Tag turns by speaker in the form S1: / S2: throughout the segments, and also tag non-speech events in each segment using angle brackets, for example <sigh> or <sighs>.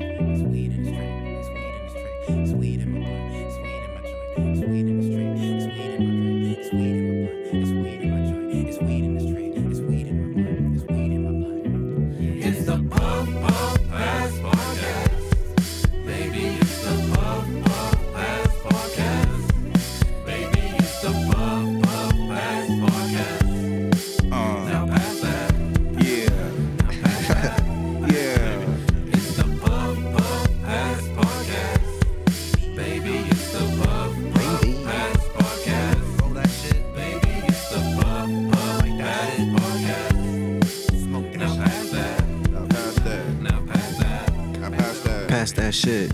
S1: weed in the street. It's weed in the street. It's weed in my blunt. It's weed in my joint. It's weed in the street. It's weed in my drink. It's weed in my blunt. It's weed in my joint. It's weed in the street. It's weed in my blunt. It's weed in my blunt. Yeah.
S2: It's the Puff Puff Pass Podcast. Baby, it's the Puff Puff Pass Podcast. Baby, it's the Puff Puff Pass Podcast.
S3: Uh,
S2: Now pass that.
S3: yeah,
S2: Now pass that.
S3: yeah.
S2: It's the Puff Puff Pass Podcast. Baby, it's the Puff Puff
S3: Baby.
S2: Pass Podcast.
S3: Roll that shit,
S2: Baby, it's the Puff Puff Pass Podcast.
S3: smoke
S2: Now pass that.
S3: I passed that.
S2: Now pass that.
S3: I passed that.
S4: Pass that shit.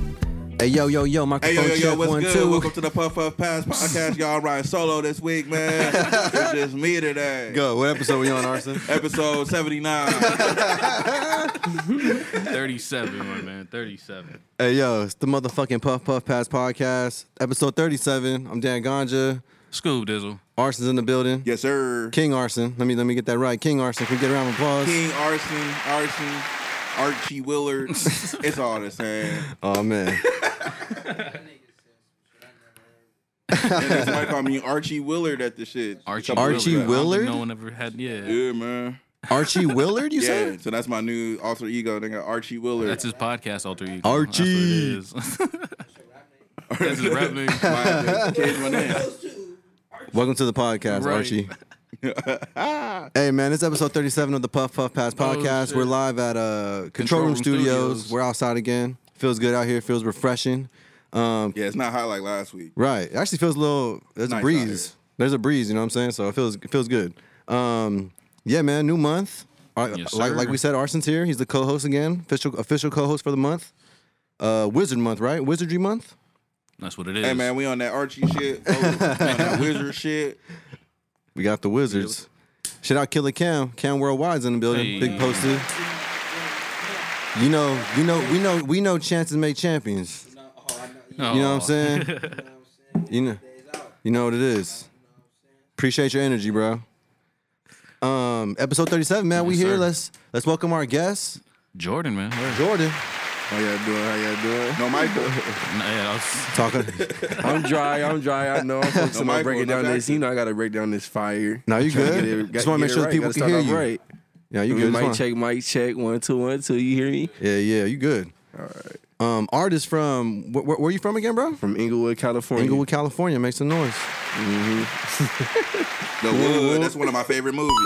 S4: Hey yo yo yo,
S3: Hey
S4: microphone
S3: yo yo yo,
S4: check
S3: what's
S4: one
S3: good?
S4: two.
S3: Welcome to the Puff Puff Pass podcast. Y'all riding solo this week, man. it's just me today.
S4: Go. What episode we on, Arson?
S3: Episode seventy nine.
S5: 37, my man. 37.
S4: <laughs> hey yo, it's the motherfucking Puff Puff Pass podcast, episode thirty seven. I'm Dan Ganja.
S5: Scoob Dizzle.
S4: Arson's in the building.
S3: yes, sir.
S4: King Arson. Let me let me get that right. King Arson. Can we get a round of applause?
S3: King Arson, Arson, Archie Willard. it's all the same. <laughs>
S4: Oh man.
S3: And they might call me Archie Willard at the shit.
S5: Archie,
S3: Couple
S4: Archie
S3: years ago.
S4: Willard?
S5: No one ever had, yeah.
S3: Yeah, man.
S4: Archie Willard, you
S3: Yeah,
S4: said?
S3: so that's my new alter ego, nigga. Archie Willard.
S5: That's his podcast alter ego.
S4: Archie.
S5: That's what it is. <laughs>
S3: <laughs>
S5: That's his
S4: <laughs>
S5: rap name.
S3: Might have to change my name.
S4: Welcome to the podcast,
S5: Right.
S4: Archie. <laughs> hey man, it's episode 37 of the Puff Puff
S3: Oh,
S4: Pass podcast.
S5: shit.
S4: We're live at uh, Control, Room, Studios. We're outside again. Feels good out here. Feels refreshing. Um,
S3: <laughs> Yeah, it's not hot like last week.
S4: Right. It actually feels a little. There's
S3: Nice
S4: a
S3: out
S4: breeze. There's a breeze. You know what I'm saying? So it feels it feels good. Um, yeah, man. New month. All right,
S5: Yes,
S4: like like we said, Arson's here. He's the co-host again. Official official co-host for the month. Uh, Wizard month, right? Wizardry month.
S5: That's what it is.
S3: Hey man, we on that Archie shit, oh, we on that
S4: <laughs>
S3: wizard shit.
S4: We got the wizards. Shout out Killer Cam. Cam Worldwide's in the building.
S5: Hey.
S4: Big posted. You know, you know, we know, we know. Chances make champions.
S5: Oh,
S4: You know what I'm saying? you know, you know what it is. Appreciate your energy, bro. Um, episode 37, man. we
S5: Yes,
S4: here.
S5: sir.
S4: Let's let's welcome our guest,
S5: Jordan, man. Where-
S4: Jordan.
S3: How y'all doing? How y'all doing? No Michael.
S5: Nah, yeah, I was-
S4: Talking.
S6: I'm dry. I'm dry. I know. <laughs> I'm supposed to
S3: No, my
S6: break it
S3: fault, no
S6: down this.
S3: jacket.
S6: You know, I gotta break down this fire.
S4: No, you
S6: Tryna
S4: good.
S6: get it-
S4: Just
S6: got-
S4: wanna make
S6: get it
S4: sure the people
S6: Gotta
S4: can
S6: start
S4: hear
S6: off
S4: you.
S6: Right.
S4: Yeah, you
S6: You
S4: good. It's
S6: mic
S4: fine.
S6: check, mic check. One, two, one, two. You hear me?
S4: Yeah, yeah, you good. All right. Um, artist from where, where, where you from again, bro?
S6: From Inglewood, California.
S4: Inglewood, California. Make some noise.
S3: The Wood. That's one of my favorite movies.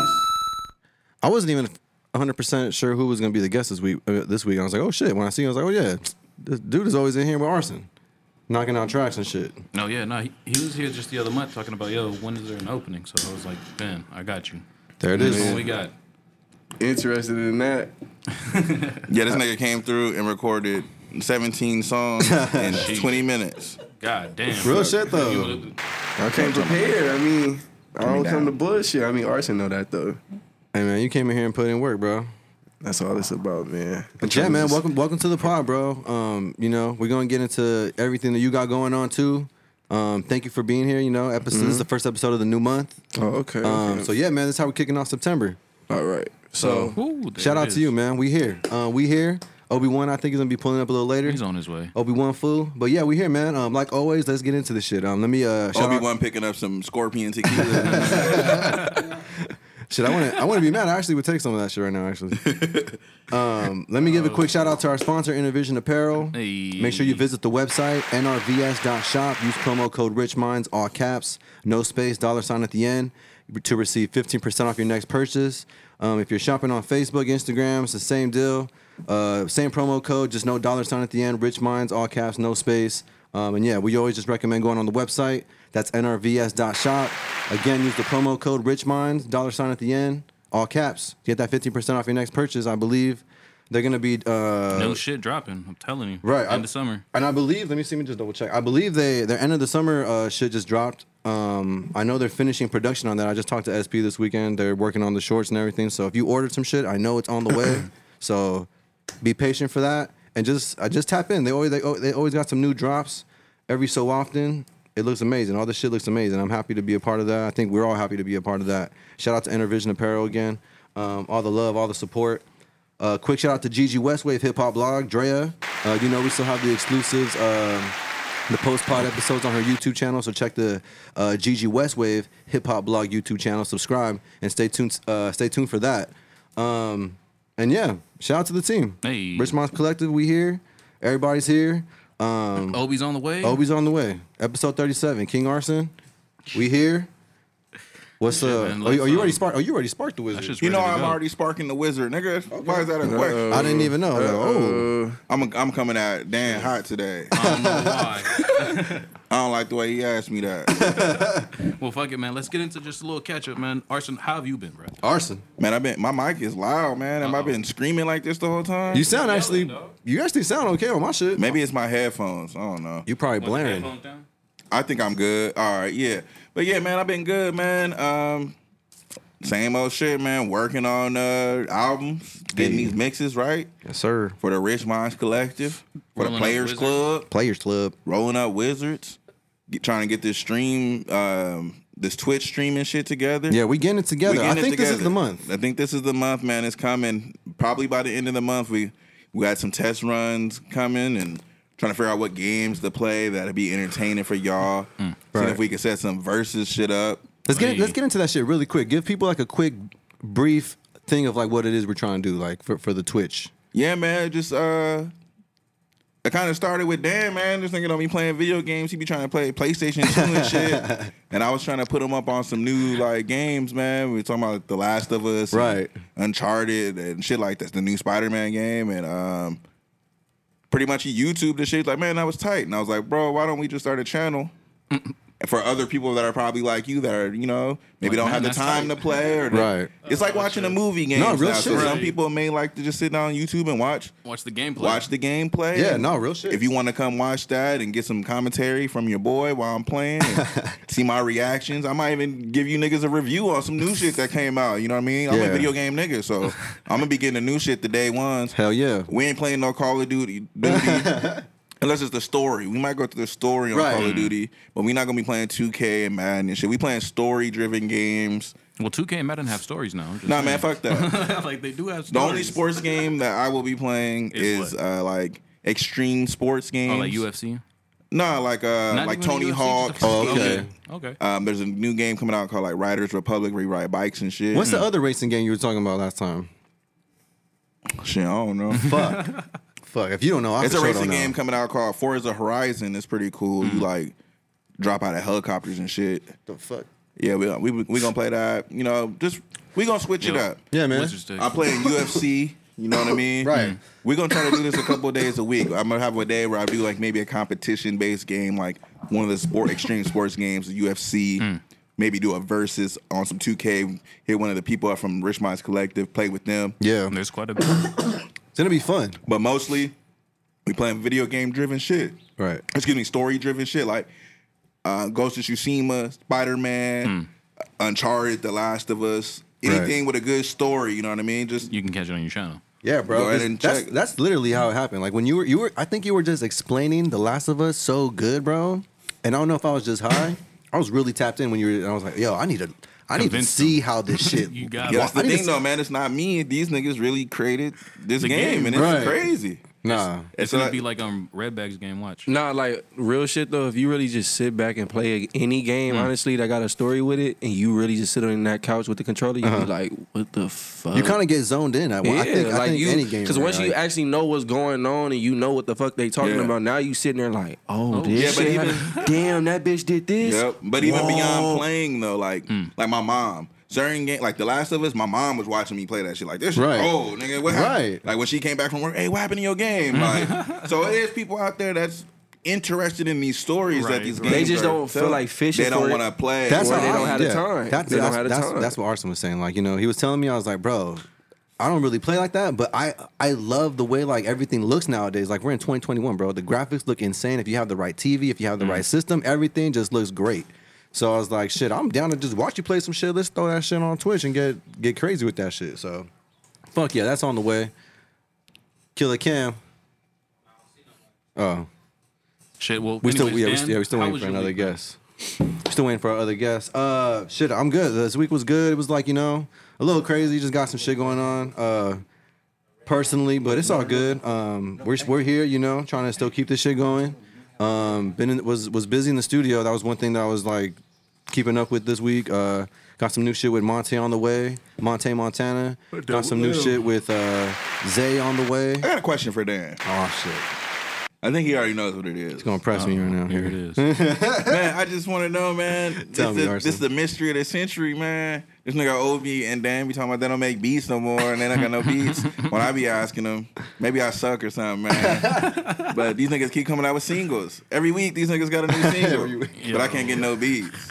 S4: I wasn't even 100 percent sure who was gonna be the guest this week. Uh, this week, I was like, oh shit. When I see him, I was like, oh yeah, this dude is always in here with Arson, knocking out tracks and shit.
S5: no, yeah, no. He, he was here just the other month talking about, yo, when is there an opening? So I was like, man, I got you.
S4: There it
S5: That's
S4: is.
S5: what we got.
S6: Interested in that?
S3: Yeah, this nigga came through and recorded 17
S4: <laughs>
S3: songs in 20 minutes.
S5: God damn.
S4: Real shit though.
S5: You-
S6: I came prepared. I mean, I don't come to bullshit. I mean, Arson know that though.
S4: Hey man, you came in here and put in work, bro.
S6: That's all it's about, man. I'm
S4: But yeah,
S6: tryna
S4: man,
S6: just-
S4: welcome welcome to the pod, bro. Um, you know, we're gonna get into everything that you got going on too. Um, thank you for being here. You know, episode
S5: Mm-hmm.
S4: this is the first episode of the new month.
S6: Oh, okay.
S4: Um,
S6: okay.
S4: so yeah, man, that's how we're kicking off September.
S6: all right. So,
S5: Ooh, there
S4: Shout
S5: it
S4: out
S5: is.
S4: to you, man. We here. Uh, we here. Obi Wan, I think is gonna be pulling up a little later.
S5: He's on his way.
S4: Obi Wan fool, but yeah, we here, man. Um, like always, let's get into the shit. Um, let me uh, shout
S3: Obi
S4: out-
S3: Wan picking up some scorpion
S4: <laughs>
S3: tequila.
S4: Shit, I want to. I want to be mad. I actually would take some of that shit right now.
S5: <laughs>
S4: Actually, um, let me give a quick shout out to our sponsor, Intervision Apparel.
S5: Hey.
S4: Make sure you visit the website nrvs.shop. Use promo code RichMinds, all caps, no space, dollar sign at the end, to receive fifteen percent off your next purchase. Um, if you're shopping on Facebook, Instagram, it's the same deal. Uh, same promo code, just no dollar sign at the end. Rich Minds, all caps, no space. Um, and yeah, we always just recommend going on the website. That's nrvs.shop. Again, use the promo code RichMinds, dollar sign at the end, all caps. Get that 15% off your next purchase. I believe they're going to be. Uh,
S5: No shit dropping. I'm telling you.
S4: Right,
S5: End
S4: I'm-
S5: of summer.
S4: and I believe, let me see, let me just double check. I believe they their end of the summer uh, shit just dropped. Um, I know they're finishing production on that. I just talked to SP this weekend. They're working on the shorts and everything. So if you ordered some shit, I know it's on the
S5: <clears throat>
S4: way. so be patient for that and just I just tap in. They always they, al- they always got some new drops every so often. It looks amazing. All this shit looks amazing. I'm happy to be a part of that. I think we're all happy to be a part of that. Shout out to Intervision Apparel again. Um, all the love, all the support. Uh, quick shout out to Gigi Westwave Hip Hop Blog, Drea. Uh, you know, we still have the exclusives, um, the post pod episodes on her YouTube channel. So check the uh, Gigi Westwave Hip Hop Blog YouTube channel. Subscribe and stay tuned. Uh, stay tuned for that. Um, and yeah, shout out to the team.
S5: Hey.
S4: Richmond's Collective, we here. Everybody's here. Um,
S5: Obi's on the way.
S4: Obi's on the way. Episode thirty-seven. King Arson, we here. What's
S5: Shit,
S4: up?
S5: man,
S4: oh, you, oh, you
S5: let's,
S4: already
S5: um,
S4: sparked. Oh, you already sparked the
S5: That
S4: wizard.
S5: shit's
S3: You know
S5: ready to
S3: I'm
S5: go.
S3: already sparking the wizard, nigga. Why is that a question?
S4: Uh, I didn't even know. I was like, oh,
S5: Uh,
S3: I'm a, I'm coming out damn hot today.
S5: I don't know
S4: <laughs>
S5: why.
S3: I don't like the way he asked me that.
S5: well, fuck it, man. Let's get into just a little catch up, man. Arson, how have you been, bro?
S4: arson.
S3: Man, I've been my mic is loud, man. Have I been screaming like this the whole time?
S4: You sound actually. You actually sound okay on my shit.
S3: Maybe it's my headphones. I don't know.
S4: You probably blaring.
S5: Headphones down?
S3: I think I'm good. All right, yeah. But yeah, man, I've been good, man. Um, same old shit, man. Working on uh albums, getting these mixes right
S4: Yes, sir.
S3: for the Rich Minds Collective, for
S5: Rolling
S3: the
S5: Up
S3: Players
S5: Wizards.
S3: Club,
S4: Players Club.
S3: Rolling Up Wizards, get, trying to get this stream, um, this Twitch streaming shit together.
S4: Yeah, we getting it together.
S3: We
S4: I
S3: getting it
S4: think this is
S3: together.
S4: the month.
S3: I think this is the month, man. It's coming. Probably by the end of the month, we we got some test runs coming and trying to figure out what games to play that'll be entertaining for y'all. Seeing
S4: Right.
S3: if we can set some versus shit up.
S4: Let's get let's get into that shit really quick. Give people like a quick, brief thing of like what it is we're trying to do, like for, for the Twitch.
S3: Yeah, man. Just uh, I kind of started with Dan, man. This nigga don't be playing video games. He be trying to play PlayStation Two and
S5: <laughs>
S3: shit. And I was trying to put him up on some new like games, man. We were talking about The Last of Us, and
S4: Right.
S3: Uncharted, and shit like that's the new Spider Man game, and um, pretty much he YouTube the shit. He's Like, man, that was tight. And I was like, bro, why don't we just start a channel? For other people that are probably like you, that are you know maybe
S5: Like,
S3: don't have
S5: man,
S3: the
S5: that's
S3: time
S5: tight.
S3: to play,
S5: <laughs>
S3: or they-
S4: Right.
S3: It's like watching a movie game.
S4: No, real
S3: now. So
S4: shit.
S3: some
S5: Right.
S3: people may like to just sit down on YouTube and watch
S5: Watch the gameplay.
S3: watch the gameplay.
S4: Yeah,
S3: And
S4: no, real shit.
S3: If you want to come watch that and get some commentary from your boy while I'm playing,
S4: <laughs>
S3: and see my reactions. I might even give you niggas a review on some new shit that came out. You know what I mean? I'm
S4: Yeah.
S3: a video game nigga, so
S4: <laughs>
S3: I'm gonna be getting the new shit the day ones.
S4: Hell yeah.
S3: We ain't playing no Call of Duty. Duty.
S4: <laughs>
S3: Unless it's the story, we might go through the story on
S4: Right. Mm-hmm.
S3: Call of Duty, but we're not gonna be playing 2K and Madden and shit. We playing story-driven games.
S5: Well, 2K and Madden have stories now. I'm just
S3: Nah, man,
S5: saying. <laughs>
S3: fuck that.
S5: like they do have stories.
S3: The only sports game that I will be playing
S5: Is
S3: is,
S5: what?
S3: uh, like extreme sports games.
S5: Oh, like UFC.
S3: No, like uh,
S5: Not
S3: like
S5: even
S3: Tony
S5: UFC, just
S3: Hawk.
S5: a
S4: Oh, okay.
S5: fucking- Okay.
S3: Um, there's a new game coming out called like Riders Republic where you ride bikes and shit.
S4: What's the other racing game you were talking about last time?
S3: shit? I don't know.
S4: <laughs> Fuck. Fuck. If you don't know, I
S3: it's
S4: for
S3: a
S4: sure
S3: racing
S4: don't know.
S3: game coming out called Forza Horizon. It's pretty cool.
S5: Mm-hmm.
S3: You like drop out of helicopters and shit.
S4: The fuck.
S3: Yeah, we we we gonna play that. You know, just we gonna switch it
S5: Yo,
S3: up.
S4: Yeah, man.
S5: Wizards do.
S3: I'm
S4: <laughs>
S3: playing UFC. You know what I mean?
S4: Right. Mhm.
S3: We're gonna try to do this a couple days a week. I'm gonna have a day where I do like maybe a competition based game, like one of the sport extreme sports games, the UFC.
S4: Hmm.
S3: Maybe do a versus on some 2K. Hit one of the people up from Richmond's Collective, play with them.
S4: Yeah.
S5: There's quite
S4: <laughs>
S5: a bit.
S4: It's gonna be fun.
S3: But mostly, we playing video game driven shit.
S4: Right.
S3: Excuse me, story driven shit like uh, Ghost of Tsushima, Spider Man, Uncharted, The Last of Us.
S4: Hmm. Right.
S3: Anything with a good story, you know what I mean? Just
S5: You can catch it on your channel.
S4: Yeah, bro.
S3: Go ahead
S4: This-
S3: and
S4: that's
S3: check.
S4: that's literally how it happened. Like when you were you were I think you were just explaining The Last of Us so good, bro. And I don't know if I was just high. I was really tapped in when you were and I was like, yo, I need to I need
S5: Convince
S4: to see how this shit
S5: <laughs> You got
S3: Yeah,
S5: it.
S3: that's the
S4: I need
S3: thing,
S4: to-
S3: though, man. It's not me. These niggas really created this
S5: The
S3: game,
S5: game.
S3: and it's
S4: Right.
S3: crazy.
S4: Nah.
S5: It's
S3: So
S5: gonna
S3: I-
S5: be like um Red Bags game. Watch.
S6: Nah, like real shit though. If you really just sit back and play any game,
S4: Mm.
S6: honestly, that got a story with it, and you really just sit on that couch with the controller, you be like, what the fuck?
S4: Uh-huh. You kind of get zoned in. I,
S6: yeah,
S4: I think,
S6: like
S4: I think
S6: you,
S4: any game.
S6: because
S4: right,
S6: once you
S4: like-
S6: actually know what's going on and you know what the fuck they talking
S3: Yeah.
S6: about, now you sitting there like, oh, this
S3: Yeah, but
S6: shit, damn, that bitch did this.
S3: Yep. But even
S6: Whoa.
S3: beyond playing though, like like my mom. Certain game like The Last of Us, my mom was watching me play that shit. Like this,
S4: Right.
S3: right? Oh, nigga, what happened?
S4: Right.
S3: Like when she came back from work, hey, what happened in your game? Like, so it is people out there that's interested in these stories
S5: Right,
S3: that these
S5: right.
S3: games.
S5: They
S6: just
S3: are
S6: don't feel
S3: telling.
S6: like fishing
S3: They don't
S6: for it.
S3: want to play.
S4: that's
S6: or
S4: how
S6: they
S4: I-
S6: don't have the
S4: yeah,
S6: time.
S4: That's,
S6: They don't
S4: that's,
S6: have the
S4: that's-
S6: time.
S4: that's what Arson was saying. Like you know, he was telling me I was like, bro, I don't really play like that, but I I love the way like everything looks nowadays. Like we're in 2021, bro. The graphics look insane. If you have the right TV, if you
S6: Mm.
S4: have the right system, everything just looks great. So I was like, shit, I'm down to just watch you play some shit. Let's throw that shit on Twitch and get get crazy with that shit. So, fuck yeah, that's on the way. Killer Cam. Oh.
S5: Shit. Well,
S4: We still,
S5: anyways,
S4: yeah, we,
S5: Dan,
S4: still- yeah, we still
S5: how
S4: waiting
S5: was
S4: for
S5: your
S4: another
S5: week, man?
S4: guest. Still waiting for our other guest. Uh, shit, I'm good. This week was good. It was like you know, a little crazy. Just got some shit going on. Uh, personally, but it's all good. Um, we're we're here, you know, trying to still keep this shit going. Um, been in, was was busy in the studio. That was one thing that I was like keeping up with this week. Uh, got some new shit with Monte on the way. Monte Montana. Got some new shit with uh, Zay on the way.
S3: I got a question for Dan.
S4: Oh shit,
S3: I think he already knows what it is.
S4: it's gonna press me right now.
S5: Here
S4: Here
S5: it is.
S3: <laughs>
S4: <laughs>
S3: man, I just want to know, man.
S4: Tell
S3: this
S4: me,
S3: the,
S4: Arson.
S3: this is the mystery of the century, man. This nigga Ovi and Dan be talking about they don't make beats no more and they don't got no <laughs> beats. when I be asking them, maybe I suck or something, man. <laughs> but these niggas keep coming out with singles. Every week, these niggas got a <laughs> new single. but I can't get no beats.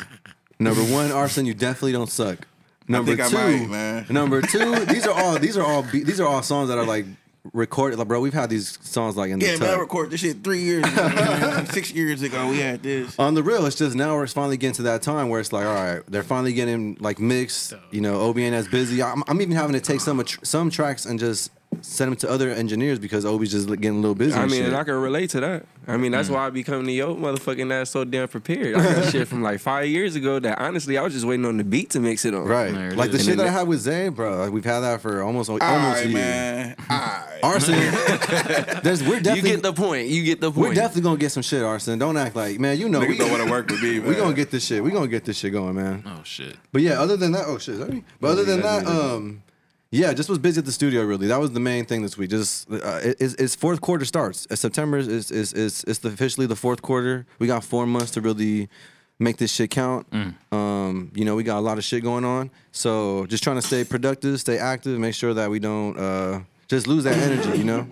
S4: Number one, arson. You definitely don't suck. Number
S3: think I
S4: two,
S3: might, man.
S4: <laughs> number two. These are all. These are all. be- These are all songs that are like recorded. Like, bro, we've had these songs like in the
S3: Yeah, man, I
S4: tub.
S3: record this shit three years ago. <laughs> Six years ago, we had this.
S4: on the real, it's just now we're finally getting to that time where it's like, all right, they're finally getting like mixed. You know, OB ain't as busy. I'm, I'm even having to take some of tr- some tracks and just send them to other engineers because OB's just getting a little busy.
S6: I
S4: and
S6: mean,
S4: shit. Mm.
S6: and I can relate to that. I mean, that's why I be coming to your motherfucking ass so damn prepared. I got shit from like five years ago that honestly I was just waiting on the beat to mix it on.
S4: right?
S5: There it
S4: Like the
S5: is.
S4: shit
S6: And
S4: that
S6: then
S4: I had with Zay, bro. Like, we've had that for almost almost
S3: All
S4: a
S3: right,
S4: year.
S3: man. All right. <laughs>
S4: Arson, there's we're
S6: You
S4: definitely
S6: get the point. You get the point.
S4: We're definitely gonna get some shit, Arson. Don't act like man. You know
S3: Niggas
S4: we
S3: don't want to work with me, man.
S4: <laughs> We gonna get this shit. We gonna get this shit going, man.
S5: Oh shit.
S4: But yeah, other than that, oh shit, is that me? But other than that, um, yeah, just was busy at the studio. Really, that was the main thing this week. Just uh, it- it's, it's fourth quarter starts. Uh, September is is is, is, is the, officially the fourth quarter. We got four months to really make this shit count. Um, you know, we got a lot of shit going on. So just trying to stay productive, stay active, make sure that we don't uh, just lose that energy. You know.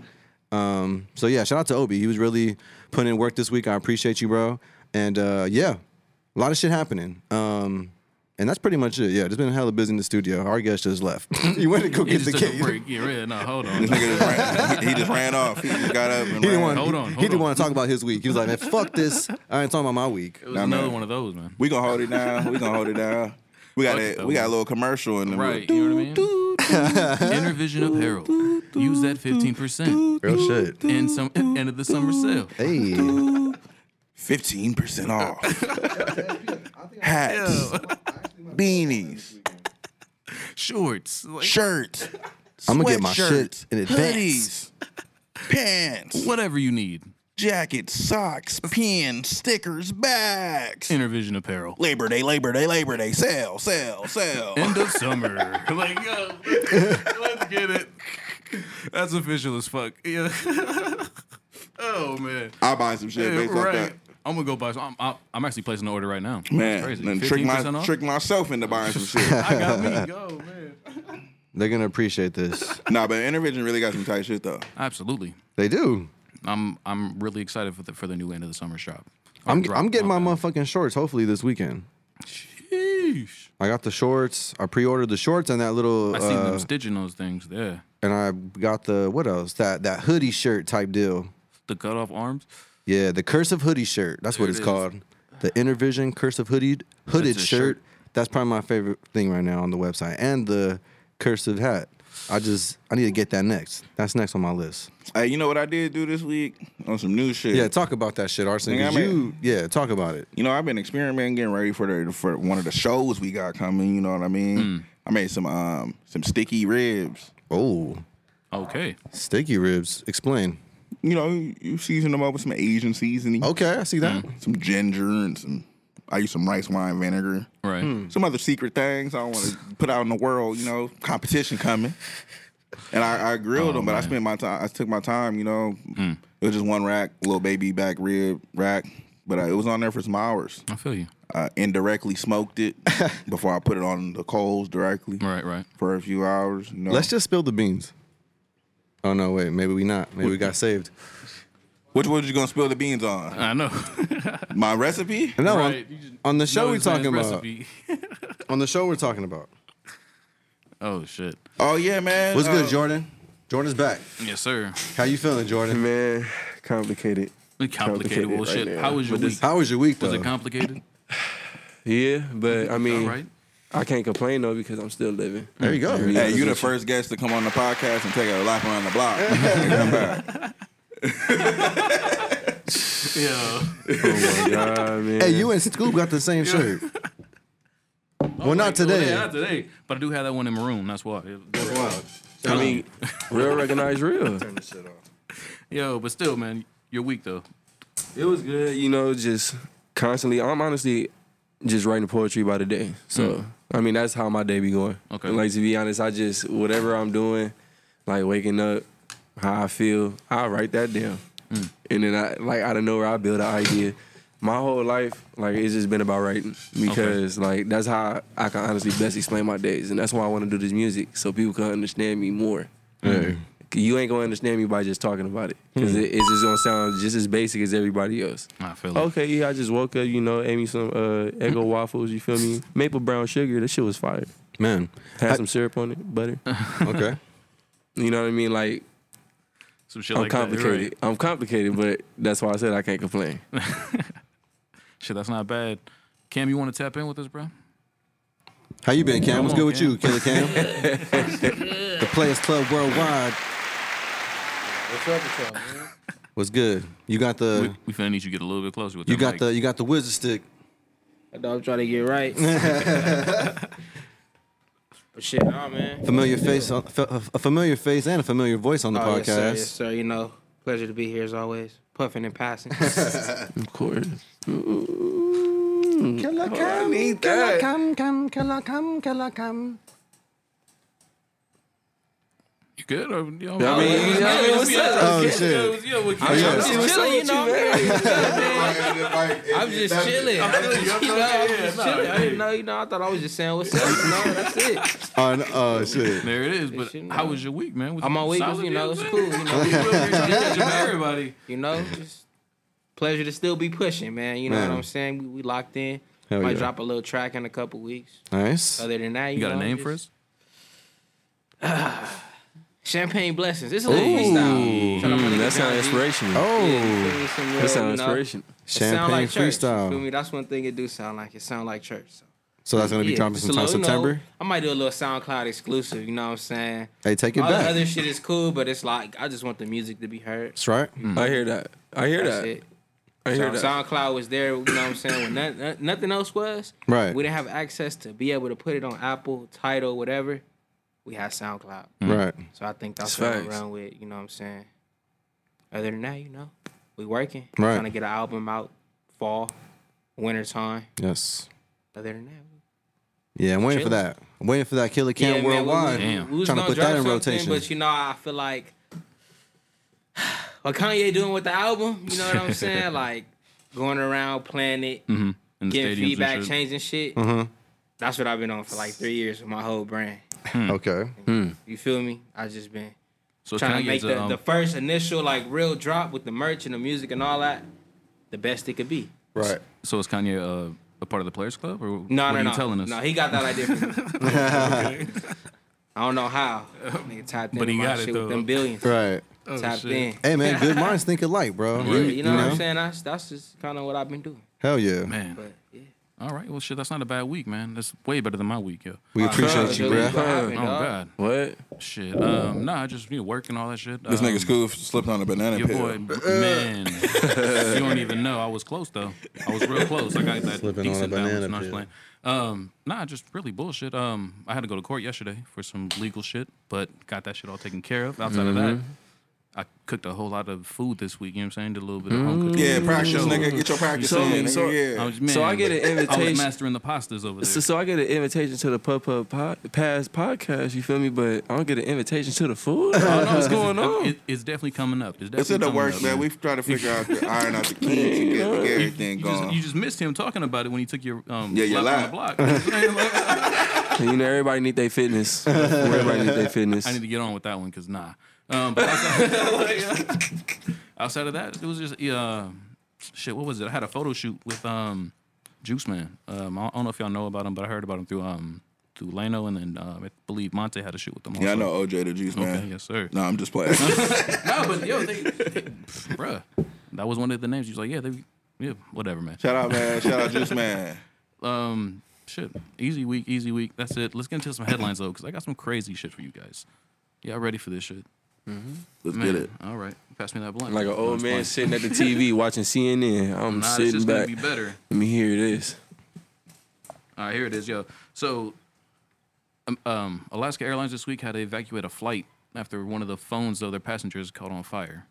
S4: Um, so yeah, shout out to Obi. He was really putting in work this week. I appreciate you, bro. And uh, yeah, a lot of shit happening. Um, and that's pretty much it. Yeah, just been hella busy in the studio. Our guest just left. <laughs> you went to go
S5: He
S4: get the
S5: just took a
S4: case.
S5: break. Yeah, yeah, no, hold
S4: <laughs>
S5: on.
S3: This nigga <laughs> just ran, he, he just ran off. He just got up and
S4: He
S3: ran.
S4: didn't want.
S5: Hold
S4: he,
S5: on,
S4: he
S5: hold
S4: didn't
S5: on.
S4: want to talk about his week. He was like, man, fuck this. I ain't talking about my week.
S5: It was
S3: Nah,
S5: another
S3: man.
S5: one of those, man.
S3: We gonna hold it down. We gonna hold it down. We got
S5: Fuck
S3: a
S5: that
S3: we got a
S5: one.
S3: little commercial in the
S5: Right, you know what I mean? Intervision Apparel. Use that 15%
S4: Real shit.
S5: in some end of the summer sale.
S4: Hey,
S3: Fifteen percent off. <laughs> Hats, beanies,
S5: Shorts. Like,
S3: shirts.
S4: I'm gonna get my
S3: sweatshirts,
S4: shit in advance.
S3: Hoodies, pants,
S5: whatever you need.
S3: jackets, socks, pins, stickers, bags.
S5: Intervision Apparel.
S3: Labor Day, Labor Day, Labor Day. Sell, sell, sell.
S5: End of summer. <laughs> like, yo, let's get it. That's official as fuck. <laughs> Yeah. oh, man.
S3: I'll buy some shit based off
S5: right.
S3: that.
S5: I'm gonna go buy some. I'm, I'm, I'm actually placing an order right now. That's
S3: Man, then trick,
S5: 15%
S3: my,
S5: off?
S3: trick myself into buying some shit.
S5: <laughs> I got
S3: <laughs>
S5: me. Go, man.
S4: they're gonna appreciate this.
S3: nah, but Intervision really got some tight shit though.
S5: Absolutely.
S4: They do.
S5: I'm I'm really excited for the for the new end of the summer shop. Or
S4: I'm
S5: drop,
S4: I'm getting my
S5: bad.
S4: motherfucking shorts. Hopefully this weekend.
S5: Sheesh.
S4: I got the shorts. I pre-ordered the shorts and that little.
S5: I seen
S4: uh,
S5: them stitching those things. Yeah.
S4: and I got the what else? That that hoodie shirt type deal.
S5: The cut off arms.
S4: Yeah, the cursive hoodie shirt. That's what
S5: There
S4: it's
S5: it is.
S4: called. The Intervision cursive hooded hooded
S5: a
S4: shirt.
S5: shirt.
S4: That's probably my favorite thing right now on the website. And the cursive hat. I just I need to get that next. That's next on my list.
S3: Hey, you know what I did do this week on some new shit?
S4: Yeah, talk about that shit, Arson.
S3: Yeah,
S4: 'cause
S3: I mean-
S4: you yeah, talk about it.
S3: you know I've been experimenting, getting ready for the for one of the shows we got coming. You know what I mean?
S5: Mm.
S3: I made some um some sticky ribs.
S4: Oh,
S5: Okay.
S4: sticky ribs. Explain.
S3: You know, you, you season them up with some Asian seasoning,
S4: Okay, I see that.
S5: Mm.
S3: some ginger, and some. I use some rice wine vinegar.
S5: Right.
S3: Some other secret things I don't want to put out in the world. You know, competition coming. And I, I grilled
S4: Oh,
S3: them, but I spent my time. I took my time. You know,
S4: Hmm.
S3: it was just one rack, little baby back rib rack, but uh, it was on there for some hours.
S5: I feel you.
S3: I indirectly smoked
S4: <laughs>
S3: it before I put it on the coals directly
S5: Right. Right.
S3: for a few hours. You know?
S4: Let's just spill the beans. Oh no, wait, maybe we not. Maybe we got saved.
S3: Which one you gonna spill the beans on?
S5: I know.
S3: My recipe?
S4: No, on-
S5: <laughs> Right, you just
S4: on, the show
S5: Know
S4: we
S5: this man's
S4: talking about.
S5: recipe.
S4: On the show we're talking about.
S5: Oh shit.
S3: Oh yeah, man.
S4: What's good,
S3: Uh,
S4: Jordan? Jordan's back.
S5: Yes, sir.
S4: How you feeling, Jordan?
S6: Man, complicated.
S5: Complicated
S6: Complicated
S5: bullshit.
S6: right
S5: shit.
S6: now.
S5: How was your
S6: But this-
S5: week?
S4: How was your week though?
S5: was it complicated?
S6: Yeah, but I mean,
S5: All right.
S6: I can't complain though because I'm still living.
S4: There you go.
S3: Hey, you the first guest to come on the podcast and take a lap around the block. And come back.
S5: Yeah.
S6: Oh my god, <laughs> man.
S4: Hey, you and Scoop got the same shirt.
S5: <laughs>
S4: well, not today.
S5: Oh, not today. But I do have that one in maroon. That's why. That's why.
S6: I mean, real recognize real.
S5: Yo, but still, man, you're weak though.
S6: It was good, you know, just constantly. I'm honestly just writing poetry by the day. So, I mean, that's how my day be going.
S5: Okay.
S6: Like, to be honest, I just, whatever I'm doing, like waking up, how I feel, I write that down. And then I, like, out of nowhere, I build an idea. My whole life, like, it's just been about writing because, like, that's how I can honestly best explain my days. And that's why I want to do this music so people can understand me more you ain't gonna understand me by just talking about it because it, it's just gonna sound just as basic as everybody else.
S5: I feel it.
S6: Okay, yeah, I just woke up, you know, ate me some uh, Eggo waffles. You feel me? Maple brown sugar. That shit was fire.
S4: Man.
S6: Had
S4: I-
S6: some syrup on it, butter.
S4: Okay.
S6: You know what I mean? Like
S5: Some shit
S6: I'm
S5: like that. you're
S6: complicated.
S5: right.
S6: I'm complicated, but that's why I said I can't complain.
S5: Shit, that's not bad. Cam, you want to tap in with us, bro?
S4: How you been, Cam? What's
S5: Come
S4: good with
S5: on,
S4: you, Killer Cam?
S5: <laughs>
S4: the Players Club Worldwide. What's good? You got the
S5: We, we finna need you to get a little bit closer with
S4: Uh, you
S5: that
S4: got
S5: mic.
S4: the you got the wizard stick.
S7: That dog trying to get right. but shit, nah, man.
S4: Familiar face, on- fa- a familiar face, and a familiar voice on the
S7: Oh,
S4: podcast.
S7: yes, sir, yes, sir. You know, pleasure to be here as always. Puffing and passing.
S6: Of course.
S4: Killer Cam, Killer Cam, Cam, Killer Cam, Killer Cam.
S5: You good? Or, you know,
S6: I
S5: it
S6: mean,
S5: was-
S6: yeah, I mean,
S5: it was-
S6: what's
S5: yeah,
S6: up?
S5: it was-
S4: Oh,
S5: yeah,
S4: shit. Oh,
S5: it was- yeah, we-
S6: yeah.
S5: I'm
S6: What's up
S7: chilling, you
S6: with you,
S7: know. I'm just chilling. I'm just, you know, I'm just chilling. I didn't know, you know. I thought I was just saying what's up. You know, that's it.
S4: Oh, no- oh shit.
S5: There it is. But
S7: shit,
S5: how
S7: man.
S5: was your week, man? Was
S7: I'm
S5: it
S7: on week,
S5: solid,
S7: you know, it's
S5: man? <laughs>
S7: cool. You know,
S5: We were here trying to catch up with everybody.
S7: you know, just pleasure to still be pushing, man. You know
S4: Man.
S7: what I'm saying? We, we locked in.
S4: Hell
S7: Might
S4: yeah.
S7: drop a little track in a couple weeks.
S4: Nice.
S7: Other than that, you,
S5: You got a
S7: know,
S5: name
S7: just
S5: for us?
S7: Champagne blessings. It's a little freestyle. Shout out my nigga
S6: that
S7: John
S6: sound
S7: G.
S6: inspirational.
S7: Yeah,
S4: Oh,
S7: you feel me? Some real,
S6: that sound
S7: you know,
S6: inspiration.
S7: it sound
S4: Champagne
S7: like church, you
S4: freestyle.
S7: Feel me? That's one thing it do sound like. It sound like church. So.
S4: So that's gonna be
S7: Yeah,
S4: dropping
S7: just a
S4: sometime
S7: little, you
S4: September.
S7: know, I might do a little SoundCloud exclusive. You know what I'm saying?
S4: Hey, take it
S7: All the
S4: back.
S7: other shit is cool, but it's like I just want the music to be heard.
S4: That's right.
S6: I hear that. I hear
S7: That's
S6: that.
S7: it.
S6: I
S7: So
S6: hear that.
S7: SoundCloud was there, you know what I'm saying? When noth- nothing else was,
S4: Right.
S7: We didn't have access to be able to put it on Apple, Title, whatever. We had SoundCloud,
S4: Right.
S7: so I think that's
S6: That's
S7: what I'm
S6: facts.
S7: around with. You know what I'm saying? Other than that, you know, we working,
S4: Right.
S7: trying to get an album out fall, winter time.
S4: Yes.
S7: Other than that,
S4: Yeah, I'm waiting for
S7: Chilling.
S4: that. I'm waiting for that Killer Cam
S7: man, we-
S4: worldwide.
S7: we-
S5: Damn.
S7: we was
S4: Tryna
S7: gonna
S4: put that
S7: drop
S4: in
S7: something,
S4: rotation.
S7: But you know, I feel like <sighs> what Kanye doing with the album. You know what
S4: <laughs>
S7: I'm saying? like going around playing it,
S5: In the
S7: getting
S5: stadiums and
S7: feedback,
S5: shit?
S7: changing shit.
S4: Mm-hmm.
S7: That's what I've been on for like three years with my whole brand. Hmm.
S4: Okay.
S7: You feel me? I just been
S5: Hmm. So
S7: trying to
S5: Kanye's
S7: make
S5: a,
S7: the,
S5: um,
S7: the first initial like real drop with the merch and the music and all that the best it could be.
S4: Right.
S5: So is Kanye uh, a part of the Players Club? Or what
S7: No,
S5: are
S7: no,
S5: you
S7: no.
S5: telling us?
S7: No, he got that idea. From me.
S4: <laughs>
S7: I don't know how. Nigga tapped
S5: But
S7: into
S5: he
S7: my
S5: got it,
S7: shit with
S5: though. Oh,
S7: them billions.
S4: Right.
S7: tapped
S5: shit.
S7: in.
S4: Hey man, good minds think alike, bro.
S7: Yeah, you know what I'm saying? That's that's just kind of what I've been doing.
S4: Hell yeah.
S5: Man.
S7: But yeah,
S5: All right. Well, shit, that's not a bad week, man. That's way better than my week, yo.
S4: <laughs> We appreciate
S7: that's
S4: you,
S7: really
S4: bro.
S7: what happened,
S5: Oh,
S7: dog.
S5: God.
S6: What?
S5: Shit. Um, nah, I just, you know, work and all that shit.
S3: This
S5: um,
S3: nigga Scoof slipped on a banana
S5: Your
S3: peel.
S5: boy,
S3: <laughs>
S5: man. you don't even know. I was close though. I was real close. I got that
S4: Slipping on a
S5: decent balance.
S4: banana
S5: Not
S4: peel.
S5: playing. Um, nah, just really bullshit. Um, I had to go to court yesterday for some legal shit, but got that shit all taken care of. Outside
S3: Mm-hmm.
S5: of that, I cooked a whole lot of food this week. You know what I'm saying? Did a little bit of home cooking.
S3: Mm. Yeah, practice, nigga. Get your practice
S6: So-
S3: in.
S6: so-
S3: nigga.
S5: I
S3: yeah.
S5: was, man,
S6: So I get an
S5: I was
S6: invitation.
S5: mastering the pastas over there.
S6: So, so I get an invitation to the Pub Pub pod, Pass podcast, you feel me? But I don't get an invitation to the food. I don't know what's going on.
S5: It- it's definitely coming up. It's, definitely
S3: It's in the
S5: coming
S3: works,
S5: up,
S3: man. We've tried to figure out the iron
S5: <laughs>
S3: out the kinks and get, get everything
S5: You just,
S3: going.
S5: you just missed him talking about it when he took your um
S3: Yeah, your <laughs>
S5: lap on the block.
S6: And, you know, everybody need their <laughs> fitness. everybody need their fitness.
S5: I need to get on with that one because nah. Um, but outside, <laughs> outside of that, it was just uh, shit. What was it? I had a photo shoot with um, Juice Man. Um, I don't know if y'all know about him, but I heard about him through um, through Leno, and then um, I believe Monte had a shoot with them.
S3: yeah, I
S5: also.
S3: know OJ the juice, man.
S5: Okay, yes, sir.
S3: No, I'm just
S5: <laughs>
S3: playing.
S5: No, but yo, they, they- <laughs> bruh, that was one of the names. He was like, yeah, they, yeah, whatever, man.
S3: Shout out, man. Shout out, juice, man.
S5: Um, shit, easy week, easy week. That's it. Let's get into some headlines though, because I got some crazy shit for you guys. Y'all ready for this shit?
S3: Let's
S5: Man,
S3: get it.
S5: All right, pass me that blunt.
S6: like an
S5: No,
S6: old
S5: it's
S6: man
S5: fine.
S6: sitting at the TV <laughs> watching CNN. I'm
S5: Nah, it's
S6: sitting
S5: just
S6: back.
S5: gonna be better.
S6: Let me hear this.
S5: All right, here it is, yo. So, um, um, Alaska Airlines this week had to evacuate a flight after one of the phones of their passengers caught on fire.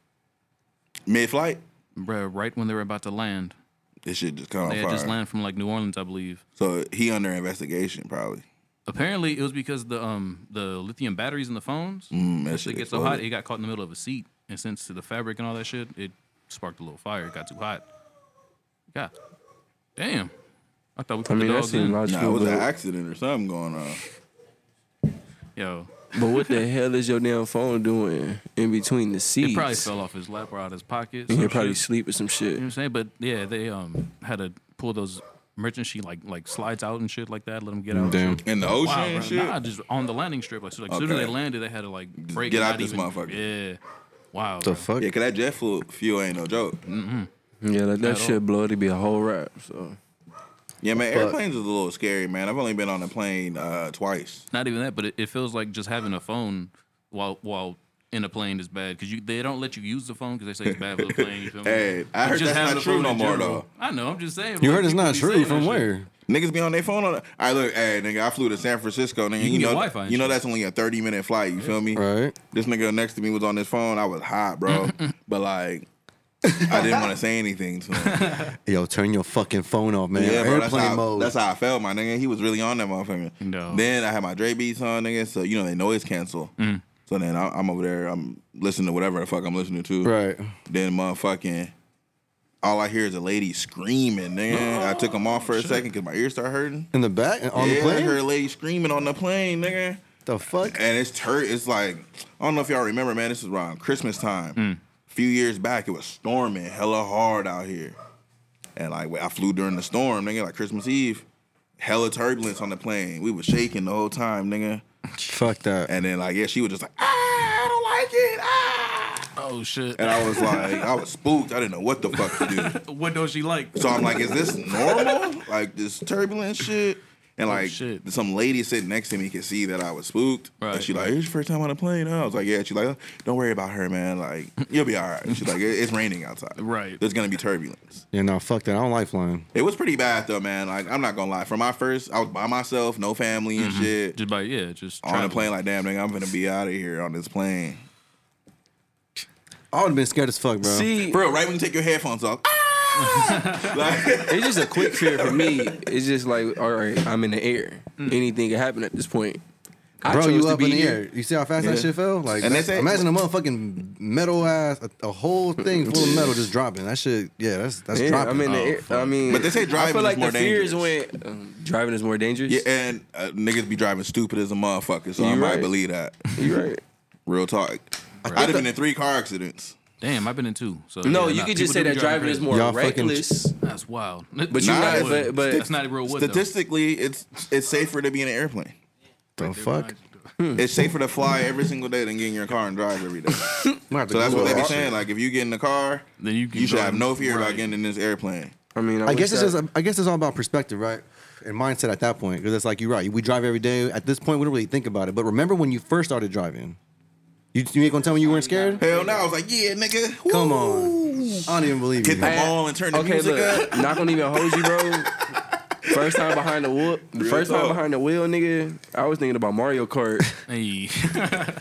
S3: Mid flight,
S5: Bruh, right when they were about to land,
S3: this shit just caught on
S5: they had
S3: fire.
S5: just landed from like New Orleans, I believe.
S3: So he under investigation probably.
S5: Apparently, it was because the um the lithium batteries in the phones
S3: Mm, that
S5: Once
S3: shit
S5: it gets so hot,
S3: exploded.
S5: it got caught in the middle of a seat, and since the fabric and all that shit, it sparked a little fire. It got too hot. God, damn! I thought we put
S6: I mean,
S5: the
S6: that
S5: dogs
S6: seems
S5: in.
S3: Nah, it
S6: logical.
S3: was an
S6: but,
S3: accident or something going on.
S5: Yo,
S6: but what <laughs> the hell is your damn phone doing in between the seats?
S5: it probably fell off his lap or out of his pocket.
S6: And
S5: some
S6: You're probably
S5: shit.
S6: sleep or some
S5: You
S6: shit.
S5: know what I'm saying? But yeah, they um had to pull those merchant she like like slides out and shit like that, let them get out. and
S4: Damn.
S5: shit.
S3: In the ocean
S5: Wow,
S3: and
S5: bruh.
S3: shit.
S5: Nah, just on the landing strip. Like, so, like as soon as
S3: Okay.
S5: they landed, they had to like break.
S3: get
S5: and
S3: out
S5: not
S3: this
S5: even-
S3: motherfucker.
S5: Yeah. Wow.
S4: The
S5: bruh.
S4: fuck?
S3: Yeah, cause that jet fuel, fuel ain't no joke.
S6: Mm-hmm. Yeah, like
S5: At
S6: that
S5: all.
S6: shit blow, it'd be a whole rap. So
S3: Yeah, man, airplanes is a little scary, man. I've only been on a plane uh, twice.
S5: Not even that, but it, it feels like just having a phone while while in a plane is bad because you they don't let you use the phone because they say it's bad for the plane. You feel me?
S3: Hey, I
S5: But
S3: heard
S5: just
S3: that's
S5: having
S3: not
S5: a
S3: true
S5: phone
S3: no
S5: in
S3: more,
S5: general-
S3: though.
S5: I know. I'm just saying.
S4: You
S5: like,
S4: heard it's
S5: people
S4: not
S5: be
S4: true.
S5: saying
S4: From
S5: that
S4: where?
S3: Niggas be on their phone on. the- I look, hey, nigga, I flew to San Francisco, nigga. You,
S5: can get
S3: know,
S5: Wi-Fi and
S3: you know
S5: shit.
S3: that's only a thirty minute flight. You feel me?
S4: Right.
S3: This nigga next to me was on his phone. I was hot,
S5: <laughs>
S3: bro, but like, I didn't want to say anything to him.
S4: Yo, turn your fucking phone off, man.
S3: Yeah, bro, that's
S4: Airplane
S3: how,
S4: mode.
S3: That's how I felt, my nigga. He was really on that motherfucker.
S5: No.
S3: Then I had my Dre beats on, nigga. So you know they noise cancel.
S5: Mm.
S3: So then I, I'm over there. I'm listening to whatever the fuck I'm listening to.
S4: right.
S3: Then motherfucking, all I hear is a lady screaming. Nigga, I took them off for a second because my ears start hurting.
S4: In the back on
S3: yeah,
S4: the
S3: I
S4: plane.
S3: heard a lady screaming on the plane, nigga.
S4: The fuck?
S3: And it's tur- It's like I don't know if y'all remember, man. This was around Christmas time.
S4: Mm.
S3: A few years back, it was storming hella hard out here, and like I flew during the storm, nigga. Like Christmas Eve, hella turbulence on the plane. We was shaking the whole time, nigga.
S4: Fuck that.
S3: And then like yeah, she was just like ah, I don't like it ah.
S5: Oh shit.
S3: And I was like, I was spooked. I didn't know what the fuck to do.
S5: What does she like?
S3: So I'm like, is this normal? Like this turbulent shit? And like
S5: Oh, shit.
S3: some lady sitting next to me could see that I was spooked.
S5: Right,
S3: and she like,
S5: right.
S3: it's your first time on a plane. Huh? I was like, yeah. She like, don't worry about her, man. Like you'll be all right. She's like, "It- it's raining outside.
S5: Right.
S3: There's gonna be turbulence.
S4: Yeah, no, fuck that. I don't like flying.
S3: It was pretty bad though, man. Like I'm not gonna lie. For my first, I was by myself, no family and shit.
S5: Mm-hmm. Just by yeah, just
S3: on a
S5: traveling.
S3: plane, like damn, nigga, I'm gonna be out of here on this plane.
S4: I would have been scared as fuck, bro.
S6: see,
S3: Bro, right when you take your headphones off, ah! <laughs> like,
S6: it's just a quick fear for me. It's just like, all right, I'm in the air. Anything can happen at this point. I
S4: Bro,
S6: chose
S4: you
S6: to
S4: up
S6: be
S4: in the
S6: here.
S4: air. You see how fast
S3: Yeah.
S4: that shit fell? Like,
S3: And that's it.
S4: imagine a motherfucking metal ass, a, a whole thing full of metal just dropping. That shit, yeah, that's that's
S6: Yeah,
S4: dropping.
S6: I'm in the
S5: Oh,
S6: air. I
S5: fuck.
S6: mean,
S3: But they say
S6: I
S3: driving is
S6: feel like
S3: more
S6: the fear is
S3: dangerous.
S6: when um, driving is more dangerous.
S3: yeah, and uh, niggas be driving stupid as a motherfucker. So I
S6: You
S3: might
S6: right.
S3: believe that.
S6: you right.
S3: Real talk. I'd have been in three car accidents.
S5: Damn, I've been in two. So
S6: No,
S5: yeah,
S6: you
S5: nah,
S6: could
S5: people
S6: just say
S5: do be
S6: that driving is
S5: crazy.
S6: more
S4: Y'all fucking-
S6: reckless.
S3: <laughs>
S5: That's wild. But
S6: you
S3: not-
S6: but- but-
S5: that's not real wood. though.
S3: Statistically, it's it's safer to be in an airplane.
S4: the fuck?
S6: Hmm.
S3: It's safer to fly every single day than get in your car and drive every
S6: <laughs>
S3: day. so that's what they be saying. Like if you get in the car,
S5: Then you can
S3: you should
S5: drive-
S3: have no fear
S5: right.
S3: about getting in this airplane.
S6: I mean, I,
S4: I
S6: wish
S4: guess it's
S6: that-
S4: just. I guess it's all about perspective, right? And mindset at that point, because it's like you're right. We drive every day. At this point, we don't really think about it. But remember when you first started driving? You, you ain't gonna tell me you weren't scared?
S3: Hell no! I was like, yeah, nigga.
S4: Come
S3: Woo.
S4: on, I don't even believe
S3: Hit
S4: you.
S3: the ball and turn the
S6: okay,
S3: music up.
S4: <laughs>
S6: look, <laughs> not gonna even hold you, bro. First time behind the wheel, the first time
S3: talk.
S6: behind the wheel, nigga. I was thinking about Mario <laughs> Kart.
S3: <laughs>
S5: Hey,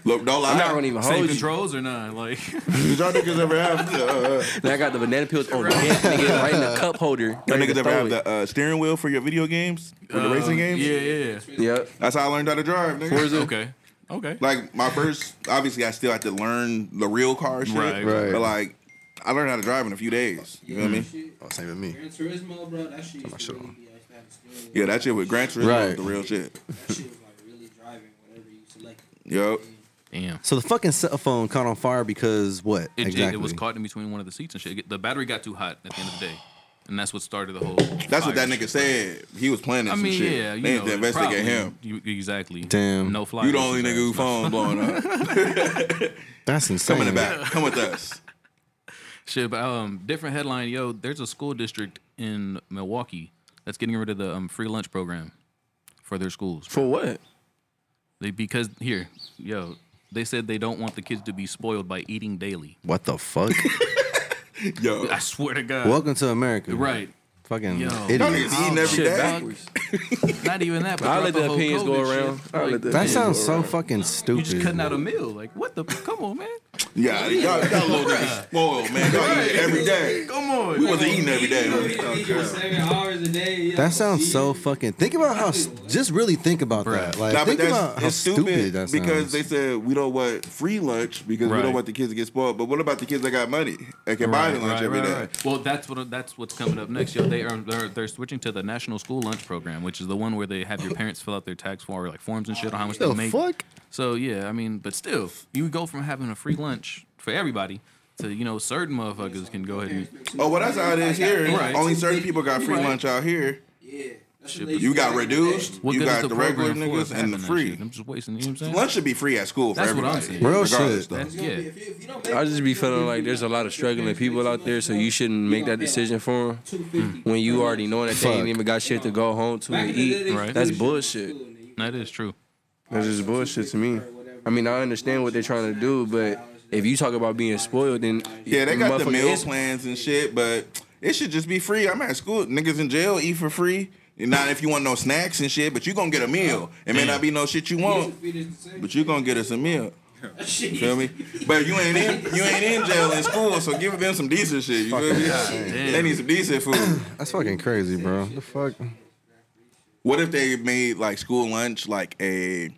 S3: Look, don't lie.
S6: I'm not gonna even
S5: same
S6: hold you.
S5: controls or not? Like
S3: Did y'all niggas ever have
S6: <laughs>
S3: the, uh,
S6: Then I got the banana peels on the neck, nigga, right in the cup holder.
S3: y'all
S6: ready
S3: niggas
S6: to
S3: ever
S6: throw
S3: have
S6: it.
S3: the uh, steering wheel for your video games or the racing
S5: Uh, yeah,
S3: games?
S5: yeah.
S3: <laughs>
S6: Yep.
S3: That's how I learned how to drive, nigga.
S5: Okay, okay.
S3: like my first obviously I still had to learn the real car shit.
S5: Right.
S4: Right.
S3: But like I learned how to drive in a few days. You feel me?
S4: Oh, same with me.
S7: Gran Turismo, bro, that shit used to
S4: shit
S7: really
S4: on.
S7: be like that. experience.
S3: Yeah, that shit with Gran Turismo
S4: Right.
S3: was the real shit.
S7: That shit was like really driving whatever you selected.
S3: Yup.
S5: Damn.
S4: So the fucking cell phone caught on fire because what?
S5: It,
S4: exactly.
S5: it was caught in between one of the seats and shit. The battery got too hot at the end of the day, and that's what started the whole.
S3: That's what
S5: fire
S3: that nigga
S5: shit.
S3: said. He was planning
S5: I
S3: some
S5: mean,
S3: shit.
S5: yeah, you
S3: they
S5: know,
S3: need to investigate
S5: probably.
S3: him.
S5: You, exactly.
S4: Damn.
S5: No fly.
S3: You the only nigga
S5: <laughs>
S3: who phone blowing up.
S4: That's insane.
S3: Come in the back. Come with us.
S5: Shit, but, um, different headline. Yo, there's a school district in Milwaukee that's getting rid of the um, free lunch program for their schools.
S6: For what?
S5: They because here, yo, they said they don't want the kids to be spoiled by eating daily.
S4: What the fuck?
S3: Yo.
S5: <laughs> I swear to
S4: <laughs>
S5: God.
S4: Welcome to America.
S5: Right.
S4: Fucking
S5: Yo.
S4: idiot.
S3: Y'all niggas eating every
S5: Shit,
S3: day.
S5: back- Not even that. But
S6: I'll
S5: throughout
S6: let the
S5: whole
S6: opinions go
S5: COVID shit,
S6: around. I'll
S5: like,
S6: let the
S4: That
S6: opinions
S4: sounds
S6: go
S4: so
S6: around.
S4: fucking stupid.
S5: you just cutting out a meal. Like what the? Come on, man.
S3: Yeah, y'all, y'all little niggas spoiled, man. Y'all eat every day.
S5: Come on.
S3: We wasn't eating every day.
S7: Seven hours a day. yeah.
S4: That sounds so fucking. Think about how. s- Just really think about that. Like,
S3: Nah, but
S4: think about
S3: that's
S4: how
S3: it's
S4: stupid,
S3: stupid
S4: that sounds.
S3: because they said we don't want free lunch because we
S5: Right.
S3: don't want the kids to get spoiled. But what about the kids that got money that can buy the lunch every day?
S5: Well, that's what that's what's coming up next. Yo, they are they're, they're switching to the National School Lunch Program, which is the one where they have your parents fill out their tax form, like forms and shit on how much they
S8: The
S5: make.
S8: fuck?
S5: So yeah, I mean, but still, you go from having a free lunch for everybody to you know certain motherfuckers can go ahead and
S3: Oh, well, that's how it is here.
S5: Right.
S3: Only certain people got free
S5: Right.
S3: lunch out here.
S7: Yeah. That's
S5: Shit,
S7: what they
S3: You got
S7: do.
S3: reduced.
S5: what
S3: you
S5: good
S3: got
S5: is
S3: the,
S5: the
S3: regular
S5: program for if
S3: niggas and the
S5: having that
S3: free.
S5: shit? I'm just wasting. You know what I'm saying?
S3: Lunch should be free at school for
S5: That's what
S3: everybody.
S5: I'm saying.
S4: Real
S3: regardless,
S4: shit.
S3: though.
S5: That's, yeah.
S7: If- if you don't make
S6: I just be
S7: that,
S6: feeling
S7: if
S6: like
S7: you
S6: there's a
S7: don't-
S6: lot of
S7: if
S6: struggling
S7: your parents
S6: people
S7: make
S6: out
S7: too
S6: there,
S7: much
S6: so
S7: money,
S6: you shouldn't make that decision for them
S7: 250.
S6: when you already know that they
S4: Fuck.
S6: ain't even got shit to go home to and
S7: Back in the day, they
S6: eat.
S5: Right.
S6: That's
S7: shoot
S6: bullshit.
S7: you and you
S5: That is true.
S6: That's just bullshit to me. I mean, I understand what they're trying to do, but if you talk about being spoiled, then
S3: Yeah, they got the
S6: motherfucker
S3: meal
S6: is-
S3: plans and shit, but it should just be free. I'm at school. Niggas in jail eat for free. Not if you want no snacks and shit, but you gonna get a meal. It may not be no shit you want,
S7: feed us the same
S3: but you gonna get us a meal.
S7: shit.
S3: You feel me? But you ain't in you ain't in jail in school, so give them some decent shit. You feel me? They need some decent food.
S4: That's fucking crazy, bro. The fuck?
S3: What if they made like school lunch like a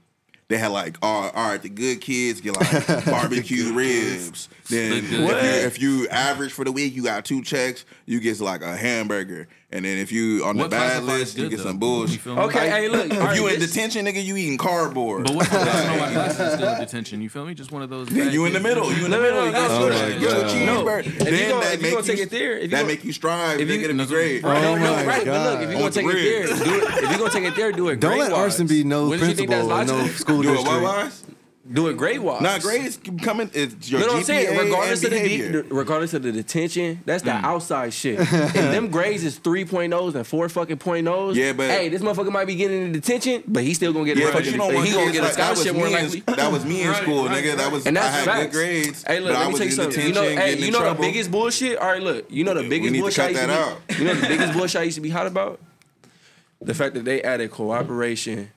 S3: they had like all, all right, the good kids get
S6: <laughs>
S3: like barbecue ribs. Then if
S5: The
S3: you,
S5: good-
S3: if you average for the week, you got two checks. You get like a hamburger, and then if you on the
S5: What
S3: bad
S5: classifies
S3: list, you
S5: good,
S3: get some
S5: though? You
S3: bullshit.
S5: feel me?
S6: Okay, hey, look. all
S3: If
S6: right,
S3: you in
S6: this-
S3: detention, nigga, you eating cardboard.
S5: But what if that's not my classes is still in detention? You feel me? Just one of those.
S3: Then <laughs>
S5: bad
S3: you in the
S5: kids.
S3: middle. You in the
S6: No, no,
S3: middle.
S6: no,
S3: You got
S6: no,
S3: your
S6: no,
S3: shit.
S6: no,
S3: You got
S6: no.
S3: a cheeseburger.
S6: If you
S3: Oh Then
S6: gonna-
S3: that
S6: if you gonna
S3: make
S6: take
S3: you
S6: it there, if you
S3: that
S6: gonna-
S3: make you strive.
S6: if
S3: You're
S6: you-
S3: gonna
S5: no,
S3: be great.
S6: Right,
S4: Oh
S6: no, no,
S4: my
S6: right. But look, if
S4: God.
S6: you gonna
S3: On
S6: take
S3: the
S6: it there,
S3: ribs.
S6: do it. If you gonna take it there, do it.
S4: Don't
S6: grade
S4: let arson be no
S6: Wouldn't you think
S4: principal, or
S6: that's
S4: no <laughs>
S6: logical?
S4: school
S3: Do it.
S4: district.
S3: What wise?
S6: Do it grade wise.
S3: Nah, grades coming. It's your
S6: You know
S3: GPA
S6: what I'm saying? Regardless
S3: and
S6: of the
S3: behavior. Mm.
S6: de- regardless of the detention, that's the
S3: <laughs>
S6: outside shit. if them grades is 3.0s and four fucking point ohs,
S3: Yeah, but-
S6: hey, this motherfucker might be getting in detention, but he's still gonna get a
S3: Yeah, but
S6: fucking
S3: you don't want
S6: he gonna
S3: kids
S6: get a
S3: like, that was
S6: scholarship more
S3: me in-
S6: likely.
S3: That was me in school, nigga. That was
S6: And
S3: I
S6: that's
S3: had
S6: facts.
S3: good grades.
S6: Hey, look,
S3: but I
S6: let me
S3: was
S6: tell you
S3: in
S6: something. You
S3: detention,
S6: know, hey,
S3: getting
S6: you
S3: in
S6: know
S3: trouble.
S6: the biggest bullshit. All right, look, you know the biggest
S3: need to
S6: bullshit.
S3: cut
S6: I used
S3: that
S6: to be-
S3: out.
S6: You know the biggest bullshit I used to be hot about. The fact that they added cooperation,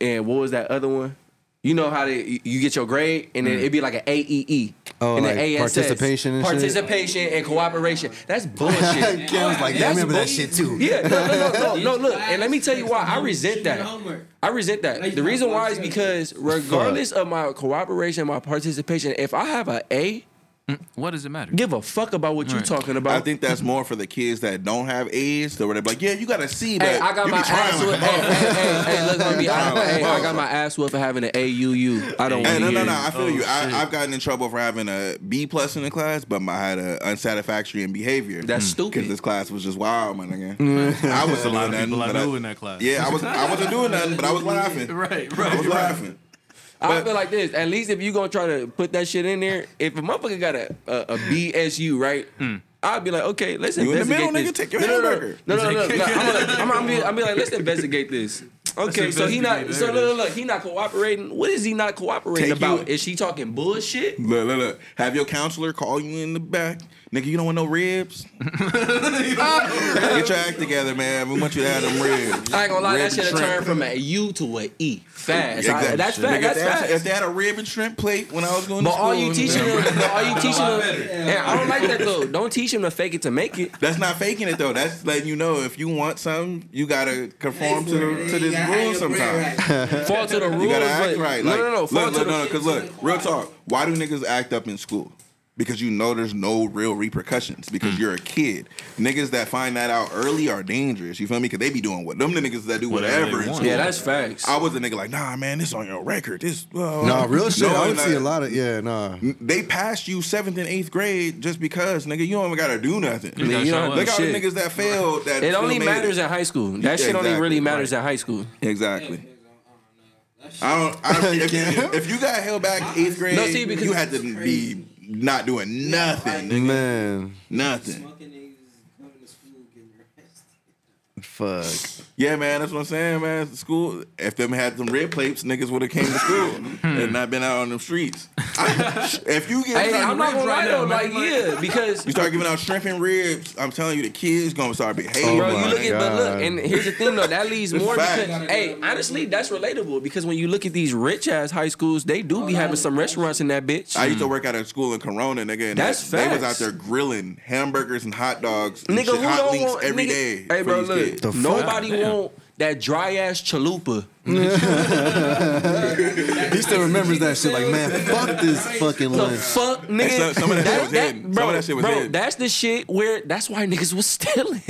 S6: and what was that other one? You know how they you- you get your grade, and
S3: Mm.
S6: then it'd be like an AEE.
S4: Oh,
S6: E. and
S4: like participation and shit?
S6: participation and cooperation.
S4: <laughs>
S6: That's bullshit.
S8: Cam was like, yeah, I
S6: That's
S8: remember that
S6: bull-
S8: shit too.
S6: <laughs> Yeah, no, no, no, no, no, look, and let me tell you why I resent
S7: Shooting
S6: that.
S7: homework.
S6: I resent that. The reason why is because regardless of my cooperation, my participation, if I have a A,
S5: What does it matter?
S6: give a fuck about what you
S5: Right.
S6: talking
S3: I
S6: about.
S3: think that's more for the kids that don't have A's. So where they're like, yeah, you got a C, but
S6: Hey, I got
S3: you
S6: my
S3: be trying
S6: ass
S3: like
S6: whooped.
S3: a
S6: Hey,
S3: motherfucker.
S6: hey, hey,
S3: <laughs>
S6: hey, look, let me. I,
S3: Like,
S6: hey, I
S3: motherfucker.
S6: got my ass whooped for having an AUU. I don't want
S3: Hey,
S6: to
S3: no,
S6: hear.
S3: no,
S6: it.
S3: no. I feel
S5: Oh,
S3: you.
S5: shit.
S3: I, I've gotten in trouble for having a B plus in the class, but my, I had a unsatisfactory in behavior.
S6: That's
S3: because
S6: stupid.
S3: this class was just wild, my
S6: <laughs>
S3: nigga. I was
S5: a lot of people I
S3: but
S5: knew
S3: I-
S5: in that class. <laughs>
S3: Yeah, I was. I wasn't doing nothing, but
S6: <laughs>
S3: I was laughing.
S5: Right,
S3: I
S5: right,
S3: was
S5: right.
S3: laughing.
S6: I feel like this. At least if you gonna try to put that shit in there, if a motherfucker got a a, a BSU, right? I'd be like, okay, let's
S3: You in the
S6: investigate
S3: middle,
S6: this.
S3: nigga, take your
S6: no, no,
S3: hamburger.
S6: No, no, no, <laughs> no, no. I'm like, I'm, I'm, be, I'm be like, let's investigate this. Okay, so he not.
S5: investigate.
S6: So
S5: There
S6: look,
S5: it
S6: look, look, he not cooperating. What is he not cooperating
S3: Take you-
S6: about? Is she talking bullshit?
S3: Look, look, look. Have your counselor call you in the back. Nigga, you don't want no
S6: <laughs>
S3: ribs. Get your act together, man. We want you to have them ribs.
S6: I ain't gonna lie,
S3: Red
S6: that should have
S3: shrimp.
S6: turned from a U to a E fast.
S3: Exactly.
S6: I- that's
S3: Nigga,
S6: fact.
S3: if,
S6: That's
S3: they had, if
S6: fact.
S3: they had a rib and shrimp plate when I was going
S6: But
S3: to school,
S6: all you teaching
S3: man,
S6: them, but all you teaching them, and I don't like that though. Don't teach him to fake it to make it.
S3: that's not faking it though. That's letting you know if you want something, you gotta conform to to
S7: You
S3: this
S7: gotta
S3: rule
S7: have your bread
S3: sometimes.
S7: right.
S6: Fall to the rules.
S3: You gotta act
S6: but-
S3: right.
S6: No,
S3: Like,
S6: no, no. Fall
S3: Look,
S6: to
S3: look,
S6: the
S3: no, because look, real talk. Why do niggas act up in school? Because you know there's no real repercussions because you're a kid. Niggas that find that out early are dangerous. You feel me? Because they be doing what them the niggas that do
S5: Whatever
S3: whatever.
S5: they
S3: in
S5: want.
S3: school.
S6: Yeah, that's facts.
S3: I was a nigga like, nah, man, this on your record. This uh,
S4: Nah,
S3: <laughs>
S4: real shit. I would
S3: and uh,
S4: see a lot of yeah, nah.
S3: They passed you seventh and eighth grade just because, nigga. You don't even gotta do nothing.
S5: You gotta
S6: you
S5: show
S6: don't-
S5: up.
S3: Look how the
S6: shit.
S3: niggas that failed. That
S6: It
S3: still
S6: only
S3: made
S6: matters
S3: it.
S6: in high school. That shit only
S3: Exactly,
S6: really matters in high school.
S3: exactly. I don't. I,
S6: <laughs>
S3: if, you, if you got held back eighth grade,
S6: No, see, because-
S3: you had to be not doing nothing, nigga.
S4: Man,
S3: nothing.
S7: Fucking niggas coming to school getting arrested.
S8: Fuck.
S3: Yeah, man, that's what I'm saying, man. School, if them had some red plates, niggas would have came to school
S6: Hmm.
S3: and not been out on them streets. I- if you get
S6: Hey,
S3: started
S6: I'm not
S3: ribs
S6: gonna lie
S3: right
S6: though,
S3: now,
S6: like yeah,
S3: <laughs>
S6: because
S3: you start giving out shrimp and ribs, I'm telling you, the kids gonna start behaving.
S6: Bro,
S4: Oh
S6: you
S4: my
S6: look at but
S4: God.
S6: look, and here's the thing though, that leads
S3: <laughs> It's
S6: more
S3: facts.
S6: because hey, honestly, that's relatable because when you look at these rich ass high schools, they do
S3: Oh,
S6: be having some restaurants in that bitch.
S3: I used to work out at a school in Corona, nigga. And
S6: That's
S3: they, they was out
S6: facts.
S3: there grilling hamburgers and hot dogs, and
S6: nigga,
S3: shit,
S6: who
S3: hot
S6: don't
S3: links
S6: want
S3: every
S6: nigga-
S3: day.
S6: Hey,
S3: for
S6: bro,
S3: these
S6: look,
S3: kids.
S4: The fuck?
S6: nobody
S5: Goddamn.
S6: want that dry ass chalupa.
S4: He still remembers that shit. Like, man, fuck this fucking
S6: The
S4: lunch.
S6: fuck,
S3: some-
S6: nigga.
S3: some of that shit was hidden. Some
S6: bro,
S3: of that shit was
S6: bro,
S3: hidden.
S6: that's the shit where that's why niggas was <laughs> stealing.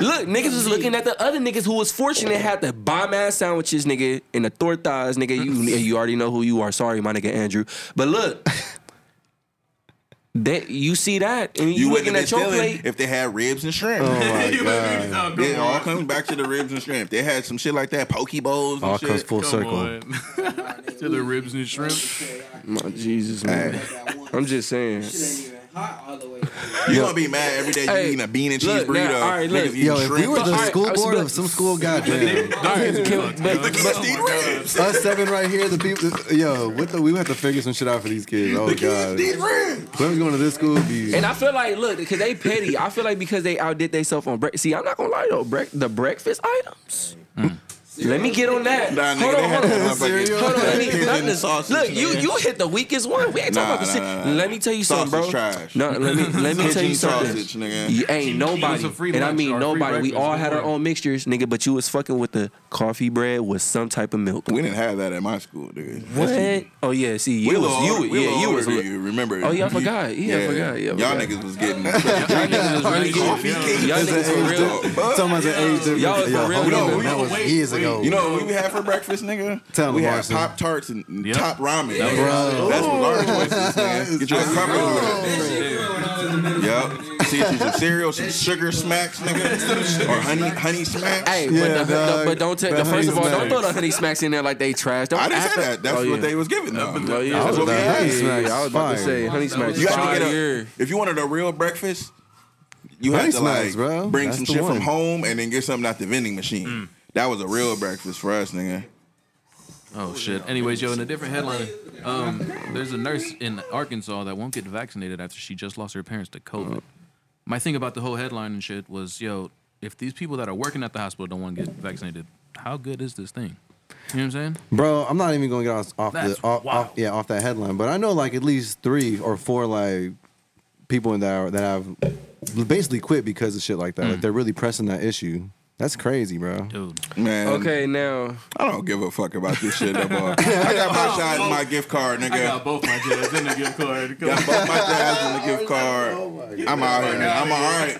S6: Look, niggas was looking at the other niggas who was fortunate had the bomb ass sandwiches, nigga, and the tortas,
S3: <laughs>
S6: nigga. You you already know who you are. Sorry, my nigga Andrew. But look. That you see that, and you,
S3: You wouldn't have
S6: looking
S3: been
S6: at your
S3: stealing
S6: plate.
S3: if they had ribs and shrimp.
S4: Oh
S3: <laughs>
S4: my god.
S3: It all comes back to the ribs and shrimp. They had some shit like that, poke bowls and
S4: All
S3: shit.
S4: comes Oh, full circle.
S5: <laughs> to the ribs and shrimp.
S6: My Jesus, man. I'm just saying.
S3: You gonna be mad every day you
S6: Hey,
S3: eating a bean and cheese
S6: look,
S3: burrito.
S6: now, all right, look.
S3: Niggas eating
S4: Yo, if we
S3: shrimp.
S4: were
S3: <laughs>
S4: the
S6: alright,
S4: school
S6: I was
S4: board
S6: about-
S4: of some school, goddamn.
S6: Can- but-
S3: Look at
S6: but-
S3: us eating ribs.
S4: <laughs> Us seven right here, the people. Yo, what the, we would have to figure some shit out for these kids. Oh <laughs>
S3: The kids
S4: god.
S3: eat ribs.
S4: Whoever's going to this school, be
S6: And I feel like, look, because they petty. I feel like because they outdid themselves on breakfast. See, I'm not gonna lie though, break the breakfast items. Let me get on that.
S3: Mm. Nah, nigga,
S6: hold
S3: they
S6: on,
S3: had
S6: hold on.
S3: that
S4: Cereal?
S3: motherfucking
S6: Hold on, let me,
S3: chicken
S6: let me-
S3: sausage,
S6: look, you
S3: man.
S6: you hit the weakest one. We ain't talking
S3: Nah,
S6: about the
S3: nah,
S6: shit.
S3: nah, nah.
S6: Let me tell you
S3: Sausage
S6: something, bro.
S3: trash.
S6: No, let me let me tell
S3: Kitchen
S6: you something.
S3: sausage, nigga.
S6: You ain't nobody,
S5: a free
S6: and I
S5: lunch or
S6: mean
S5: a free
S6: nobody. We
S5: breakfast,
S6: all
S5: don't
S6: had our
S5: worry.
S6: own mixtures, nigga. But you was fucking with the coffee bread with some type of milk.
S3: We didn't have that at my school, dude.
S6: What? Oh yeah, see, you
S3: We
S6: was
S3: was,
S6: you, yeah, you was.
S3: You remember?
S6: Oh, yeah, I
S3: You-
S6: forgot. Yeah, I forgot. Yeah, I
S3: y'all
S6: forgot.
S3: niggas was getting <laughs>
S6: <laughs> Y'all niggas was really
S3: coffee
S6: good.
S3: cake.
S6: Y'all niggas for real.
S4: someone's an age difference.
S6: Y'all is
S4: Yo,
S6: for real.
S4: hold
S6: No,
S4: on,
S3: we
S4: that
S3: don't-
S4: was
S5: wait,
S4: years
S5: wait.
S4: ago.
S3: You know what we had for breakfast, nigga?
S4: Tell 'em,
S3: we had
S4: Marcel.
S3: Pop Tarts and
S5: Yep.
S3: Top Ramen.
S5: Yep.
S4: Bro.
S3: That's what our
S4: <laughs>
S3: choices, man. Get you a cup of it. Yep. See, some cereal, some sugar smacks, nigga. Or honey, honey smacks.
S6: Hey,
S4: Yeah,
S6: but, the, the,
S4: dog.
S6: but don't take.
S4: The
S6: First of all,
S4: honey
S6: don't throw the honey smacks in there like they trash. Don't
S3: I didn't say
S6: after-
S3: that. That's
S6: Oh,
S3: what
S6: yeah.
S3: they was giving them.
S6: Oh, yeah.
S3: That's what we
S4: the
S3: had.
S4: honey
S6: Yeah,
S4: smacks,
S6: I was about to
S4: fire.
S6: say honey smacks.
S3: You had to get
S6: fire.
S3: a, if you wanted a real breakfast, you
S4: Honey
S3: had to like
S4: smacks, bro.
S3: bring
S4: That's
S3: some
S4: the
S3: shit
S4: one.
S3: from home and then get something out the vending machine.
S6: Mm.
S3: That was a real breakfast for us, nigga.
S5: Oh shit. Anyways, yo, in a different headline, um, there's a nurse in Arkansas that won't get vaccinated after she just lost her parents to COVID.
S3: Oh.
S5: My thing about the whole headline and shit was, yo, if these people that are working at the hospital don't want to get vaccinated, how good is this thing? You know what I'm saying?
S4: Bro, I'm not even gonna get off, off the
S5: That's
S4: off,
S5: wild.
S4: off, yeah off that headline, but I know like at least three or four like people in that that have basically quit because of shit like that. Like they're really pressing that issue. That's crazy, bro.
S5: Dude.
S3: Man.
S6: Okay, now
S3: I don't give a fuck about this shit no more. I
S5: <laughs>
S3: got my shot and my gift card, nigga.
S5: both my jets in the gift card.
S3: Got both my jobs and the gift card. I'm out here. Nigga. I'm all right.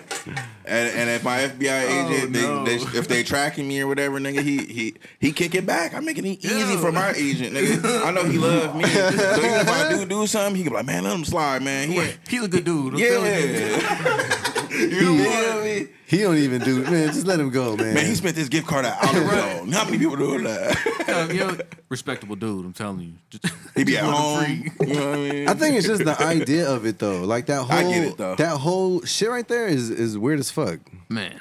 S3: And, and if my
S5: Oh,
S3: FBI agent, they, they, if they tracking me or whatever, nigga, he he he kick it back. I'm making it easy for my agent, nigga. I know
S5: <laughs>
S3: he love me, so even if I do do something, he can be like, man, let him slide, man. He, ain't-
S5: He's a good dude. I'm telling you.
S3: yeah. <laughs> you feel me?
S4: He don't even do man. Just let him go, man.
S3: <laughs> Man, he spent this gift card at Olive Garden. How many people do
S5: <laughs>
S3: that?
S5: Yeah, yo, Uh, respectable dude. I'm telling you. Just- <laughs>
S3: He be at
S5: Just wanna
S3: home. You know what I mean?
S4: I think it's just the idea of it though. Like that whole
S3: I get it, though.
S4: that whole shit right there is is weird as fuck.
S5: man.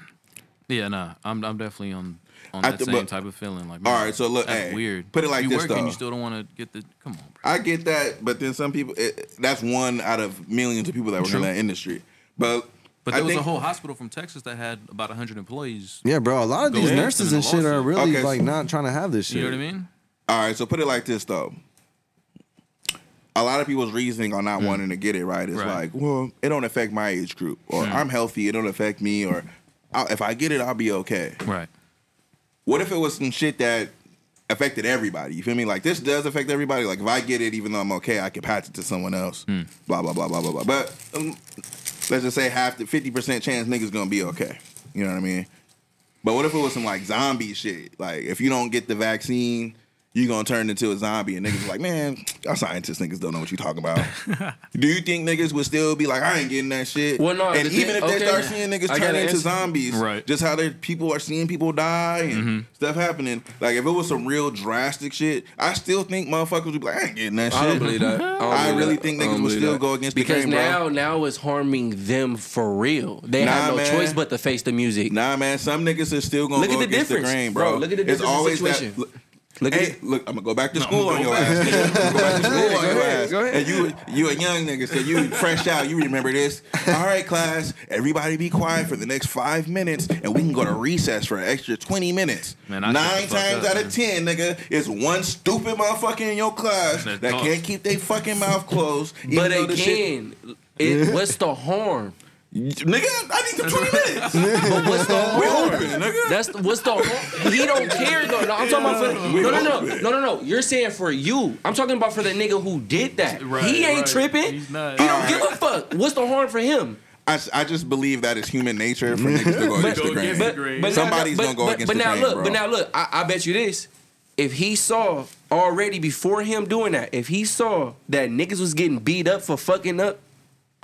S5: Yeah, nah. I'm I'm definitely on on
S3: I
S5: that
S3: th-
S5: same
S3: but-
S5: type of feeling. Like,
S3: All
S5: man,
S3: right, so look,
S5: that's
S3: hey,
S5: weird.
S3: put it like
S5: you
S3: this,
S5: working,
S3: though.
S5: You still don't want to get the. Come on, bro.
S3: I get that, but then some people. It, that's one out of millions of people that work
S5: True.
S3: in that industry. But
S5: But
S3: I
S5: there was
S3: think-
S5: a whole hospital from Texas that had about 100 employees.
S4: Yeah, bro. A lot of
S5: Go
S4: these
S5: ahead.
S4: nurses and shit are really
S3: Okay, so-
S4: like not trying to have this shit.
S5: You know what I mean?
S3: All right, so put it like this though. A lot of people's reasoning on not wanting to get it right is
S5: Right.
S3: like, well, it don't affect my age group, or I'm healthy, it don't affect me, or I, if I get it, I'll be okay.
S5: Right.
S3: What if it was some shit that affected everybody? You feel me? Like this does affect everybody. Like if I get it, even though I'm okay, I can pass it to someone else.
S6: Hmm.
S3: Blah blah blah blah blah blah. But um, let's just say half the fifty percent chance niggas gonna be okay. You know what I mean? But what if it was some like zombie shit? Like if you don't get the vaccine, you gonna turn into a zombie. And niggas like, man, y'all scientists niggas don't know what you talking
S6: <laughs>
S3: about. Do you think niggas would still be like, I ain't getting that shit?
S6: Well, no,
S3: and
S6: the
S3: even
S6: thing-
S3: if they
S6: okay.
S3: start seeing niggas turn
S6: I gotta
S3: into
S6: answer-
S3: zombies,
S5: Right.
S3: Just how their people are seeing people die and
S6: Mm-hmm.
S3: stuff happening. Like if it was some real drastic shit, I still think motherfuckers would be like, I ain't getting that shit.
S6: I don't believe that. don't
S3: I
S6: believe
S3: really
S6: that.
S3: think
S6: I
S3: niggas
S6: don't
S3: would
S6: believe
S3: still
S6: that.
S3: go against the
S6: because
S3: grain, bro.
S6: now now it's harming them for real. They have
S3: Nah,
S6: no
S3: man.
S6: choice but to face the music.
S3: Nah, man, some niggas are still gonna
S6: Look
S3: go
S6: at the
S3: against the
S6: difference,
S3: grain, bro.
S6: bro. Look at the difference in situation.
S3: That, look,
S6: Look at
S3: Hey,
S6: it.
S3: look, I'm gonna go back to
S5: No,
S3: school
S5: I'm
S3: on your
S5: gonna go
S3: ass. nigga. I'm gonna go
S6: <laughs>
S3: back to school on
S6: ahead,
S3: your
S6: go
S3: ass.
S6: ahead.
S3: And you, you a young nigga, so you fresh out. You remember this? All right, class. Everybody be quiet for the next five minutes, and we can go to recess for an extra twenty minutes.
S5: Man, I
S3: Nine
S5: shut the fuck
S3: times
S5: up,
S3: out of ten, nigga, it's one stupid motherfucker in your class
S5: That
S3: that,
S5: talk.
S3: can't keep their fucking mouth closed. even
S6: But
S3: though the shit-
S6: again, it, what's the harm? <laughs>
S3: nigga, I need some twenty minutes.
S6: But what's the
S3: We
S6: harm?
S3: open, nigga.
S6: That's the- what's the harm? He don't care though. No, I'm talking about for the, no, no, no, no, no, no. You're saying for you. I'm talking about for the nigga who did that.
S5: Right,
S6: he ain't
S5: right.
S6: tripping.
S5: He's not.
S6: He don't give a fuck. What's the harm for him?
S3: I, I just believe that it's human nature for niggas
S5: <laughs>
S3: to go against the
S5: Go
S3: grain.
S5: against the grain.
S6: now-
S3: Somebody's
S6: but-
S3: gonna go
S6: but-
S3: against
S6: But
S3: the
S6: now
S3: grain,
S6: look,
S3: bro.
S6: but now look. I, I bet you this: if he saw already before him doing that, if he saw that niggas was getting beat up for fucking up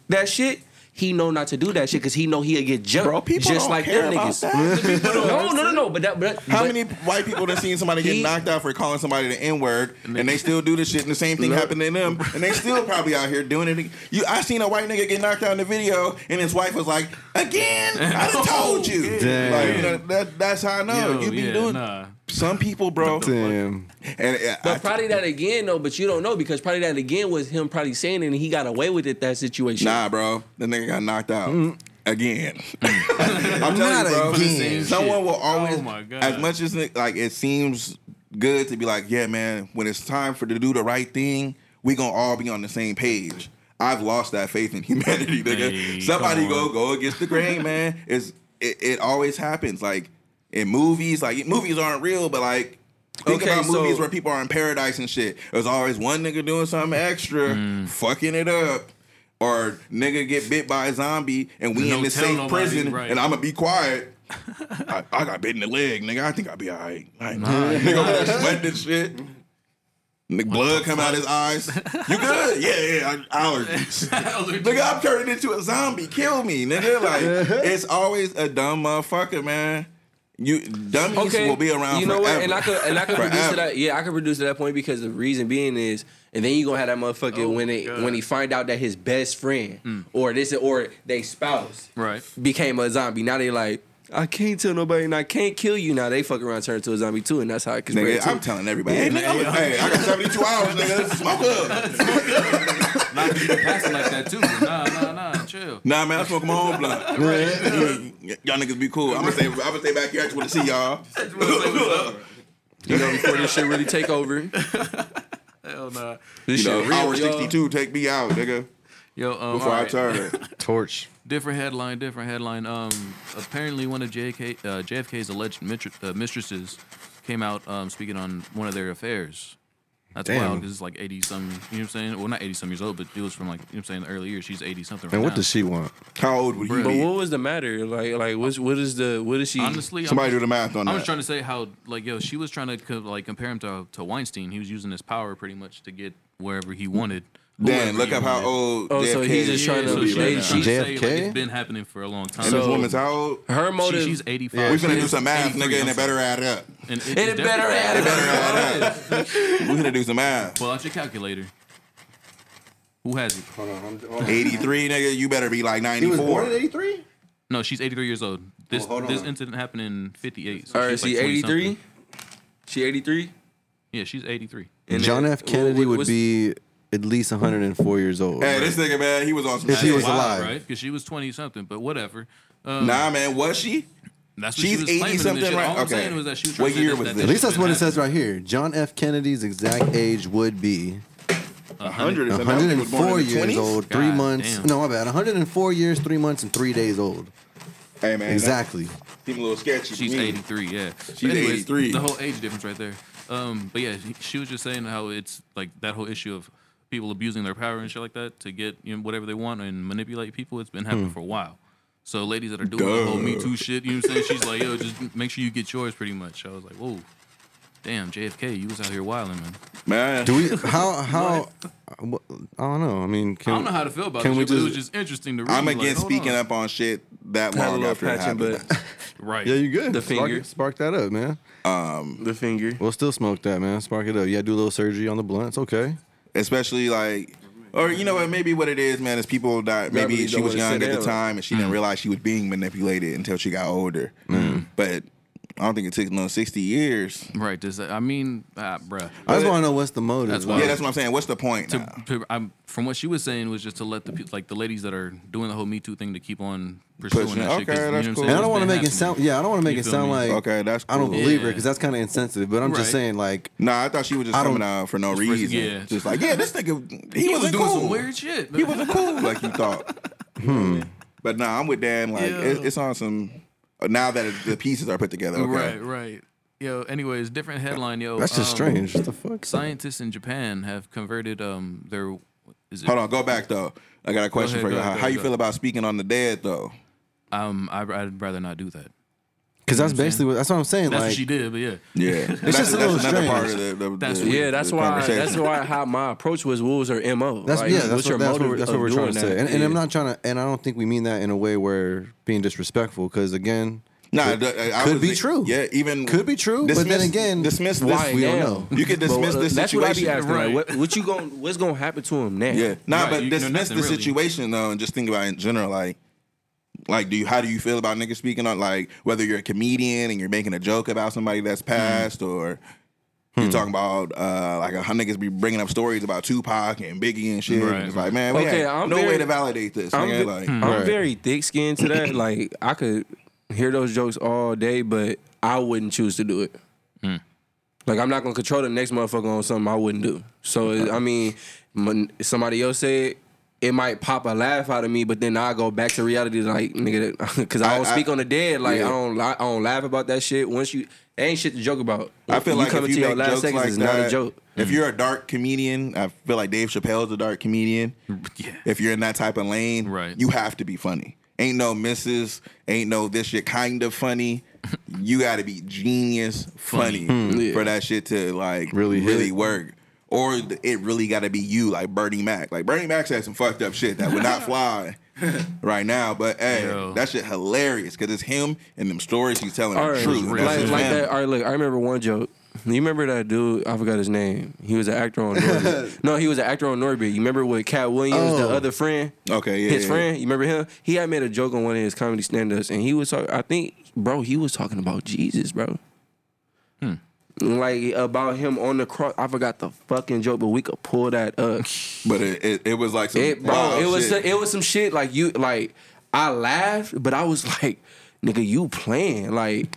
S6: that shit. He know not to do that shit because he know he'll get jumped,
S3: Bro, people
S6: just
S3: don't
S6: like
S3: care
S6: them
S3: about
S6: niggas.
S3: that.
S6: <laughs> No, no, no, no. But that, but
S3: How
S6: but-
S3: many white people done seen somebody
S6: He-
S3: get knocked out for calling somebody the N word, and they still do the shit, and the same thing happened to them, and they still probably out here doing it. You, I seen a white nigga get knocked out in the video, and his wife was like, "Again, I
S5: <laughs>
S3: done told you."
S4: Damn.
S3: Like, you know, that, that's how I know
S5: Yo,
S3: you be
S5: yeah,
S3: doing. <laughs>
S5: nah.
S3: Some people, bro,
S4: Damn.
S3: and uh, I-
S6: But probably that again though, but you don't know because probably that again was him probably saying it and he got away with it that situation.
S3: nah, bro, the nigga got knocked out. Again, I'm telling
S4: Not
S3: you, bro.
S4: again.
S5: Same
S3: Someone
S5: shit.
S3: will always,
S5: Mm-hmm. Oh my God.
S3: as much as like it seems good to be like, yeah, man, when it's time for to do the right thing, we gonna all be on the same page. I've lost that faith in humanity, nigga.
S5: Hey,
S3: Somebody
S5: come
S3: go go against the grain, man. It's it, it always happens. Like in movies, like movies aren't real, but like. Think
S6: Okay,
S3: about
S6: so-
S3: movies where people are in paradise and shit. There's always one nigga doing something extra,
S5: Mm.
S3: fucking it up, or nigga get bit by a zombie and we
S5: And
S3: in
S5: don't
S3: the
S5: tell
S3: safe
S5: nobody,
S3: prison
S5: right.
S3: and I'ma be quiet. <laughs> I, I got bit in the leg, nigga. I think I'll be all right. I ain't- <laughs> nigga over there sweating and shit. Nigga, blood come out his eyes. You
S6: <laughs>
S3: good? yeah, yeah, I- allergies. nigga, I'm turning into a zombie. Kill me, nigga.
S6: <laughs>
S3: Like, it's always a dumb motherfucker, man. You dummies will be around
S6: You know
S3: forever.
S6: what? And I could and I could produce to
S3: Forever.
S6: that. Yeah, I could produce to that point because the reason being is, and then you gonna have that motherfucker when it
S5: God.
S6: when he find out that his best friend or this or they spouse
S5: Right.
S6: became a zombie. Now they like. I can't tell nobody, and I can't kill you. Now they fuck around, and turn into a zombie too, and that's how it can spread.
S3: Nigga,
S6: too.
S3: I'm telling everybody. Hey, nigga, I'm- hey, I got 72 hours, nigga. Smoke up.
S5: Not that you can pass it like that too. Nah, nah, nah. Chill.
S3: Nah, man, I smoke my own blunt. <laughs> y'all niggas be cool. I'm gonna stay. I'm gonna stay back here. I just want to see y'all.
S6: you know, before this shit really take over.
S5: Hell nah.
S6: This
S3: You know,
S6: shit real,
S3: hour
S6: y'all.
S3: 62, take me out, nigga.
S5: Yo, um,
S3: Before
S5: all
S3: I
S5: right.
S3: turn.
S4: Torch.
S5: Different headline, different headline. Um, apparently one of JK, uh, JFK's alleged mitr- uh, mistresses came out um, speaking on one of their affairs. That's
S4: Damn.
S5: wild. This is like eighty some. You know what I'm saying? Well, not eighty some years old, but it was from like you know what I'm saying the early years. She's eighty something. Right
S4: And what
S5: now.
S4: does she want?
S3: How old would you
S6: <laughs> But
S3: be?
S6: what was the matter? Like, like what's what is the what is she?
S5: Honestly,
S3: Somebody
S5: I'm,
S3: do the math on
S5: I'm
S3: that.
S5: just trying to say how like yo, she was trying to co- like compare him to to Weinstein. He was using his power pretty much to get wherever he wanted.
S3: Dan,
S5: whoever
S3: look
S5: he
S3: up how
S5: wanted.
S3: old.
S6: Oh, so
S3: JFK
S6: he's just
S3: is.
S6: trying to-
S5: so she,
S6: right
S5: she
S6: now.
S5: say, like,
S4: JFK?
S5: it's been happening for a long time.
S3: And this
S6: So-
S3: woman's how old?
S6: her
S5: She-
S6: motive.
S5: she's 85.
S3: We
S5: She's
S3: finna do some math,
S5: 83,
S3: nigga, and
S5: I'm
S3: it better add up.
S5: And
S6: it
S5: it's
S6: better
S5: definitely-
S6: add
S3: Better add up. We finna do some
S6: <laughs>
S3: math.
S5: Pull out your calculator. Who has it?
S3: 83, nigga, you better be like
S4: He was
S3: 94.
S4: born in 83?
S5: No, she's 83 years old. This
S4: hold
S5: this
S4: on.
S5: incident happened in 58. So
S6: All right,
S5: she's like
S6: she
S5: 20
S6: eighty
S5: something.
S6: three. She eighty three.
S5: Yeah, she's 83.
S4: John F. Kennedy would be at least 104 years old.
S3: Hey, this nigga, man, he was on some
S4: If he
S3: shit.
S4: was
S5: Wild,
S4: alive.
S5: right? Because she was 20 something, but whatever. Um,
S3: Nah, man, was she?
S5: that's what she
S3: she's
S5: was claiming in this
S3: 80-something,
S5: shit.
S3: right?
S5: All I'm
S3: Okay.
S5: saying was that she was
S3: What
S5: trying to
S3: year
S5: say
S3: was this?
S5: that, that
S4: At least
S5: shit
S4: that's what it
S5: happened.
S4: says right here. John F. Kennedy's exact age would be
S3: 100 is enough. He was born
S4: 104
S3: in the
S4: years
S3: 20s?
S4: old, three
S5: God
S4: months.
S5: damn.
S4: No, my bad. 104 years, three months, and three days old.
S3: Hey, man.
S4: Exactly.
S3: that Seemed a little sketchy. to
S5: She's
S3: me.
S5: 83, yeah. She's
S3: 83.
S5: The whole age difference right there. Um, but yeah, she- she was just saying how it's like that whole issue of people abusing their power and shit like that to get you know, whatever they want and manipulate people. It's been happening for a while. So ladies that are doing the whole Me
S3: Hmm. Duh.
S5: Too shit, you know what I'm saying? She's like, yo, just make sure you get yours pretty much. I was like, whoa. Damn, JFK, you was out here wilding, man.
S3: Man,
S4: Do we?
S5: <laughs>
S4: How? How? what- I don't know. I mean, can,
S5: I don't know how to feel about
S4: can
S5: this
S4: we
S5: shit, but it was
S4: just-
S5: just interesting to read.
S3: I'm
S5: Like,
S3: against
S5: hold
S3: speaking
S5: on.
S3: up on shit that
S6: Had a
S3: long
S6: little
S3: after it
S6: patching,
S3: happened.
S6: but
S5: Right.
S4: Yeah, you good.
S6: The
S4: Spark-
S6: finger.
S4: Spark, that up, man.
S6: the finger.
S4: We'll still smoke that, man. Spark it up. Yeah, do a little surgery on the blunts. Okay.
S3: <laughs> especially like or you know what maybe what it is man is people that maybe
S6: really
S3: she
S6: don't
S3: was
S6: wanna
S3: young at
S6: sit
S3: the
S6: down.
S3: time and she didn't realize she was being manipulated until she got older but i don't think it took no 60 years
S5: Right. Does that, I mean, ah, bruh.
S4: I just
S3: Well,
S4: want to know what's the motive.
S5: That's
S4: like-
S5: why-
S3: yeah that's what i'm saying what's the point
S5: to,
S3: now?
S5: to- I'm, from what she was saying was just to let the peo- like the ladies that are doing the whole Me Too thing to keep on pursuing
S3: Pushing.
S5: that shit. 'cause
S3: Okay,
S5: you know
S3: that's
S5: what I'm
S3: cool.
S4: And
S5: saying?
S4: I don't
S5: It's
S4: want to
S5: been
S4: make it sound.
S5: happening.
S4: Yeah, I don't want to make
S5: You
S4: it
S5: feel
S4: sound
S5: me?
S4: like
S3: okay that's cool.
S4: I don't believe her
S5: Yeah.
S4: because that's kind of insensitive. But I'm just
S5: Right.
S4: saying, like,
S3: nah i thought she was just
S4: I don't-
S3: coming out for no
S5: for-
S3: reason
S5: yeah.
S3: just like yeah this nigga he,
S5: He was
S3: wasn't
S5: doing
S3: cool
S5: some
S3: <laughs>
S5: weird shit.
S3: he wasn't cool like you thought but nah i'm with dan like it,
S5: Yeah.
S3: it's on some now that the pieces are put together okay
S5: Right, right. Yo, anyways, different headline, yo.
S4: that's just
S5: um,
S4: strange. What the fuck?
S5: Scientists in Japan have converted um their is it,
S3: hold on go back though i got a question
S5: ahead,
S3: for you
S5: go ahead,
S3: how,
S5: go
S3: how you
S5: ahead.
S3: feel about speaking on the dead though
S5: um I, I'd rather not do that.
S4: Because that's basically what. That's what I'm saying.
S5: That's
S4: like,
S5: what she did, but yeah.
S3: Yeah, that's,
S4: just a
S3: that's
S4: little
S3: another
S4: strange.
S3: part of the, the,
S5: That's
S3: the-
S5: weird.
S6: Yeah, that's
S3: the
S6: why.
S3: conversation.
S6: That's why how my approach was. What was her mo?
S4: That's
S6: Like,
S4: yeah. That's
S6: what's
S4: what,
S6: your
S4: that's what,
S6: motive
S4: we're- that's
S6: of
S4: what we're trying
S6: doing
S4: to say.
S6: that?
S4: And, and I'm
S6: Yeah.
S4: not trying to. And I don't think we mean that in a way where being disrespectful. Because again,
S3: Nah, th- I
S4: Could
S3: was- e-
S4: be true.
S3: Yeah, even
S4: Could be true, but then again,
S3: dismiss this.
S4: why
S6: we
S4: now?
S6: don't know.
S3: You could dismiss
S6: But, uh,
S3: this
S6: that's what I
S3: situation.
S6: be asking. Like,
S5: Right.
S6: what, what you going? What's gonna happen to him now?
S3: Yeah, nah,
S5: Right,
S3: but
S5: you know
S3: dismiss
S5: nothing
S3: the
S5: really.
S3: situation though, and just think about it in general. Like, like, do you how do you feel about niggas speaking on like whether you're a comedian and you're making a joke about somebody that's passed or. You're talking about uh, like a niggas be bringing up stories about Tupac and Biggie and shit.
S5: Right,
S3: it's
S5: right.
S3: like, man, we
S6: Okay,
S3: had
S6: I'm
S3: no
S6: very-
S3: way to validate this.
S6: I'm,
S3: nigga.
S6: ve- Hmm.
S3: like,
S6: I'm
S4: Right.
S6: very thick skinned to that. <clears throat> like I could hear those jokes all day, but I wouldn't choose to do it.
S3: Hmm.
S6: Like I'm not gonna control the next motherfucker on something I wouldn't do. So it- I mean, when somebody else said it might pop a laugh out of me, but then I go back to reality, like nigga, <laughs> because I
S3: I-
S6: don't
S3: I-
S6: speak on the dead. Like
S3: yeah.
S6: I don't, li- I don't laugh about that shit. Once you, that ain't shit to joke about.
S3: I feel
S6: you
S3: like
S6: coming
S3: if you
S6: to
S3: make
S6: your last
S3: jokes
S6: seconds
S3: like
S6: is
S3: that,
S6: not a joke.
S3: If you're a dark comedian, I feel like Dave Chappelle's a dark comedian.
S5: Yeah.
S3: If you're in that type of lane,
S5: Right.
S3: you have to be funny. Ain't no misses. Ain't no this shit kind of funny. you got to be genius funny
S5: Hmm.
S6: Yeah.
S3: for that shit to like really
S4: Really hit.
S3: really work. Or th- it really got to be you, like Bernie Mac. Like Bernie Mac's had some fucked up shit that would
S6: <laughs>
S3: not fly right now. But hey,
S5: Yo.
S3: that shit hilarious because it's him and them stories he's telling
S6: All
S3: are
S6: right,
S3: true. That's
S5: real.
S6: Like,
S3: his
S6: like
S3: family.
S6: that. All right, look, I remember one joke. You remember that dude? I forgot his name. He was an actor on Norbit. no, he was an actor on Norbit. You remember with Cat Williams,
S4: Oh.
S6: the other friend?
S3: Okay, yeah,
S6: His
S3: yeah.
S6: friend, you remember him? He had made a joke on one of his comedy stand ups, and he was talking, I think, bro, he was talking about Jesus, bro. Like about him on the cross. I forgot the fucking joke, but we could pull that up.
S3: But it, it, it was like some
S6: It, bro,
S3: wild
S6: it was
S3: shit.
S6: it was some shit like you like I laughed, but I was like, nigga, you playing
S3: <laughs>
S6: like.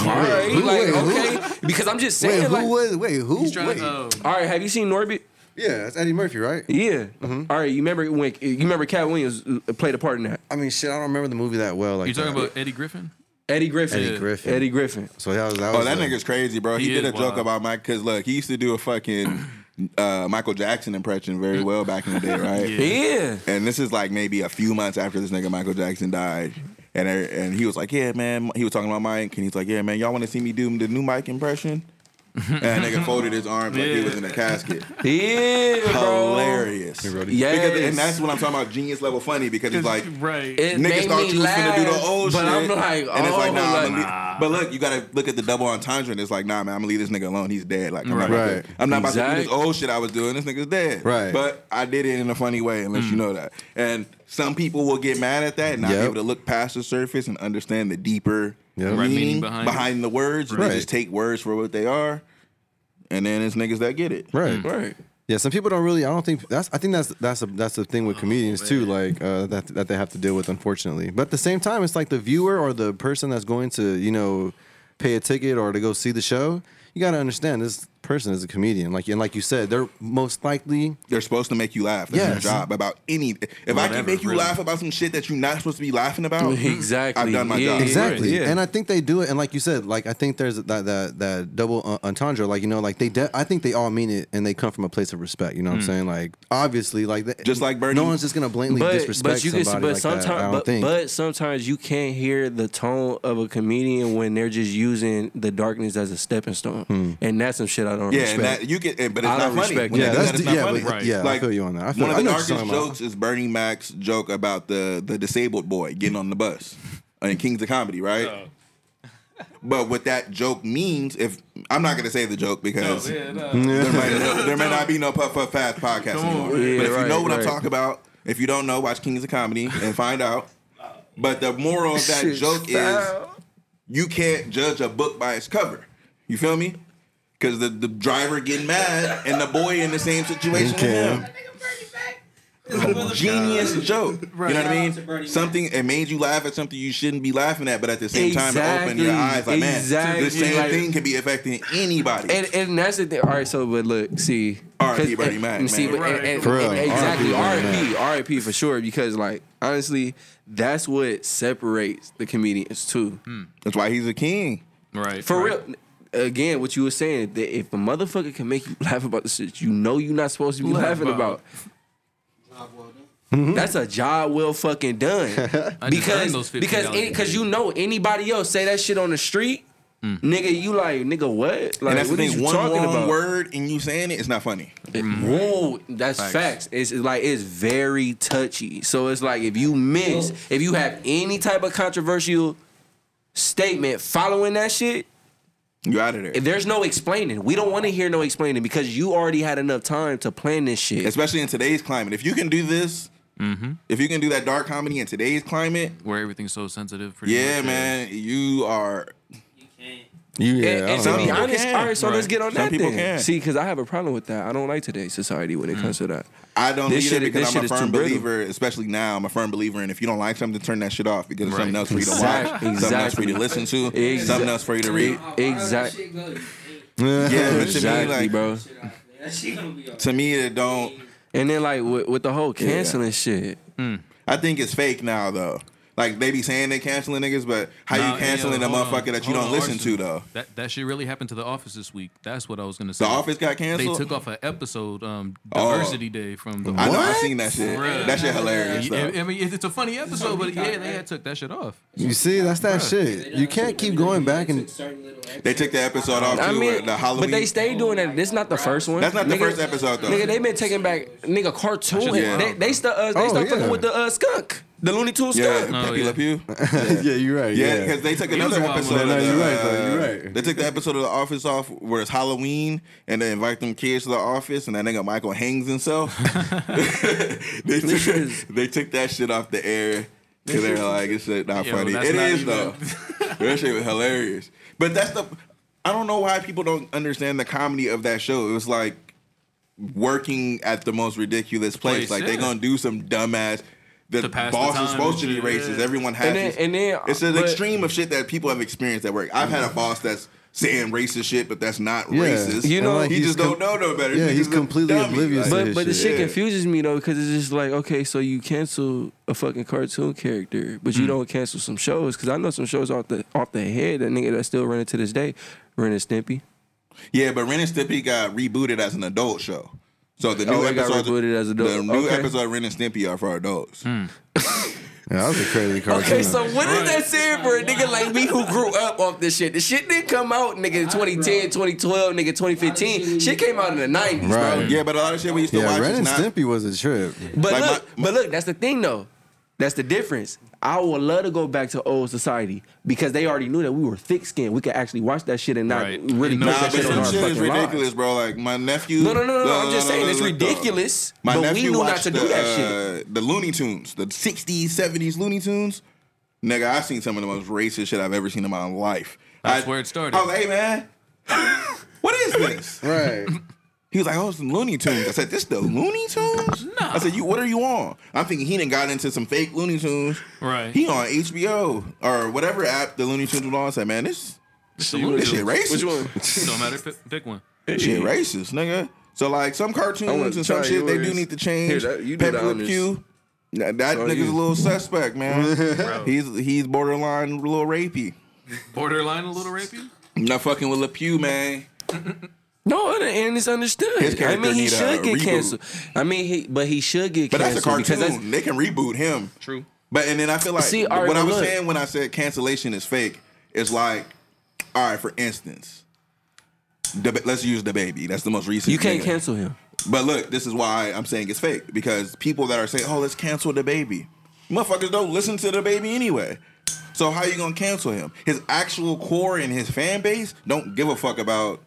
S6: All right, like okay, because I'm just saying,
S4: wait,
S6: like,
S4: who was? Wait, who?
S5: He's trying
S4: wait.
S5: to um,
S6: all right, have you seen Norbit?
S4: yeah, that's Eddie Murphy, right?
S6: Yeah.
S3: Mm-hmm.
S6: All right, you remember when you remember Cat Williams uh, played a part in that?
S4: I mean, shit, I don't remember the movie that well. Like
S5: you talking
S4: that.
S5: about Eddie Griffin?
S6: Eddie Griffin.
S4: Eddie Griffin.
S6: Eddie Griffin.
S4: So that was. That
S3: Oh,
S4: was
S3: that
S4: a-
S3: nigga's crazy, bro. He,
S5: He
S3: did a
S5: is
S3: joke
S5: wild.
S3: about Mike because look, he used to do a
S6: <laughs>
S3: fucking uh, Michael Jackson impression very well back in the day, right?
S5: Yeah.
S6: Yeah.
S3: And this is like maybe a few months after this nigga Michael Jackson died. And er- and he was like, yeah, man. He was talking about Mike, and he's like, yeah, man. Y'all want to see me do the new Mike impression? And that nigga folded his arms like he was in a casket.
S6: Yeah, bro.
S3: Hilarious.
S6: Yes.
S3: Because, and that's what I'm talking about. Genius level funny because it's like
S5: right.
S6: It
S3: Niggas
S6: made
S3: thought
S6: me
S3: you was gonna do the
S6: laugh,
S3: old
S6: but
S3: shit,
S6: I'm like,
S3: and it's
S6: oh,
S3: like, nah, I'm
S6: like,
S3: gonna leave- But look, you gotta look at the double entendre, and it's like, nah, man, I'm gonna leave this nigga alone. He's dead. Like, I'm not, about
S4: Right.
S3: to, I'm not about to do
S6: Exact.
S3: this old shit I was doing. This nigga's dead.
S4: Right.
S3: But I did it in a funny way, unless
S6: Mm.
S3: you know that. And some people will get mad at that and not
S4: Yep.
S3: be able to look past the surface and understand the deeper
S4: Yep.
S5: Right,
S3: meaning,
S5: meaning behind
S3: behind,
S5: it.
S3: the words. And
S4: Right.
S3: they just take words for what they are, and then it's niggas that get it.
S4: Right.
S6: Right.
S4: Yeah, some people don't really. I don't think that's. I think that's that's a, that's the
S5: Oh,
S4: thing with comedians too. Like uh, that that they have to deal with, unfortunately. But at the same time, it's like the viewer or the person that's going to you know pay a ticket or to go see the show. You got to understand this person as a comedian. Like and like you said, they're most likely
S3: They're supposed to make you laugh. That's their
S4: Yes.
S3: job. About any. If I
S5: Whatever,
S3: can make you
S5: really.
S3: laugh about some shit that you're not supposed to be laughing about,
S6: Exactly.
S3: I've done my
S6: Yeah,
S3: job.
S6: yeah, yeah.
S4: Exactly. And I think they do it. And like you said, like I think there's that that that double uh, entendre. Like you know, like they. De- I think they all mean it, and they come from a place of respect. You know what I'm saying? Like obviously, like that,
S3: Hmm. Just like Bernie.
S4: no one's just gonna blatantly disrespect
S6: can-
S4: somebody like that. I don't
S6: but,
S4: think.
S6: but sometimes you can't hear the tone of a comedian when they're just using the darkness as a stepping stone,
S4: Hmm.
S6: and that's some shit I don't
S3: Yeah,
S6: respect.
S3: and that you get, and, but it's not
S6: I don't
S3: funny.
S6: respect
S3: When
S6: that.
S3: they
S4: yeah,
S3: do
S4: that's
S3: that, it's
S4: yeah,
S3: not funny.
S4: but- yeah. I
S3: Like,
S4: feel you on that. I feel,
S3: One of
S4: I
S3: the
S4: know what
S3: darkest
S4: you're talking about.
S3: jokes is Bernie Mac's joke about the the disabled boy getting on the bus in Kings of Comedy, right? But what that joke means, if I'm not gonna say the joke because there, might, there may not be no Puff Puff Pass podcast anymore.
S6: Yeah,
S3: but if you
S6: right,
S3: know what I'm
S6: right.
S3: talking about, if you don't know, watch Kings of Comedy and find out. But the moral of that
S6: Shit,
S3: joke is
S6: foul.
S3: you can't judge a book by its cover. You feel me? Because the, the driver getting mad and the boy in the same situation. with
S4: can.
S3: him.
S6: Oh
S3: Genius joke. You know what
S7: Shout out to
S3: I
S7: Bernie
S3: mean? Something it made you laugh at something you shouldn't be laughing at, but at the same time, it opened your
S6: Exactly.
S3: eyes like, man,
S6: Exactly.
S3: the same
S6: Like-
S3: thing can be affecting anybody.
S6: And, and that's the thing. All right, so but look, see,
S3: R.I.P.
S6: 'cause-
S3: Bernie Mac,
S6: and See,
S3: man.
S6: but, and, and-
S4: For real,
S6: and- exactly,
S4: R.I.P. Bernie
S6: R.I.P. R.I.P. for sure, because like honestly, that's what separates the comedians too.
S3: That's why he's a king.
S5: Right.
S6: For
S5: right.
S6: real. Again, what you were saying, that if a motherfucker can make you <laughs> laugh about the shit you know you're not supposed to be
S5: Laugh
S6: laughing
S5: about.
S6: about, that's a job well fucking done.
S5: Mm-hmm. <laughs> I just
S6: because
S5: earned those $50
S6: because any-
S5: today.
S6: cause you know anybody else say that shit on the street, nigga, you like nigga what? Like
S3: Mm. and that's
S6: what
S3: the
S6: is
S3: thing.
S6: you
S3: One
S6: talking
S3: wrong
S6: about?
S3: word Mm-hmm. and you saying it, it's not funny.
S6: Whoa, that's
S5: Facts.
S6: facts. It's it's like it's very touchy. So it's like if you miss, if you have any type of controversial statement following that shit,
S3: You out of there.
S6: there's no explaining. We don't want to hear no explaining because you already had enough time to plan this shit.
S3: Especially in today's climate. If you can do this,
S6: Mm-hmm.
S3: if you can do that dark comedy in today's climate,
S5: Where everything's so sensitive. Pretty
S3: yeah,
S5: much.
S3: man, you are
S4: You- yeah,
S6: and, and
S4: I
S6: to
S4: don't
S6: be
S4: know.
S3: people
S6: honest,
S3: can.
S6: all right, so let's
S5: Right.
S6: get on
S3: Some
S6: that
S3: people
S6: then.
S3: can.
S6: See, because I have a problem with that. I don't like today's society when it comes to that.
S3: I don't
S6: This
S3: need
S6: shit
S3: it
S6: is- this
S3: because I'm a
S6: shit is
S3: firm
S6: too brittle.
S3: believer, especially now. I'm a firm believer in if you don't like something, turn that shit off because it's something
S5: Right.
S3: else for you to watch,
S6: Exact-
S3: something else for you to
S6: exactly.
S3: listen to,
S6: Exact-
S3: something else for you to read.
S6: Exactly.
S3: Yeah, but to me,
S6: Exactly,
S3: like,
S6: bro.
S3: to me, it don't.
S6: And then like with, with the whole canceling shit.
S3: I think it's fake now, though. Like they be saying they canceling niggas, but how
S5: Nah,
S3: you canceling
S5: yo,
S3: the
S5: hold on,
S3: motherfucker that you
S5: hold
S3: don't
S5: on,
S3: listen
S5: Arson.
S3: to though?
S5: That that shit really happened to the office this week. That's what I was gonna say.
S3: The Office got
S5: They
S3: canceled.
S5: took off an episode, um,
S3: Oh.
S5: Diversity Day from the.
S3: I know I
S4: What?
S3: seen that shit.
S5: Bruh.
S3: That shit hilarious.
S5: Yeah,
S3: though.
S5: I mean, it's a funny episode, but yeah, they had took that shit off.
S4: You see, that's that shit. You can't keep going back and
S3: They took the episode off too.
S6: I mean,
S3: the Halloween.
S6: but they stayed doing that. This not the first one.
S3: That's not the
S6: Nigga-
S3: first episode though.
S6: Nigga, they been taking back nigga cartoon.
S3: Yeah.
S6: They they start uh, they
S4: Oh,
S6: start
S4: yeah.
S6: fucking with the uh, skunk, the Looney Tunes
S3: yeah,
S5: Oh,
S6: skunk.
S3: Pepe
S5: yeah.
S3: Le Pew.
S4: <laughs> yeah, you're right.
S3: Yeah, because they took
S5: was
S3: another
S5: a wild
S3: episode.
S5: one.
S3: of
S4: No,
S3: the,
S4: you're right, though. You're
S3: uh,
S4: right.
S3: They took the episode of The Office off where it's Halloween, and they invite them kids to the office, and that nigga Michael hangs
S5: <laughs>
S3: himself. <laughs> they, took,
S6: is-
S3: they took that shit off the air because they're like, it's shit not
S5: Yo,
S3: funny.
S5: that's
S3: It
S5: not
S3: is
S5: even-
S3: though. <laughs> that shit was hilarious. But that's the. I don't know why people don't understand the comedy of that show. It was like working at the most ridiculous place.
S5: Place,
S3: like they
S5: yeah.
S3: gonna do some dumbass. The
S5: To pass the
S3: boss
S5: time
S3: is supposed to be
S5: and shit,
S3: racist.
S5: yeah.
S3: Everyone has
S6: And then
S3: this-
S6: and then
S3: it's an
S6: but-
S3: extreme of shit that people have experienced at work. I've had a boss that's saying racist shit, but that's not
S4: Yeah.
S3: racist.
S6: You know,
S4: And, like,
S3: he
S4: he's
S3: just
S4: com-
S3: don't know no better.
S4: Yeah,
S3: Niggas
S4: he's
S3: a
S4: completely
S3: dummy.
S4: oblivious to
S3: Like,
S4: his
S6: But but the
S4: shit.
S6: shit
S3: Yeah.
S6: confuses me though because it's just like okay, so you cancel a fucking cartoon character, but
S4: Mm.
S6: you don't cancel some shows because I know some shows off the off the head that nigga that still running to this day, Ren and Stimpy.
S3: yeah, but Ren and Stimpy got rebooted as an adult show. So the new
S6: Oh, it got
S3: episode,
S6: rebooted as adult.
S3: the new
S6: Okay. Hmm.
S3: episode of Ren and Stimpy are for adults.
S4: Yeah, that was a <laughs> crazy cartoon.
S6: Okay, so what is that saying for a nigga like me who grew up off this shit? The shit didn't come out, nigga, in 2010, 2012, nigga, 2015. Shit came out in the 90s, bro.
S4: right?
S3: Oh, Yeah, but a lot of shit we used to
S4: Yeah,
S3: watch
S4: Ren
S3: is
S4: and
S3: not.
S4: Stimpy was a trip.
S6: But
S3: Like,
S6: look,
S3: my-
S6: but look, that's the thing though. That's the difference. I would love to go back to old society because they already knew that we were thick skinned. We could actually watch that shit and not
S5: Right.
S6: really
S3: Nah,
S5: Nah,
S6: put that
S3: but
S6: shit on
S3: some
S6: our
S3: shit is
S6: fucking
S3: ridiculous,
S6: lives.
S3: bro. Like my nephew.
S6: No, no, no, no, I'm just saying it's
S3: look, dog.
S6: ridiculous,
S3: My
S6: but we
S3: nephew
S6: knew not
S3: watched
S6: to
S3: the,
S6: do that shit.
S3: uh, the Looney Tunes, the '60s, '70s Looney Tunes. Nigga, I seen some of the most racist shit I've ever seen in my life.
S5: That's
S3: I-
S5: where it started.
S3: I was like, hey man, <laughs> what is this?
S4: Right.
S3: He was like, oh, it's the Looney Tunes. I said, this the Looney Tunes? No. I said, you, what are you on? I'm thinking he done got into some fake Looney Tunes.
S5: Right.
S3: He on HBO or whatever app the Looney Tunes was on. I said, man, this,
S5: This
S3: this shit racist.
S6: Which one?
S5: Don't matter. Pick, pick one.
S3: Shit, racist, nigga. So like some
S6: I wanna
S3: cartoons and
S6: try
S3: some shit, they do
S6: yours.
S3: need to change.
S6: Here, that- you do
S3: Paper
S6: the
S3: Whip
S6: honors.
S3: Q. Nah, That
S6: on
S3: nigga's
S6: you.
S3: a little suspect,
S6: <laughs>
S3: man. he's he's borderline a little rapey.
S5: Borderline a little rapey.
S3: I'm not fucking with LePew, man.
S6: No, and it's understood.
S3: His
S6: I
S3: character
S6: mean, he
S3: need a
S6: should get
S3: reboot.
S6: canceled. I mean, he but he should get
S3: But that's a
S6: canceled
S3: cartoon.
S6: because that's
S3: they can reboot him.
S7: True.
S3: But and then I feel like
S6: See, all right,
S3: what I
S6: but
S3: was
S6: look.
S3: saying when I said cancellation is fake, it's like, all right, for instance, the, let's use the baby. That's the most recent.
S6: you can't
S3: nigga.
S6: cancel him.
S3: But look, this is why I'm saying it's fake because people that are saying, "Oh, let's cancel the baby," motherfuckers don't listen to the baby anyway. So how you gonna cancel him? His actual core and his fan base don't give a fuck about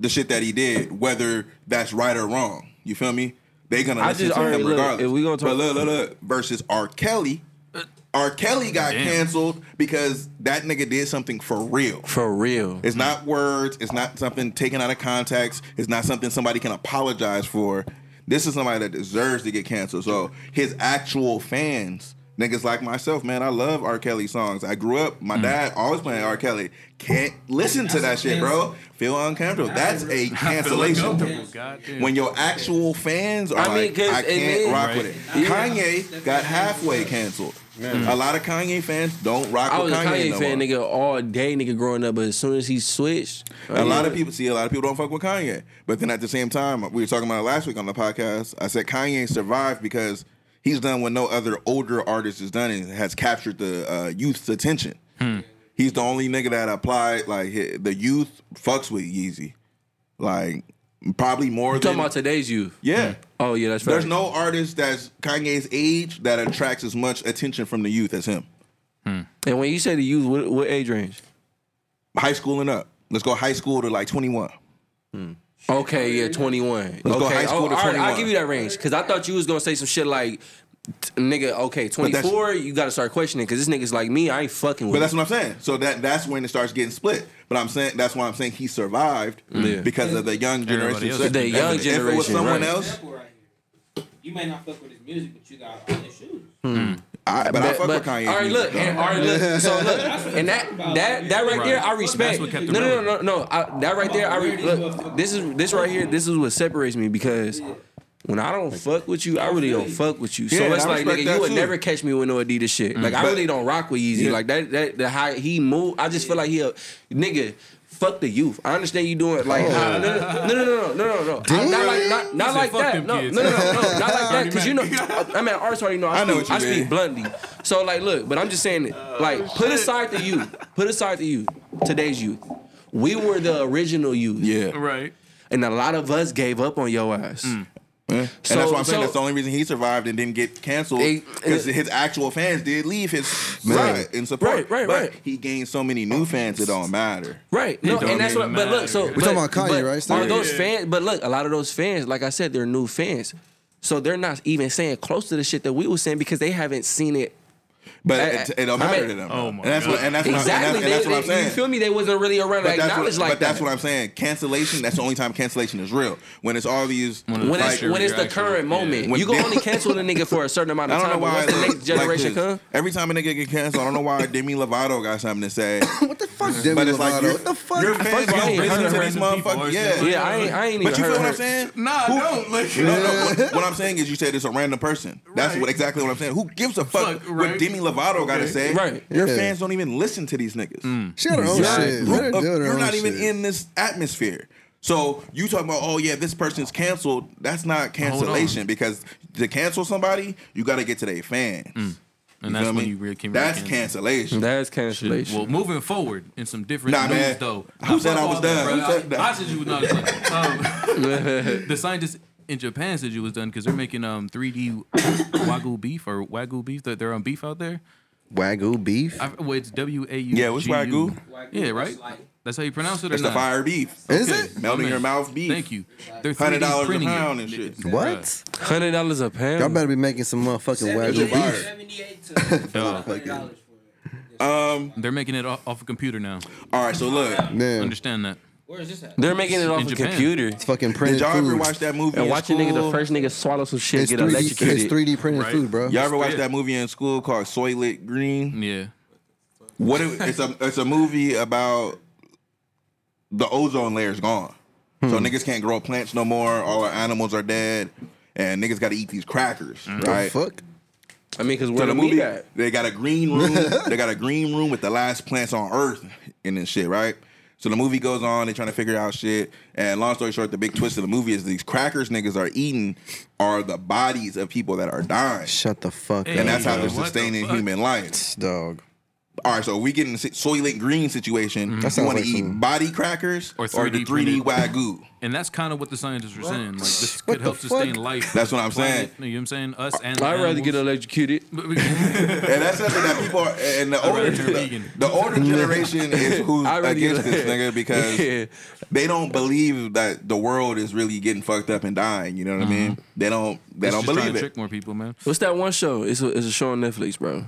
S3: the shit that he did, whether that's right or wrong. You feel me? They gonna
S6: I
S3: listen
S6: just-
S3: to
S6: alright,
S3: him
S6: look,
S3: regardless.
S6: if we gonna talk-
S3: but look, look, look, versus R. Kelly. R. Kelly got
S5: Damn.
S3: canceled because that nigga did something for real.
S6: For real.
S3: It's not words. It's not something taken out of context. It's not something somebody can apologize for. This is somebody that deserves to get canceled. So his actual fans, niggas like myself, man, I love R. Kelly songs. I grew up, my dad always playing R. Kelly. Can't listen to that shit, bro. Feel uncomfortable. That's a cancellation.
S5: Goddamn.
S3: When your actual fans are
S6: I mean,
S3: like,
S6: 'cause
S3: I
S6: it
S3: can't
S6: is-
S3: rock
S5: Right.
S3: with it. Kanye got halfway canceled. A lot of Kanye fans don't rock
S6: I was
S3: with
S6: a
S3: Kanye,
S6: Kanye
S3: no
S6: fan,
S3: more.
S6: nigga, all day, nigga, growing up. But as soon as he switched,
S3: A lot of people see a lot of people don't fuck with Kanye. But then at the same time, we were talking about it last week on the podcast. I said Kanye survived because he's done what no other older artist has done and has captured the uh, youth's attention.
S6: Hmm.
S3: He's the only nigga that applied like hi- the youth fucks with Yeezy, like probably more
S6: talking
S3: than
S6: about today's youth.
S3: yeah.
S6: Oh yeah, that's right.
S3: There's no artist that's Kanye's age that attracts as much attention from the youth as him.
S6: And when you say the youth, what, what age range?
S3: High school and up. Let's go high school to like 21.
S6: Okay, yeah, 21.
S3: Let's go
S6: okay, oh,
S3: high school to
S6: all right,
S3: 21.
S6: I'll give you that range because I thought you was gonna say some shit like, t- nigga, okay, 24, you gotta start questioning because this nigga's like me, I ain't fucking with.
S3: But
S6: it.
S3: that's what I'm saying. So that that's when it starts getting split. But I'm saying that's why I'm saying he survived
S6: Yeah.
S3: because of the young generation.
S5: Everybody else.
S3: sex-
S6: The young
S3: If it was
S6: generation,
S3: someone
S6: right.
S3: else,
S7: You may not fuck with his music, but you got all his shoes.
S3: I, but, I fuck with Kanye.
S6: All right,
S3: music,
S6: look,
S3: though.
S6: and, all right,
S3: <laughs>
S6: look. So look, and that that that right there, I respect.
S5: That's what kept
S6: No,
S5: him
S6: no, no, no,
S5: relevant.
S6: no. I, that right there, I re- look. This is this right here. This is what separates me because. When I don't fuck with you, I really don't fuck with you. So
S3: Yeah, and
S6: it's
S3: I
S6: like,
S3: respect
S6: nigga,
S3: that
S6: you would
S3: too. Mm.
S6: never catch me with no Adidas shit. Like, I
S3: But-
S6: really don't rock with Yeezy.
S3: Yeah.
S6: Like that, that the how he move. I just feel like he a nigga. Fuck the youth. I understand you doing like
S3: Oh.
S6: how- no, no, no, no, no, no, no, no. I'm Not like not, not
S5: He said,
S6: like
S5: "Fuck
S6: that.
S5: them
S6: No, no,
S5: kids.
S6: no,
S3: <laughs>
S6: no, no, not like that. Cause you know, I mean, artists already know. I,
S3: I know what
S6: speak,
S3: you
S6: I speak
S3: mean.
S6: bluntly. So like, look, but I'm just saying it.
S3: Uh,
S6: Like, put aside the youth. Put aside the youth. Today's youth. We were the original youth.
S3: yeah.
S5: <laughs> Right.
S6: And a lot of us gave up on your ass.
S5: Mm.
S3: and that's why I'm saying
S6: so-
S3: that's the only reason he survived and didn't get canceled
S6: They-
S3: because his actual fans did leave his
S6: Right.
S3: side in support.
S6: Right, right,
S3: but
S6: right.
S3: He gained so many new fans, it don't matter.
S6: Right. No,
S5: don't
S6: and that's what
S5: even
S6: but look, so
S5: matter.
S6: but-
S4: talking about Kanye,
S6: but
S4: right? It's
S6: Are
S4: not-
S6: those
S5: Yeah.
S6: fans but look, a lot of those fans, like I said, they're new fans. So they're not even saying close to the shit that we were saying because they haven't seen it
S3: But
S6: I-
S3: it, it don't
S6: I
S3: matter
S6: mean-
S3: to them.
S5: Oh my
S3: and that's what
S5: God.
S3: and that's
S6: exactly.
S3: what, and that's, and
S6: They-
S3: that's
S6: they-
S3: what I'm saying.
S6: You feel me? They wasn't really around to
S3: But that's,
S6: acknowledge
S3: what,
S6: like
S3: but that's
S6: that.
S3: what I'm saying. Cancellation, that's the only time cancellation is real. When it's all these
S6: when
S3: like,
S6: it's when it's the
S5: reaction.
S6: current moment,
S3: When-
S6: you can only cancel the nigga for a certain
S3: <laughs>
S6: amount
S3: I
S6: of
S3: don't know
S6: time. but
S3: why
S6: Once the
S3: like-
S6: next generation
S3: like this.
S6: come,
S3: Every time a nigga get canceled, I don't know why Demi Lovato got something to say.
S4: What the fuck, <laughs> <laughs> Demi
S3: but it's like
S4: Lovato?
S3: your-
S4: what the fuck?
S3: Your fans
S6: Fuck
S3: don't
S6: you.
S3: listen to
S5: Random
S3: these
S5: people
S3: motherfuckers.
S5: always
S3: Yeah.
S5: say-
S6: yeah, I ain't I ain't even
S3: But you
S6: heard
S3: feel what I'm
S6: her.
S3: saying?
S5: Nah,
S3: Who-
S5: don't. Like,
S3: No, no, no. What I'm saying is, you said it's a random person. That's
S5: Right.
S3: what exactly what I'm saying. Who gives a fuck
S5: Fuck,
S3: what
S5: right.
S3: Demi Lovato got to
S5: Okay.
S3: say?
S6: Right.
S3: Your
S4: Yeah.
S3: fans don't even listen to these niggas.
S5: Mm.
S4: She had her own
S3: You're
S4: shit.
S3: a
S4: Let
S3: group
S4: her
S3: of-
S4: do her
S3: you're
S4: own
S3: not even
S4: shit.
S3: in this atmosphere. So you talking about, oh yeah, this person's canceled. That's not
S5: Hold on.
S3: cancellation because to cancel somebody, you got to get to their fans.
S5: Mm, And
S3: You
S5: that's
S3: feel
S5: when
S3: me?
S5: you really can. really
S3: That's
S5: cancel.
S3: cancellation.
S6: That's
S5: Shit.
S6: cancellation.
S5: Well, moving forward in some different
S3: Nah,
S5: news,
S3: man.
S5: though.
S3: Who
S5: Nah,
S3: said
S5: fuck
S3: I was
S5: all that,
S3: done?
S5: bro.
S3: Who said that?
S5: I said you
S3: <laughs>
S5: was not done. Um, <laughs> the scientists in Japan said you was done because they're making um 3D <coughs> wagyu beef or wagyu beef that they're on beef out there.
S4: Wagyu beef?
S5: I, well, it's W A U.
S3: Yeah, what's wagyu?
S5: Yeah, right. That's how you pronounce it. Or
S3: It's the
S5: not?
S3: fire beef.
S4: Is
S5: Okay,
S4: it?
S5: my
S3: Melting
S5: man.
S3: your mouth beef.
S5: Thank you. They're
S3: Hundred
S5: 3D
S3: dollars a
S5: printing it.
S3: pound and shit.
S4: What?
S6: Hundred dollars a pound.
S4: Y'all better be making some motherfucking Wagyu
S3: fire.
S4: beef.
S7: Seventy-eight to hundred dollars for it.
S3: Um.
S5: uh, They're making it off, off a computer now.
S3: All right. So look,
S4: Damn.
S5: Understand that.
S7: Where is this at?
S6: They're making it off
S5: In
S6: a
S5: Japan.
S6: computer.
S4: It's fucking
S3: did
S4: printed
S3: y'all ever
S4: food.
S3: watch that movie?
S6: And
S3: in
S6: watch a nigga, the
S3: school?
S6: first nigga swallow some shit,
S4: It's
S6: get
S4: 3D,
S6: electrocuted.
S4: it's 3D printed
S5: Right.
S4: food, bro.
S3: Y'all ever watched
S5: Yeah.
S3: that movie in school called Soylent Green?
S5: Yeah.
S3: What? It, it's a it's a movie about the ozone layer's gone. So
S5: Hmm.
S3: niggas can't grow plants no more. All our animals are dead, and niggas got to eat these crackers,
S5: Hmm.
S3: right?
S8: Fuck.
S6: I mean, because
S3: So
S6: where
S3: the
S6: the meat
S3: movie,
S6: at?
S3: they got a green
S5: <laughs>
S3: room. they got a green room with the last plants on Earth and this shit, right? So the movie goes on. They trying to figure out shit. And long story short, the big twist of the movie is these crackers niggas are eating are the bodies of people that are dying,
S8: Shut the fuck
S5: Hey.
S8: up,
S3: and that's how
S5: yo,
S3: they're
S5: what the
S3: sustaining
S5: fuck?
S3: human life.
S8: dog.
S3: All right, so we get in the si- soylent green situation.
S8: That
S3: You
S8: sounds
S3: want
S8: like
S3: to eat
S8: some-
S3: body crackers
S5: Or
S3: or, the
S5: 3D
S3: 3D
S5: printed-
S3: wagyu?
S5: And that's kind of what the scientists were saying. Like this
S8: What
S5: could
S8: the
S5: help sustain
S8: fuck?
S5: life.
S3: That's what I'm
S5: planet, You know what I'm saying? Us and the
S6: I'd rather
S5: animals.
S6: get electrocuted.
S5: <laughs>
S3: And that's something that people are. And the older,
S5: rather turn
S3: the,
S5: vegan.
S3: the older generation is who's
S6: I'd rather get
S3: against this nigga because
S6: Yeah.
S3: they don't believe that the world is really getting fucked up and dying. You know what I mean? They don't. They
S5: It's
S3: don't
S5: just trying
S3: believe
S5: to
S3: it.
S5: Trick more people, man.
S6: What's that one show? It's a, it's a show on Netflix, bro.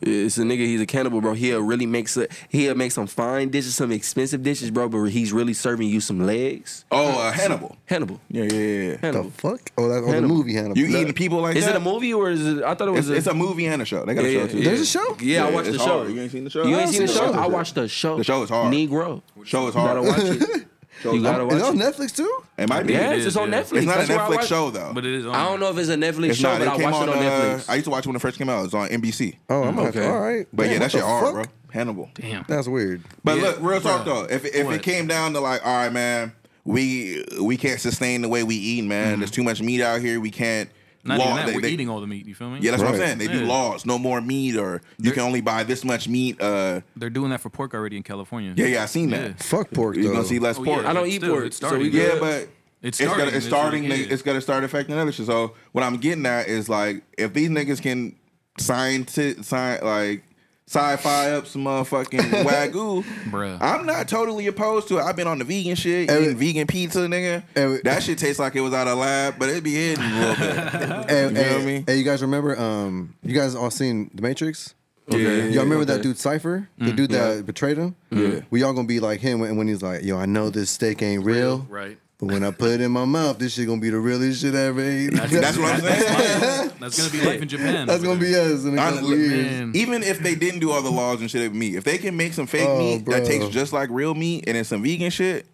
S6: It's a nigga. He's a cannibal, bro. He'll really make some. He'll make some fine dishes, some expensive dishes, bro. But he's really serving you some legs.
S3: Oh, uh, Hannibal.
S6: Hannibal.
S3: Yeah, yeah, yeah.
S8: The
S6: Hannibal.
S8: fuck? Oh, that, oh the
S6: Hannibal.
S8: movie Hannibal.
S3: You
S8: That-
S3: eating people like
S6: Is
S3: that?
S6: it a movie or is it? I thought it
S3: It's,
S6: was.
S3: it's a movie and a show. They got
S6: Yeah,
S3: a show
S6: yeah,
S3: too.
S6: yeah.
S8: There's a show?
S6: Yeah, I
S3: Yeah,
S6: watched the
S3: it's
S6: show.
S3: hard. You ain't seen the show?
S6: You
S3: I
S6: ain't
S8: don't
S6: seen the
S8: see the
S6: show.
S8: show.
S6: I watched the show.
S3: The show is hard.
S6: Negro.
S3: Show is
S6: You gotta
S3: hard.
S6: watch it.
S3: Show
S6: you
S3: is
S6: gotta
S3: hard.
S8: Is it
S6: watch
S8: on
S6: it.
S8: Netflix too?
S3: <laughs> It might be.
S6: Yes,
S5: is,
S6: it's on
S5: yeah.
S6: Netflix.
S3: It's not a
S6: That's where I
S3: Netflix
S6: watch-
S3: show though.
S5: But it is on.
S6: I don't know if it's a Netflix
S3: It's
S6: show,
S3: not.
S6: but
S3: It
S6: I
S3: came on.
S6: watched it on
S3: uh, I
S6: Netflix.
S3: used to watch it when it first came out. It was on NBC.
S8: Oh, I'm okay.
S6: Okay.
S8: all right.
S3: Mm, But yeah,
S8: Damn,
S3: that
S8: what
S3: shit
S8: the
S3: hard, bro.
S8: fuck?
S3: Hannibal.
S5: Damn.
S8: That's weird.
S3: But
S5: Yeah,
S3: look, real talk
S5: bruh.
S3: though, if if it
S5: What?
S3: came down to like, all right, man, we we can't sustain the way we eat, man. There's too much meat out here. We can't.
S5: Not
S3: law-
S5: even that.
S3: they-
S5: We're
S3: they-
S5: eating all the meat. You feel me?
S3: Yeah, that's what I'm
S8: Right.
S3: saying. They do
S5: Yeah.
S3: laws, no more meat, or you can only buy this much meat. Uh,
S5: They're doing that for pork already in California.
S3: yeah, yeah, I seen that.
S5: Yeah.
S8: Fuck pork though.
S3: You're gonna see less
S5: Oh,
S3: pork.
S5: yeah.
S6: I don't eat
S5: Still,
S6: pork,
S5: it's
S6: so
S5: starting.
S6: we
S3: Yeah,
S6: good.
S3: but it's,
S5: It's
S3: gonna,
S5: starting.
S3: it's
S5: It's
S3: starting.
S5: really-
S3: to, it's gonna start affecting other shit. So what I'm getting at is like, if these niggas can scientific, sci- like sci-fi up some motherfucking wagyu,
S5: Bruh.
S3: I'm not totally opposed to it. I've been on the vegan shit,
S8: Every-
S3: eating vegan pizza, nigga.
S8: Every-
S3: that shit tastes like it was out of lab, but it'd be hidden a little bit.
S8: Hey, hey,
S3: You know what I mean?
S8: hey, you guys remember? Um, you guys all seen The Matrix? Y'all remember that dude Cipher, the dude that betrayed him? Yeah. We all gonna be like him when, when he's like, "Yo, I know this steak ain't real,
S5: Right.
S8: but when I put it in my mouth, this shit gonna be the realest shit I ever ate." <laughs> That's,
S3: That's what I'm <laughs> saying.
S5: That's gonna be life in Japan. over
S8: gonna
S5: there.
S8: be us in a couple
S3: Honestly,
S8: years.
S5: man.
S3: Even if they didn't do all the laws and shit with meat, if they can make some fake
S8: Oh,
S3: meat
S8: bro.
S3: that tastes just like real meat and it's some vegan shit,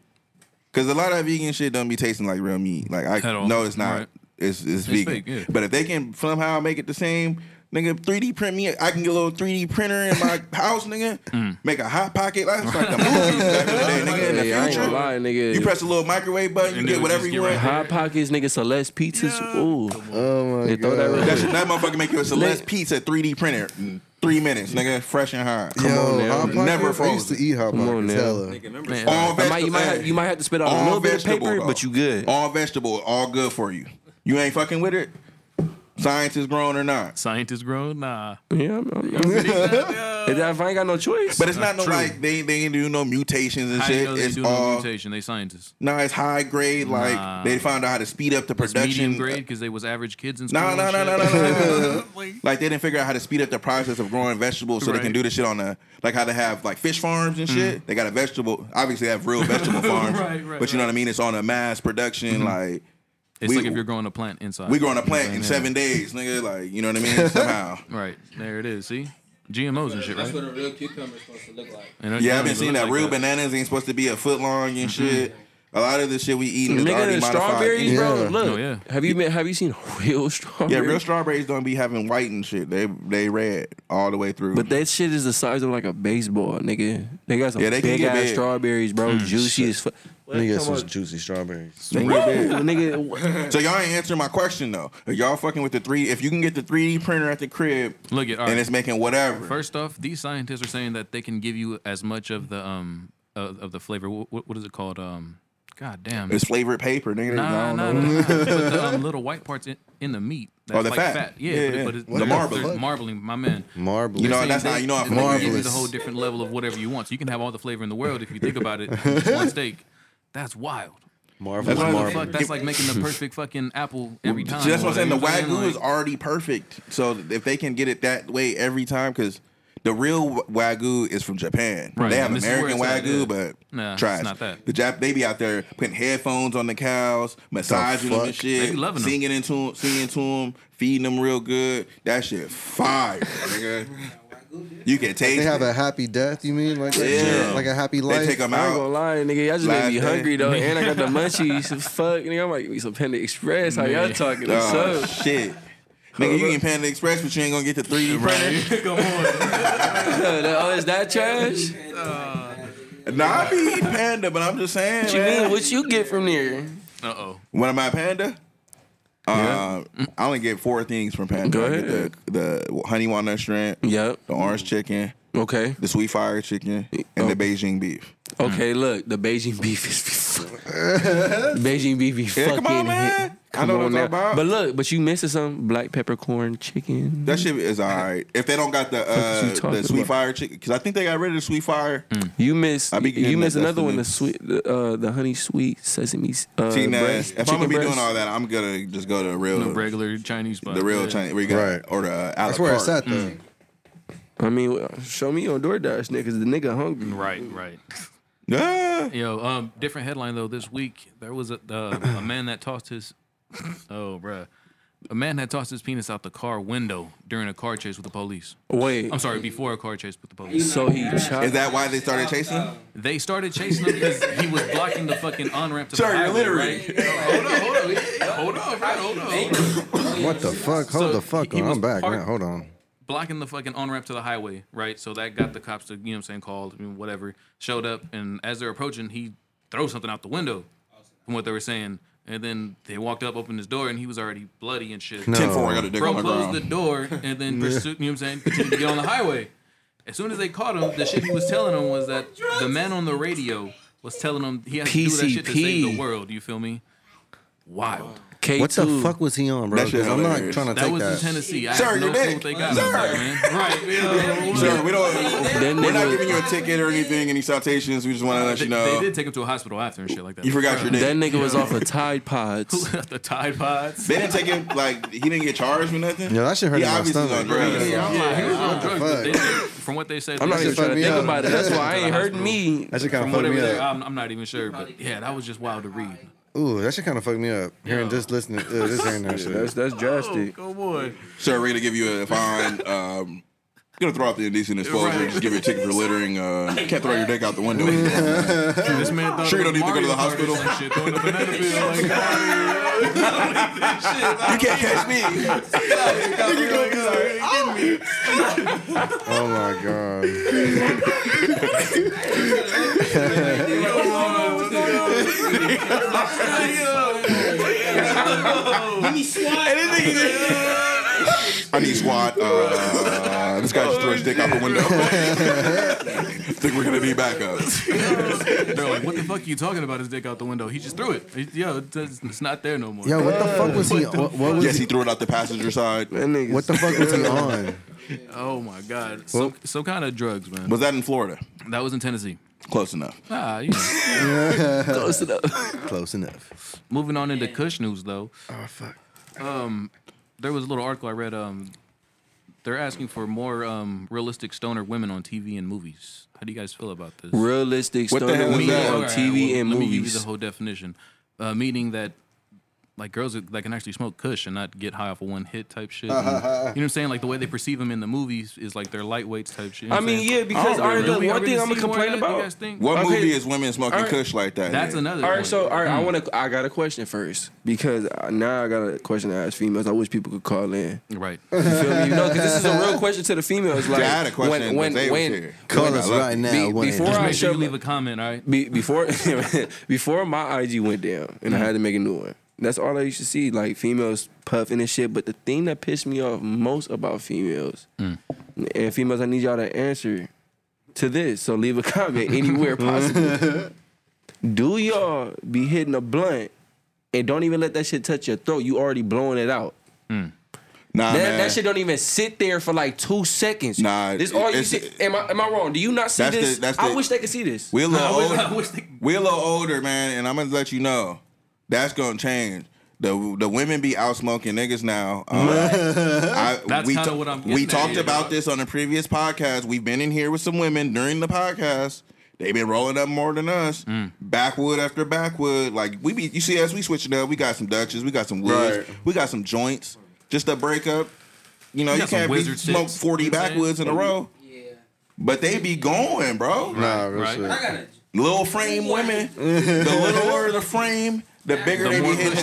S3: because a lot of that vegan shit don't be tasting like real meat. Like I
S5: At all.
S3: know it's not.
S5: Right.
S3: It's, it's vegan.
S5: fake, yeah.
S3: But if they can somehow make it the same, nigga, 3D print me. I can get a little 3D printer in
S5: <laughs>
S3: my house, nigga.
S5: Mm.
S3: Make a hot pocket. That's like the movies back in the day, nigga. In the
S6: Hey, I ain't
S3: future,
S6: gonna lie, nigga.
S3: you press a little microwave button, you
S5: And it
S3: get
S5: would
S3: whatever
S5: just
S3: you
S5: get
S3: want.
S5: right
S6: Hot Pockets, nigga, Celeste pizzas. Ooh.
S8: Oh my
S6: They throw that
S8: god.
S6: real-
S3: That, shit, that motherfucker make you a Celeste pizza 3D printer. in Three minutes, nigga. Fresh and hot.
S8: Yo,
S6: on now.
S8: hot pockets?
S3: Never
S8: I used to
S3: frozen.
S8: eat hot
S6: Come on
S8: pockets.
S6: now.
S8: Hella.
S5: Man,
S3: All
S6: I might- you, might
S3: vegetables.
S6: have, you might have to spit out a
S3: all
S6: little bit of
S3: vegetable,
S6: paper,
S3: though.
S6: but you good.
S3: All vegetable, all good for you. You ain't fucking with it. Science is grown or not.
S5: scientists grown. Nah.
S6: Yeah, I'm,
S3: <laughs>
S6: I'm, I'm if I ain't got no choice.
S3: But it's not no like they they ain't do no mutations and
S5: How you
S3: shit.
S5: know they
S3: It's uh,
S5: doing a
S3: all
S5: mutation? They scientists.
S3: nah, it's high grade. Like
S5: Nah.
S3: they found out how to speed up the production. uh,
S5: medium grade because they was average kids in school.
S3: No,
S5: and
S3: no, no,
S5: shit.
S3: no, no,
S5: <laughs>
S3: no.
S5: Like-
S3: Like they didn't figure out how to speed up the process of growing vegetables, so they can
S5: Right. Mm.
S3: do this shit on a like how to have like fish farms and shit. They got a vegetable. Obviously, they have real
S5: <laughs>
S3: vegetable farms,
S5: Right, right,
S3: but you know what
S5: right. Mm-hmm.
S3: I mean. It's on a mass production. Like
S5: It's
S3: We-
S5: like if you're growing a plant inside.
S3: we growing a plant
S5: Yeah,
S3: in
S5: yeah.
S3: seven days, nigga. Like you know what I mean. Somehow.
S5: Right there it is. See, GMOs and shit,
S7: That's
S5: right?
S7: what a real cucumber is supposed to look like.
S5: And it
S3: Yeah, I've been
S5: don't even
S3: seeing
S5: look
S3: that.
S5: like
S3: Real bananas ain't supposed to be a foot long and shit. A lot of the shit we eating is
S6: nigga,
S3: already
S6: the
S3: modified.
S6: strawberries, bro.
S8: Yeah.
S6: Look,
S5: Oh, yeah.
S6: have you been, have you seen <laughs> real strawberries?
S3: Yeah, real strawberries don't be having white and shit. They they red all the way through.
S6: But that shit is the size of like a baseball, nigga. They got some
S3: Yeah, they can
S6: big
S3: get
S6: ass
S3: big.
S6: strawberries, bro. Juicy as fuck.
S8: Nigga, some juicy strawberries.
S3: They get big.
S6: nigga,
S3: so y'all ain't answering my question though. If y'all fucking with the three, if you can get the three D printer at the crib
S5: that. Look at all
S3: and
S5: right.
S3: it's making whatever.
S5: First off, these scientists are saying that they can give you as much of the um of, of the flavor. What, what is it called? Um, God damn.
S3: it's flavored paper, nigga. I
S5: Nah,
S3: don't
S5: nah, nah,
S3: know. <laughs>
S5: nah. Put the um, little white parts in, in the meat. That's
S3: Oh, the
S5: like
S3: fat.
S5: Yeah,
S3: Yeah,
S5: but,
S3: yeah.
S5: it- but it's,
S3: The
S5: they're-
S3: marbling.
S5: they're marbling, my man.
S8: Marble.
S3: You know
S5: Saying
S3: that's
S5: they-
S3: how you know I'm
S5: they can give you
S3: marvelous.
S5: the whole different level of whatever you want. So you can have all the flavor in the world if you think
S3: <laughs>
S5: about it. in just one steak. That's wild.
S8: marvelous.
S3: That's what-
S8: marble.
S5: Fuck, that's like making the perfect fucking apple every time.
S3: See, that's what I'm saying. The
S5: You know
S3: wagyu
S5: Like,
S3: is already perfect. So if they can get it that way every time, because the real wagyu is from Japan.
S5: Right,
S3: They have
S5: and this is where
S3: American
S5: it's at,
S3: wagyu,
S5: yeah.
S3: but
S5: Nah,
S3: try
S5: it's
S3: it.
S5: not that.
S3: The Jap they be out there putting headphones on the cows, massaging them and
S8: fuck?
S3: shit,
S5: They be loving 'em.
S3: singing into 'em- singing to them, feeding them real good. That shit fire, nigga. You can taste.
S8: They have
S3: it.
S8: a happy death. You mean like that
S3: Yeah.
S8: shit? like a happy life?
S3: They take them
S6: I ain't gonna
S3: out.
S6: lie, nigga. Y'all just made
S3: Last
S6: me
S3: day.
S6: hungry though, and I
S3: <laughs>
S6: got the munchies. Fuck, nigga. I might give me some Panda Express. How y'all talking? What's
S3: Oh,
S6: up?
S3: shit. Nigga, you can Panda Express, but you ain't gonna get the 3D printer.
S5: <laughs> Come on.
S6: Oh, is that trash?
S3: Nah, I be eating Panda, but I'm just saying.
S6: What you
S3: man.
S6: mean? What you get from there?
S5: Uh oh.
S3: When I'm at Panda, uh, I only get four things from Panda.
S6: Go
S3: I get
S6: ahead.
S3: the, the honey walnut shrimp,
S6: Yep.
S3: the orange chicken,
S6: Okay.
S3: the sweet fire chicken, and
S6: Oh.
S3: the Beijing beef.
S6: Okay. Look, the Beijing beef
S3: <laughs>
S6: is. Beijing beef be
S3: Yeah,
S6: fucking.
S3: come on,
S6: Hit.
S3: man. I know what I'm
S6: now.
S3: talking about.
S6: But look, but you missing some black peppercorn chicken.
S3: that shit is all right. If they don't got the
S6: Fuck is you
S3: uh,
S6: talking
S3: the sweet
S6: about? Mm.
S3: fire chicken, because I think they got rid of the sweet fire.
S6: You miss.
S3: I be getting
S6: You miss
S3: that- that's the
S6: another one. The
S3: name.
S6: sweet, the, uh, the honey sweet sesame. Uh,
S3: See, now,
S6: breast,
S3: if I'm
S6: chicken
S3: gonna be
S6: breast.
S3: doing all that, I'm gonna just go to a real,
S5: The regular Chinese spot.
S3: the real
S5: yeah.
S3: Chinese, where you got,
S8: Right.
S3: or the uh,
S8: That's where it's at though.
S6: I mean, show me on DoorDash, nigga. 'cause The nigga hungry.
S5: Right, right.
S3: Yeah.
S5: Yo, um, different headline though. This week there was a uh, a man that tossed his oh bruh. A man had tossed his penis out the car window during a car chase with the police.
S6: Wait.
S5: I'm sorry, before a car chase with the police.
S6: So he chopped.
S3: Is that why they started chasing? him?
S5: They started chasing him because he was blocking the fucking on ramp to
S3: Sorry,
S5: the
S3: you're
S5: highway,
S3: literally-
S5: right? Hold on, hold on, yeah, hold on, bro, hold on.
S8: What the fuck? Hold
S5: So
S8: the fuck
S5: he- he
S8: on.
S5: was
S8: I'm back.
S5: parked-
S8: man. Hold on.
S5: Blocking the fucking on ramp to the highway, right? So that got the cops to you know what I'm saying called, I mean, whatever. Showed up and as they're approaching, he throws something out the window from what they were saying, and then they walked up, opened his door, and he was already bloody and shit.
S8: No.
S3: Ten four, I got a dick
S5: Bro
S3: on the
S5: closed
S3: ground.
S5: the door
S3: <laughs>
S5: and then pursued, you know what I'm saying, continued to get on the highway. As soon as they caught him, the shit he was telling him was that the man on the radio was telling him he has to do that shit to save
S6: PCP.
S5: the world. You feel me? Wild.
S6: K2.
S8: What the fuck was he on, bro?
S3: That shit
S8: 'Cause I'm not
S3: hilarious.
S8: trying to
S5: That
S8: take
S5: was in
S8: that.
S5: Tennessee. I
S3: Sir,
S5: have no
S3: your
S5: clue
S3: dick.
S5: what they got. on that,
S3: Sir.
S5: man. Right.
S3: <laughs>
S5: Yeah.
S3: Sir, we don't.
S6: That
S3: We're not
S6: nigga-
S3: giving you a ticket or anything, any citations. We just want to let
S5: They,
S3: you know
S5: they did take him to a hospital after and shit like that.
S3: you forgot your
S6: That
S3: name.
S6: nigga was off of Tide Pods.
S5: <laughs> the Tide Pods.
S3: They didn't take him like he didn't get charged or nothing.
S8: Yeah, that shit hurt
S3: He
S8: in my
S3: obviously was
S8: stomach.
S3: on drugs.
S8: Yeah.
S5: I'm like, he was on drugs, but
S8: fuck?
S5: they did- from what they said,
S6: I'm not
S5: they
S6: even
S8: shit fucked
S6: trying to
S8: me
S6: think
S8: up.
S6: about it. That's why I ain't hurting me.
S8: That shit kind
S5: from
S8: of fucked
S5: whatever
S8: me
S5: they,
S8: up.
S5: I'm, I'm not even sure, but yeah, that was just wild to read.
S8: Ooh, that shit kind of fucked me up. Hearing just listening, uh, just hearing
S3: <laughs>
S8: that shit.
S6: that's drastic.
S5: Go boy.
S3: Sir, we're gonna give you a fine. Um, gonna throw out the indecent exposure.
S5: Right.
S3: Just give you a ticket for littering. Uh, you can't throw your dick out the window. Sure,
S5: This man thought
S3: you
S5: it
S3: don't
S5: was
S3: need to go to the
S5: Mario Kart
S3: hospital.
S5: or some shit, throwing a banana peel, like,
S3: You can't catch me.
S8: Oh my god.
S3: I need SWAT. Uh, this guy just threw his dick out the window. <laughs> Think we're gonna need backup.
S5: They're like, what the fuck are you talking about? His dick out the window. He just threw it. He, yo, it's, it's not there no more.
S8: Yo, what the fuck was
S3: <laughs>
S8: he? What, what was
S3: Yes,
S8: he?
S3: he threw it out the passenger side.
S6: That nigga.
S8: What the fuck was
S3: <laughs>
S8: he on?
S5: Oh my god. So, so kind of drugs, man.
S3: Was that in Florida?
S5: That was in Tennessee.
S3: Close enough.
S5: Ah, you know.
S6: close it up?
S8: Close enough.
S5: Moving on into Kush news, though. Oh fuck. Um, there was a little article I read. Um, they're asking for more um realistic stoner women on TV and movies. How do you guys feel about this?
S6: Realistic
S3: What the
S6: stoner
S3: hell is
S6: women
S3: that?
S6: on
S5: Alright,
S6: TV
S5: well,
S6: and
S5: let me give you
S6: movies.
S5: the whole definition. Uh, meaning that like girls that that can actually smoke Kush and not get high off of one hit type
S6: <laughs>
S5: shit. And, you know what I'm saying? Like the way they perceive them in the movies is like they're lightweights type shit. You know
S6: I
S5: what I'm
S6: mean,
S5: saying?
S6: yeah, because all right,
S5: Do
S6: look,
S5: we
S6: one
S5: already
S6: thing I'm gonna
S5: see more of that, do
S6: complain
S5: you
S6: about.
S5: guys think?
S3: What
S6: Okay.
S3: movie is women smoking
S6: All right.
S3: Kush like that?
S5: That's
S3: in?
S5: another.
S6: All
S5: one.
S6: right, so all right,
S3: Mm.
S6: I want to. I got a question first because uh, now I got a question to ask females. I wish people could call in.
S5: right.
S6: You feel me? No, because this is
S3: <laughs>
S6: a real question to the females. Like,
S3: Yeah, I had a question.
S6: when, when, when,
S8: Call us right
S6: Be-
S8: now. one
S6: before
S5: Just
S6: I
S5: make sure
S6: show-
S5: you leave a comment. All right.
S6: Be, before <laughs> before my IG went down and I had to make a new one. That's all I used to see, like females puffing and shit. But the thing that pissed me off most about females
S3: Mm.
S6: and females, I need y'all to answer to this. So leave a
S3: <laughs>
S6: comment anywhere possible. Do y'all be hitting a blunt and don't even let that shit touch your throat? You already blowing it out.
S3: Nah,
S6: That,
S3: man.
S6: that shit don't even sit there for like two seconds.
S3: Nah,
S6: this all you
S3: it's-
S6: see. Am I am I wrong? Do you not see
S3: That's the-
S6: this?
S3: that's
S6: I
S3: the-
S6: wish they could see this.
S3: We're a little
S5: <laughs> I wish-
S3: older.
S5: I wish they-
S3: We're a little older, man, and I'm gonna let you know that's gonna change. The the women be out smoking niggas now. Um, I,
S5: That's
S3: we
S5: kinda
S3: ta-
S5: what I'm
S3: We
S5: getting at,
S3: talked
S5: yeah.
S3: about this on a previous podcast. We've been in here with some women during the podcast. They been rolling up more than us,
S5: Mm.
S3: backwood after backwood. Like we be, you see, as we switching up, we got some duchess, we got some woods, we got some joints. Just a breakup, you know,
S5: We
S3: you
S5: got some
S3: can't be
S5: wizard
S3: smoke
S5: sticks,
S3: forty
S5: you know what I'm saying?
S3: backwoods in a row. But they be going, bro.
S8: Nah, real
S5: right.
S8: shit.
S7: I got it.
S3: Little frame women, the littler the frame, the bigger they be hitting the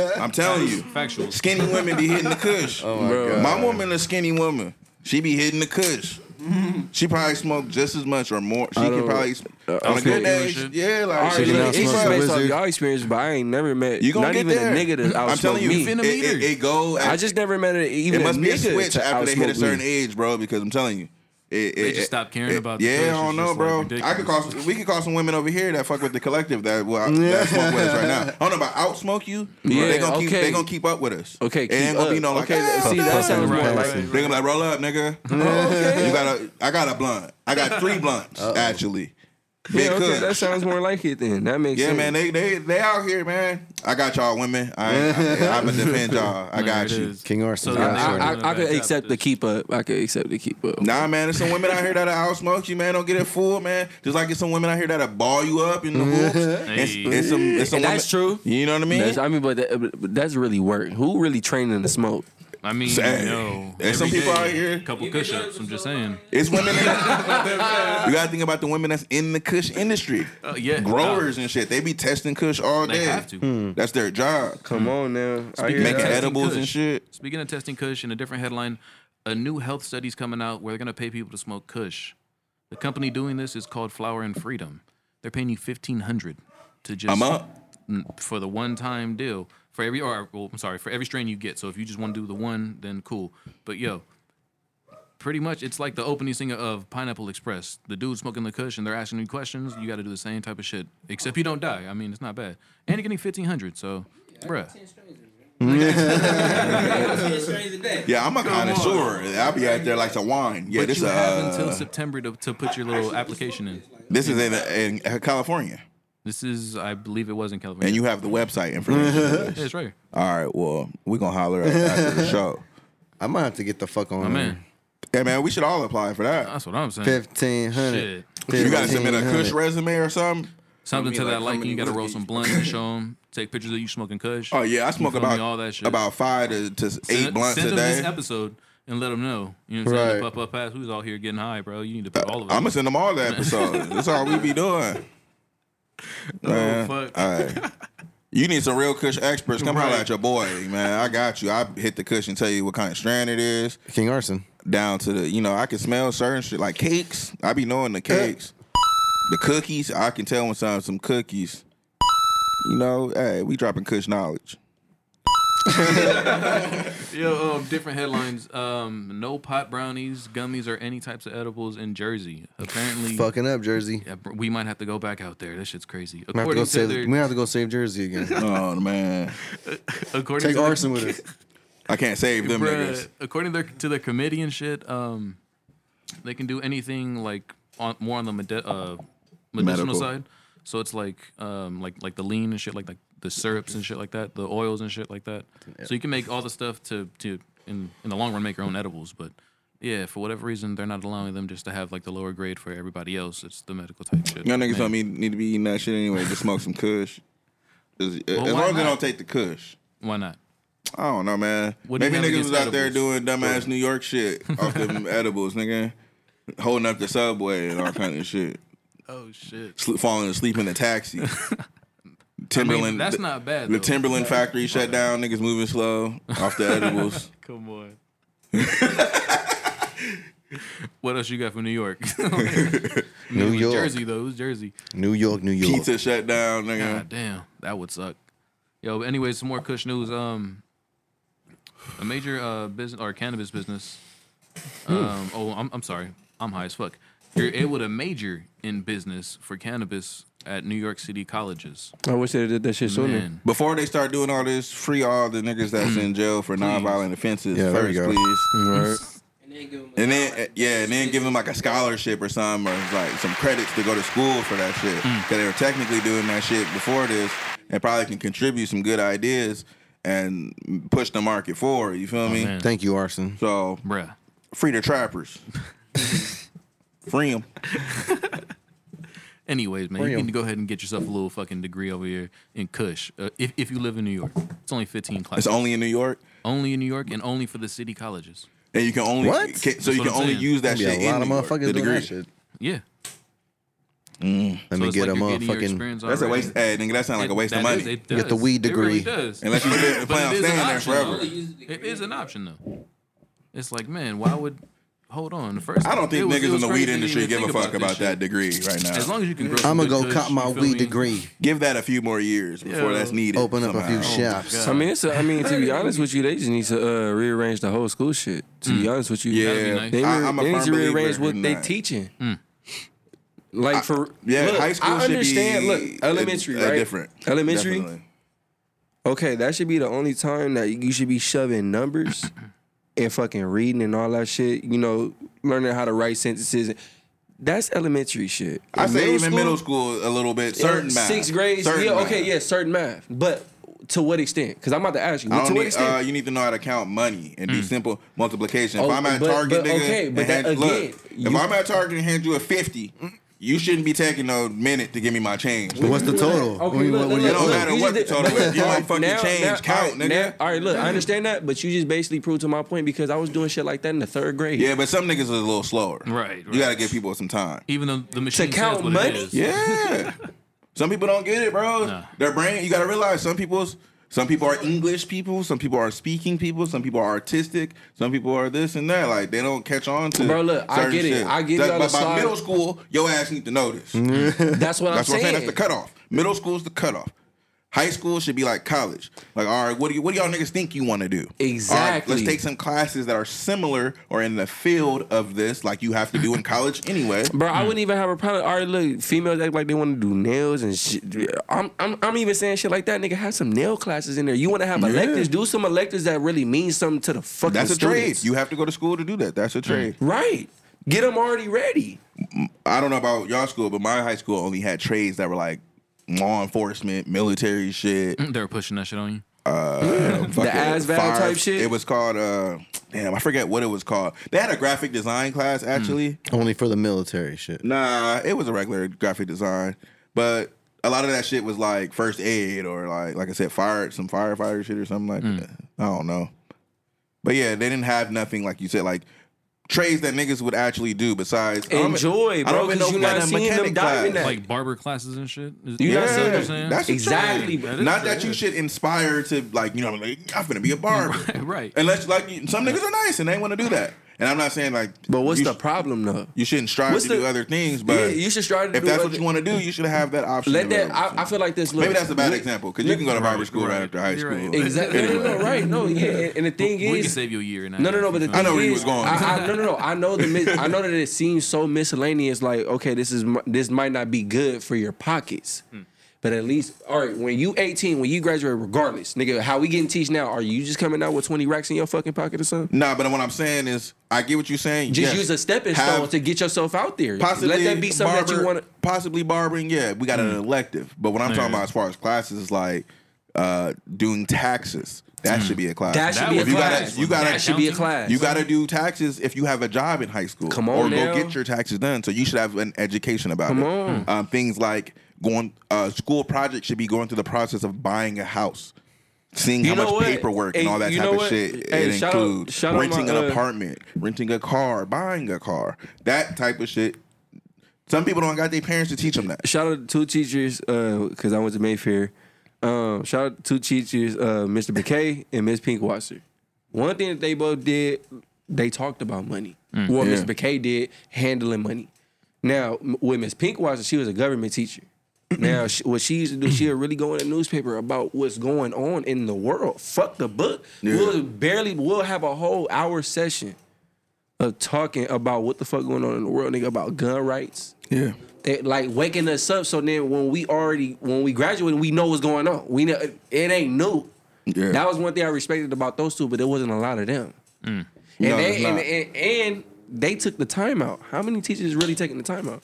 S3: cush. I'm telling you,
S5: Factual.
S3: skinny women be hitting the cush.
S8: my
S6: Bro.
S8: God.
S3: oh My woman a skinny woman. She be hitting the cush. She probably smoked just as much or more. She could
S6: don't-
S3: probably s- on
S6: I
S3: a good
S6: feel
S3: day.
S5: you,
S3: she-
S5: shit.
S3: Yeah, like
S6: All right,
S3: she
S8: can
S6: look,
S3: could-
S8: now
S6: it's
S3: she
S8: smoke a
S6: based
S3: probably-
S8: wizard.
S6: off y'all experience, but I ain't never met
S3: you gonna
S6: not
S3: get
S6: even
S3: there.
S6: a nigga that outsmoked
S3: I'm telling you,
S6: me.
S3: it,
S5: finna meet her.
S3: it, it go.
S6: I
S3: At,
S6: just never met a, even
S3: it must
S6: a
S3: be
S6: nigga
S3: a switch
S6: to
S3: after they hit a
S6: outsmoke
S3: certain
S6: me.
S3: age, bro. Because I'm telling you, it,
S5: They
S3: it-
S5: just stopped caring
S3: it-
S5: about the
S3: Yeah,
S5: push.
S3: I don't
S5: It's
S3: know,
S5: just,
S3: bro.
S5: like,
S3: I could call.
S5: ridiculous.
S3: Some, we could call some women over here that fuck with the collective that will
S6: <laughs>
S3: that smoke with us right now. I don't know about outsmoke you.
S6: Yeah,
S3: they gonna keep.
S6: okay.
S3: They gonna keep up with us.
S6: Okay,
S3: it
S6: keep
S3: ain't gonna be
S6: up.
S3: no like.
S6: Okay,
S3: "Ah,
S6: see, that sounds more
S5: Right,
S6: like
S5: right.
S3: They gonna be like, roll up,
S6: <laughs>
S3: nigga. You got a, I got a blunt. I got three blunts actually. Big
S6: Yeah, okay,
S3: Kush.
S6: that sounds more like it then. That makes
S3: Yeah,
S6: sense.
S3: man, they they they out here, man. I got y'all women. I
S6: <laughs>
S3: I, I'ma defend y'all. I got
S5: There it
S3: you.
S5: is.
S8: King Arson.
S5: So
S8: Yeah,
S5: then they
S6: I,
S5: were doing
S6: I, I
S5: a
S6: could
S5: bad
S6: accept
S5: job
S6: the
S5: with
S6: keep up. I could accept the keep up.
S3: Nah, man, there's some women out here that'll outsmoke you, man. Don't get it fooled, man. Just like it's some women out here that'll ball you up in
S5: Mm-hmm.
S3: the hoops. It's, it's some, it's some
S6: And that's
S3: women-
S6: true.
S3: You know what I mean?
S6: That's, I mean, but, that, but that's really work. Who really training to smoke?
S5: this. I mean,
S3: Sad.
S5: no.
S3: There's some
S5: Every
S3: people
S5: day,
S3: out here-
S5: Couple push ups. I'm just saying.
S3: It's women.
S5: <laughs>
S3: that- you gotta think about the women that's in the Kush industry,
S5: Uh, yeah.
S3: growers and shit. They be testing Kush all
S5: They
S3: day.
S5: have to.
S6: Hmm.
S3: That's their job.
S6: Come on now. I hear
S3: Making
S6: that.
S5: testing
S3: edibles
S5: Kush.
S3: and shit.
S5: Speaking of testing Kush, in a different headline, a new health study's coming out where they're gonna pay people to smoke Kush. The company doing this is called Flower and Freedom. They're paying you fifteen hundred to just
S3: I'm up.
S5: n- for the one time deal for every or well, I'm sorry for every strain you get. So if you just want to do the one, then cool. But yo, pretty much it's like the opening singer of Pineapple Express. The dude smoking the Kush and they're asking you questions. You got to do the same type of shit, except you don't die. I mean, it's not bad, and you're getting fifteen hundred. So, bruh.
S3: Yeah, I'm a connoisseur. I'll be out there like the wine. Yeah,
S5: but
S3: this
S5: you
S3: uh,
S5: have until September to, to put your little application in.
S3: this is in, in California,
S5: This is, I believe it was in California.
S3: and you have the website information.
S5: yeah, it's right here.
S3: All right, well, we gonna holler at after
S5: <laughs>
S3: the show.
S8: I might have to get the fuck on.
S5: My man,
S3: Hey man, we should all apply for that.
S5: that's what I'm saying.
S8: Fifteen hundred.
S5: Shit.
S3: You gotta submit a Kush resume or something.
S5: Something
S2: I
S5: to
S2: mean, like,
S5: that
S2: how
S5: like, and you
S2: many
S5: got to roll
S2: whiskeys?
S5: some blunt and show them. Take pictures of you smoking Kush.
S3: Oh yeah, I smoke
S5: feel me?
S3: about
S5: All that shit.
S3: about five to, to
S5: Send-
S3: eight blunts
S5: send
S3: a
S5: them
S3: day.
S5: this episode and let them know. You know what I'm saying?
S8: Right.
S5: Puff up pass. Who's all here getting high, bro? You need to put all of
S3: I'm gonna
S5: us.
S3: send them all the
S5: <laughs>
S3: episodes. That's all we be doing. Man,
S5: Oh, fuck.
S3: All
S5: <laughs>
S3: right. You need some real Kush experts. Come holler at your boy, man. I got you. I hit the Kush and tell you what kind of strand it is.
S8: King Arson.
S3: Down to the, you know, I can smell certain shit like cakes. I be knowing the cakes, the cookies. I can tell when some some cookies. You know, hey, we dropping Kush knowledge.
S5: Yo, um, different headlines. Um, no pot brownies, gummies, or any types of edibles in Jersey. Apparently,
S8: Fucking up, Jersey.
S5: Yeah, bro, we might have to go back out there. That shit's crazy.
S8: We have to
S5: According
S8: go
S5: to, their,
S8: save. We have to go save Jersey
S5: <laughs>
S8: again.
S3: Oh man,
S5: according
S8: Take
S5: to their-
S8: Arson with us.
S5: <laughs>
S3: I can't save them
S5: Bruh,
S3: niggas.
S5: according to their, to their committee and shit, um, they can do anything like on, more on the medi- uh, medicinal
S3: Medical.
S5: side. So it's like um, like like the lean and shit, like like the syrups and shit like that, the oils and shit like that. So you can make all the stuff to to in in the long run make your own edibles, but. Yeah, for whatever reason, they're not allowing them just to have like the lower grade for everybody else. It's the medical type shit.
S3: Y'all niggas
S5: Man.
S3: don't need, need to be eating that shit anyway. Just smoke some Kush. As, as
S5: why
S3: long as they
S5: not?
S3: don't take the Kush.
S5: Why not?
S3: I don't know, man.
S5: What do you
S3: Maybe
S5: have
S3: niggas was
S5: against
S3: out there
S5: edibles?
S3: doing dumbass New York shit off
S5: <laughs>
S3: them edibles, nigga. Holding up the subway and all kind of shit.
S5: Oh shit!
S3: Sl- falling asleep in the
S5: <laughs>
S3: taxi. Timberland.
S5: that's
S3: the,
S5: not bad,
S3: The
S5: though.
S3: Timberland factory shut down. Niggas moving slow off
S5: <laughs>
S3: the edibles.
S5: Come on. <laughs> what else you got from New York? <laughs>
S8: New York.
S5: Jersey though. It was Jersey.
S8: New York. New York.
S3: Pizza shut down,
S5: God
S3: nigga.
S5: damn, that would suck. Yo, but anyway, some more Kush news. Um, a major uh business or cannabis business. Um, oh, I'm I'm sorry, I'm high as fuck. You're able to major in business for cannabis at New York City colleges.
S6: I wish they did that shit sooner.
S5: Man,
S3: Before they start doing all this, free all the niggas
S5: Mm.
S3: that's in jail for nonviolent offenses
S8: Yeah, there we go.
S3: first, please.
S6: Right.
S3: And then, uh, yeah, and then give them like a scholarship or something, or like some credits to go to school for that shit.
S5: Mm.
S3: Because they were technically doing that shit before this, and probably can contribute some good ideas and push the market forward. You feel me?
S5: Oh, man.
S8: Thank you, Arson.
S3: So
S5: bruh.
S3: free the
S5: <laughs>
S3: trappers, free them.
S5: Anyways, man, you
S8: Real.
S5: need to go ahead and get yourself a little fucking degree over here in Kush. Uh, if, if you live in New York, it's only 15 classes.
S3: It's only in New York.
S5: only in New York and only for the city colleges.
S3: and you can only
S8: What?
S3: ca- so you
S5: what
S3: can
S5: I'm
S3: only
S5: saying.
S3: use that
S8: Be
S3: shit
S8: a lot
S3: in
S8: of
S3: New York,
S8: motherfuckers
S3: the
S8: doing
S3: degree.
S8: that shit.
S5: Yeah.
S8: Let
S5: So
S8: me
S5: it's
S8: get a
S5: like you're getting your
S8: motherfucking.
S5: experience
S3: That's a
S5: already.
S3: waste. Hey, nigga, that sounds like a
S5: It-
S3: waste of
S5: that
S3: money.
S5: is-
S8: Get
S5: it
S8: the
S5: does.
S8: weed degree.
S5: It really does.
S3: Unless you fit and
S5: But
S3: plan
S5: it
S3: on
S5: is an
S3: staying there
S5: option,
S3: forever.
S5: though. It is an option though. It's like, man, why would hold on? The first
S3: I don't
S5: it
S3: think
S5: was- it
S3: niggas in
S5: was
S3: the
S5: crazy
S3: weed
S5: to
S3: industry
S5: even
S3: give a
S5: think
S3: fuck
S5: this
S3: about
S5: shit.
S3: that degree right
S5: As
S3: now.
S5: long as you can grow.
S8: I'm
S5: some
S8: gonna
S5: good
S8: go
S5: kush,
S8: cop
S5: you
S8: my
S5: feel
S8: weed
S5: me?
S8: degree.
S3: Give that a few more years before
S5: Yo.
S3: that's needed.
S8: Open up a few
S3: somehow.
S8: shops.
S6: I mean, it's a, I mean, to be honest with you, they just need to uh, rearrange the whole school shit. To be honest with you,
S5: That'd be
S3: Mm. Yeah,
S5: nice.
S6: they,
S3: I-
S6: re-
S3: I'm a
S6: they need
S3: firm
S6: to
S3: believer
S6: rearrange what
S3: in
S6: they
S3: that. Mm.
S6: teaching. Like for
S3: Yeah,
S6: look,
S3: high school
S6: I
S3: should be
S6: understand. look,
S3: a-
S6: elementary,
S3: a
S6: right?
S3: different.
S6: elementary.
S3: Definitely.
S6: Okay, that should be the only time that you should be
S3: <clears throat>
S6: shoving numbers and fucking reading and all that shit. You know, learning how to write sentences. That's elementary shit.
S3: I
S6: In
S3: say even middle school a little bit. Certain
S6: yeah,
S3: math.
S6: sixth grade.
S3: Certain
S6: yeah,
S3: math.
S6: okay, yeah, certain math. But to what extent? Because I'm about to ask you.
S3: I
S6: to
S3: don't
S6: what
S3: need,
S6: extent? Mm.
S3: uh, you need to know how to count money and do simple multiplication. If
S6: Oh,
S3: I'm at
S6: but-
S3: Target,
S6: but
S3: nigga,
S6: okay, but
S3: and
S6: that
S3: hand-
S6: again,
S3: look, if
S6: you-
S3: I'm at Target and hand you a fifty, you shouldn't be taking a minute to give me my change.
S8: But what's the total?
S6: Okay,
S8: When-
S6: look,
S8: when-
S6: look,
S8: when-
S3: It don't
S6: look,
S3: matter
S6: Oh, you
S3: what
S6: just
S3: the
S6: did-
S3: total is. You
S6: all
S3: want
S6: right,
S3: fucking change,
S6: all right,
S3: count, nigga.
S6: now- all right, look, I understand that, but you just basically proved to my point because I was doing shit like that in the third grade.
S3: Yeah, but some niggas is a little slower.
S5: Right,
S3: You
S5: right.
S3: gotta give people some
S5: <laughs>
S3: time.
S5: Even though the machine
S6: count
S5: says what
S6: money?
S5: it is.
S3: Yeah. some people don't get it, bro.
S5: Nah.
S3: Their brain, you gotta realize some people's some people are English people, some people are speaking people, some people are artistic, some people are this and that. Like they don't catch on to
S6: Bro, look, I
S3: certain
S6: get it.
S3: shit.
S6: I get it on
S3: But by
S6: the side.
S3: middle school, your ass need to know this.
S6: <laughs> That's what
S3: That's
S6: I'm
S3: what I'm
S6: saying.
S3: saying. That's the cutoff. Middle school is the cutoff. High school should be like college. Like, all right, what do you, what do y'all niggas think you want to do? All right,
S6: Exactly.
S3: let's take some classes that are similar or in the field of this, like you have to do in college
S6: <laughs>
S3: anyway.
S6: Bro, I wouldn't even have a problem. All right, look, females act like they want to do nails and shit. I'm, I'm, I'm even saying shit like that. Nigga, have some nail classes in there. You want to have electives? Do some electives that really mean something to the fucking
S3: That's a trade.
S6: students. Mm.
S3: You have to go to school to do that. That's a trade.
S6: right. Get them already ready.
S3: I don't know about y'all school, but my high school only had trades that were like law enforcement, military shit,
S6: Mm.
S5: They were pushing that shit on you.
S3: fucking
S6: ASVAB
S3: fire-
S6: type shit?
S3: It was called uh damn, I forget what it was called. They had a graphic design class
S6: Mm.
S3: actually.
S8: Only for the military shit.
S3: Nah, it was a regular graphic design, but a lot of that shit was like first aid or like like I said, fire some firefighter shit or something like that. I don't know, but yeah, they didn't have nothing like you said like trades that niggas would actually do besides um, I don't-
S6: Enjoy,
S3: I
S6: bro,
S3: don't even
S6: 'cause
S3: know if
S6: you
S3: that
S6: not
S3: a
S6: seeing them
S3: mechanic class.
S6: diving that-
S5: Like barber classes and shit. Is-
S6: You
S5: yeah.
S6: not seeing what I'm
S3: Yeah,
S6: saying?
S3: that's a
S6: Exactly.
S3: trade.
S5: That is
S3: Not
S5: a
S3: that you
S5: trade.
S3: should inspire to like you know I'm like I'm finna be a barber,
S5: right.
S3: Unless like you- some niggas are nice and they want to do that, and I'm not saying like.
S6: But what's
S3: you
S6: the
S3: sh-
S6: problem though?
S3: You shouldn't strive
S6: what's
S3: to
S6: the-
S3: do other things, but
S6: Yeah, you should strive to
S3: if
S6: do
S3: that's
S6: other-
S3: what you want to do, you should have that option.
S6: Let that.
S3: available to you.
S6: I, I feel like this. Look,
S3: Maybe that's a bad
S6: look-
S3: example because you can go to barber school right,
S5: right,
S3: after high
S5: you're
S3: school.
S5: right.
S6: Exactly. No, no,
S3: Anyway.
S6: no, right. No, yeah. And, <laughs> and the thing
S5: We can
S6: is,
S5: save you a year. and a
S6: no, no,
S5: half,
S6: no. But the
S5: you
S6: thing
S3: know where
S6: is,
S3: you was going. <laughs>
S6: I, I, no, no, no. I know the. mis- I know that it seems so miscellaneous. Like, okay, this is m- this might not be good for your pockets. But at least, all right, when you 18, when you graduate, regardless, nigga, how we getting teach now? Are you just coming out with 20 racks in your fucking pocket or something?
S3: Nah, but what I'm saying is, I get what you're saying.
S6: Just
S3: Yes.
S6: use a stepping
S3: Have-
S6: stone to get yourself out there.
S3: Possibly
S6: Let that be something that you Mm.
S3: barber-
S6: want to.
S3: Possibly barbering, yeah. We got an elective. But what I'm talking about as far as classes is like uh, doing taxes. That should be a class.
S6: Mm. That should be
S3: If
S6: a
S3: you gotta-
S6: class.
S3: you gotta,
S6: That should be a
S5: Accounting?
S6: class.
S3: You got to do taxes if you have a job in high school.
S6: Come on
S3: or
S6: now.
S3: go get your taxes done. So you should have an education about
S6: Come
S3: it.
S6: on.
S3: Um, things like going uh, school project should be going through the process of buying a house. Seeing
S6: You
S3: how
S6: know
S3: much
S6: what?
S3: paperwork and
S6: Hey,
S3: all that
S6: you
S3: type
S6: know
S3: of
S6: what?
S3: shit
S6: Hey,
S3: it
S6: shout out-
S3: includes.
S6: shout out
S3: renting
S6: my,
S3: an
S6: uh,
S3: apartment, renting a car, buying a car, that type of shit. Some people don't got their parents to teach them that.
S6: shout out to two teachers because I went to Mayfair. Um, shout out to two teachers, uh, Mr. McKay and Ms. Pinkwasser. One thing that they both did, they talked about money. What
S3: Yeah.
S6: Mr. McKay did, handling money. Now, m- with Ms. Pinkwasser, she was a government teacher. Now, she, what she used to do, she would really go in the newspaper about what's going on in the world. Fuck the book. We'll barely, we'll have a whole hour session of talking about what the fuck going on in the world, nigga, about gun rights,
S3: Yeah.
S6: it, like waking us up. So then when we already when we graduated, we know what's going on. We know it ain't new.
S3: Yeah.
S6: That was one thing I respected about those two, but it wasn't a lot of them. And,
S3: No, it's
S6: they, and,
S3: not.
S6: and and they took the time out. How many teachers really taking the time out?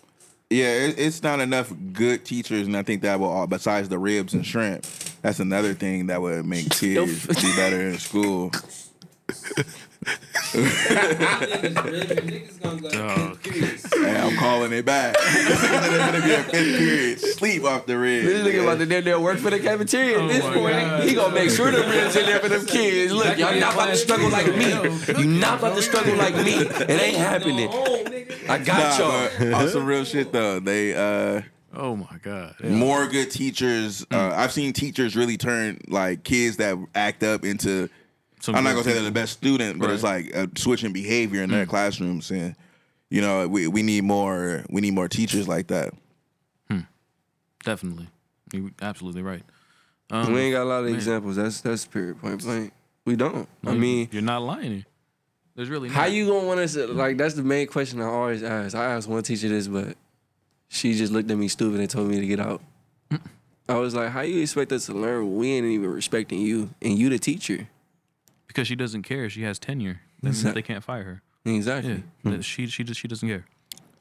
S3: Yeah, it, it's not enough good teachers, and I think that will all besides the ribs and shrimp. That's another thing that would make kids be better in school.
S7: Niggas gonna go
S5: Dog.
S3: Hey, I'm calling it back. <laughs> This nigga's gonna be a fifth period. Sleep off the
S6: This
S3: red.
S6: nigga about to damn near work for the cafeteria at this
S5: Oh my
S6: point.
S5: God.
S6: He gonna make sure the ribs in there for them kids. Look, y'all not about to struggle like me. You not about to struggle like me. It ain't happening.
S5: Oh,
S7: home, nigga.
S6: I got
S3: Nah,
S6: y'all.
S3: but on some real shit though. They uh
S5: Oh my god.
S3: more good teachers. Uh, I've seen teachers really turn like kids that act up into.
S5: Some
S3: I'm not
S5: good
S3: gonna say they're the best student, but it's like a switch in behavior in their classrooms, and you know we, we need more we need more teachers like that.
S5: Definitely. You're absolutely right.
S6: We ain't got a lot of examples. That's that's period point blank. We don't. I mean,
S5: you're not lying. here. There's really not.
S6: how you gonna want us like? That's the main question I always ask. I asked one teacher this, but she just looked at me stupid and told me to get out. I was like, how you expect us to learn? when We ain't even respecting you, and you the teacher.
S5: because she doesn't care. She has tenure. That means they can't fire her. Yeah,
S6: Exactly.
S5: That- she she just she doesn't care.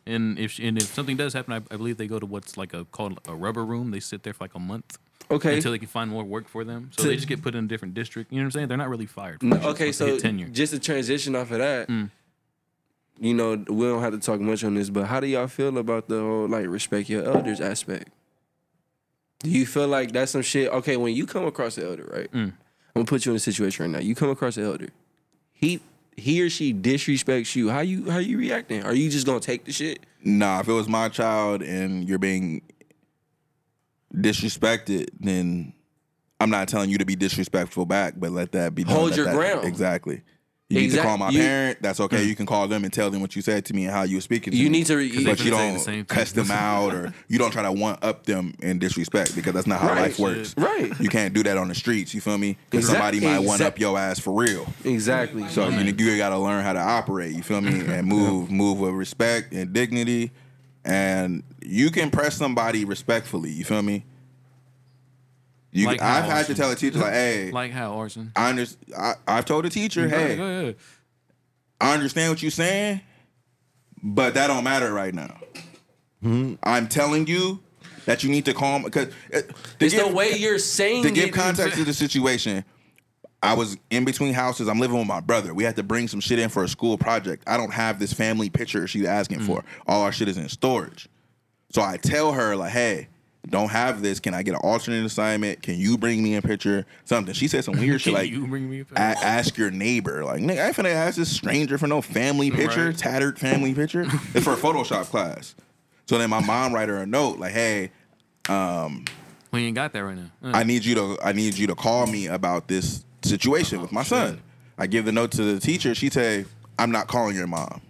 S5: And if she, and if something does happen, I, I believe they go to what's like a called a rubber room. They sit there for like a month
S6: Okay.
S5: until they can find more work for them. So they just get put in a different district. You know what I'm saying? They're not really fired.
S6: No,
S5: They're just
S6: okay,
S5: supposed to get
S6: so
S5: tenure.
S6: just to transition off of that, you know, we don't have to talk much on this, but how do y'all feel about the whole like respect your elders aspect? Do you feel like that's some shit? Okay, when you come across an elder, right? I'm gonna put you in a situation right now. You come across an elder, he he or she disrespects you. How you how you reacting? Are you just gonna take the shit?
S3: Nah, if it was my child and you're being disrespected, then I'm not telling you to be disrespectful back, but let that be. known
S6: Hold
S3: that
S6: your
S3: that-
S6: ground.
S3: Exactly. You need to
S6: Exact-
S3: call my
S6: you- Mm.
S3: parent. That's okay. You can call them and tell them what you said to me and how you were speaking. To
S6: You
S3: me.
S6: need to re- Because
S3: but
S5: they
S3: you
S5: finna say the
S3: don't
S5: same thing.
S3: cuss them out
S6: <laughs>
S3: or you don't try to one up them in disrespect because that's not how
S6: Right.
S3: life works.
S6: Right.
S3: You can't do that on the streets. You feel me? Because
S6: Exact-
S3: somebody might one up
S6: exact-
S3: your ass for real.
S6: <laughs> Exactly.
S3: So you, you gotta learn how to operate. You feel
S5: <laughs>
S3: me? And move, move with respect and dignity. And you can press somebody respectfully. You feel me? You,
S5: Like
S3: I've
S5: how-
S3: had to tell a teacher like, "Hey,
S5: like how Arson?
S3: I understand. I, I've told a teacher,
S5: Go
S3: hey,
S5: ahead.
S3: I understand what you're saying, but that don't matter right now.
S5: Hmm?
S3: I'm telling you that you need to calm because
S6: It's the way you're saying
S3: to give
S6: it.
S3: context to the situation, I was in between houses. I'm living with my brother. We had to bring some shit in for a school project. I don't have this family picture she's asking
S5: Mm.
S3: for. All our shit is in storage. So I tell her, like, hey, don't have this. Can I get an alternate assignment? Can you bring me a picture? Something. She said some
S5: <laughs>
S3: weird shit
S5: Can
S3: like,
S5: you bring me a picture?
S3: "A- ask your neighbor. Like, nigga, I ain't finna ask this stranger for no family picture,
S5: Right.
S3: tattered family
S5: <laughs>
S3: picture. it's for a Photoshop class. So then my mom write her a note, like, hey,
S5: We ain't got that right now. Uh,
S3: I need you to I need you to call me about this situation with my son. I give the note to the teacher. She say, I'm not calling your mom.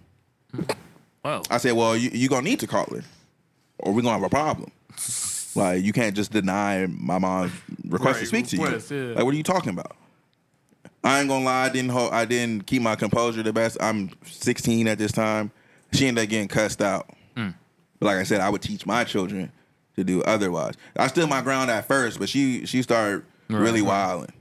S5: well,
S3: I say, well, you you gonna need to call her, or we're gonna have a problem. Like you can't just deny my mom's request to
S5: Right,
S3: speak to
S5: request,
S3: you.
S5: yeah.
S3: Like what are you talking about? I ain't gonna lie, I didn't hold, I didn't keep my composure the best. I'm 16 at this time. She ended up getting cussed out. But like I said, I would teach my children to do otherwise. I stood my ground at first, but she she started really wilding.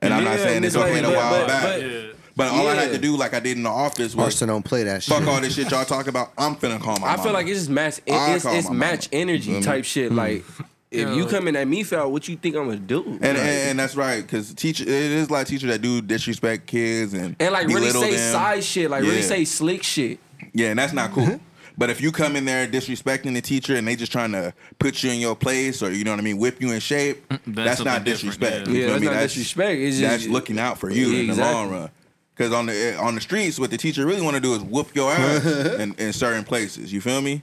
S3: And I'm not
S6: Yeah,
S3: saying
S6: and
S3: it's
S6: it's
S3: okay
S6: like,
S3: to
S6: but-
S3: wild
S6: but-
S3: back. But,
S5: yeah.
S3: all I had
S6: Yeah.
S3: to do, like I did in the office, was
S8: Arson don't play that shit.
S3: fuck all this shit y'all talk about. I'm finna call my
S6: I
S3: mama.
S6: feel like it's just match.
S3: I
S6: It's,
S3: call
S6: it's
S3: my
S6: match
S3: mama.
S6: energy type shit.
S3: Hmm.
S6: Like, if you
S5: Yeah.
S6: coming at me foul, what you think I'm gonna do?
S3: And,
S6: Like-
S3: and, and that's right, because teacher, it is like teachers that do disrespect kids and
S6: And like really
S3: belittle
S6: say
S3: them.
S6: side Mm-hmm. shit, like really
S3: Yeah.
S6: say slick shit.
S3: Yeah, and that's not cool. But if you come in there disrespecting the teacher and they just trying to put you in your place or you know what I mean, whip you in shape, that's, not
S5: Mm, something different,
S3: disrespect.
S5: yeah.
S3: You
S6: Yeah,
S3: feel
S6: that's
S3: me?
S6: not disrespect, it's just-
S3: that's looking out for you
S6: Yeah,
S3: in the
S6: exactly.
S3: long run. Because on the eh, on the streets, what the teacher really want to do is whoop your
S6: <laughs>
S3: ass in, in certain places. You feel me?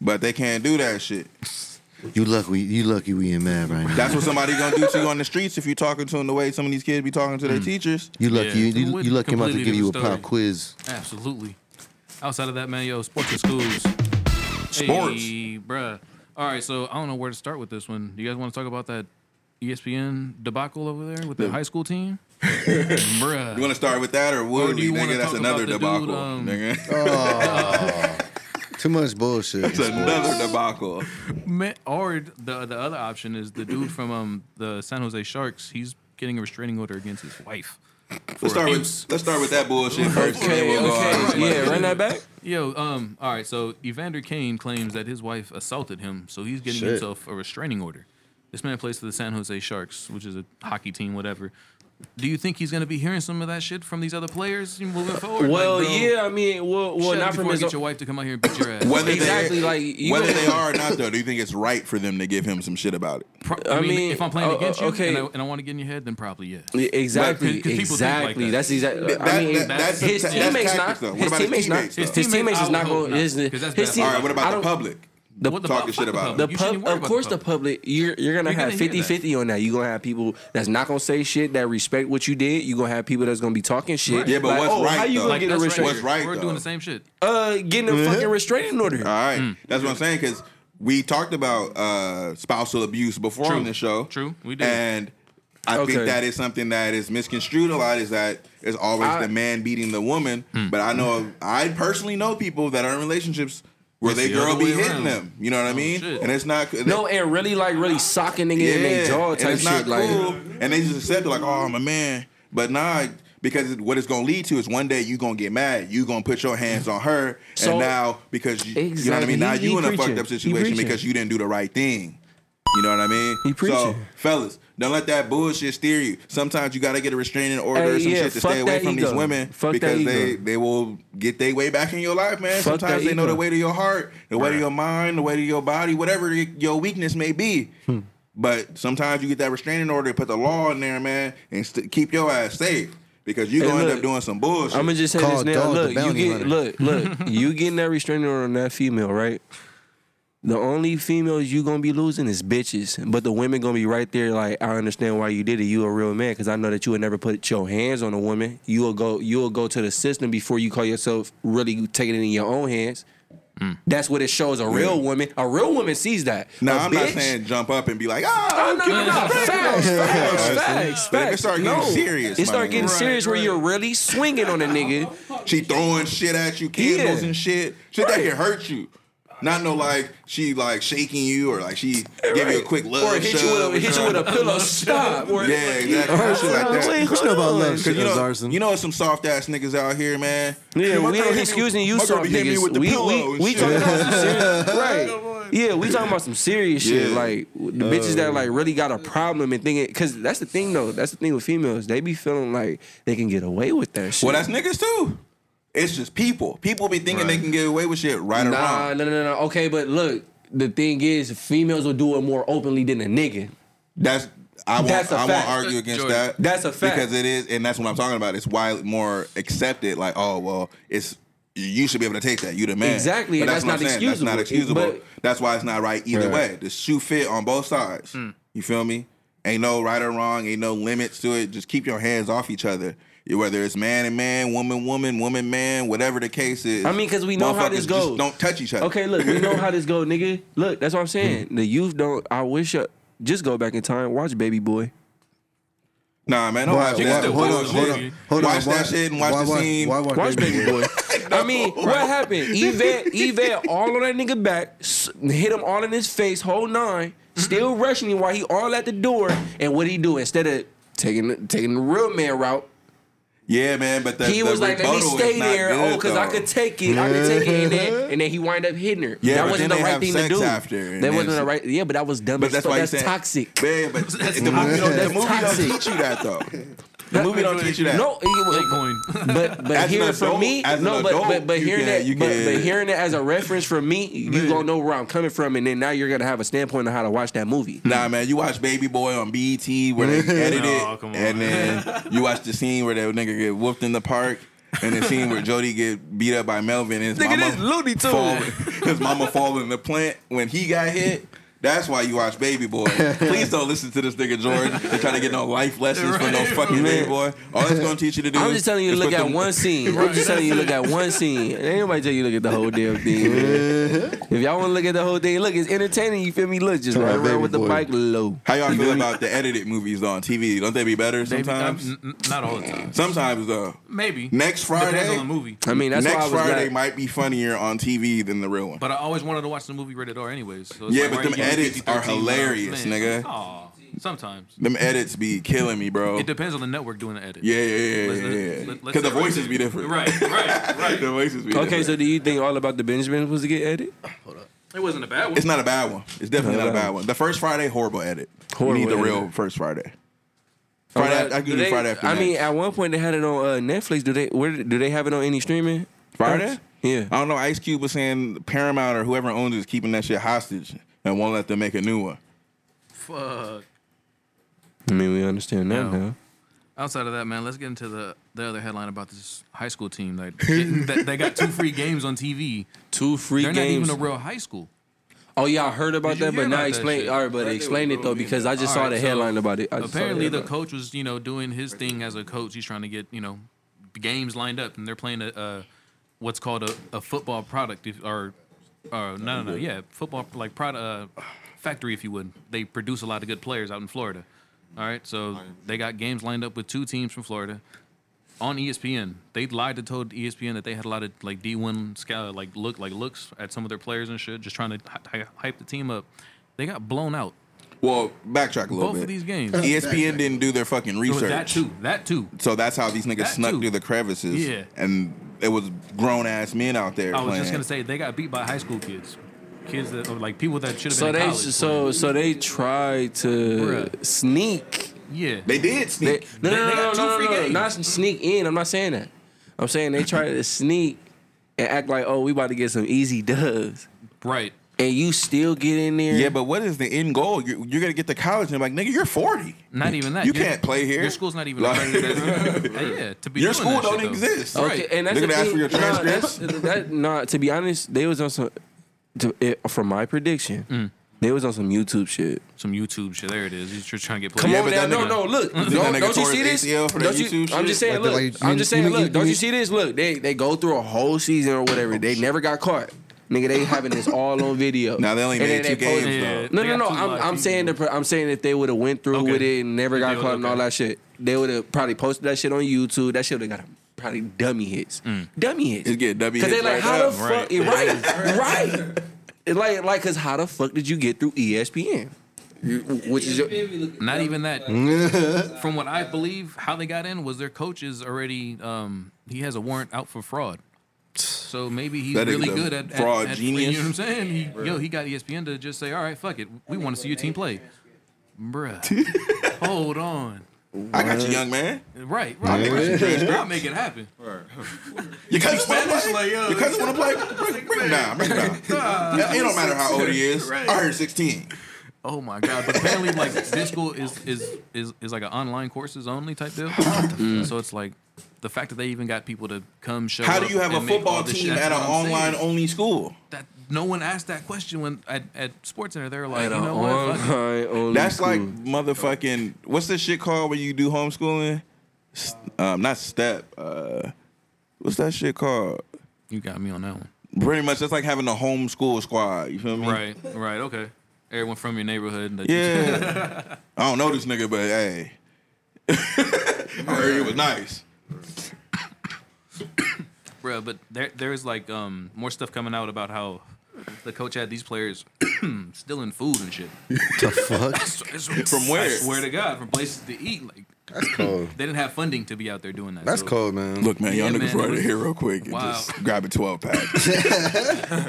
S3: But they can't do that shit.
S8: You lucky. You lucky we in mad right now.
S3: That's what somebody gonna do to you on the streets if you talking to them the way some of these kids be talking to their teachers.
S8: You lucky.
S5: Yeah,
S8: you,
S5: it's a
S8: you,
S5: win-
S8: you lucky. I'm about to
S5: completely
S8: give you a
S5: different
S8: pop
S5: story.
S8: quiz.
S5: Absolutely. Outside of that, man, yo, sports and schools.
S3: Sports.
S5: Hey, bruh. All right, so I don't know where to start with this one. Do you guys want to talk about that E ESPN debacle over there with the high school team?
S3: <laughs>
S5: bruh.
S3: You want to start with that or
S5: Or do
S3: Woodley,
S5: you wanna
S3: nigga? That's
S5: talk
S3: another
S5: about the
S3: debacle,
S5: dude, um,
S3: nigga.
S8: Too much bullshit.
S3: That's another debacle.
S5: Ma- or the the other option is the dude from um the San Jose Sharks. He's getting a restraining order against his wife.
S3: Let's start
S5: abuse.
S3: with let's start with that bullshit first. and then
S6: Okay,
S3: we'll go on to
S6: okay,
S3: somebody
S6: yeah,
S3: else.
S6: run that back.
S5: Yo, um, all right. So Evander Kane claims that his wife assaulted him, so he's getting himself a restraining order. This man plays for the San Jose Sharks, which is a hockey team, whatever. Do you think he's gonna be hearing some of that shit from these other players moving forward? Like,
S6: Well,
S5: bro,
S6: yeah, I mean, well, well,
S5: shut up
S6: not from
S5: before I
S6: his.
S5: get your
S6: Own,
S5: wife to come out here and beat your ass.
S3: Whether
S6: Exactly,
S3: they,
S6: like, you
S3: whether
S6: gonna-
S3: they are or not, though, do you think it's right for them to give him some shit about it?
S5: Pro-
S6: I
S5: I mean,
S6: mean,
S5: if I'm playing
S6: uh,
S5: against
S6: uh,
S5: you
S6: okay.
S5: and I, and I want to get in your head, then probably yeah.
S6: exactly,
S5: Like, 'cause- 'cause people think like
S6: exactly.
S5: that.
S6: That's exactly. I
S3: that-
S6: mean,
S3: that- that's-
S6: his
S3: that's
S6: teammates
S3: tactics,
S6: not.
S3: though. What
S6: His
S3: about his
S6: teammates not.
S3: teammates, though?
S6: His teammates
S5: I
S6: is not
S5: would hope
S6: going. His
S5: not, 'cause that's
S6: his
S5: bad.
S6: team.
S3: All right, what
S6: I
S3: about the
S6: don't-
S3: public?
S6: The
S5: What the
S3: talking
S5: fuck
S3: shit about
S6: The
S5: You shouldn't
S6: pub,
S5: worry
S6: of
S5: about
S6: course, the
S5: public.
S6: public. You're you're gonna
S5: You're gonna
S6: have
S5: hear
S6: 50
S5: that.
S6: 50 on that. You're gonna have people that's not gonna say shit that respect what you did. You're gonna have people that's gonna be talking shit.
S5: Right.
S3: Yeah, but
S6: Like,
S3: what's
S6: oh,
S3: right,
S6: How you
S3: though?
S6: gonna
S5: Like,
S6: get a
S5: that's
S6: restraint?
S3: What's right,
S5: We're
S3: though?
S5: doing the same shit.
S6: Uh, getting a fucking restraining order.
S3: All
S5: Mm.
S3: right, that's what I'm saying because we talked about uh, spousal abuse before
S5: True.
S3: on the show.
S5: True, we did.
S3: And I
S6: Okay.
S3: think that is something that is misconstrued a lot. Is that it's always
S6: I-
S3: the man beating the woman.
S5: Mm.
S3: But I know I personally know people that are in relationships where
S5: It's
S3: they
S5: the
S3: girl
S5: other
S3: be
S5: way
S3: hitting
S5: around.
S3: them. You know what I mean?
S5: Oh, shit.
S3: And it's not
S6: No, and really like really socking nigga in their jaw
S3: and
S6: type
S3: it's not
S6: shit. Like
S3: cool. and they just accept it like, oh, I'm a man. But nah, because it- what it's gonna lead to is one day you gonna get mad. You gonna put your hands on her,
S6: So-
S3: and now because you, you know what I
S6: Exactly.
S3: mean, now
S6: He-
S3: you
S6: he
S3: in a fucked
S6: preaching.
S3: up
S6: He
S3: situation
S6: preaching.
S3: because you didn't do the right thing. You know what I mean?
S6: He
S3: So,
S6: preaching.
S3: fellas, don't let that bullshit steer you. Sometimes you gotta get a restraining order or
S6: Hey,
S3: some
S6: yeah,
S3: shit to
S6: fuck
S3: stay away
S6: that
S3: from these
S6: ego.
S3: women
S6: Fuck that
S3: because they
S6: ego.
S3: they will get their way back in your life, man.
S6: Fuck
S3: Sometimes
S6: that
S3: they know the
S6: ego.
S3: way to your heart, the way to your mind, the way to your body, whatever your weakness may be. But sometimes you get that restraining order, put the law in there, man, and st- keep your ass safe because you
S6: Hey,
S3: gonna end
S6: look,
S3: up doing some bullshit.
S6: I'm gonna just say
S8: Call
S6: this now.
S8: dog the
S6: Look, you
S8: bounty
S6: get
S8: hunter.
S6: look, look, you getting that restraining order on that female, right? The only females you gonna be losing is bitches, but the women gonna be right there. Like I understand why you did it. You a real man, cause I know that you would never put your hands on a woman. You will go, you will go to the system before you call yourself really taking it in your own hands. That's what it shows. A real
S3: Yeah.
S6: woman, a real woman sees that.
S3: now
S6: A
S3: I'm not
S6: bitch-
S3: saying jump up and be like, ah,
S6: Oh, no, no, no. Facts, facts, facts,
S3: But if it
S6: facts.
S3: start getting
S6: no.
S3: serious,
S6: It
S3: my
S6: start
S3: nigga.
S6: getting
S3: Right,
S6: serious where you're really swinging on a nigga.
S3: she throwing shit at you, candles
S6: Yeah.
S3: and shit, shit that can hurt you. Not no like she like shaking you or like she give you a
S6: Right.
S3: quick love
S6: Or hit you with a, hit you
S3: <laughs>
S6: with a pillow. Stop. Or,
S3: yeah, exactly. Shit like that.
S6: Wait,
S8: What you know about
S6: hold on.
S8: love
S3: Cause
S8: shit,
S3: you know,
S8: Zarson?
S3: you know, some soft ass niggas out here, man.
S6: Yeah,
S3: My girl
S6: we
S3: hit
S6: ain't
S3: me-
S6: excusing you,
S3: my girl
S6: soft
S3: be hitting me
S6: niggas.
S3: with the
S6: we
S3: pillow
S6: we,
S3: and
S6: we
S3: shit.
S6: talking about <laughs> some serious, right? Yeah, we talking about some serious shit.
S3: Yeah. Um,
S6: Like the bitches that like really got a problem and thinking. Cause that's the thing though. That's the thing with females. They be feeling like they can get away with that shit.
S3: Well, that's niggas too. It's just people. People be thinking they can get away with shit right or
S6: Nah,
S3: wrong.
S6: no, no, no. Okay, but look, the thing is, females will do it more openly than a nigga.
S3: That's I won't.
S6: That's a
S3: I won't
S6: fact.
S3: argue against
S5: Jordan,
S3: that.
S6: that's a fact.
S3: because it is, and that's what I'm talking about. It's why more accepted. Like, oh well, it's you should be able to take that. You the man.
S6: Exactly,
S3: But
S6: and that's
S3: what I'm
S6: not
S3: saying. That's not
S6: excusable.
S3: excusable.
S6: It-
S3: that's why it's not right either
S6: Right.
S3: way. The shoe fit on both sides.
S8: Hmm.
S3: You feel me? Ain't no right or wrong. Ain't no limits to it. Just keep your hands off each other. Whether it's man and man, woman, woman, woman, man, whatever the case is.
S6: I mean, 'cause we know how
S3: Motherfuckers
S6: this
S3: Just
S6: goes.
S3: don't touch each other.
S6: <laughs> Okay, look, we know how this go, nigga. Look, that's what I'm saying. The youth don't. I wish. I, just go back in time. Watch Baby Boy.
S3: <laughs> Nah, man. Don't
S8: Why-
S3: watch
S8: why- Hold
S3: that.
S8: on,
S3: Watch
S8: hold
S3: that
S8: on,
S3: shit.
S8: hold on.
S3: Watch that shit and watch
S8: why,
S3: the
S8: why,
S3: scene.
S8: Why, why,
S6: Watch Baby Boy. I <laughs> mean, what happened? Yvette, Yvette, all on that nigga back, s- hit him all in his face, whole 9 still rushing him while he all at the door. And what he do instead of taking the- taking the real man route?
S3: Yeah, man. But the,
S6: He
S3: the
S6: was like, let me
S3: rebuttal is
S6: stay
S3: not
S6: there.
S3: good,
S6: Oh, because I
S3: though.
S6: could take it. I could take it. And <laughs> then, and then he wind up hitting her.
S3: Yeah,
S6: that
S3: but
S6: wasn't
S3: then
S6: the
S3: they
S6: right
S3: have
S6: thing to
S3: sex
S6: do.
S3: after, and
S6: that
S3: then
S6: wasn't
S3: it's-
S6: the right. Yeah, but that was dumb.
S3: But
S6: as
S3: that's
S6: fuck.
S3: why you
S6: that's
S3: said
S6: toxic.
S3: Man, but the movie,
S6: toxic.
S3: don't, the
S6: That's
S3: movie don't
S6: toxic.
S3: teach you that
S6: <laughs>
S3: though. The movie don't teach you that.
S6: No, it-
S3: <laughs>
S5: Bitcoin.
S6: but but
S3: As an
S6: hearing
S3: adult-
S6: from me,
S3: as an
S6: no, but
S3: adult,
S6: but, but
S3: you
S6: hearing
S3: can- you
S6: that, but,
S3: can-
S6: but hearing it as a reference from me, you gonna know where I'm coming from, and then now you're gonna have a standpoint on how to watch that movie.
S3: Nah, man, you watch Baby Boy on BET where they
S5: <laughs>
S3: edit
S5: No,
S3: it,
S5: come on.
S3: and
S5: <laughs>
S3: then you watch the scene where that nigga get whooped in the park, and the scene where Jody get beat up by Melvin and his mama
S6: Looney
S3: fall, <laughs> his mama fall in the plant when he got hit. That's why you watch Baby Boy. Please don't listen to this nigga George and try to get no life lessons from no fucking Baby Boy. All that's gonna teach you to do.
S6: I'm
S3: is-
S6: just telling you to
S3: is
S6: look
S3: put
S6: at
S3: the- <laughs>
S6: one scene. I'm just telling you to look at one scene. Ain't nobody tell you to look at the whole damn thing. man.
S3: Mm-hmm.
S6: If y'all want to look at the whole thing, look, it's entertaining. You feel me? Look, just
S8: Try
S6: run
S8: Baby
S6: around with the
S8: Boy.
S6: bike low.
S3: How y'all feel about the edited movies on TV? Don't they be better
S5: They-
S3: sometimes?
S5: I'm- n- Not all the time.
S3: Sometimes though.
S5: Maybe
S3: Next
S5: depends
S3: Friday?
S5: on the movie.
S6: I mean, that's why I
S3: Next
S6: was
S3: Friday
S6: glad.
S3: might be funnier on TV than the real one.
S5: But I always wanted to watch the movie rated R anyways. So it's
S3: Yeah,
S5: like,
S3: but
S5: why
S3: them
S5: you giving
S3: edits
S5: PG-13
S3: are
S5: love?
S3: hilarious,
S5: Man,
S3: nigga.
S5: aw, sometimes
S3: Them edits be killing me, bro.
S5: it depends on the network doing the edit.
S3: yeah, yeah, yeah,
S5: Let's-
S3: yeah, yeah.
S5: let- let's
S3: Because the
S5: separate
S3: voices
S5: it.
S3: be different.
S5: Right, right,
S3: <laughs>
S5: right.
S3: the voices be
S6: Okay,
S3: different.
S6: so do you think all about the Benjamins was to get edited?
S5: It wasn't a bad one.
S3: it's not a bad one. It's definitely not a bad one. The first Friday, horrible edit.
S6: Horrible
S3: you need the
S6: edit.
S3: real first Friday. Friday,
S6: Or,
S3: after- I can do,
S6: they-
S3: Friday after.
S6: I
S3: next.
S6: mean, at one point they had it on uh, Netflix. Do they? Where do they have it on any streaming?
S3: Friday.
S6: Yeah.
S3: I don't know. Ice Cube was saying Paramount or whoever owns it is keeping that shit hostage and won't let them make a new one.
S5: Fuck.
S6: I mean, we understand that
S5: No.
S6: now.
S5: Outside of that, man, let's get into the the other headline about this high school
S3: <laughs>
S5: team like, getting- that they got two free games on TV.
S6: Two free
S5: They're
S6: games.
S5: not even a real high school.
S6: oh yeah, I heard about
S5: Did you
S6: that,
S5: hear
S6: but now
S5: about that
S6: explain.
S5: shit?
S6: All right, but explain it though because I just saw
S5: Alright,
S6: the
S5: so
S6: headline about it. I just saw
S5: apparently, the
S6: headline.
S5: coach was you know doing his thing as a coach. He's trying to get you know games lined up, and they're playing a, a what's called a, a football product, if, or or no, no, no, yeah, football like product uh, factory, if you would. They produce a lot of good players out in Florida. All right, so they got games lined up with two teams from Florida on E ESPN. They lied to told E ESPN that they had a lot of like D1 scout like look like looks at some of their players and shit, just trying to hy- hy- hype the team up. They got blown out
S3: Well, backtrack a little
S5: both
S3: bit.
S5: of these games.
S3: ESPN didn't do their fucking
S5: It
S3: research.
S5: was Oh, that too. That too.
S3: So that's how these niggas
S5: That
S3: snuck
S5: too.
S3: through the crevices.
S5: Yeah.
S3: And it was grown ass men out there.
S5: I was
S3: playing.
S5: just gonna say they got beat by high school kids, kids that or, like people that should have
S6: So
S5: been in
S6: they
S5: college.
S6: so so they tried to
S5: Bruh.
S6: sneak.
S5: yeah,
S3: They did
S6: They,
S3: sneak.
S6: no,
S5: They-
S6: no,
S5: they
S6: no, no,
S5: got two
S6: no,
S5: free
S6: no, no,
S5: games.
S6: not sneak in. I'm not saying that. I'm saying they tried to sneak and act like, oh, we about to get some easy dubs,
S5: right.
S6: and you still get in there.
S3: yeah, but what is the end goal? You're, you're gonna get to college and like, nigga, you're 40.
S5: Not even that.
S3: You
S5: Your-
S3: can't play here.
S5: Your school's not even.
S3: Like- <laughs>
S5: accredited as- Uh, yeah, to be
S3: Your
S5: doing
S3: school
S5: that shit,
S3: don't
S5: though.
S3: exist.
S6: Okay, and that's
S3: They're gonna
S6: the
S3: ask
S6: thing.
S3: for your
S6: Nah, that's-
S3: transcripts?
S6: that, nah, to be honest, they was on some. To, it, from my prediction,
S3: Mm.
S6: they was on some YouTube shit.
S5: Some YouTube shit. There it is. You're just trying to get
S6: Come
S5: played.
S3: Yeah,
S6: on
S3: but
S6: now,
S3: that
S6: no,
S3: nigga-
S6: no, look,
S3: Think
S6: don't,
S3: that nigga
S6: don't you
S3: tore
S6: see
S3: his
S6: this?
S3: ACL for that
S6: Don't you,
S3: YouTube
S6: I'm
S3: shit?
S6: just saying,
S8: Like,
S6: look,
S8: like,
S6: I'm
S8: you-
S6: just
S8: you
S6: saying,
S8: mean-
S6: look,
S8: you
S6: don't you
S8: mean-
S6: see this? Look, they they go through a whole season or whatever, they
S3: Oh,
S6: never got caught. Nigga, they having this all
S3: <laughs>
S6: on video.
S3: Now they only
S6: And
S3: made
S6: then
S3: two
S6: they post-
S3: games
S5: Yeah.
S3: though.
S6: No,
S5: They got
S6: no, no.
S5: two
S6: I'm,
S5: live
S6: I'm saying
S5: feeds.
S6: that I'm saying if they would have went through
S5: Okay.
S6: with it and never got
S5: They
S6: caught and all
S5: would've-
S6: that shit, they would have probably posted that shit on YouTube. That shit would have got probably dummy hits,
S3: Mm.
S6: dummy hits.
S3: Just get W
S6: Cause they
S3: hits
S6: like
S3: right
S6: how the
S3: up.
S6: fuck
S3: <laughs>
S6: right right. It Like, like, cause how the fuck did you get through E ESPN? You- Which is your,
S5: Not even that.
S3: <laughs>
S5: From what I believe, how they got in was their coach is already. Um, he has a warrant out for fraud. So maybe he's
S3: That nigga's
S5: really
S3: a
S5: good at, at-
S3: fraud
S5: at-
S3: genius.
S5: You know what I'm saying? He, yo, he got E ESPN to just say, "All right, fuck it, we want to see your team play." Bruh,
S3: <laughs>
S5: hold on.
S3: I got you, young man.
S5: Right, right. I'll make it happen.
S3: Your cousin wanna
S5: Spanish,
S3: play?
S5: like, yo,
S3: Your cousin wanna play? Bring, bring him down. Bring him down. It don't matter how old he is. I heard 16.
S5: Oh my god! But apparently, like this school is is is is like an online courses only type deal. so it's like the fact that they even got people to come show.
S3: How do
S5: up
S3: you have a
S5: and make all
S3: football
S5: this
S3: team
S5: shit-
S3: at an
S5: that's what I'm saying.
S3: online only school?
S5: that no one asked that question when at, at Sports Center. They're like,
S6: At
S5: you
S6: an
S5: know what? fuck it.
S6: online only
S3: That's
S6: school.
S3: like motherfucking. What's this shit called when you do homeschooling? S- Um, not step. Uh, what's that shit called?
S5: You got me on that one.
S3: Pretty much, that's like having a homeschool squad. You feel me?
S5: Right, right, okay. Everyone from your neighborhood. That
S3: Yeah. I don't know this nigga, but hey, <laughs> I heard it was nice.
S5: <laughs> Bruh, but there there is like um more stuff coming out about how the coach had these players <clears throat> stealing food and <laughs> shit.
S8: The fuck?
S3: From where?
S5: I swear to God, from places to eat. Like
S8: That's cold.
S5: they didn't have funding to be out there doing that.
S8: That's
S5: so-
S8: cold, man.
S3: Look, man, y'all
S5: Yeah,
S3: niggas
S5: man.
S3: right here real quick and
S5: Wow.
S3: just grab a 12
S5: <laughs>
S3: pack.
S5: Yeah.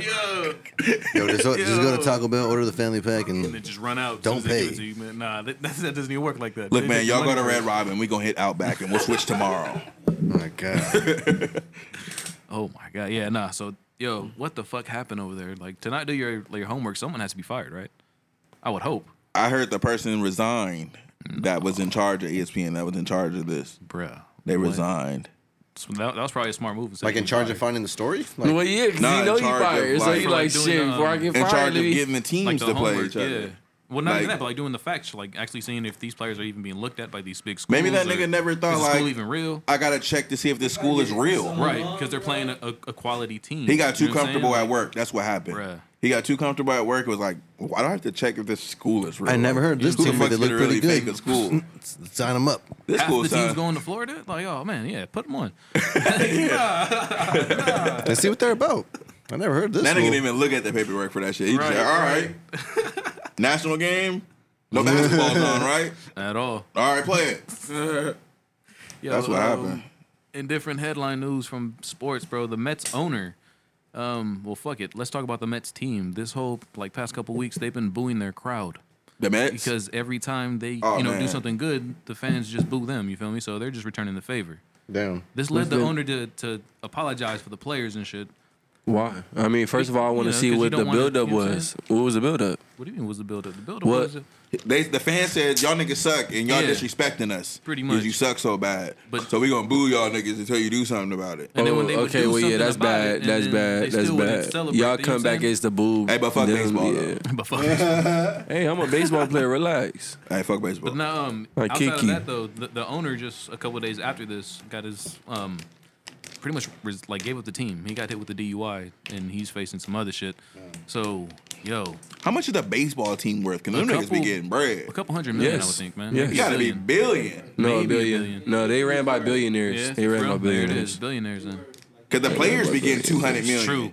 S8: Yo, just, just go to Taco Bell, order the family pack,
S5: They
S8: and
S5: just run out. as
S8: Don't
S5: soon as they give
S8: pay.
S5: it to you, man. Nah, that, <laughs> that, that doesn't even work like that.
S3: Look,
S5: They
S3: man,
S5: make
S3: y'all go
S5: money
S3: to
S5: for
S3: Red
S5: it.
S3: Robin. We gonna hit Outback and we'll switch tomorrow.
S8: oh my god,
S5: Oh my god, yeah, nah. So yo,
S3: Hmm.
S5: what the fuck happened over there? Like to not do your your homework, someone has to be fired, right? I would hope,
S3: I heard the person resigned that was in charge of E ESPN. That was in charge of this.
S5: bruh.
S3: They
S5: What?
S3: resigned.
S5: So that, that was probably a smart move.
S8: like in charge of finding the story. Like,
S6: well, yeah, because
S3: Nah,
S6: you know
S3: in
S6: you
S3: charge of,
S6: fired, so
S3: like-
S6: you like
S5: Doing,
S6: shit
S5: um,
S6: before I get
S3: in
S6: fired.
S3: charge
S6: let
S3: of
S6: me-
S3: getting the teams
S5: like the
S3: to play
S5: homework,
S3: each other.
S5: yeah. Well, not
S3: Like-
S5: even that, but like doing the facts, like actually seeing if these players are even being looked at by these big schools.
S3: Maybe that
S5: or
S3: nigga never thought,
S5: is the
S3: like-
S5: school even real,
S3: I gotta check to see if this school is real.
S5: right? Because they're playing a, a, a quality team.
S3: He got
S5: You
S3: too
S5: know what I'm
S3: comfortable
S5: saying?
S3: at work. That's what happened.
S5: Bruh.
S3: He got too comfortable at work. It was like, why do I have to check if this school is real?
S8: I never heard of this
S3: Who the
S8: team, but
S3: fuck's
S8: they look
S3: gonna
S8: pretty
S3: really fake
S8: good.
S3: a
S8: <laughs>
S3: school?
S8: sign them up.
S3: This
S5: Half
S3: school
S5: the team's
S3: sound-
S5: going to Florida. Like, oh man, yeah, put them on.
S8: Let's see what they're about. I never heard of this.
S3: That nigga
S8: school.
S3: didn't even look at the paperwork for that shit. He just
S5: Right,
S3: said, all right.
S5: <laughs>
S3: National game. No basketball's on, right?
S5: At all.
S3: All right, play it.
S5: Yo,
S3: That's what
S5: um,
S3: happened.
S5: in different headline news from sports, bro, the Mets owner. Um, well, fuck it. Let's talk about the Mets team. This whole like past couple weeks, they've been booing their crowd.
S3: The Mets.
S5: because every time they
S3: Oh,
S5: you know do
S3: man.
S5: something good, the fans just boo them. You feel me? So they're just returning the favor.
S8: Damn.
S5: This led the owner to, to apologize for the players and shit.
S6: Why? I mean, first of all, I want
S5: You
S6: to
S5: know,
S6: see
S5: 'cause you
S6: what the
S5: don't wanna-
S6: buildup
S5: you know what I'm
S6: was. What was the buildup?
S5: What do you mean was the buildup? The buildup
S6: What?
S5: was a,
S3: They the fans said y'all niggas suck and y'all
S5: Yeah.
S3: disrespecting us.
S5: Pretty
S3: 'cause
S5: much.
S3: you suck so bad.
S5: But-
S3: so we gonna boo y'all niggas until you do something about it.
S5: And then when they would
S6: Oh, okay,
S5: do
S6: well, yeah,
S5: something
S6: that's
S5: about it,
S6: bad.
S5: and
S6: That's
S5: then they
S6: bad. That's
S5: still wouldn't
S6: bad.
S5: celebrate,
S6: Y'all
S5: you know
S6: come
S5: what I'm
S6: back
S5: saying?
S6: against the boo.
S3: Hey, but fuck
S6: Them-
S3: baseball,
S6: yeah.
S5: <laughs>
S3: <laughs>
S5: but fuck.
S6: Hey, I'm a baseball player. Relax.
S3: Hey, fuck baseball.
S5: But now, um,
S6: Like
S5: outside of
S6: Kiki.
S5: that though, the, the owner just a couple of days after this got his um, pretty much res- like gave up the team. He got hit with the DUI and he's facing some other shit. So, yo,
S3: How much is the baseball team worth? Cause
S5: A
S3: them niggas be
S5: couple-
S3: getting bread.
S5: a couple hundred million, I would
S6: Yes.
S5: think, man.
S6: Yes.
S5: Maybe
S3: You
S5: a
S3: gotta be
S5: billion.
S3: billion.
S6: No,
S5: Maybe
S6: a
S5: a
S6: billion.
S5: billion.
S6: No, they ran by billionaires.
S5: Yeah,
S6: they ran
S5: for
S6: by
S5: real. There it
S6: billionaires.
S5: is, billionaires. Then.
S3: Cause the players be getting
S6: It's
S3: two hundred million.
S5: True,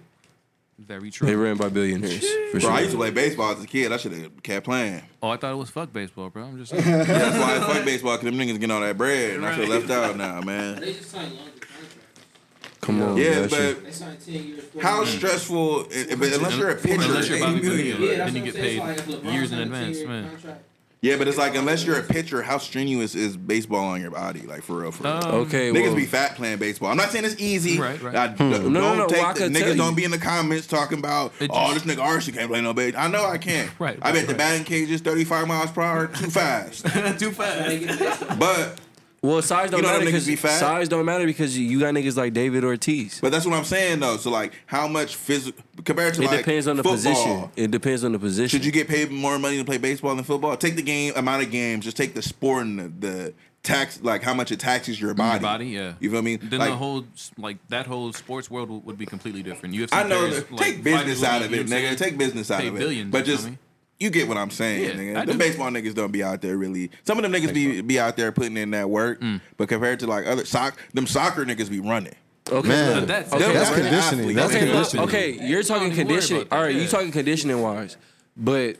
S5: very true.
S6: They ran by billionaires. For
S3: Bro, I used
S6: sure.
S3: to play baseball as a kid. I should have kept playing.
S5: oh, I thought it was fuck baseball,
S3: <laughs>
S5: bro. I'm just
S3: That's why I
S5: <laughs>
S3: fuck baseball. Cause them niggas getting all that bread, and I should have left out now, man.
S7: They just signed longer contracts.
S6: Come on.
S3: Yeah,
S6: that shit.
S3: but
S7: They signed ten years.
S3: how stressful? i- i- but unless you're a pitcher,
S5: unless you're Bobby Bonilla,
S7: Yeah, that's
S5: then you get
S7: what I'm saying.
S5: paid
S7: It's like LeBron
S5: years in
S7: signed a
S5: advance,
S7: 10-year
S5: man.
S7: contract.
S3: yeah, but it's like unless you're a pitcher, how strenuous is baseball on your body? Like for real, for real.
S5: Um,
S6: okay.
S3: Niggas
S6: well,
S3: be fat playing baseball. I'm not saying it's easy.
S5: Right, right.
S3: I, Don't
S6: Hmm. No, no, no,
S3: take
S6: well, I
S3: the,
S6: could tell
S3: niggas
S6: you.
S3: don't be in the comments talking about,
S5: It
S3: oh,
S5: just-
S3: this nigga Arson can't play no baseball. I know I can't.
S5: Right,
S3: I bet the
S5: right.
S3: batting cage is 35 miles per hour too fast.
S5: <laughs> Too fast.
S3: but
S6: Well, size don't
S3: know them niggas
S6: matter because
S3: be fat?
S6: size don't matter because you- you got niggas like David Ortiz.
S3: but that's what I'm saying though. So like, how much physical compared to
S6: It
S3: like
S6: depends on the
S3: football,
S6: position. It depends on the position.
S3: Should you get paid more money to play baseball than football? Take the game amount of games. Just take the sport and the, the tax, like how much it taxes your body.
S5: Your body, yeah.
S3: You feel me?
S5: Then
S3: Like-
S5: the whole like that whole sports world would, would be completely different. UFC
S3: I know.
S5: players,
S3: That,
S5: like,
S3: take business
S5: fighters
S3: out
S5: would
S3: of
S5: be,
S3: it,
S5: you know what I'm
S3: nigga.
S5: saying?
S3: Take business out
S5: Pay
S3: of it.
S5: billions,
S3: but
S5: you feel
S3: just.
S5: me?
S3: You get what I'm saying,
S5: Yeah, I
S3: nigga. The
S5: do.
S3: baseball niggas don't be out there really. Some of them niggas be, be out there putting in that work,
S5: Mm.
S3: but compared to like other soc, them soccer niggas be running.
S6: okay.
S8: Man,
S5: But that's-
S6: okay,
S8: that's
S3: okay.
S8: conditioning. That's
S6: okay, but-
S8: conditioning.
S6: okay, you're talking
S5: even worry
S6: conditioning.
S5: about that,
S6: All right, you
S5: yeah.
S6: talking conditioning wise, but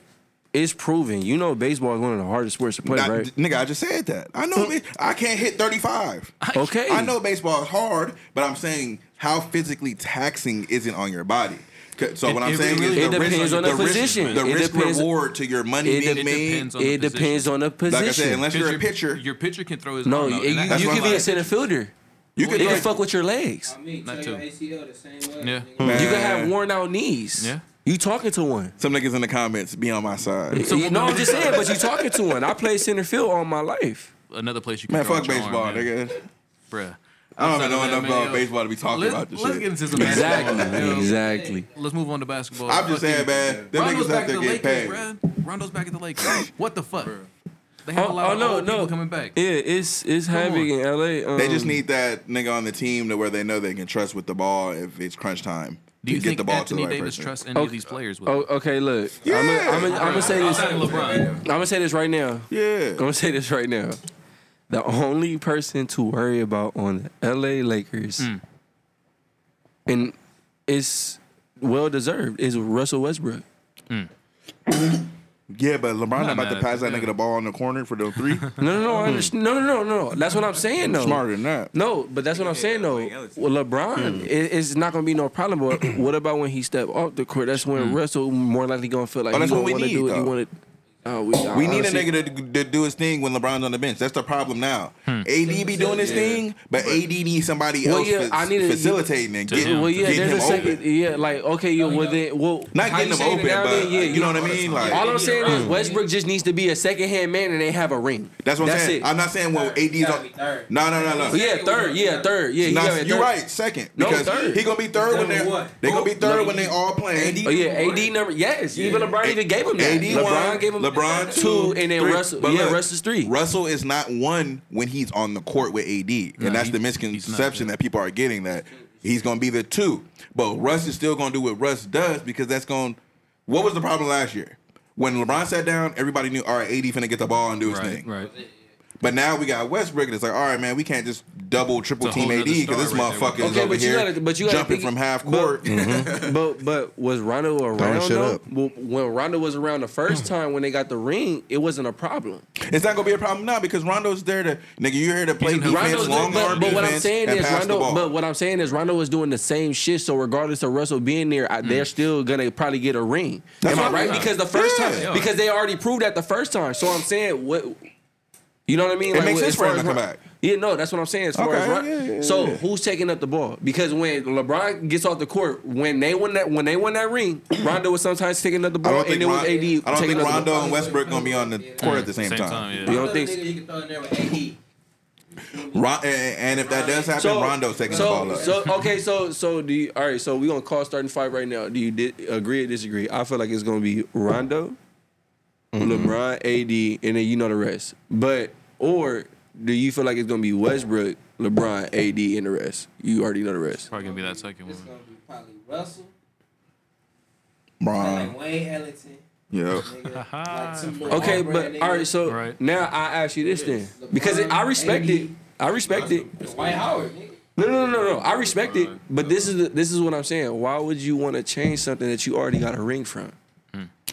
S6: it's proven. You know, baseball is one of the hardest sports to play,
S3: I-
S6: right?
S3: Nigga, I just said that. I know. man, I can't hit 35.
S6: Okay,
S3: I know baseball is hard, but I'm saying how physically taxing is it on your body? 'Cause- So what I'm
S5: it
S3: saying
S5: really
S3: is the
S6: depends
S3: risk,
S6: on the
S3: risk-
S6: position.
S3: the
S6: It
S3: risk
S6: depends-
S3: reward to your money
S6: it
S3: being
S6: dep-
S3: made.
S5: depends on the
S6: It depends
S5: position.
S6: on the position.
S3: like I said, unless you're a pitcher,
S5: Your pitcher can throw his
S6: no,
S5: arm out,
S6: you,
S5: and
S6: you,
S5: that-
S3: that's
S6: you
S3: what
S6: can be
S3: I'm
S6: a center fielder.
S3: you
S6: It
S3: could
S6: can
S3: like,
S6: fuck with your legs.
S7: I mean,
S5: Not
S7: tell your
S5: too.
S7: ACL the same way.
S5: Yeah.
S7: nigga.
S6: You
S3: Man.
S6: can have worn out knees.
S5: Yeah.
S6: You talking to one.
S3: some niggas in the comments be on my side.
S5: So
S6: You-
S5: what
S6: no,
S5: we-
S6: I'm just saying, but you talking to one. I played center field all my life.
S5: another place you can
S3: Man,
S5: throw
S3: fuck
S5: out your
S3: baseball,
S5: arm, man.
S3: nigga.
S5: Bruh.
S3: I don't
S5: Outside
S3: even know
S5: of that,
S3: enough
S5: man,
S3: about
S5: yo,
S3: baseball to be talking
S5: let's,
S3: about this
S5: let's
S3: shit.
S5: get into some
S6: <laughs>
S5: basketball. yo.
S6: exactly.
S5: Let's move on to basketball.
S3: I'm just saying,
S5: Fucking-
S3: man, them
S5: Rondo's
S3: niggas
S5: back
S3: have
S5: at the
S3: to get paid.
S5: Lakers, bruh. Rondo's back at the Lakers. What the fuck? They have a
S6: Oh,
S5: lot
S6: oh,
S5: of
S6: no,
S5: old
S6: no.
S5: people coming back.
S6: Yeah, it's it's havoc
S5: on.
S6: in LA. Um,
S3: They just need that nigga on the team to where they know they can trust with the ball if it's crunch time.
S5: Do you
S3: to get
S5: think
S3: the ball to
S5: Anthony
S3: the right
S5: Davis
S3: person.
S5: trusts any of these players? With
S6: Oh,
S5: him?
S6: okay. Look,
S3: Yeah.
S6: I'm gonna I'm gonna say this.
S5: Outside of LeBron.
S6: I'm gonna say this right now. I'm
S3: Yeah.
S6: gonna say this right now. The only person to worry about on the LA Lakers,
S5: Hmm.
S6: and it's well deserved, is Russell Westbrook.
S3: Yeah, but LeBron not about
S5: mad
S3: to
S5: at
S3: pass that
S5: that.
S3: nigga the ball in the corner for the <laughs> three.
S6: No, no, no, I
S5: Hmm.
S6: understand. No, no, no, no. That's what I'm saying though.
S3: Smarter than that.
S6: No, but that's what I'm saying though. Well, LeBron, it, it's not gonna be no problem. But what about when he step off the court? That's when Russell more likely gonna feel like
S3: Oh, that's
S6: he
S3: what
S6: gonna
S3: we
S6: want to
S3: need,
S6: do what he
S3: though.
S6: want to. Oh, we,
S3: We need a
S6: honestly-
S3: nigga to, to do his thing when LeBron's on the bench. That's the problem now. AD be doing his thing, but AD needs somebody
S6: Hmm. Well,
S3: else
S6: yeah,
S3: fa-
S6: I need a-
S3: facilitating and get,
S6: Well, yeah,
S3: getting
S6: there's
S3: him
S6: a second.
S3: open.
S6: Yeah, like okay, yeah, well then, well,
S3: Not
S6: how
S3: getting
S6: you
S3: him
S6: saying
S3: open,
S6: it now,
S3: but
S6: then, yeah,
S3: you know what I mean? Like,
S6: All I'm saying is Westbrook just needs to be a second hand man and they have a ring.
S3: that's what I'm saying.
S6: It.
S3: I'm not saying well, AD's
S7: Gotta
S3: on.
S7: be third.
S3: No, no, no, no.
S6: yeah, third. Yeah, third. Yeah, he
S3: Nah,
S6: got it
S3: you're
S6: third.
S3: right. Second,
S6: No,
S3: because
S6: third.
S3: he gonna be third when
S7: Number
S3: they're
S7: what?
S3: they gonna be third
S7: Number
S3: when they all playing.
S6: Oh yeah, AD number yes. Even LeBron
S3: A-
S6: even gave him that.
S3: AD
S6: LeBron
S3: one,
S6: gave him
S3: LeBron
S6: two, and then
S3: three.
S6: Russell.
S3: But
S6: yeah,
S3: look,
S6: Russell's three.
S3: Russell is not one when he's on the court with AD, and that's
S5: he-
S3: the
S5: he's not, yeah.
S3: misconception that people are getting that he's going to be the two. But Russ is still going to do what Russ does because that's going. What was the problem last year when LeBron sat down? Everybody knew all right, AD finna get the ball and do his
S5: Right,
S3: thing.
S5: right.
S3: But now we got Westbrook, and it's like, all right, man, we can't just double, triple
S5: It's a
S3: team
S5: whole
S3: AD
S5: nother
S3: because
S5: story Mm-hmm.
S3: this
S5: right
S3: motherfucker
S5: there.
S3: is
S6: Okay,
S3: over
S6: but you
S3: here
S6: gotta- but you gotta
S3: jumping
S6: think-
S3: from half
S6: but-
S3: court.
S6: <laughs> But but was Rondo around?
S8: shit
S6: though?
S8: up.
S6: Well, When Rondo was around the first time when they got the ring, it wasn't a problem.
S3: It's not gonna be a problem now because Rondo's there to nigga. You're here to play
S5: in help.
S3: defense,
S5: Rondo's
S3: long
S5: there,
S3: arm
S6: but, but what I'm
S3: defense,
S6: saying
S3: and
S6: is
S3: pass the
S6: Rondo. But
S3: ball.
S6: what I'm saying is Rondo was doing the same shit. So regardless of Russell being there, I, they're still gonna probably get a ring.
S3: Mm. That's
S6: Am I
S3: what I'm
S6: right?
S3: saying.
S6: Because the first
S3: Yeah.
S6: time,
S5: Yeah.
S6: because they already proved that the first time. So I'm saying what. You know what I mean?
S3: It makes
S6: what-
S3: sense
S6: as
S3: for him
S6: far
S3: to
S6: as
S3: come
S6: Ron-
S3: back.
S6: Yeah, no, that's what I'm saying. As far
S3: Okay,
S6: as Ron-
S3: yeah, yeah, yeah,
S6: so
S3: yeah.
S6: who's taking up the ball? Because when LeBron gets off the court, when they won that, when they won that ring, Rondo was sometimes taking up the
S3: I
S6: ball,
S3: don't
S6: and
S3: think,
S6: it was
S3: Ron-
S6: AD taking
S3: I don't think
S6: up the
S3: Rondo
S6: ball.
S3: and Westbrook gonna be on the court at the same, time.
S6: You
S5: yeah.
S6: don't think?
S7: Nigga, you can throw in there with AD.
S3: Ron- and, and if that does happen, Rondo's taking
S6: so,
S3: the ball up.
S6: So okay, so so do you, all right. So we gonna call starting five right now. Do you di- agree or disagree? I feel like it's gonna be Rondo,
S3: Mm-hmm.
S6: LeBron, AD, and then you know the rest. But or do you feel like it's gonna be Westbrook, LeBron, AD, and the rest? You already know the rest.
S5: Probably gonna be that second one.
S7: It's gonna be probably Russell,
S3: Ron,
S7: like Wayne Ellington,
S3: yeah.
S7: nigga. like
S5: Ah,
S7: some little
S6: Okay,
S7: Auburn
S6: but
S7: nigga,
S6: all right. So
S5: Right.
S6: now I ask you this then, because it, I respect it. I respect it.
S7: Dwight Howard, nigga.
S6: No, no, no, no, no. I respect it, but this is the, this is what I'm saying. Why would you want to change something that you already got a ring from?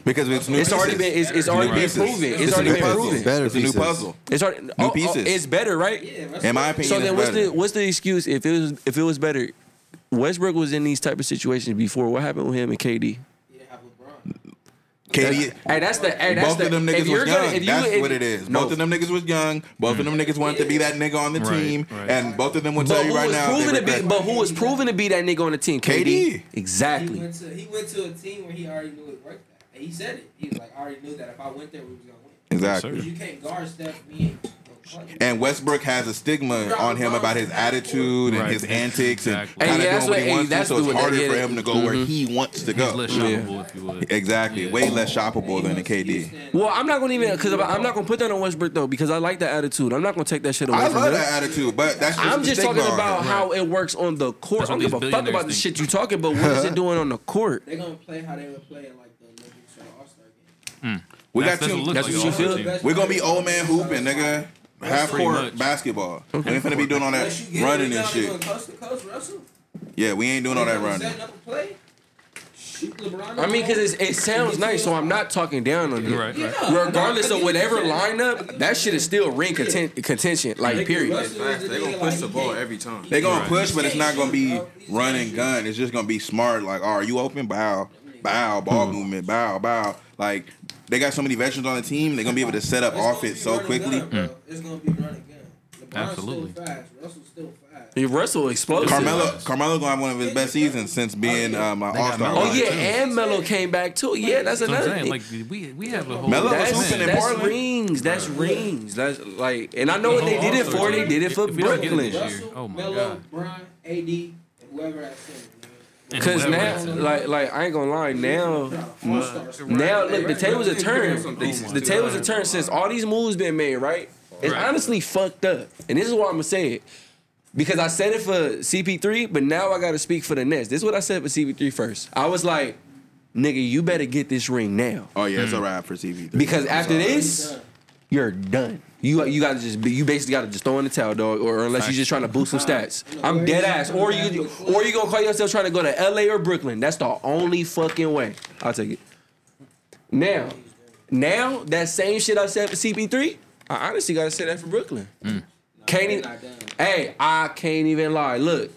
S3: Because it's new.
S6: It's already
S3: pieces.
S6: been it's, it's
S3: new
S6: already been
S3: pieces.
S6: proven. It's,
S3: It's a
S6: already
S3: new
S6: been
S3: puzzle.
S6: proven.
S8: Better
S3: It's a new
S8: pieces.
S3: puzzle.
S6: It's already new
S3: pieces.
S6: it's better, right?
S7: Yeah, Russell.
S3: In my opinion,
S6: So then,
S3: it's
S6: what's
S3: better.
S6: the what's the excuse if it was if it was better? Westbrook was in these type of situations before. What happened with him and KD?
S7: You didn't have LeBron.
S3: KD,
S6: Hey, that's the hey, that's
S3: both
S6: the,
S3: of them
S6: if
S3: niggas was
S6: you're
S3: young.
S6: gonna- if you-
S3: That's
S6: if-
S3: what it is.
S6: No, Mm.
S3: Both of them niggas was young. Both of them niggas wanted to be that nigga on the
S5: Right,
S3: team,
S5: right.
S3: and both of them will
S6: But
S3: tell
S6: who
S3: you right
S6: was
S3: now.
S6: proven
S3: they
S6: to be?
S3: regret-
S6: But who was proven to be that nigga on the team?
S3: KD.
S7: He
S6: Exactly.
S7: went to he went to a team where he already knew it worked. At. And he said it. He was like, I already knew that if I went there, we was gonna win.
S3: exactly.
S7: You can't guard Steph me.
S3: And Westbrook has a stigma on him about his attitude and
S5: Right.
S3: his antics and
S5: Exactly. Mm-hmm.
S3: kind
S6: Hey,
S3: of
S6: that's
S3: doing what he
S6: what-
S3: wants
S6: hey,
S3: to.
S6: that's
S3: So it's
S6: what-
S3: harder
S6: yeah,
S3: for him to go where he wants to
S5: He's
S3: go.
S5: less shoppable if you would.
S3: Exactly.
S5: Yeah.
S3: Way less shoppable than a KD.
S6: Well, I'm not gonna even because I'm not gonna put that on Westbrook though because I like the attitude. I'm not gonna take that shit away
S3: I
S6: from
S3: love
S6: him.
S3: that attitude, but that's just
S6: I'm
S3: the
S6: just
S3: stigma
S6: talking
S3: on
S6: about
S3: him.
S6: how it works on the court. I
S5: That's what
S6: don't
S5: these
S6: give a fuck about the
S5: billionaires
S6: shit you talking, but what
S5: <laughs>
S6: is it doing on the court?
S7: They're gonna play how they were playing like the Olympics or the All Star game.
S3: we
S5: That's-
S3: got
S5: that's
S3: two.
S5: what it
S6: that's
S5: looks like
S6: what you
S5: on our
S6: feel?
S5: team.
S3: We're gonna be old man hooping, nigga. Half
S5: Pretty
S3: court
S5: much.
S3: basketball. We ain't finna be doing all that
S7: Unless you get
S3: running
S7: it
S3: and
S7: down,
S3: shit.
S7: they're gonna Coast to coast, Russell.
S3: Yeah, we ain't doing all that
S7: They're gonna
S3: running.
S7: Setting up a play. Shoot LeBron.
S6: I mean, because
S3: <laughs>
S6: it sounds nice, so I'm not talking down on it.
S5: Right, right.
S6: Regardless of whatever lineup, that shit is still ring content- contention, like, period.
S9: They're gonna push the ball every time.
S3: They gonna
S5: Right.
S3: push, but it's not gonna be run and gun. It's just gonna be smart. Like, oh, are you open? Bow, bow, ball movement, bow, bow. Like, they got so many veterans on the team. They're gonna be able to set up offense so quickly.
S7: It's gonna be running gun. LeBron's
S5: Absolutely.
S7: still fast. Russell's still fast.
S6: If Russell explosive.
S3: Carmelo, Carmelo gonna have one of his best seasons since being um, an All Star.
S6: Oh, yeah, and Melo came back, too. Yeah, that's
S5: That's what I'm
S6: another
S5: saying.
S6: thing.
S5: Like we we have a whole.
S3: Melo was
S6: That's,
S3: hooping in
S6: that's
S3: Portland.
S6: rings. That's rings. That's like, and I know what they did it for. They did it for
S5: If we don't get it this
S6: Brooklyn.
S5: year,
S7: Russell,
S5: oh my
S7: Melo,
S5: God.
S7: Bron, AD, and whoever at center.
S5: And
S6: Cause
S5: whoever
S6: now,
S5: that's in-
S6: like, like I ain't gonna lie. Now,
S7: All-stars.
S6: Now look, the tables are turned. The tables are turned since all these moves been made, right? It's
S5: Right.
S6: honestly fucked up, and this is why I'm gonna say it because I said it for CP3, but now I gotta speak for the Nets. This is what I said for CP3 first. I was like, nigga, you better get this ring now
S3: Oh yeah, it's a wrap for CP3.
S6: Hmm. because after this, you're done. You you gotta just be, you basically gotta just throw in the towel, dog, or unless you're just trying to boost some stats. I'm dead ass, or you or you gonna call yourself trying to go to L.A. or Brooklyn. That's the only fucking way. I'll take it. Now, now that same shit I said for CP3, I honestly gotta say that for Brooklyn. Can't
S7: they're
S6: even.
S7: Mm. not done.
S6: Hey, I can't even lie. Look,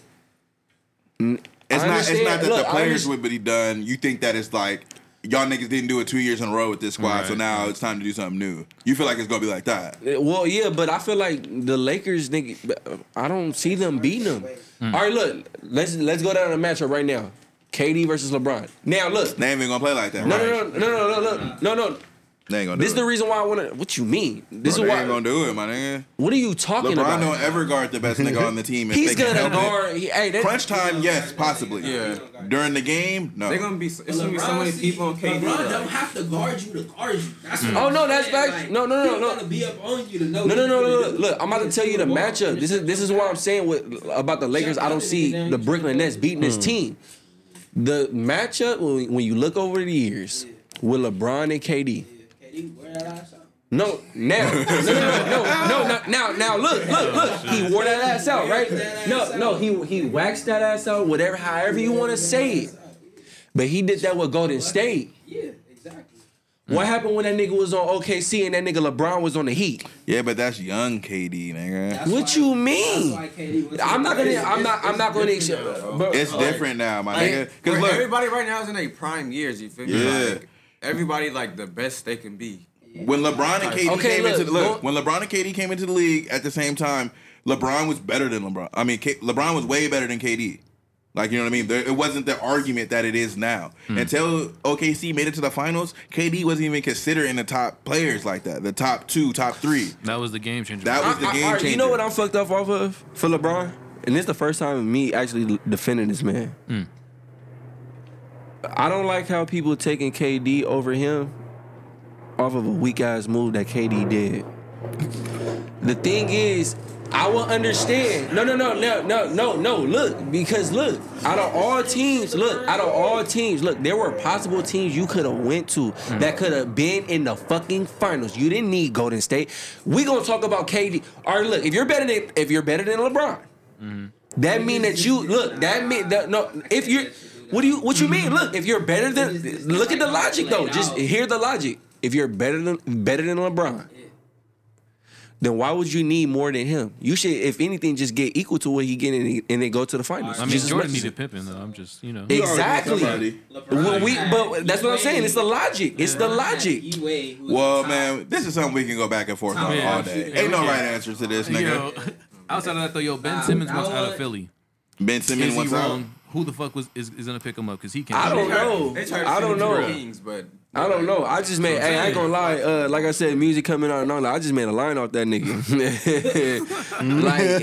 S3: It's
S6: I
S3: not. It's not
S6: understand.
S3: that
S6: Look,
S3: the
S6: I
S3: players
S6: understand.
S3: would be done. You think that it's like y'all niggas didn't do it two years in a row with this squad, so
S5: Right.
S3: now it's time to do something new. You feel like it's gonna be like that.
S6: Well, yeah, but I feel like the Lakers, nigga, I don't see them beating them. All right, look, let's let's go down the matchup right now. KD versus LeBron. Now look, no,
S3: They ain't even gonna play like that.
S6: no,
S3: right?
S6: no, no, no, no, no, no, no.
S3: They ain't gonna. Do
S6: This is
S3: it.
S6: the reason why I want to. What you mean? This
S3: Bro,
S6: is
S3: they
S6: why.
S3: ain't gonna do it, my nigga.
S6: what are you
S3: LeBron
S6: talking about?
S3: don't ever guard the best nigga on the team. If
S6: He's
S3: they can
S6: gonna
S3: help it.
S6: guard. He, hey, that,
S3: Crunch time, yes, possibly.
S9: Yeah.
S3: During the game, no.
S9: They're gonna be. It's gonna be so many
S7: see,
S9: people on KD.
S7: LeBron
S9: like,
S7: don't have to guard you to guard you. That's
S9: Mm.
S7: what
S6: Oh,
S7: I'm
S6: no, that's
S7: saying.
S6: facts.
S7: Like,
S6: No, no, no,
S7: he's
S6: no.
S7: gonna be up on you to know.
S6: No,
S7: what
S6: no,
S7: he's
S6: no,
S7: gonna
S6: no, no.
S7: do.
S6: Look, I'm about to tell you the matchup. This is this is why I'm saying with, about the Lakers. I don't see the Brooklyn Nets beating
S9: Mm.
S6: this team. The matchup when when you look over the years with LeBron and KD,
S7: KD, wear that ass out.
S6: No,
S7: <laughs>
S6: now, no, no, no, no, no, now, now, look, look, look. He wore that ass out, right? No, no, he he waxed that ass out, whatever, however you want to say it. But he did that with Golden State.
S7: Yeah, exactly.
S6: What
S3: Mm.
S6: happened when that nigga was on OKC and that nigga LeBron was on the Heat?
S3: Yeah, but that's young KD, nigga.
S7: That's
S6: What
S7: why-
S6: you
S7: That's
S6: mean?
S7: why KD was-
S6: I'm not gonna. I'm not. I'm not gonna.
S9: different now, bro.
S6: bro,
S3: It's different now, my
S9: Like,
S3: nigga.
S9: where
S3: Because look,
S9: everybody right now is in their prime years. You feel me?
S3: Yeah.
S9: Like, everybody like the best they can be.
S3: when LeBron and KD
S6: Okay,
S3: came
S6: look,
S3: into the, look,
S6: go-
S3: when LeBron and KD came into the league at the same time, LeBron was better than LeBron. I mean, K, LeBron was way better than KD. Like you know what I mean? There, it wasn't the argument that it is now.
S9: Hmm.
S3: Until OKC made it to the finals, KD wasn't even considered in the top players like that. The top two, top three.
S5: That was the game changer.
S3: That was
S6: I-
S3: the
S6: I-
S3: game
S6: alright,
S3: changer.
S6: You know what I'm fucked up off of for LeBron, and this is the first time me actually l- defending this man.
S3: Mm.
S6: I don't like how people taking KD over him off of a weak ass move that KD did. the thing is, I will understand. No, no, no, no, no, no, no. Look, because look, out of all teams, look, out of all teams, look, there were possible teams you could have went to that could have been in the fucking finals. You didn't need Golden State. We gonna talk about KD. All right, look, if you're better than if you're better than LeBron, that mean that you look. That Mm-hmm. mean that no. If you, what do you what you mean? Look, if you're better than, look at the logic though. Just hear the logic. If you're better than better than LeBron, then why would you need more than him? You should, if anything, just get equal to what he getting and then go to the finals.
S5: I mean,
S6: Just as
S5: Jordan
S6: much as-
S5: needed Pippen, though. I'm just, you know.
S6: exactly. Well, we, but that's what I'm saying. It's the logic. It's the logic.
S7: E
S3: Well, man, this is something we can go back and forth on
S5: Yeah.
S3: all day. Ain't no
S5: Yeah.
S3: right answer to this,
S5: Yo,
S3: nigga.
S5: <laughs> outside of that, though, yo, Ben
S7: Wow.
S5: Simmons wants
S7: Now
S5: out of
S7: what?
S5: Philly.
S3: Ben Simmons
S5: Is he
S3: wants out.
S5: wrong? Who the fuck was is, is gonna pick him up? Cause he can't.
S6: I don't know.
S9: They tried to
S6: I don't
S9: send him to
S6: know.
S9: the Kings, but
S6: I don't know. I just made. Hey, I ain't gonna lie. Uh, like I said, music coming out and all that. I just made a line off that nigga. <laughs> like it,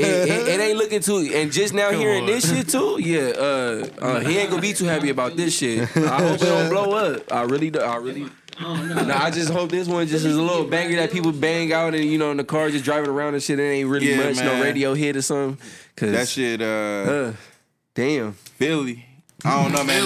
S3: <laughs>
S6: it, it ain't looking too. And just now
S5: Come
S6: hearing
S5: on.
S6: this shit too. Yeah. Uh, uh, he ain't gonna be too happy about this shit. I hope it don't blow up. I really do. I really. No, I just hope this one just is a little banger that people bang out and you know in the car just driving around and shit. It ain't really
S3: Yeah,
S6: much.
S3: man.
S6: No radio hit or something. Cause
S3: That shit, uh,
S6: Uh, damn.
S3: Philly. I don't know, man.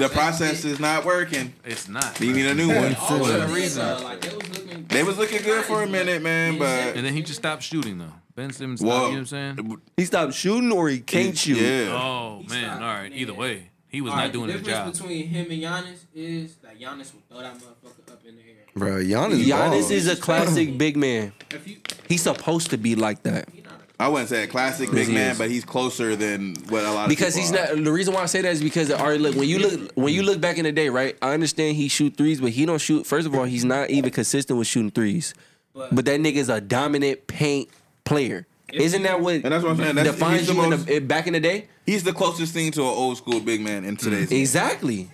S3: the process is not working.
S5: It's not.
S3: You need a new one.
S7: All the reason. uh, Like, they was looking.
S3: They was looking good for a minute, man, but
S5: And then he just stopped shooting though. Ben Simmons.
S3: Well,
S5: you know what I'm saying?
S6: He stopped shooting or he can't shoot.
S3: yeah,
S5: Oh man.
S7: stopped.
S5: All right. Either way, he was
S7: All
S5: not
S7: right,
S5: doing
S7: the
S5: his job.
S7: difference between him and Giannis is that Giannis will throw that motherfucker up in the air.
S8: Bro, Giannis,
S6: Giannis
S8: balled.
S6: is a classic big man.
S7: If you,
S6: He's supposed to be like that
S7: he not a
S3: I wouldn't say a classic big
S6: he
S3: man,
S6: is.
S3: but he's closer than what a lot of
S6: because
S3: people
S6: he's
S3: are.
S6: not. The reason why I say that is because all right, look when you look when you look back in the day, right? I understand he shoot threes, but he don't shoot. First of all, he's not even consistent with shooting threes. But,
S7: But-
S6: that nigga's a dominant paint player.
S7: If
S6: Isn't that what
S3: And that's what I'm saying, that's-
S6: defines
S3: he's the
S6: you in
S3: most-
S6: the, eh, back in the day?
S3: He's the closest thing to an old school big man in
S6: Mm.
S3: today's.
S6: Exactly.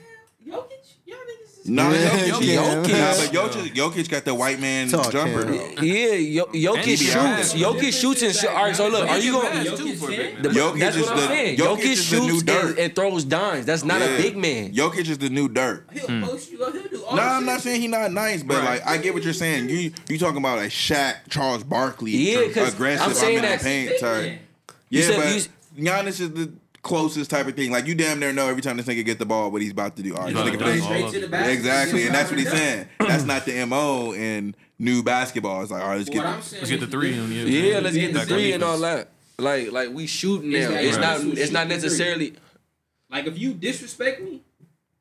S7: Jokic, y'all niggas is.
S3: Nah, Jokic,
S6: <laughs> Yeah.
S3: Nah, but Jokic, Jokic got the white man
S8: Talk,
S3: jumper.
S8: Cam.
S6: Yeah, Yo-
S5: And he
S6: Jokic
S5: can
S6: shoots.
S5: pass.
S6: Jokic shoots and shit. All right, so look, are you going?
S7: Jokic
S5: for a
S7: ten?
S5: big man.
S6: The,
S3: Jokic
S6: that's
S3: is
S6: what I'm
S3: the-
S6: saying.
S3: Jokic
S6: Jokic,
S3: is the new
S6: shoots
S3: dirt.
S6: and, and throws dimes. That's not a
S3: Yeah.
S6: big man. Hmm.
S3: Jokic is the new dirt.
S7: He'll post you up. He'll do all
S3: No,
S7: the
S3: I'm not
S7: shit.
S3: saying he's not nice, but
S9: Right.
S3: like I get what you're saying. You you talking about like Shaq, Charles Barkley,
S6: Yeah, 'cause
S3: aggressive.
S6: I'm
S3: I'm,
S6: saying
S3: in
S6: that's-
S3: the paint type.
S7: Yeah.
S3: Yeah,
S6: said
S3: but
S6: you s-
S3: Giannis is the closest type of thing. Like you damn near know every time this nigga get the ball what he's about to do. All right, this
S5: Yeah,
S3: nigga
S5: dunk
S3: play-
S5: all
S7: Straight
S5: of
S7: to the
S5: it.
S7: basket.
S3: Exactly,
S7: get
S3: and that's what he's
S7: fired up.
S6: <clears throat>
S3: saying. That's not the mo in new basketball. It's like all right, let's
S7: What I'm
S3: get.
S7: saying
S5: Let's get the
S7: is
S5: three
S7: this-
S5: on you.
S6: Yeah, let's get the
S5: Like,
S6: three and all
S5: defense.
S6: that. Like, like we shooting now.
S7: Exactly.
S6: It's not.
S7: Right.
S6: It's not necessarily.
S7: Like if you disrespect me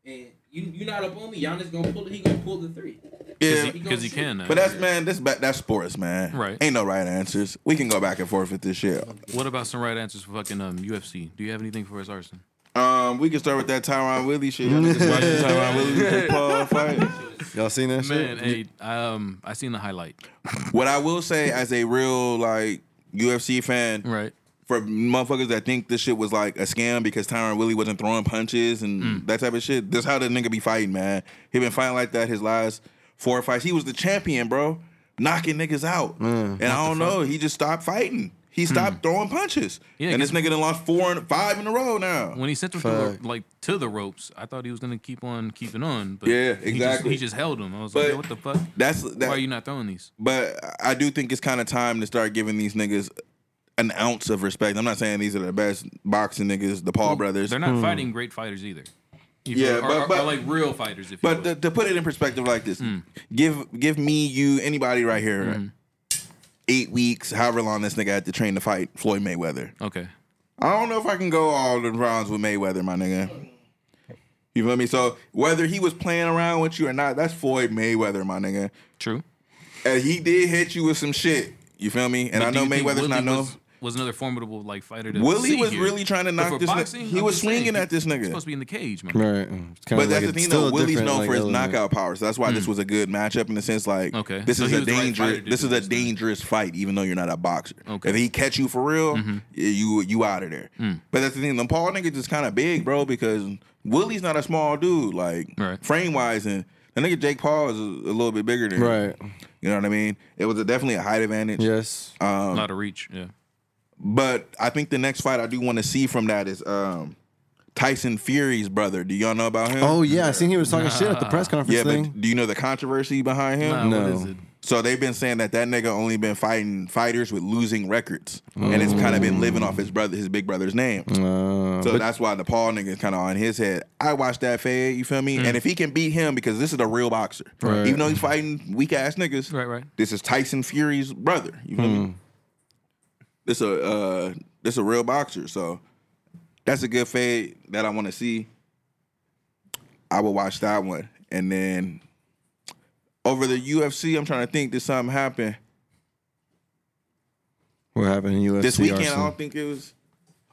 S7: and you you not up on me, Giannis gonna pull it. He gonna pull the three.
S3: Yeah,
S7: He gonna
S5: Because he
S7: shoot.
S5: can. Now.
S3: but that's man, this ba- that's sports, man.
S5: Right.
S3: Ain't no right answers. We can go back and forth with this shit.
S5: what about some right answers for fucking um UFC? Do you have anything for us, <laughs> Arson?
S3: Um, we can start with that Tyron Willie shit. Y'all niggas
S5: <laughs>
S3: watch the Tyron Willie Jake Paul fight.
S8: Y'all seen that shit?
S5: Man, hey, um, I seen the highlight.
S3: What I will say as a real like UFC fan,
S5: Right.
S3: for motherfuckers that think this shit was like a scam because Tyron Willie wasn't throwing punches and
S5: Mm.
S3: that type of shit, that's how the nigga be fighting, man. He been fighting like that his last four fights. He was the champion, bro, knocking niggas out. and I don't know, he just stopped fighting. He stopped throwing punches.
S5: Mm. Yeah,
S3: and this nigga done lost four and five in a row now.
S5: When he sent him to the, like to the ropes, I thought he was gonna keep on keeping on. But
S3: Yeah,
S5: He just,
S3: exactly.
S5: he just held him. I was
S3: But-
S5: like, yo, what the fuck?
S3: That's
S5: Why are
S3: that,
S5: you not throwing these?
S3: But I do think it's kind of time to start giving these niggas an ounce of respect. I'm not saying these are the best boxing niggas, the Paul brothers.
S5: Hmm. They're not fighting great fighters either. You
S3: Yeah,
S5: feel me? Or-
S3: but-
S5: or- or
S3: but-
S5: like real fighters. If
S3: But
S5: you
S3: to, to put it in perspective like this,
S5: Hmm.
S3: give give me, you, anybody right here, right?
S5: Hmm.
S3: eight weeks, however long this nigga had to train to fight Floyd Mayweather.
S5: will. okay,
S3: I don't know if I can go all the rounds with Mayweather, my nigga. You feel me? So whether he was playing around with you or not, that's Floyd Mayweather, my nigga.
S5: true.
S3: And he did hit you with some shit. You feel me? And
S5: But
S3: I
S5: do
S3: know
S5: you think
S3: Mayweather's not
S5: Woodley
S3: known.
S5: Was, was another formidable like fighter. To
S3: Willie
S5: see
S3: was
S5: here.
S3: really trying to
S5: But
S3: knock
S5: for
S3: this.
S5: boxing,
S3: nigga. He
S5: I'm
S3: was
S5: just saying,
S3: swinging at this
S5: He's
S3: nigga.
S5: supposed to be in the cage, man.
S6: Right. It's kinda
S3: But that's
S6: like
S3: the
S6: it's
S3: thing,
S6: still
S3: though.
S6: a
S3: Willie's
S6: different,
S3: known
S6: like,
S3: for his
S6: element.
S3: knockout powers. That's why this was a good matchup in the sense, like,
S5: Hmm. Okay.
S3: this
S5: So
S3: is
S5: he
S3: a
S5: was the right
S3: dangerous.
S5: fighter to
S3: this
S5: do
S3: is a
S5: this then.
S3: dangerous fight, even though you're not a boxer.
S5: Okay. Mm-hmm. Hmm.
S3: If he catch you for real, yeah, you you out of there. But that's the thing. The Paul niggas is kind of big, bro, because Willie's not a small dude, like
S5: Right.
S3: frame wise, and the nigga Jake Paul is a, a little bit bigger than him.
S6: Right.
S3: You know what I mean? It was a, definitely a height advantage.
S6: Yes.
S5: A lot of reach. Yeah.
S3: But I think the next fight I do want to see from that is um, Tyson Fury's brother. Do y'all know about him?
S4: Oh yeah, I seen he was talking shit at the press conference
S3: yeah,
S4: thing.
S3: but do you know the controversy behind him?
S5: Nah, Uh, What is
S6: No.
S5: it?
S3: So they've been saying that that nigga only been fighting fighters with losing records, and it's kind of been living off his brother, his big brother's name. so that's why the Paul nigga is kind of on his head. I watched that fade, you feel me? And if he can beat him, because this is a real boxer,
S6: Right.
S3: even though he's fighting weak ass niggas,
S5: Right, right.
S3: This is Tyson Fury's brother, you feel
S5: Hmm.
S3: me? This a uh, this a real boxer, so that's a good fade that I want to see. I will watch that one, and then over the UFC. I'm trying to think. Did something happen
S6: What happened in UFC?
S3: this weekend? I
S6: Arsenal?
S3: don't think it was.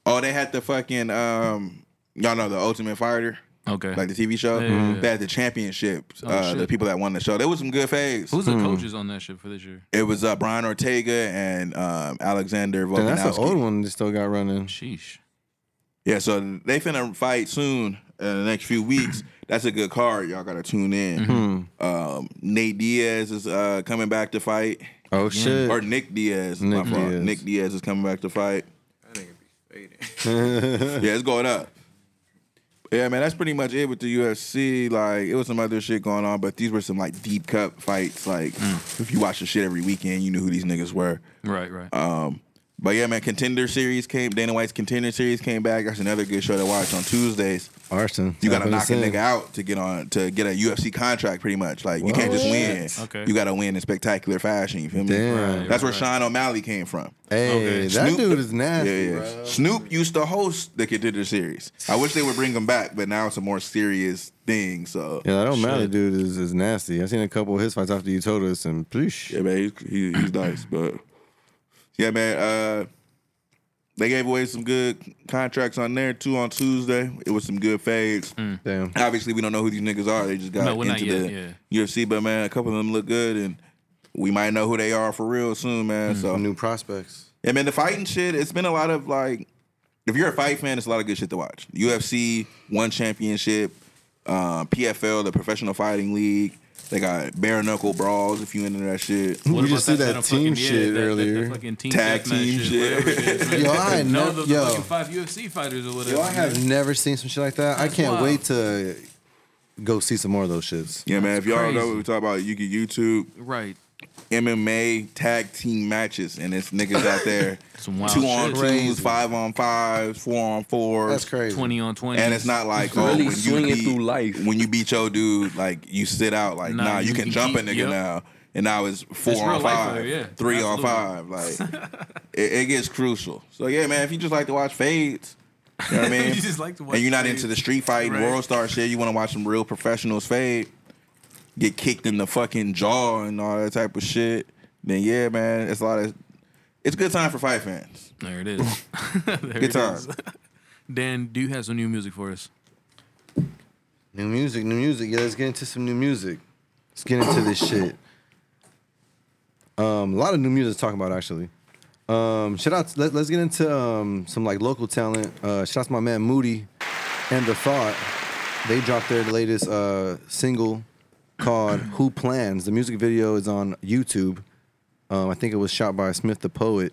S3: Oh, they had the fucking um, y'all know the Ultimate Fighter,
S5: Okay.
S3: like the TV show.
S5: Yeah, yeah, yeah.
S3: They had the championships. uh, the
S5: shit.
S3: people that won the show. There was some good faves.
S5: Who's the coaches on that shit for this year?
S3: it was uh, Brian Ortega and um, Alexander
S6: Damn, that's an old
S3: Volkanovski.
S6: one that still got running.
S5: Sheesh.
S3: Yeah, so they finna fight soon in the next few weeks. That's a good card. Y'all gotta tune in.
S6: Mm-hmm.
S3: Um, Nate Diaz is uh, coming back to fight,
S6: Oh shit.
S3: Mm. or Nick Diaz. my
S6: Nick
S3: fault.
S6: Diaz.
S3: Nick Diaz is coming back to fight.
S10: That nigga be faded.
S6: <laughs>
S3: yeah, it's going up. Yeah, man, that's pretty much it with the UFC. Like, it was some other shit going on, but these were some like deep cut fights. Like,
S6: Mm.
S3: if you watch the shit every weekend, you knew who these niggas were.
S5: Right, right.
S3: Um, but yeah, man, Contender Series came. Dana White's Contender Series came back. That's another good show to watch on Tuesdays.
S4: Arson.
S3: You gotta
S4: That's what
S3: knock a
S4: I'm
S3: nigga out to get on to get a UFC contract, pretty much. Like, you can't just win.
S5: Okay.
S3: You gotta win in spectacular fashion. You feel me?
S4: Damn.
S5: Right,
S3: That's where
S5: right.
S3: Sean O'Malley came from.
S4: saying. Hey,
S5: Okay.
S4: that
S3: Snoop-
S4: dude is nasty.
S3: Yeah, yeah. Snoop used to host the Contender Series. I wish they would bring him back, but now it's a more serious thing. So
S6: Yeah, that O'Malley
S5: Shit.
S6: dude is, is nasty. I seen a couple of his fights after you told us, and poosh.
S3: yeah, man, he's, he, he's nice, but yeah, man. Uh, they gave away some good contracts on there too on Tuesday. It was some good fades.
S5: Mm.
S6: Damn.
S3: Obviously, we don't know who these niggas are. They just got
S5: No, we're not
S3: into
S5: yet,
S3: the UFC, but man, a couple of them look good, and we might know who they are for real soon, man. So
S4: New prospects.
S3: Yeah, man, the fighting shit, it's been a lot of like, if you're a fight fan, it's a lot of good shit to watch. UFC, One Championship, uh, PFL, the Professional Fighting League. They got bare knuckle brawls if you into that shit.
S4: We
S5: What
S4: just
S5: about
S4: did that
S5: setup
S4: team
S5: fucking- yeah,
S4: shit
S5: that- that-
S4: earlier.
S5: That fucking team
S3: Tag
S5: deathmatch
S3: team shit.
S5: whatever it
S3: <laughs>
S5: is, man.
S4: Yo, I
S5: No,
S4: know-
S5: the
S4: yo.
S5: fucking five UFC fighters or whatever.
S4: Yo, I have never seen some shit like that. I can't
S5: wild.
S4: wait to go see some more of those shits.
S3: Yeah, man. If y'all know
S5: crazy.
S3: what we talk about, you can YouTube
S5: Right.
S3: MMA tag team matches, and it's niggas out
S5: <laughs>
S3: there
S5: Some wild
S3: two on
S5: shit.
S3: twos, five on fives, four on fours.
S4: That's crazy.
S5: Twenty on twenty.
S3: And it's not like oh,
S6: Really
S3: when you
S6: swinging
S3: beat,
S6: through life.
S3: When you beat your dude, like you sit out. Like nah,
S5: Nah,
S3: you,
S5: you
S3: can
S5: can
S3: jump a
S5: keep-
S3: nigga
S5: yep.
S3: now. And now it's four
S5: It's
S3: on
S5: real life out
S3: five,
S5: there, yeah.
S3: three
S5: Absolutely.
S3: on five. Like it, it gets crucial. So yeah, man, if you just like to watch fades, you
S5: <laughs>
S3: know what I mean.
S5: You just like to watch
S3: and you're not
S5: fades.
S3: into the street fighting,
S5: Right.
S3: world star shit. You want to watch some real professionals fade, get kicked in the fucking jaw and all that type of shit. Then yeah, man, it's a lot of. It's a good time for fight fans.
S5: There
S3: <laughs>
S5: it is. <laughs> there
S3: Good
S5: it
S3: time.
S5: is. Dan, do you have some new music for us?
S4: New music, new music. Yeah, let's get into some new music. Let's get into this shit. Um, a lot of new music to talk about actually. Um, shout out. Let, let's get into um, some like local talent. Uh, shout out to my man Moody and the Thought. They dropped their latest uh, single called "Who Plans." The music video is on YouTube. Um, I think it was shot by Smith the Poet.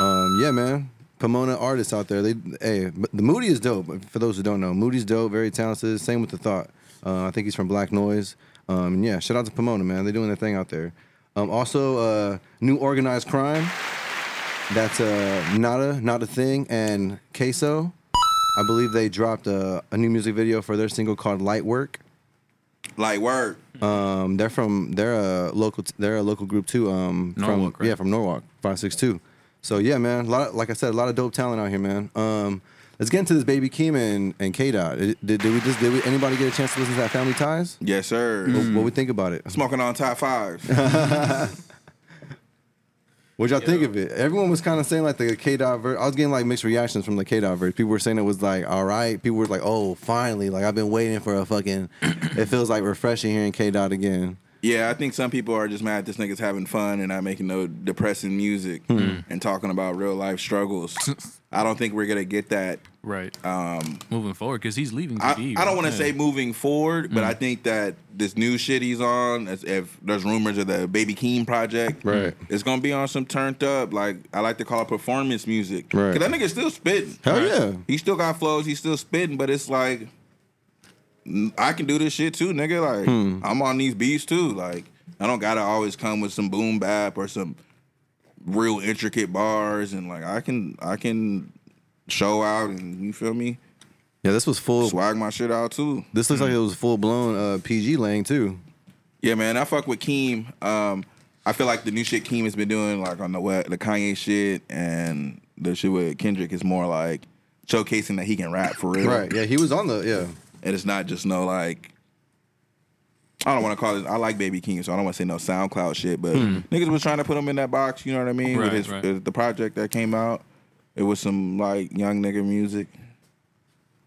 S4: Um, yeah, man. Pomona artists out there. They hey, but the Moody is dope. For those who don't know, Moody's dope, very talented. Same with the Thought. Uh, I think he's from Black Noise. Um, and yeah, shout out to Pomona, man. They're doing their thing out there. Um, also, uh, new organized crime. That's uh, Nada, Not a Thing, and Queso.
S8: I believe they dropped a, a new music video for their single called Light Work.
S3: Like word.
S8: Um, they're from they're a local they're a local group too. Um,
S5: Norwalk,
S8: from,
S5: right?
S8: yeah, from Norwalk, five six two. So yeah, man, a lot of, like I said, a lot of dope talent out here, man. Um, let's get into this baby Keem and, and K Dot. Did, did we just did we anybody get a chance to listen to that Family Ties?
S3: Yes, sir.
S4: Mm-hmm.
S5: Hmm.
S8: What we think about it?
S3: Smoking on top five.
S8: What y'all think of it? Everyone was kind of saying like the K dot verse. I was getting like mixed reactions from the K dot verse. People were saying it was like all right. People were like, oh, finally! Like I've been waiting for a fucking. it feels like refreshing hearing K dot again.
S3: yeah, I think some people are just mad this nigga's having fun and not making no depressing music and talking about real life struggles. I don't think we're gonna get that
S5: Right. Um, Moving forward, because he's leaving.
S3: I,
S5: GD,
S3: I don't
S5: right?
S3: want to
S5: Yeah.
S3: say moving forward,
S8: Mm.
S3: but I think that this new shit he's on, as if there's rumors of the Baby Keem project,
S8: Right.
S3: It's gonna be on some turned up, like I like to call it performance music,
S8: Right.
S3: Cause that nigga's still spitting.
S8: Hell yeah.
S3: He still got flows. He's still spitting, but it's like n- I can do this shit too, nigga. Like
S8: Hmm.
S3: I'm on these beats too. Like I don't gotta always come with some boom bap or some real intricate bars, and like I can I can show out and you feel me
S8: Yeah, this was full.
S3: swag my shit out too.
S8: This looks like it was full blown uh, PG Lang too.
S3: Yeah, man, I fuck with Keem. Um, I feel like the new shit Keem has been doing, like on the what the Kanye shit and the shit with Kendrick, is more like showcasing that he can rap for real.
S8: Right. Yeah, he was on the yeah.
S3: and it's not just no like. I don't want to call it. I like Baby Keem, so I don't want to say no SoundCloud shit. But niggas was trying to put him in that box. You know what I mean?
S5: Hmm. Right,
S3: with his,
S5: right.
S3: with the project that came out, it was some like young nigga music.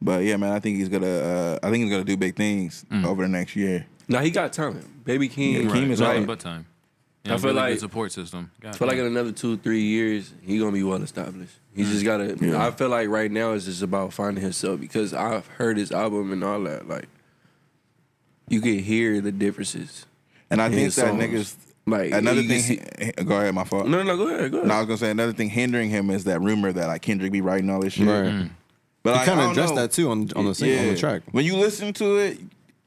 S3: But yeah, man, I think he's gonna. Uh, I think he's gonna do big things
S5: Hmm.
S3: over the next year.
S6: Now he got talent. Baby King.
S3: Keem is
S6: like,
S3: right.
S5: Nothing but time. Yeah,
S6: I feel
S5: really
S6: like-
S5: good support system. God
S6: I feel like in
S5: damn.
S6: another two, three years, he gonna be well established. He just gotta. I feel like right now it's just about finding himself because I've heard his album and all that. Like, you can hear the differences.
S3: And I
S6: in
S3: think
S6: his
S3: that
S6: songs.
S3: niggas
S6: like
S3: another
S6: you can
S3: thing.
S6: see-
S3: go ahead, my fault. No,
S6: no, no, go ahead, go ahead.
S3: I was gonna say another thing hindering him is that rumor that like Kendrick be writing all this shit. But
S8: Mm. He kind of addressed that too on on the sing, on the track.
S3: When you listen to it,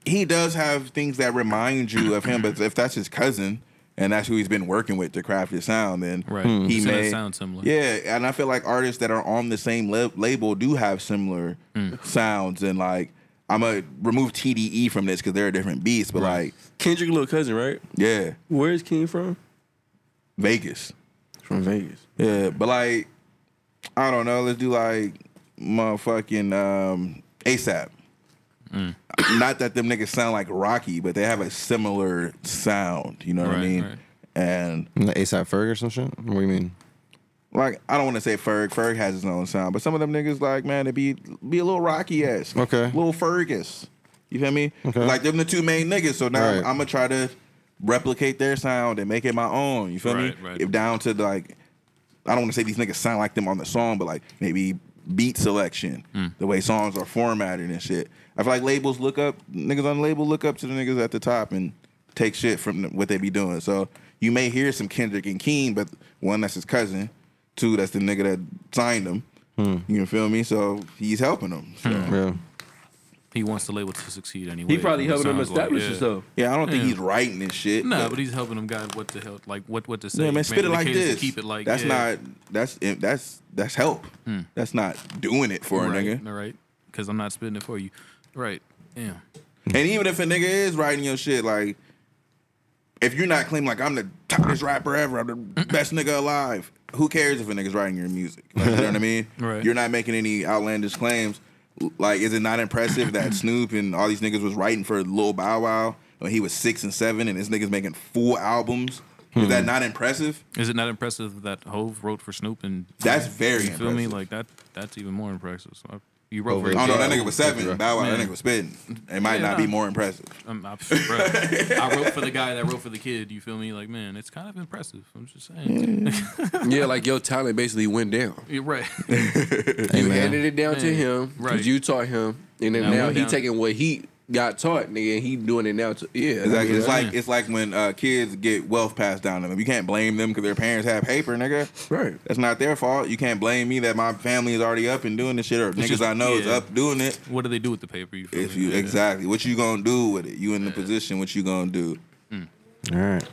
S3: he does have things that remind you of him. But if that's his cousin and that's who he's been working with to craft his sound, then
S5: Right.
S3: Hmm. he
S5: It's gonna
S3: may
S5: sound similar.
S3: Yeah, and I feel like artists that are on the same lab- label do have similar
S8: Hmm.
S3: sounds and like. I'm gonna remove TDE from this because they're different beats, but like,
S6: Kendrick, little cousin, right?
S3: yeah,
S6: Where is King from?
S3: Vegas.
S6: From Vegas.
S3: Yeah, but like, I don't know. Let's do like motherfucking um, ASAP.
S5: Mm.
S3: Not that them niggas sound like Rocky, but they have a similar sound. You know what I
S5: Right,
S3: mean?
S5: right.
S3: And
S8: Like ASAP Ferg or some shit. What do you mean?
S3: like, I don't want to say Ferg. Ferg has his own sound, but some of them niggas like man, it be be a little Rocky esque.
S8: Okay.
S3: little Fergus. You feel me?
S8: Okay.
S3: Like them the two main niggas. So now
S8: Right.
S3: I'm gonna try to replicate their sound and make it my own. You feel
S5: Right,
S3: me?
S5: right.
S3: If down to like, I don't want to say these niggas sound like them on the song, but like maybe beat selection,
S5: Hmm.
S3: the way songs are formatted and shit. I feel like labels look up niggas on the label look up to the niggas at the top and take shit from what they be doing. So you may hear some Kendrick and Keen, but one that's his cousin, two that's the nigga that signed him. You feel me? So he's helping them. So.
S5: Hmm.
S8: Yeah.
S5: he wants the label to succeed anyway.
S6: He probably
S5: it
S6: helping him
S5: sounds like,
S6: establish
S5: yeah.
S6: himself.
S3: Yeah, I don't think
S5: Yeah.
S3: he's writing this shit.
S5: No, but he's helping them guide what the hell, like what what to say.
S3: yeah, man, spit it
S5: the
S3: like
S5: cadence to
S3: this.
S5: Keep it like
S3: that's
S5: yeah. Hmm.
S3: not that's that's that's help. That's not doing it for
S5: right,
S3: a nigga.
S5: All right, because I'm not spitting it for you. Right. Damn.
S3: And even if a nigga is writing your shit, like if you're not claiming like I'm the toppest rapper ever, I'm
S5: <clears throat>
S3: the best nigga alive, who cares if a nigga's writing your music? Like, you know what I mean?
S5: <laughs> Right.
S3: You're not making any outlandish claims. Like, is it not impressive
S5: <clears throat>
S3: that Snoop and all these niggas was writing for Lil Bow Wow when he was six and seven, and this nigga's making full albums? Is
S5: Hmm.
S3: that not impressive?
S5: Is it not impressive that Hove wrote for Snoop and
S3: That's very
S5: you feel me
S3: impressive.
S5: like that? That's even more impressive. So I, you wrote
S8: Hov
S5: for.
S8: is-
S3: Oh no,
S5: Hov.
S3: that nigga was seven. Bow Wow, that
S5: Man.
S3: nigga was spitting. It might
S5: Yeah,
S3: not be
S5: nah.
S3: more impressive.
S5: I'm, I'm, bruh, I wrote for
S3: <laughs>
S5: the guy that wrote for the kid. You feel me? Like man, it's kind of impressive. I'm just saying.
S6: yeah, like your talent basically went down.
S5: You're right. <laughs>
S6: you handed it down to
S5: Man,
S6: him
S5: right.
S6: because you taught him, and then
S5: Now
S6: now,
S5: we
S6: he
S5: down.
S6: taking what he got taught, nigga, and he doing it now. To, yeah,
S3: Exactly. It's
S5: Yeah.
S3: like it's like when uh, kids get wealth passed down to them. You can't blame them because their parents have paper, nigga.
S6: right.
S3: That's not their fault. You can't blame me that my family is already up and doing this shit, or niggas
S5: just-
S3: I know is
S5: yeah.
S3: up doing it.
S5: What do they do with the paper? You feel
S3: If
S5: me?
S3: you
S5: Yeah.
S3: exactly what you gonna do with it, you in the position. What you gonna do?
S8: All right.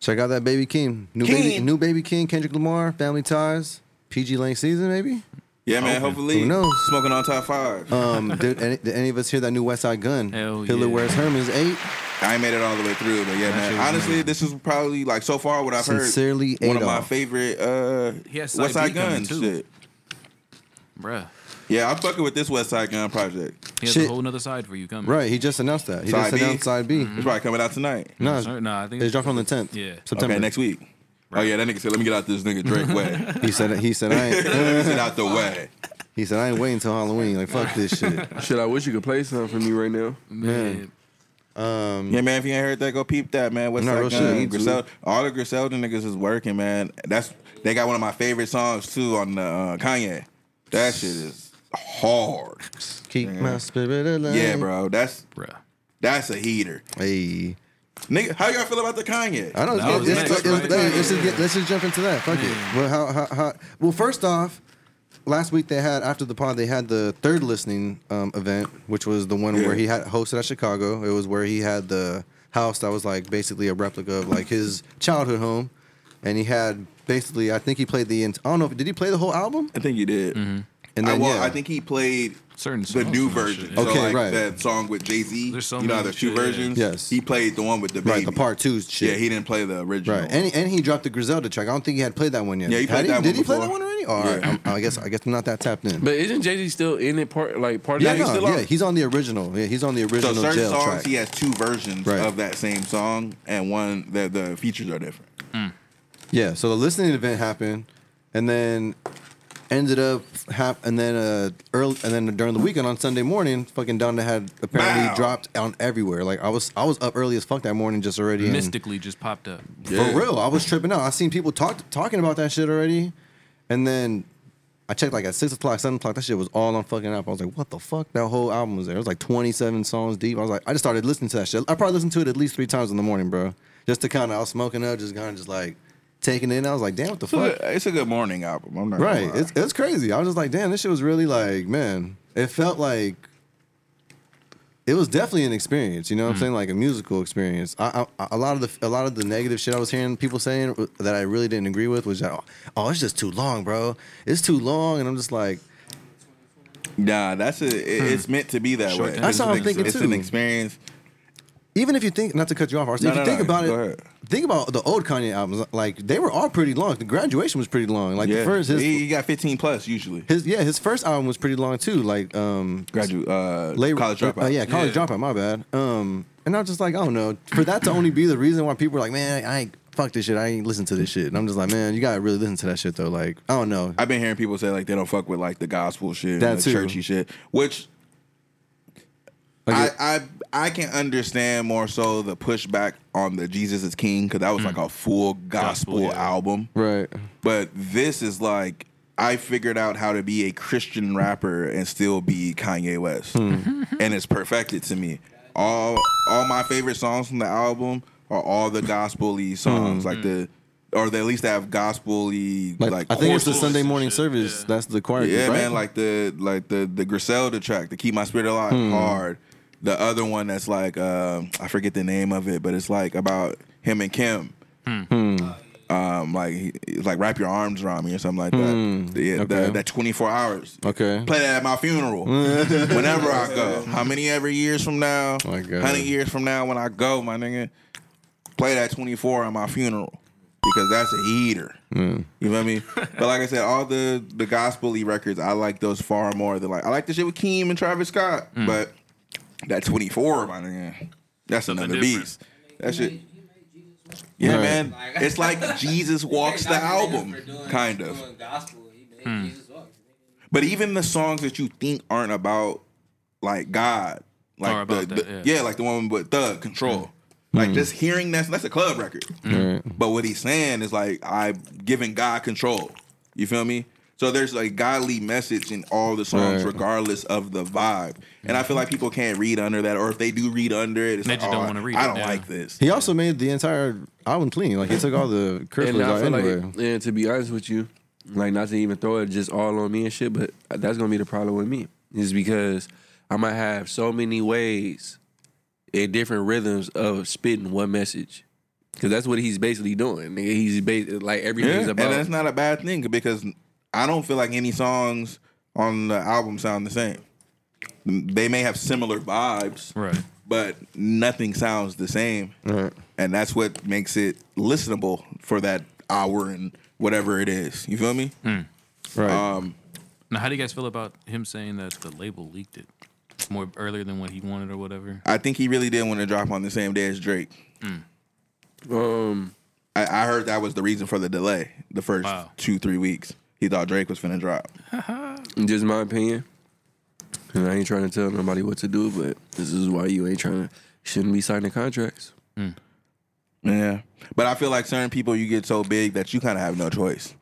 S8: Check out that baby Keem. New baby
S3: Keem.
S8: new baby King, Kendrick Lamar, Family Ties, PG Lang season maybe.
S3: Yeah, man. Hopefully,
S11: Who knows?
S3: Smoking on top five.
S5: Oh.
S4: Um, <laughs> did, any, did any of us hear that new West Side Gun?
S5: Hell
S4: Hitler
S5: yeah.
S4: wears Hermes eight.
S3: I ain't made it all the way through, but yeah,
S5: shit
S3: man.
S5: was
S3: Honestly, this is probably like so far what I've
S4: Sincerely,
S3: heard. One of my
S4: Adolf.
S3: favorite uh,
S5: He has Side
S3: West Side
S5: B coming,
S3: Gun
S5: too.
S3: shit.
S5: bruh.
S3: Yeah, I'm fucking with this West Side Gun project.
S5: He has
S4: Shit.
S5: a whole other side for you coming.
S4: Right, he just announced that. He
S3: Side
S4: just
S3: B? Mm-hmm.
S4: announced side B.
S3: It's probably coming out tonight.
S4: No,
S5: Sir, nah, I think
S4: it's dropped on the tenth.
S5: Yeah.
S4: September.
S3: Okay, next week. Oh yeah, that nigga said, "Let me get out this nigga Drake
S4: <laughs>
S3: way."
S4: He said he said I
S3: <laughs>
S4: ain't,
S3: Let me get out the way.
S4: he said I ain't waiting until Halloween. Like fuck this shit.
S6: Shit, I wish you could play something for me right now.
S5: man.
S4: Um,
S3: Yeah, man. If you ain't heard that, go peep that, man. What's
S4: No, real
S3: that?
S4: shit, you
S3: Gun?
S4: too.
S3: Grisel- all the Griselda niggas is working, man. That's they got one of my favorite songs too on the uh, Kanye. That shit is hard.
S4: keep my spirit alive.
S3: Yeah, bro. That's
S5: bruh.
S3: that's a heater,
S4: Hey,
S3: nigga. How y'all feel about the Kanye?
S4: I don't. It's,
S5: That was
S4: it's,
S5: next,
S4: it's-
S5: right?
S4: let's, just get- let's just jump into that. Fuck it. Well, how, how, how, well, first off, last week they had after the pod they had the third listening um, event, which was the one
S3: Yeah.
S4: where he had hosted at Chicago. It was where he had the house that was like basically a replica of like his childhood home, and he had basically I think he played the ent- I don't know if did he play the whole album?
S3: I think you did.
S4: Mm-hmm. And
S3: I,
S4: then
S3: well,
S4: yeah,
S3: I think he played
S5: Certain
S3: the
S5: songs
S3: new
S5: and that
S3: version.
S5: shit,
S3: So,
S5: yeah.
S4: Okay,
S3: like,
S4: right.
S3: That song with Jay Z.
S5: There's so
S3: you know how
S5: many
S3: there's two
S5: shit, yeah.
S3: versions.
S4: Yes.
S3: He played the one with the baby.
S4: right the part two shit.
S3: Yeah, he didn't play the original.
S4: Right, and he, and he dropped the Griselda track. I don't think he had played that one yet.
S3: Yeah, he
S4: Had
S3: played that
S4: Did
S3: one
S4: he play
S3: before.
S4: that one already? All
S3: Yeah.
S4: right, I'm- I guess I guess I'm not that tapped in.
S6: But isn't Jay Z still in it? Part like part of
S4: yeah,
S6: that.
S4: no,
S3: still
S4: yeah,
S3: on.
S4: he's on the original. Yeah, he's on the
S3: so
S4: original
S3: certain
S4: jail
S3: songs
S4: track.
S3: he has two versions
S4: Right.
S3: of that same song, and one that the features are different.
S4: Yeah, so the listening event happened, and then ended up hap- and then uh early and then during the weekend on Sunday morning, fucking Donda had apparently
S3: Bow.
S4: dropped on everywhere. Like I was I was up early as fuck that morning just already. and-
S5: Mystically just popped up.
S3: Yeah.
S4: For real, I was tripping out. I seen people talk talking about that shit already, and then. I checked like at six o'clock, seven o'clock. That shit was all on fucking app. I was like, "What the fuck?" That whole album was there. It was like twenty-seven songs deep. I was like, I just started listening to that shit. I probably listened to it at least three times in the morning, bro. Just to kind of, I was smoking up, just kind of just like taking it in. I was like, "Damn, what the
S3: So
S4: fuck?"
S3: it's a good morning album. I'm not gonna
S4: Right.
S3: lie.
S4: It's it's crazy. I was just like, damn, this shit was really like, man, it felt like it was definitely an experience, you know what
S3: Hmm.
S4: I'm saying? Like a musical experience. I, I, a lot of the a lot of the negative shit I was hearing people saying that I really didn't agree with was that oh, it's just too long, bro. It's too long and I'm just like
S3: nah, that's a. It, It's meant to be that way.
S5: Short
S4: That's
S3: It's
S4: what
S3: an
S4: Hmm. I'm
S3: ex-
S4: thinking,
S3: It's
S4: too.
S3: an experience.
S4: even if you think not to cut you off, Arce,
S3: No,
S4: if you
S3: no,
S4: think
S3: no.
S4: about
S3: Go
S4: it,
S3: ahead.
S4: think about the old Kanye albums. Like they were all pretty long. The graduation was pretty long. Like
S3: Yeah,
S4: the first his,
S3: he, he got 15 plus usually.
S4: his yeah his first album was pretty long too. Like um
S3: Graduate uh,
S4: Labor,
S3: college dropout.
S4: Uh, yeah, college dropout. My bad. Um, and I'm just like, I don't know. For that to only be the reason why people are like, man, I ain't fuck this shit. I ain't listen to this shit. And I'm just like, man, you gotta really listen to that shit though. Like, I don't know.
S3: I've been hearing people say like they don't fuck with like the gospel shit,
S4: That
S3: and the
S4: too.
S3: churchy shit, which I,
S4: Like,
S3: I I can understand more so the pushback on the Jesus is King because that was
S4: Mm.
S3: like a full gospel,
S5: Gospel, yeah.
S3: album,
S4: right.
S3: but this is like I figured out how to be a Christian rapper and still be Kanye West,
S4: Hmm.
S3: and it's perfected to me. All all my favorite songs from the album are all the gospel-y songs, like the or they at least have gospel-y
S4: Hmm. Like,
S3: like,
S4: I think it's the
S5: choruses
S4: Sunday
S5: and
S4: morning
S5: shit,
S4: service.
S5: yeah.
S4: That's the choir.
S3: yeah,
S4: group, right?
S3: man, like the like the the Griselda track, the Keep My Spirit Alive
S4: Hmm.
S3: hard. The other one that's like um I forget the name of it, but it's like about him and Kim.
S4: Hmm.
S3: Um, like he- it's like wrap your arms around me or something like that. Yeah,
S4: Hmm. Okay.
S3: the, that twenty four hours.
S4: Okay.
S3: Play that at my
S4: <laughs>
S3: funeral whenever I go. How many ever years from now?
S4: My God.
S3: Hundred years from now when I go, my nigga, play that twenty four at my funeral because that's a heater. You know what I mean? but like I said, all the the gospel records, I like those far more than like I like the shit with Keem and Travis Scott, but that 24, my nigga, that's another
S5: different.
S3: beast. That shit. Yeah,
S4: Right.
S3: man. It's like Jesus walks the album, kind of. But even the songs that you think aren't about like God, like
S5: Are about
S3: the,
S5: that,
S3: the-
S5: yeah. Mm.
S3: yeah. like the one with Thug Control. Like just hearing that that's a club record. But what he's saying is like I'm giving God control. You feel me? So there's like godly message in all the songs,
S4: Right.
S3: regardless of the vibe. And I feel like people can't read under that, or if they do read under it, it's
S5: Mm-hmm. They
S3: like,
S5: just don't
S3: "Oh,
S5: wanna read
S3: I
S5: it,
S3: don't
S5: yeah.
S3: like this.
S4: He also made the entire album clean. Like he took all the curses
S6: And I
S4: out
S6: feel
S4: anyway.
S6: like, and to be honest with you, like not to even throw it just all on me and shit, but that's gonna be the problem with me is because I might have so many ways and different rhythms of spitting one message. Cause that's what he's basically doing. Nigga, He's ba- like
S3: Yeah,
S6: everything's
S3: and
S6: about.
S3: that's not a bad thing because I don't feel like any songs on the album sound the same. They may have similar vibes,
S5: Right.
S3: But nothing sounds the same, and that's what makes it listenable for that hour and whatever it is. You feel me?
S5: Hmm.
S3: Um,
S8: Right.
S5: Now, how do you guys feel about him saying that the label leaked it more earlier than what he wanted or whatever?
S3: I think he really did want to drop on the same day as Drake.
S6: Um,
S3: I, I heard that was the reason for the delay. The first
S5: Wow.
S3: two three weeks, he thought Drake was finna drop.
S6: just my opinion. And I ain't trying to tell nobody what to do, but this is why you ain't trying to shouldn't be signing contracts.
S5: Hmm.
S3: Yeah, but I feel like certain people you get so big that you kind of have no choice.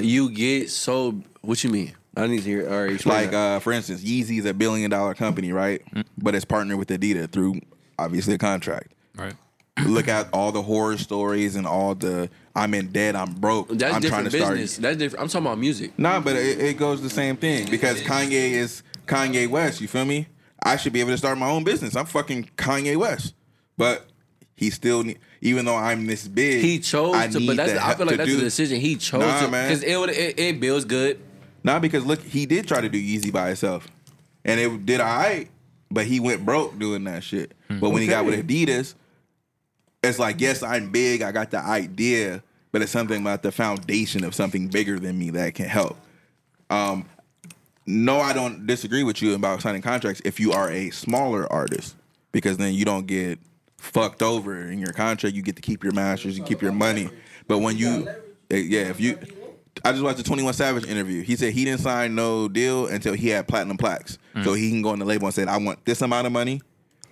S6: You get so what you mean? I need to hear. All right, explain
S3: Like
S6: that.
S3: uh, for instance, Yeezy's a billion dollar company, right?
S6: Mm.
S3: But it's partnered with Adidas through obviously a contract.
S5: Right.
S3: Look at all the horror stories and all the I'm in debt, I'm broke.
S6: that's
S3: I'm
S6: different business. That's different. I'm talking about music.
S3: Nah, but it, it goes the same thing because Kanye is Kanye West. You feel me? I should be able to start my own business. I'm fucking Kanye West, but he still, ne- even though I'm this big,
S6: He chose
S3: I
S6: to,
S3: need
S6: but that's
S3: the
S6: I
S3: help
S6: feel like
S3: to
S6: that's
S3: do-
S6: a decision he chose
S3: Nah,
S6: to
S3: man.
S6: because it, would- it it builds good.
S3: Nah, because look, he did try to do Yeezy by himself, and it did all right, but he went broke doing that shit. But when he got with Adidas, it's like, yes, I'm big, I got the idea, but it's something about the foundation of something bigger than me that can help. Um, no, I don't disagree with you about signing contracts if you are a smaller artist, because then you don't get fucked over in your contract. You get to keep your masters, you keep your money. But when you, eh, yeah, if you, I just watched the Twenty One Savage interview. He said he didn't sign no deal until he had platinum plaques, so he can go on the label and say, I want this amount of money.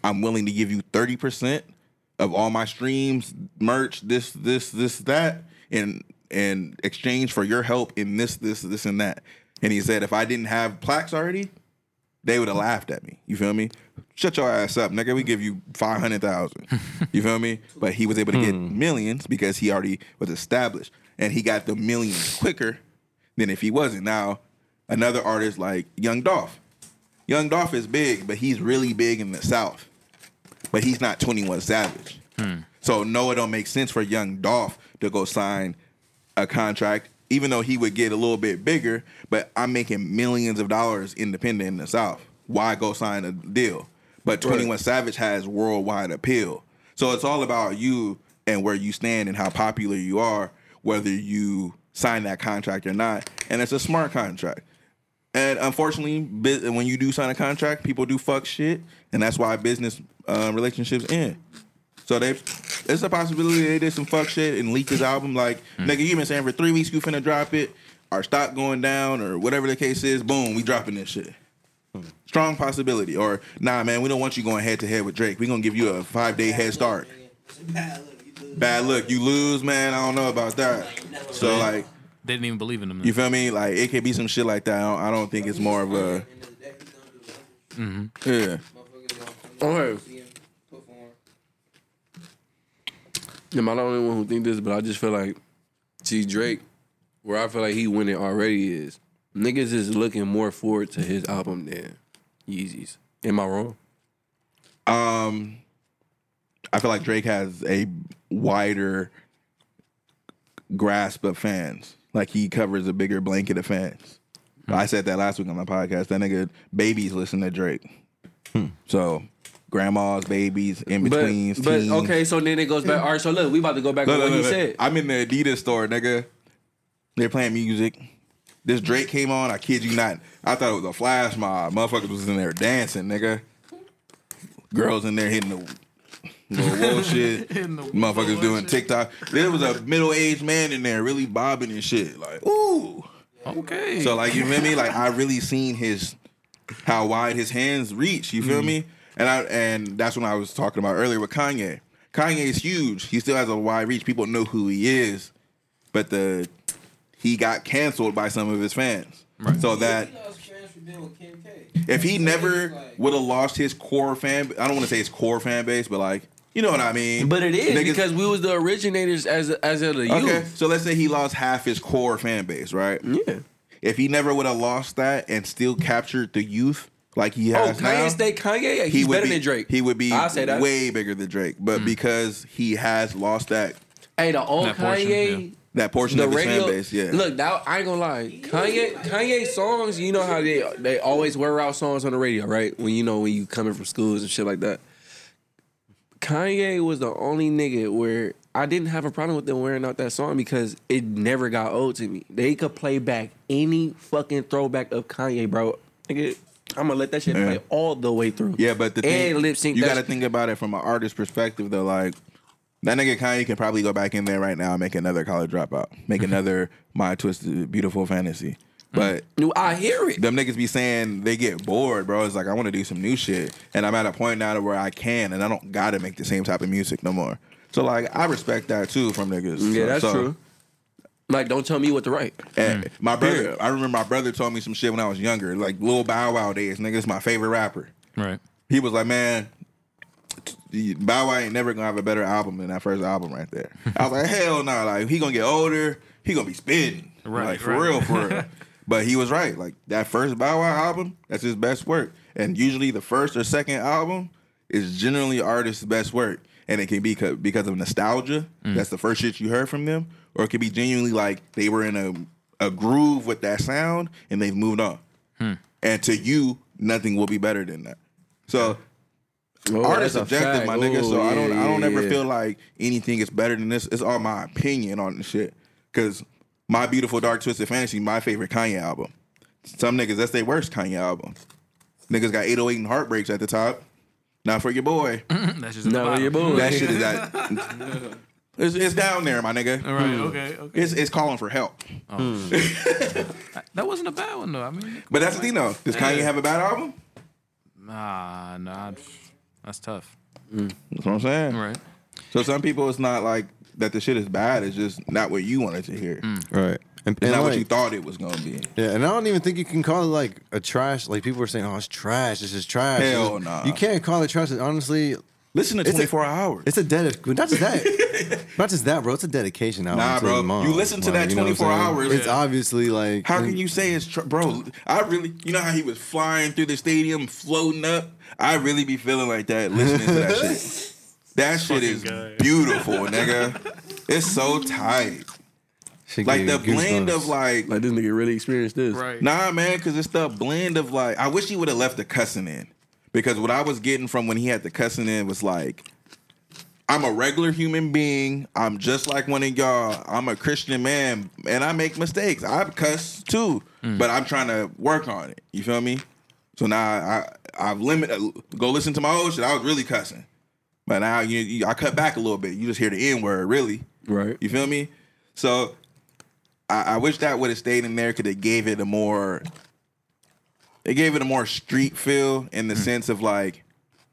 S3: I'm willing to give you thirty percent of all my streams, merch, this, this, this, that, in in exchange for your help in this, this, this, and that. And he said, if I didn't have plaques already, they would have laughed at me. You feel me? Shut your ass up, nigga. We give you five hundred thousand. You feel me? But he was able to get millions because he already was established, and he got the millions quicker than if he wasn't. Now, another artist like Young Dolph. Young Dolph is big, but he's really big in the South but he's not 21 Savage. So no, it don't make sense for young Dolph to go sign a contract, even though he would get a little bit bigger. But I'm making millions of dollars independent in the South. Why go sign a deal? But 21 Savage has worldwide appeal. So it's all about you and where you stand and how popular you are, whether you sign that contract or not. And it's a smart contract. And unfortunately, bu- when you do sign a contract, people do fuck shit, and that's why business uh, relationships end. So they, it's a possibility they did some fuck shit and leaked his album. Like nigga, you been saying for three weeks you finna drop it, our stock going down or whatever the case is. Boom, we dropping this shit. Strong possibility. Or nah, man, we don't want you going head to head with Drake. We gonna give you a five day head start. Bad look, you lose, man. I don't know about that. So like.
S5: They didn't even believe in him. then.
S3: You feel me? Like it could be some shit like that. I don't, I don't think it's more of a
S6: Mm-hmm.
S3: yeah.
S6: Okay. Am I the only one who think this? But I just feel like, see Drake, where I feel like he winning already is niggas is looking more forward to his album than Yeezy's. Am I wrong?
S3: Um, I feel like Drake has a wider grasp of fans. Like he covers a bigger blanket of fans.
S6: Hmm.
S3: I said that last week on my podcast. That nigga babies listen to Drake. So grandmas, babies, in
S6: Hmm. But,
S3: betweens,
S6: but
S3: teens.
S6: okay, so then it goes back. All right, so look, we about to go back
S3: Look,
S6: to what
S3: look,
S6: he
S3: look, look.
S6: said.
S3: I'm in the Adidas store, nigga. They're playing music. This Drake came on. I kid you not. I thought it was a flash mob. Motherfuckers was in there dancing, nigga. Girls in there hitting the little
S6: <laughs>
S3: whoa shit. Motherfuckers doing TikTok. There was a middle aged man in there really bobbing and shit. Like, ooh.
S5: okay.
S3: So like you feel me? Like I really seen his how wide his hands reach. You feel me?
S6: Mm-hmm.
S3: And I and that's when I was talking about earlier with Kanye. Kanye is huge. He still has a wide reach. People know who he is, but the he got canceled by some of his fans. So that if he never would have lost his core fan, I don't want to say his core fan base, but like you know what I mean.
S6: But it is
S3: Niggas-
S6: because we was the originators as as of the youth.
S3: okay. So let's say he lost half his core fan base, right?
S6: Yeah.
S3: if he never would have lost that and still captured the youth like he
S6: Oh,
S3: has
S6: Kanye
S3: now,
S6: stay Kanye. Yeah, he's
S3: he would
S6: better
S3: be,
S6: than Drake.
S3: He would be
S6: I say that. Hmm.
S3: way bigger than Drake, but because he has lost that,
S6: Hey, the old
S5: That portion,
S6: Kanye
S3: that portion
S6: the
S3: of his
S6: radio.
S3: fan base. Yeah,
S6: Look, that, I ain't gonna lie. Kanye, Kanye songs. You know how they they always wear out songs on the radio, right? When you know when you coming from schools and shit like that. Kanye was the only nigga where I didn't have a problem with them wearing out that song because it never got old to me. They could play back any fucking throwback of Kanye, bro. Nigga, I'm gonna let that shit
S3: Yeah.
S6: play all the way through.
S3: yeah, but the thing,
S6: and lip sync.
S3: you got
S6: that's-
S3: to think about it from an artist perspective. Though, like that nigga Kanye can probably go back in there right now and make another college dropout,
S6: <laughs>
S3: make another my twisted beautiful fantasy.
S6: Hmm.
S3: But
S6: I hear it.
S3: them niggas be saying they get bored, bro. It's like I want to do some new shit, and I'm at a point now to where I can, and I don't gotta make the same type of music no more. So like I respect that too from niggas.
S6: Yeah,
S3: So-
S6: that's
S3: so-
S6: true. Like, don't tell me what to write.
S3: And my brother, I remember my brother told me some shit when I was younger, like Lil Bow Wow days. Nigga, it's my favorite rapper.
S5: <clears throat> Right.
S3: He was like, man, Bow Wow ain't never gonna have a better album than that first album right there. I
S5: <laughs>
S3: was like, hell no, like he gonna get older, he gonna be spitting,
S5: Right,
S3: like for
S5: right.
S3: real,
S5: <laughs>
S3: for real. But he was right. Like that first Bow Wow album, that's his best work. And usually the first or second album is generally artists' best work, and it can be co- because of nostalgia.
S5: Mm.
S3: That's the first shit you heard from them, or it could be genuinely like they were in a a groove with that sound and they've moved on.
S5: Hmm.
S3: And to you, nothing will be better than that. So
S6: Oh,
S3: Artist
S6: that's a
S3: objective,
S6: fact.
S3: my nigga. So
S6: Oh,
S3: I don't,
S6: yeah,
S3: I don't
S6: yeah,
S3: ever
S6: yeah.
S3: feel like anything is better than this. It's all my opinion on the shit. Cause my beautiful dark twisted fantasy, my favorite Kanye album. Some niggas, that's their worst Kanye album. Niggas got 808 and heartbreaks at the top. Not for your boy.
S5: That's just
S6: No, your boy.
S3: That shit is at. It's, it's down there, my nigga.
S5: All right. Okay. Okay.
S3: It's it's calling for help.
S5: That wasn't a bad one though. I mean,
S3: But that's the thing though. Does Kanye have a bad album?
S5: nah, nah. That's tough.
S3: That's what I'm saying.
S5: Right.
S3: So some people, it's not like that. The shit is bad. It's just not what you wanted to hear.
S6: Mm.
S4: Right. And,
S3: It's
S4: and
S3: not
S4: like,
S3: what you thought it was gonna be.
S4: Yeah, and I don't even think you can call it like a trash. Like people are saying, "Oh, it's trash. This is trash." This
S3: Hell
S4: is-"
S3: nah.
S4: You can't call it trash. Honestly,
S3: Listen to
S4: It's a-
S3: 24 hours.
S4: it's a dedication. Not
S3: <laughs>
S4: just that. not just that, bro. It's a dedication album.
S3: Nah,
S4: to
S3: bro.
S4: his mom.
S3: You listen to that
S4: you know what I'm
S3: 24
S4: saying?
S3: hours.
S4: It's obviously like.
S3: How can you say it's tr- bro? I really, you know how he was flying through the stadium, floating up. I really be feeling like that listening to that
S4: <laughs>
S3: shit. That shit is beautiful, nigga. It's so
S4: <laughs>
S3: tight.
S4: Shit
S3: Like
S4: gave
S3: the
S4: you
S3: blend
S4: goosebumps.
S3: of like,
S6: <laughs> Like this nigga really experienced this.
S5: Right.
S3: nah, man, because it's the blend of like. I wish he would have left the cussing in, because what I was getting from when he had the cussing in was like, I'm a regular human being. I'm just like one of y'all. I'm a Christian man and I make mistakes. I cuss too, but I'm trying to work on it. You feel me? So now I I've limit go listen to my old shit. I was really cussing. But now you, you I cut back a little bit. You just hear the N word, really.
S6: Right.
S3: You feel me? So I, I wish that would have stayed in there because it gave it a more it gave it a more street feel in
S5: Hmm.
S3: the sense of like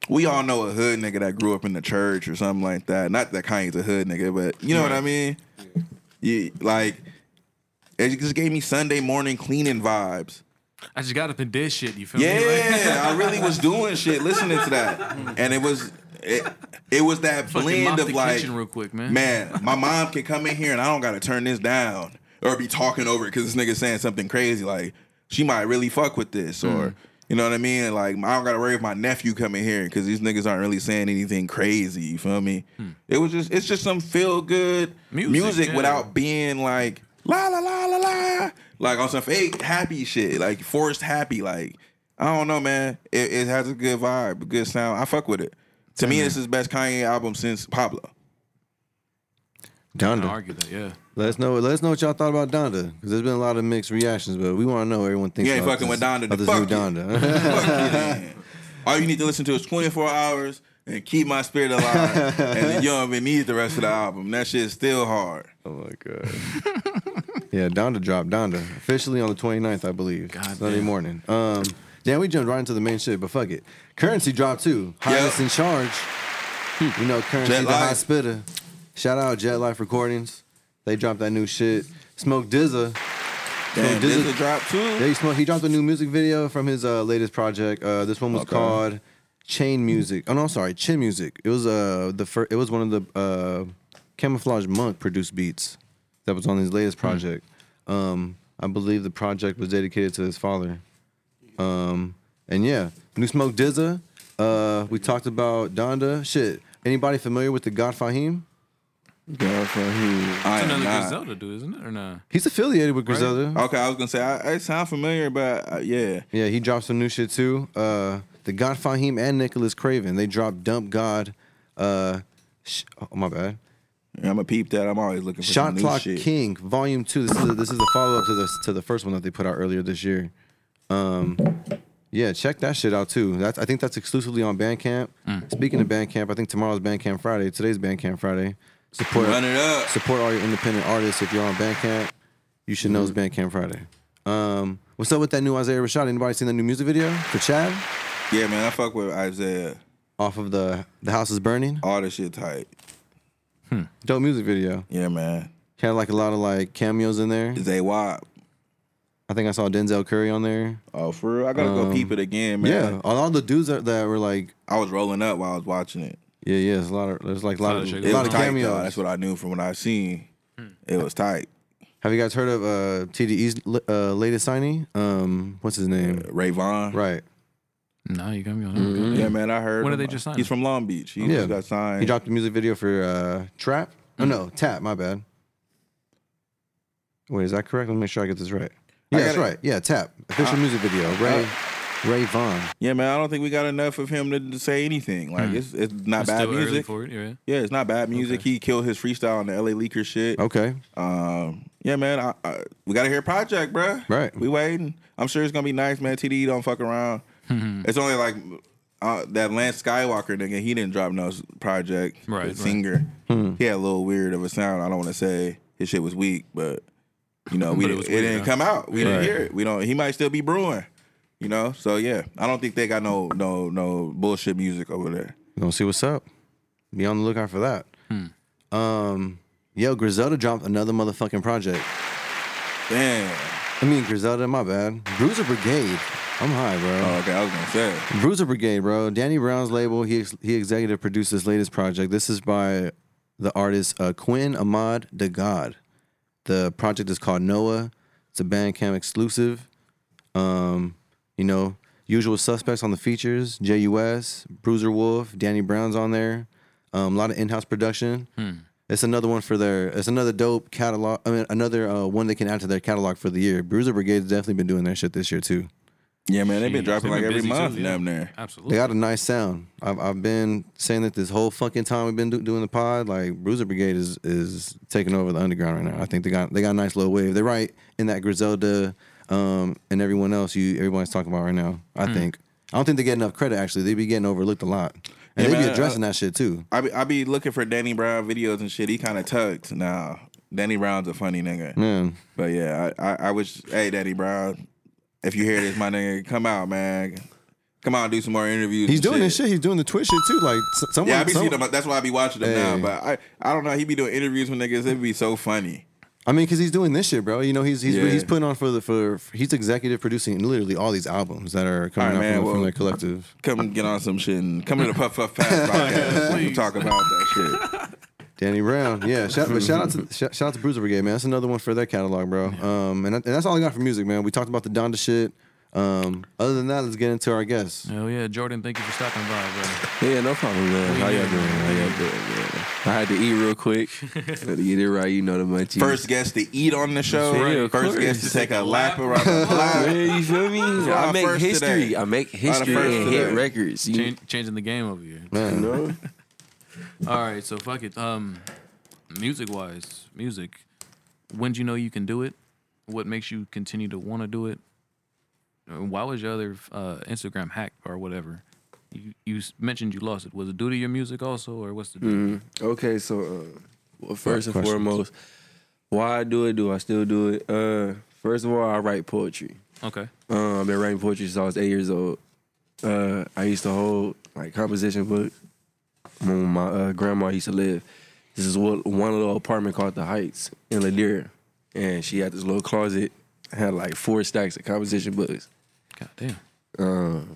S3: we all know a hood nigga that grew up in the church or something like that. Not that Kanye's a hood nigga, but you know what I mean. Yeah, like it just gave me Sunday morning cleaning vibes.
S5: I just got up and did shit. You feel me? Like,
S3: Yeah, I really was doing shit listening to that, and it was it, it was that
S5: Hmm. fucking mop
S3: blend of
S5: the
S3: like
S5: kitchen real quick, man.
S3: man, my mom can come in here and I don't gotta turn this down or be talking over it because this nigga saying something crazy. Like she might really fuck with this
S5: Mm.
S3: or you know what I mean. Like I don't gotta worry if my nephew come in here because these niggas aren't really saying anything crazy. You feel me? It was just it's just some feel good music,
S5: Hmm. Music, yeah.
S3: without being like la la la la la like on some fake happy shit like forced happy like. I don't know, man. It, it has a good vibe, a good sound. I fuck with it. To me, this is best Kanye album since Pablo.
S5: I
S4: Donda.
S5: argue that. Yeah.
S4: Let us know. Let us know what y'all thought about Donda because there's been a lot of mixed reactions, but we want to know what everyone thinks.
S3: You ain't
S4: about
S3: fucking
S4: this,
S3: with Donda,
S4: About
S3: then
S4: this new
S3: fuck you.
S4: Donda. <laughs>
S3: Fuck you, man. All you need to listen to is 24 hours and keep my spirit alive. and then you don't even need the rest of the album. That shit is still hard.
S4: oh my god. <laughs> yeah, Donda dropped Donda officially on the 29th, I believe. Sunday morning. Um, damn, we jumped right into the main shit, but fuck it. Currency dropped too. Highest in charge. You know, currency
S3: Jet
S4: the high
S3: Life.
S4: spitter. Shout out Jet Life Recordings. They dropped that new shit. Smoke Dizza.
S3: Damn,
S4: this
S3: this
S4: is-
S3: a drop too.
S4: Yeah, he, smoked, he dropped a new music video from his uh, latest project. Uh, this one was
S3: Okay.
S4: called Chain Music. Oh no, I'm sorry, Chin Music. It was uh the fir- it was one of the uh, Camouflage Monk produced beats that was on his latest project. Um, I believe the project was dedicated to his father. Um, and yeah, new Smoke Dizza. Uh, we talked about Donda. Shit, anybody familiar with the God Fahim?
S6: Godfather.
S3: I
S5: It's
S3: am
S5: another
S3: not.
S5: Griselda dude, isn't it? Or nah?
S4: He's affiliated with Griselda.
S3: Okay, I was gonna say I, I sound familiar, but uh, yeah,
S4: Yeah, he dropped some new shit too. Uh, the God Fahim and Nicholas Craven. They dropped Dump God. Uh, sh- oh my bad.
S3: I'm a peep that. I'm always looking for some
S4: Shot
S3: new
S4: Clock
S3: shit.
S4: King Volume Two. This is a, this is a follow up to the to the first one that they put out earlier this year. Um, yeah, check that shit out too. That's I think that's exclusively on Bandcamp.
S3: Mm.
S4: Speaking of Bandcamp, I think tomorrow's Bandcamp Friday. Today's Bandcamp Friday. Support
S3: Run it up.
S4: support all your independent artists. If you're on Bandcamp, you should know it's
S3: Mm.
S4: Bandcamp Friday. Um, what's up with that new Isaiah Rashad? Anybody seen that new music video for Chad?
S3: Yeah, man, I fuck with Isaiah.
S4: Off of the the house is burning.
S3: All this shit tight.
S4: Dope music video.
S3: Yeah, man.
S4: Had like a lot of like cameos in there.
S3: Zay Wop.
S4: I think I saw Denzel Curry on there.
S3: Oh, for real? I gotta go peep it again, man.
S4: Um, Yeah, all, all the dudes that, that were like,
S3: I was rolling up while I was watching it.
S4: yeah, yeah, there's a lot of there's like a lot
S5: Lot of
S4: of,
S5: shit
S4: a
S3: It
S4: lot
S3: was
S4: of
S3: tight,
S4: cameos.
S3: though. That's what I knew from what I seen. It was tight.
S4: Have you guys heard of uh, TDE's li- uh, latest signing? Um, what's his name?
S3: Ray Vaughn.
S4: Right,
S5: No, you got me on.
S3: Yeah, man, I heard.
S5: When did
S3: him.
S5: they just sign
S3: He's
S5: him?
S3: from Long Beach. He
S4: Mm-hmm. Yeah.
S3: just got signed.
S4: he dropped a music video for uh, Trap. Oh no, Tap. My bad. Wait, is that correct? Let me make sure I get this right. Yeah,
S3: I Uh,
S4: that's
S3: got it.
S4: right. Yeah, Tap official music video. Ray,
S3: uh,
S4: Ray Vaughn.
S3: yeah, man, I don't think we got enough of him to, to say anything. Like, it's, it's not
S5: It's
S3: bad
S5: Hmm. still early
S3: music.
S5: for it. Yeah.
S3: Yeah, it's not bad music. He killed his freestyle on the LA Leaker shit.
S4: Okay,
S3: Um, yeah, man, I, I, we gotta hear Project, bruh.
S4: Right.
S3: We waiting. I'm sure it's gonna be nice, man. TD don't fuck around.
S5: Mm-hmm.
S3: it's only like uh, that Lance Skywalker nigga. He didn't drop no s- Project. the
S5: Right, right. Hmm.
S3: Singer. He had a little weird of a sound. I don't want to say his shit was weak, but you
S5: <laughs>
S3: know, we
S5: But it
S3: it,
S5: was
S3: it
S5: weird,
S3: didn't
S5: huh?
S3: come out. We didn't
S4: Right.
S3: hear it. We don't. He might still be brewing. You know. So yeah, I don't think they got no no no bullshit music over there.
S4: We're gonna see what's up. Be on the lookout for that. Um, yo, Griselda dropped another motherfucking project.
S3: Damn.
S4: I mean, Griselda, my bad. Bruiser Brigade. I'm high, bro.
S3: Oh, okay, I was gonna say.
S4: Bruiser Brigade, bro. Danny Brown's label. He ex- he executive produced this latest project. This is by the artist uh, Quinn Ahmad De God. The project is called Noah. It's a Bandcamp exclusive. Um, you know, usual suspects on the features: JUS, Bruiser Wolf, Danny Brown's on there. Um, a lot of in-house production. It's another one for their. It's another dope catalog. I mean, another uh, one they can add to their catalog for the year. Bruiser Brigade's definitely been doing their shit this year too.
S3: Yeah, man, they've been
S5: Jeez,
S3: dropping like
S5: they've been
S3: every
S5: busy
S3: month,
S5: too, yeah.
S3: damn near.
S5: Absolutely.
S4: They got a nice sound. I've, I've been saying that this whole fucking time we've been do, doing the pod. Like Bruiser Brigade is is taking over the underground right now. I think they got they got a nice little wave. They're right in that Griselda um, and everyone else you everyone's talking about right now. I
S3: Hmm.
S4: think I don't think they get enough credit. Actually, they be getting overlooked a lot,
S3: Yeah,
S4: and they be
S3: man, uh,
S4: addressing that shit too.
S3: I be, I be looking for Danny Brown videos and shit. He kind of tucked now. Danny Brown's a funny nigga.
S4: Man,
S3: But yeah, I, I, I wish, hey, Danny Brown, if you hear this, my nigga, come out, man. Come out and do some more interviews.
S4: he's
S3: and
S4: doing this shit. He's doing the Twitch shit too. Like s- someone,
S3: Yeah, I be
S4: some-
S3: seeing him. That's why I be watching him now.
S4: Hey.
S3: But I, I don't know. He be doing interviews with niggas. It'd be so funny.
S4: I mean, because he's doing this shit, bro. You know, he's he's
S3: Yeah.
S4: he's putting on for the for he's executive producing literally all these albums that are coming
S3: All right,
S4: out
S3: man,
S4: from, the- from
S3: well-
S4: their collective.
S3: Come get on some shit and come to the Puff Puff Pass
S4: <laughs>
S3: podcast. we can talk about that shit.
S4: Danny Brown, yeah. Shout, but shout out
S6: <laughs>
S4: to shout, shout out to Bruiser Brigade, man. That's another one for their catalog, bro. Um, and, that- and that's all I got for music, man. We talked about the Donda shit. Um, other than that, let's get into our guests.
S5: Hell yeah, Jordan. Thank you for stopping by,
S6: <laughs>
S5: brother.
S6: Yeah, no problem, man. How y'all doing? How y'all doing? man? I had to eat
S3: <laughs>
S6: real quick. had to get it right. You know the munchies.
S3: First guest to eat on the show.
S6: Yeah, of
S3: First
S6: course.
S3: guest to take a lap around the block.
S6: Yeah, you feel me?
S3: our
S6: I make
S3: first
S6: history.
S3: today.
S6: I make history
S3: first
S6: and
S3: today.
S6: hit records. You,
S5: Chan- changing the game over here.
S6: you know?
S5: All right, so fuck it. Um, music wise, music. When do you know you can do it? What makes you continue to want to do it? Uh, Why was your other uh, Instagram hack or whatever? You you s- mentioned you lost it. Was it due to your music also, or what's the?
S6: Mm. Okay, so uh, well, first and foremost, why I do it? Do I still do it? Uh, first of all, I write poetry.
S5: Okay.
S6: Um, I've been writing poetry since I was eight years old. Uh, I used to hold like composition books when my uh, grandma used to live. This is what one little apartment called the Heights in Ladera, and she had this little closet had like four stacks of composition books.
S5: God damn.
S6: Um,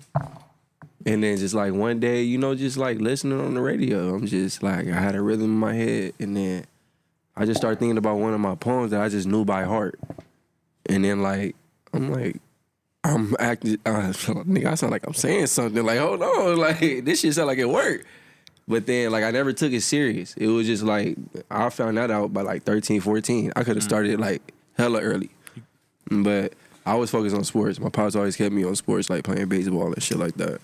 S6: and then just like one day, you know, just like listening on the radio, I'm just like I had a rhythm in my head, and then I just started thinking about one of my poems that I just knew by heart, and then like I'm like. I'm <laughs> acting, uh, nigga. I sound like I'm saying something. Like, hold on, like this shit sound like it worked. But then, like, I never took it serious. It was just like, I found that out by like 13, 14. I could have started like hella early. But I was focused on sports. My pops always kept me on sports, like playing baseball and shit like that.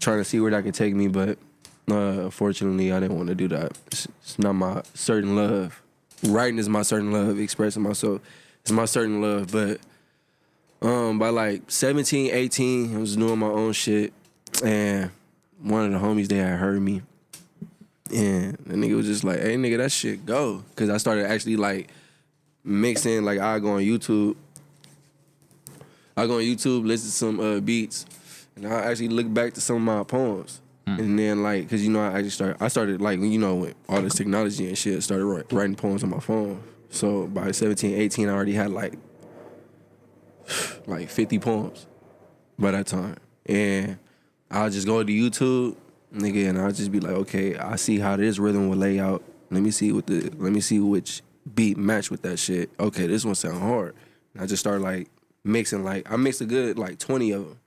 S6: Trying to see where that could take me, but uh, unfortunately, I didn't want to do that. It's, it's not my certain love. Writing is my certain love. Expressing myself is my certain love. But um, by like 17, 18, I was doing my own shit. And one of the homies there had heard me. And the nigga was just like, hey, nigga, that shit go. Cause I started actually like mixing, like, I go on YouTube. I go on YouTube, listen to some uh, beats, and I actually look back to some of my poems. And then like, cause you know, I actually started. I started like, you know, with all this technology and shit, started wri- writing poems on my phone. So by 17, 18, I already had like, <sighs> like 50 poems by that time. And I'll just go to YouTube, nigga, and I'll just be like, okay, I see how this rhythm will lay out. Let me see what the let me see which beat match with that shit. Okay, this one sound hard. And I just start like mixing like I mixed a good like 20 of them.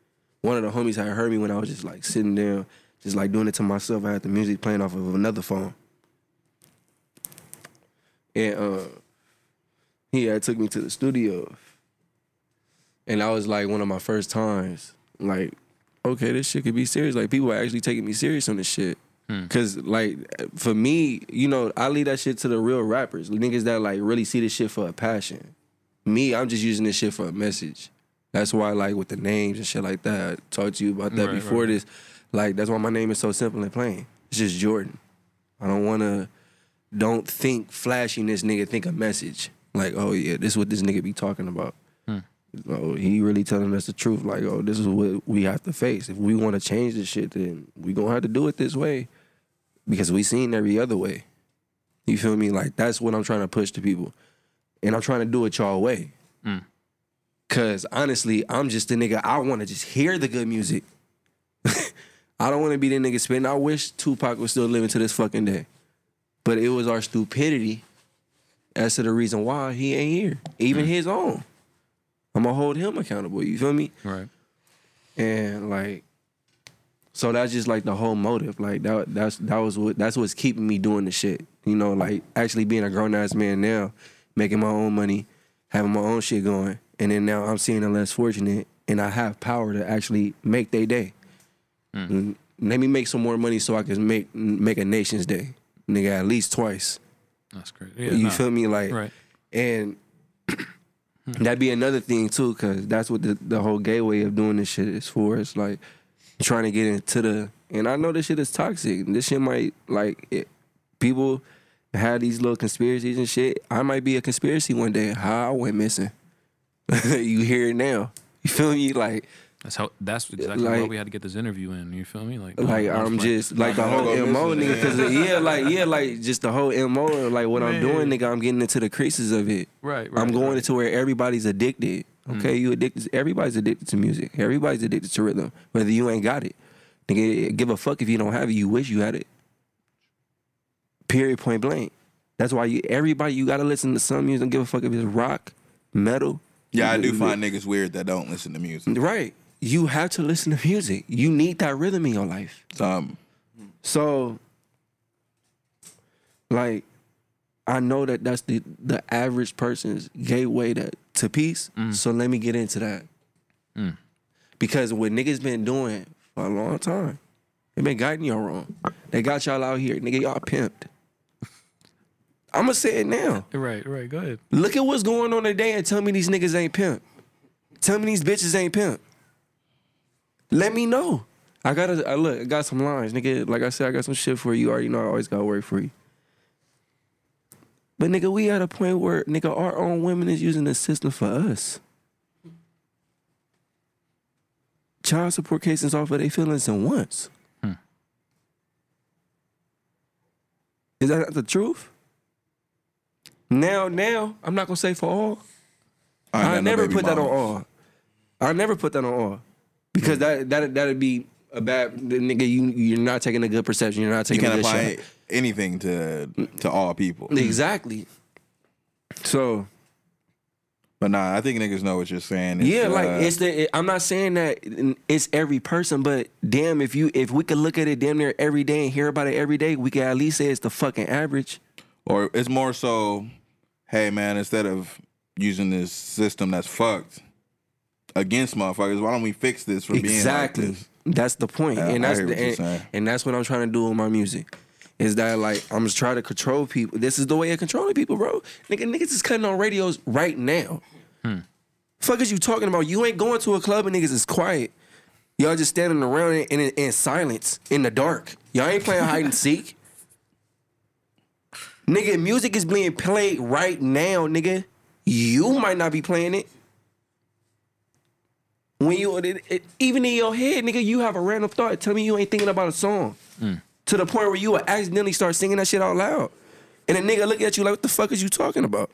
S6: One of the homies had heard me when I was just like sitting down, just like doing it to myself. I had the music playing off of another phone. And uh he had took me to the studio. And that was like one of my first times. Like, okay, this shit could be serious. Like people are actually taking me serious on this shit.
S5: Hmm.
S6: Cause like for me, you know, I leave that shit to the real rappers. Niggas that like really see this shit for a passion. Me, I'm just using this shit for a message. That's why like with the names and shit like that, I talked to you about that
S5: Right,
S6: before
S5: right.
S6: this. Like that's why my name is so simple and plain. It's just Jordan. I don't wanna don't think flashiness nigga think a message. Like, oh yeah, this is what this nigga be talking about. Oh, he really telling us the truth. Like, oh, this is what we have to face. If we want to change this shit, then we gonna have to do it this way, because we seen every other way. You feel me? Like that's what I'm trying to push to people, and I'm trying to do it y'all way. Cause honestly, I'm just a nigga. I want to just hear the good music. <laughs> I don't want to be the nigga spitting. I wish Tupac was still living to this fucking day, but it was our stupidity as to the reason why he ain't here, even his own. I'm gonna hold him accountable. You feel me?
S5: Right.
S6: And like, so that's just like the whole motive. Like that. That's that was what. That's what's keeping me doing the shit. You know, like actually being a grown ass man now, making my own money, having my own shit going, and then now I'm seeing the less fortunate, and I have power to actually make their day.
S5: Hmm.
S6: Mm, Let me make some more money so I can make make a nation's day, nigga, at least twice.
S5: That's great. Yeah,
S6: you
S5: nah.
S6: feel me? Like,
S5: Right.
S6: and that'd be another thing too, cause that's what the, the whole gay way of doing this shit is for. It's like trying to get into the, and I know this shit is toxic. This shit might like it, people have these little conspiracies and shit. I might be a conspiracy one day. How I went missing. <laughs> you hear it now. You feel me? Like,
S5: That's how. That's exactly why
S6: like-
S5: we had to get this interview in. You feel me? Like, no,
S6: like
S5: no,
S6: Oh, I'm
S5: playing.
S6: just like the whole mo nigga. Cause uh, yeah, like yeah, like just the whole mo. and, Like what I'm doing, nigga. I'm getting into the creases of it.
S5: Right,
S6: I'm
S5: right,
S6: going
S5: right.
S6: into where everybody's addicted. Okay, you addicted. Everybody's addicted to music. Everybody's addicted to rhythm. Whether you ain't got it, nigga, give a fuck if you don't have it. You wish you had it. Period. Point blank. That's why you everybody you gotta listen to some music. Don't give a fuck if it's rock, metal.
S3: Yeah, I do
S6: find.
S3: find niggas weird that don't listen to music.
S6: Right. You have to listen to music. You need that rhythm in your life.
S3: Um,
S6: So, like, I know that that's the the average person's gateway to, to peace.
S5: Mm.
S6: So let me get into that. Because what niggas been doing for a long time, they been guiding y'all wrong. They got y'all out here, nigga. Y'all pimped. <laughs> I'ma say it now.
S5: Right, right. Go ahead.
S6: Look at what's going on today and tell me these niggas ain't pimp. Tell me these bitches ain't pimp. Let me know. I got to look, I got some lines, nigga. Like I said, I got some shit for you. You already know I always got work for you. But nigga, we at a point where nigga, our own women is using the system for us. Child support cases off of their feelings and wants. Is that not the truth? Now, now, I'm not gonna say for all.
S3: ain't
S6: I,
S3: got no
S6: never
S3: baby
S6: put that on
S3: mamas.
S6: all. I never put that on all because that that that'd be a bad nigga. You you're not taking a good perception. You're not
S3: You
S6: taking a
S3: can't
S6: good shot.
S3: apply anything to to all people.
S6: Exactly. So
S3: But nah, I think niggas know what you're saying.
S6: Yeah,
S3: uh,
S6: like it's the. I'm not saying that it's every person, but damn, if you if we could look at it damn near every day and hear about it every day, we could at least say it's the fucking average.
S3: or it's more so, hey man, instead of using this system that's fucked against motherfuckers, why don't we fix this for
S6: exactly.
S3: being like this?
S6: That's the point,
S3: Yeah,
S6: and
S3: I
S6: that's
S3: hear
S6: the,
S3: what you're
S6: and,
S3: saying.
S6: and that's what I'm trying to do with my music. Is that like I'm just trying to control people? This is the way of controlling people, bro. Nigga, niggas is cutting on radios right now. Fuck is you talking about? You ain't going to a club and niggas is quiet. Y'all just standing around in, in, in silence in the dark. Y'all ain't playing hide and seek. Nigga, music is being played right now, nigga. You might not be playing it. When you it, it- even in your head, nigga, you have a random thought. Tell me you ain't thinking about a song to the point where you will accidentally start singing that shit out loud, and a nigga look at you like, "What the fuck is you talking about?"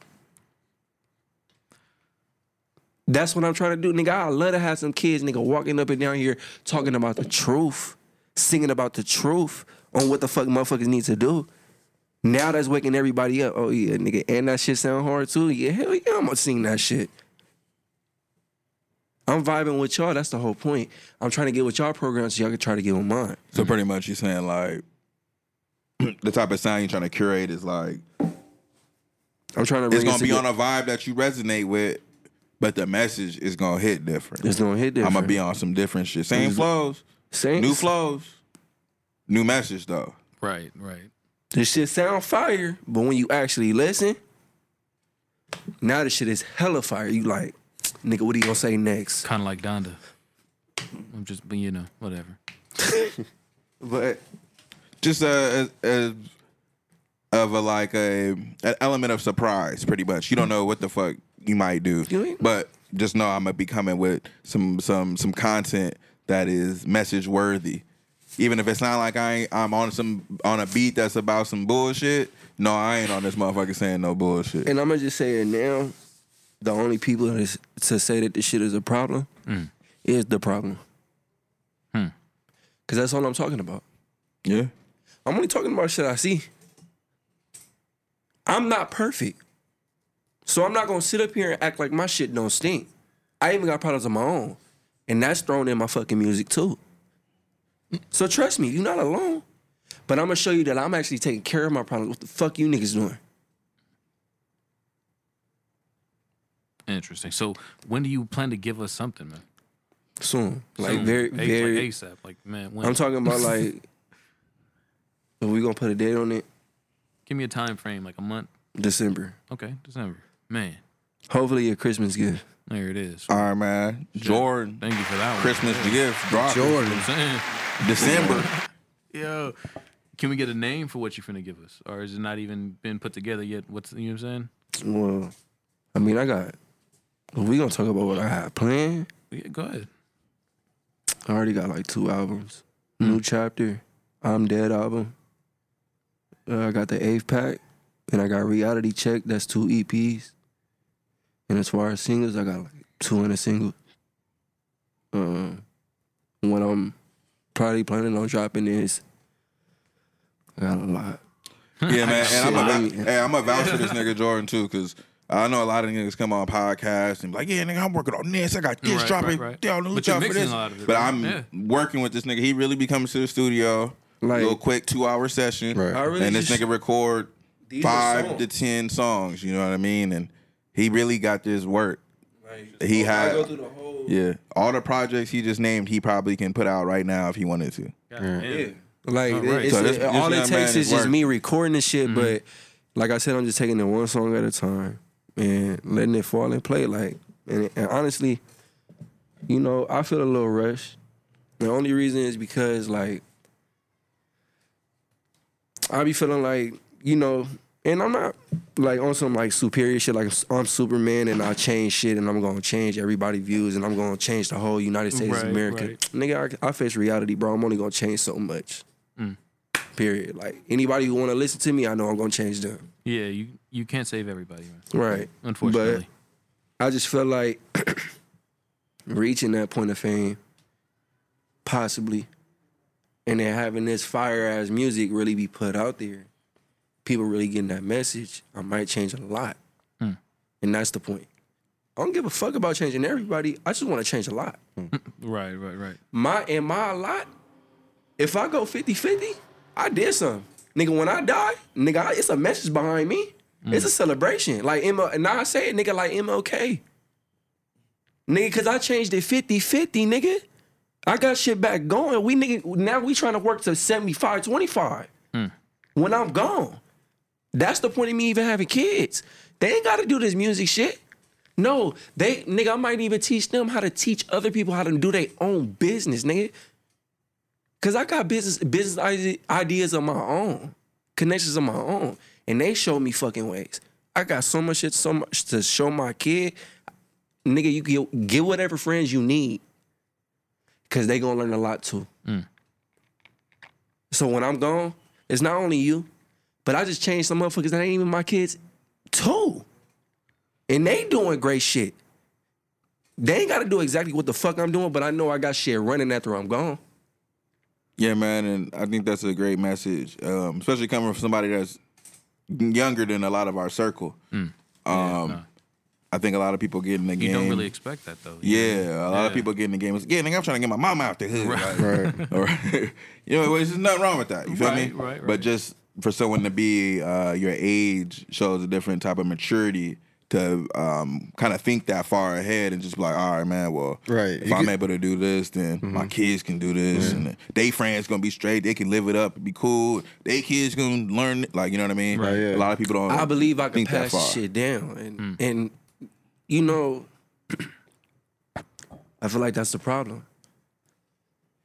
S6: That's what I'm trying to do, nigga. I love to have some kids, nigga, walking up and down here talking about the truth, singing about the truth on what the fuck motherfuckers need to do. Now that's waking everybody up. Oh yeah, nigga, and that shit sound hard too. Yeah, hell yeah, I'm gonna sing that shit. I'm vibing with y'all. That's the whole point. I'm trying to get with y'all programs so y'all can try to get with mine.
S3: So pretty much you're saying like <clears throat> the type of sound you're trying to curate is like
S6: I'm trying to.
S3: it's
S6: Bring
S3: gonna be on
S6: a.
S3: a vibe that you resonate with, but the message is gonna hit different.
S6: It's gonna hit different.
S3: I'm gonna be on some different shit. Same flows,
S6: Same.
S3: new flows, new message though.
S5: Right, right.
S6: This shit sound fire, but when you actually listen, now this shit is hella fire. You like, nigga, what are you gonna say next?
S5: Kind of like Donda. I'm just, but you know, whatever.
S6: But
S3: Just a, a, a of a like a an element of surprise, pretty much. You don't know what the fuck you might do,
S6: Mm. You ain't-
S3: but just know I'm gonna be coming with some some some content that is message worthy. Even if it's not like I ain't, I'm on some on a beat that's about some bullshit. No, I ain't on this motherfucker saying no bullshit.
S6: and I'm gonna just say it now. The only people that is, to say that this shit is a problem is the problem. Cause that's all I'm talking about.
S3: yeah.
S6: I'm only talking about shit I see. I'm not perfect. So I'm not gonna sit up here and act like my shit don't stink. I even got products of my own. And that's thrown in my fucking music too. So trust me, you're not alone. But I'm gonna show you that I'm actually taking care of my problems. What the fuck you niggas doing?
S5: Interesting. So when do you plan to give us something, man?
S6: Soon. Like
S5: Soon.
S6: very
S5: A- like
S6: very
S5: ASAP. Like man, when?
S6: I'm
S5: <laughs>
S6: talking about like if we gonna put a date on it,
S5: Give me a time frame, like a month.
S6: December.
S5: Okay, December. Man,
S6: Hopefully a Christmas gift.
S5: there it is.
S3: All right, man. Jordan.
S5: Thank you for that one.
S3: Christmas gift drop.
S5: You
S8: Jordan.
S5: know what I'm saying? <laughs>
S3: December.
S5: Yo, can we get a name for what you finna give us, or is it not even been put together yet? What's you know what I'm saying?
S6: Well, I mean, I got. We gonna talk about what I have planned.
S5: Yeah, go <laughs> ahead.
S6: I already got like two albums. New chapter, I'm dead album. Uh, I got the eighth pack, and I got reality check. That's two EPs. And as far as singles, I got like 200 singles. Um, what I'm probably planning on dropping is I got a lot.
S3: Yeah, man. And I'm
S6: Shit.
S3: a, hey, I'm a vouch for this nigga Jordan too, cause I know a lot of niggas come on podcasts and be like, yeah, nigga, I'm working on this. I got this
S5: Right,
S3: dropping.
S5: right, right.
S3: Yeah, on the
S5: But
S3: lookout for
S5: you're mixing
S3: this.
S5: a lot of it,
S3: but
S5: right?
S3: I'm
S5: Yeah.
S3: working with this nigga. He really be coming to the studio.
S6: Like-
S3: little quick two hour session.
S8: Right. I
S6: really
S3: and this
S6: just-
S3: nigga record
S7: These are
S3: five
S7: songs.
S3: to ten songs. You know what I mean? And he really got this work. He had yeah all the projects he just named. He probably can put out right now if he wanted to.
S6: Like
S5: Alright.
S6: it's,
S3: So this- this
S6: all it
S3: young man
S6: takes
S3: is
S6: is just
S3: working.
S6: me recording this shit.
S5: Mm-hmm.
S6: But like I said, I'm just taking it one song at a time and letting it fall and play. Like and, and honestly, you know, I feel a little rush. The only reason is because like I be feeling like you know, and I'm not like on some like superior shit. Like I'm Superman and I change shit and I'm gonna change everybody views and I'm gonna change the whole United States
S5: Right,
S6: of America.
S5: right.
S6: Nigga, I, I face reality, bro. I'm only gonna change so much. Period. Like anybody who want to listen to me, I know I'm gonna change them.
S5: Yeah, you you can't save everybody, man.
S6: Right.
S5: Unfortunately.
S6: But I just feel like <clears throat> reaching that point of fame, possibly, and then having this fire ass music really be put out there, people really getting that message. I might change a lot, and that's the point. I don't give a fuck about changing everybody. I just want to change a lot.
S5: Right, right, right.
S6: My and my lot, if I go 50-50, I did something. Nigga, when I die, nigga, I- it's a message behind me. It's a celebration. Like M now I say it, nigga, like MLK. Nigga, cause I changed it 50-50, nigga. I got shit back going. We nigga now we trying to work to 75-25 when I'm gone. That's the point of me even having kids. They ain't gotta do this music shit. No, they nigga, I might even teach them how to teach other people how to do their own business, nigga. Cause I got business business ide- ideas of my own, connections of my own, and they show me fucking ways. I got so much shit, so much to show my kid. Nigga, you get get whatever friends you need, cause they gonna learn a lot too. So when I'm gone, it's not only you, but I just changed some motherfuckers that ain't even my kids too, and they doing great shit. They ain't gotta do exactly what the fuck I'm doing, but I know I got shit running after I'm gone.
S3: Yeah, man, and I think that's a great message, um, especially coming from somebody that's younger than a lot of our circle. um, I think a lot of people get in the
S5: Mm. You
S3: game.
S5: don't really expect that though.
S3: yeah, a lot of
S5: Yeah.
S3: people get in the game. It's, yeah, nigga, I'm trying to get my mama out the hood. Right, <laughs> right. All right. You know, there's just nothing wrong with that. You feel me?
S5: Right, right, right.
S3: But just for someone to be uh, your age shows a different type of maturity to um, kind of think that far ahead and just be like, all right, man, well,
S8: Right.
S3: if
S8: You
S3: I'm
S8: get- Mm-hmm.
S3: able to do this, then my kids can do this, and they friends gonna be straight. They can live it up, be cool. They kids gonna learn, it. like you know what I mean.
S8: Right, yeah.
S3: A lot of people don't.
S6: I believe I can
S3: think that
S6: pass
S3: far.
S6: shit down, and and you know, I feel like that's the problem.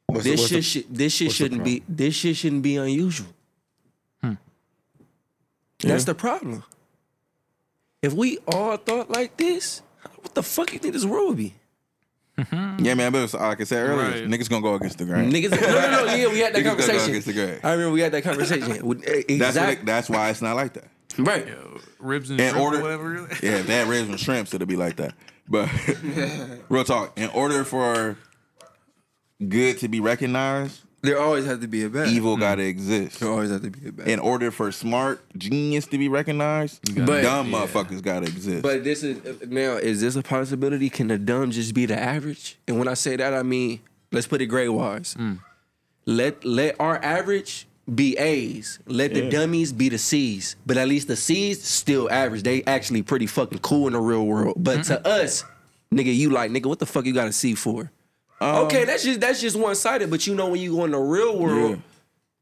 S8: What's the-
S6: this
S8: what's
S6: shit,
S8: the-
S6: should- this shit shouldn't be this shit shouldn't be unusual. That's the problem. If we all thought like this, what the fuck you think this world would be?
S3: Yeah, man. But it's, like I said earlier,
S5: Right.
S3: niggas gonna go against the grain.
S6: Niggas, no, no, no, yeah, we had
S3: <laughs>
S6: that
S3: Niggas gonna go against the
S6: conversation.
S3: grain.
S6: I remember we had that conversation.
S3: <laughs>
S6: exactly,
S3: That's what it, that's why it's not like that.
S6: right?
S5: Ribs and
S3: In
S5: shrimp or
S3: order,
S5: whatever.
S3: <laughs> yeah, if that ribs and shrimps, it'll be like that. But <laughs> real talk, in order for good to be recognized,
S6: There always has to be a bad.
S3: evil
S5: Mm.
S3: gotta exist.
S6: There always has to be a bad.
S3: In order for smart genius to be recognized,
S6: But-
S3: dumb
S6: yeah.
S3: motherfuckers gotta exist.
S6: But this is now, is this a possibility? Can the dumb just be the average? And when I say that, I mean, let's put it grade wise. Let let our average be A's. Let the dummies be the C's. But at least the C's still average. They actually pretty fucking cool in the real world. But to us, nigga, you like, nigga, what the fuck you got a C for? okay, that's just that's just one sided, but you know when you go in the real world,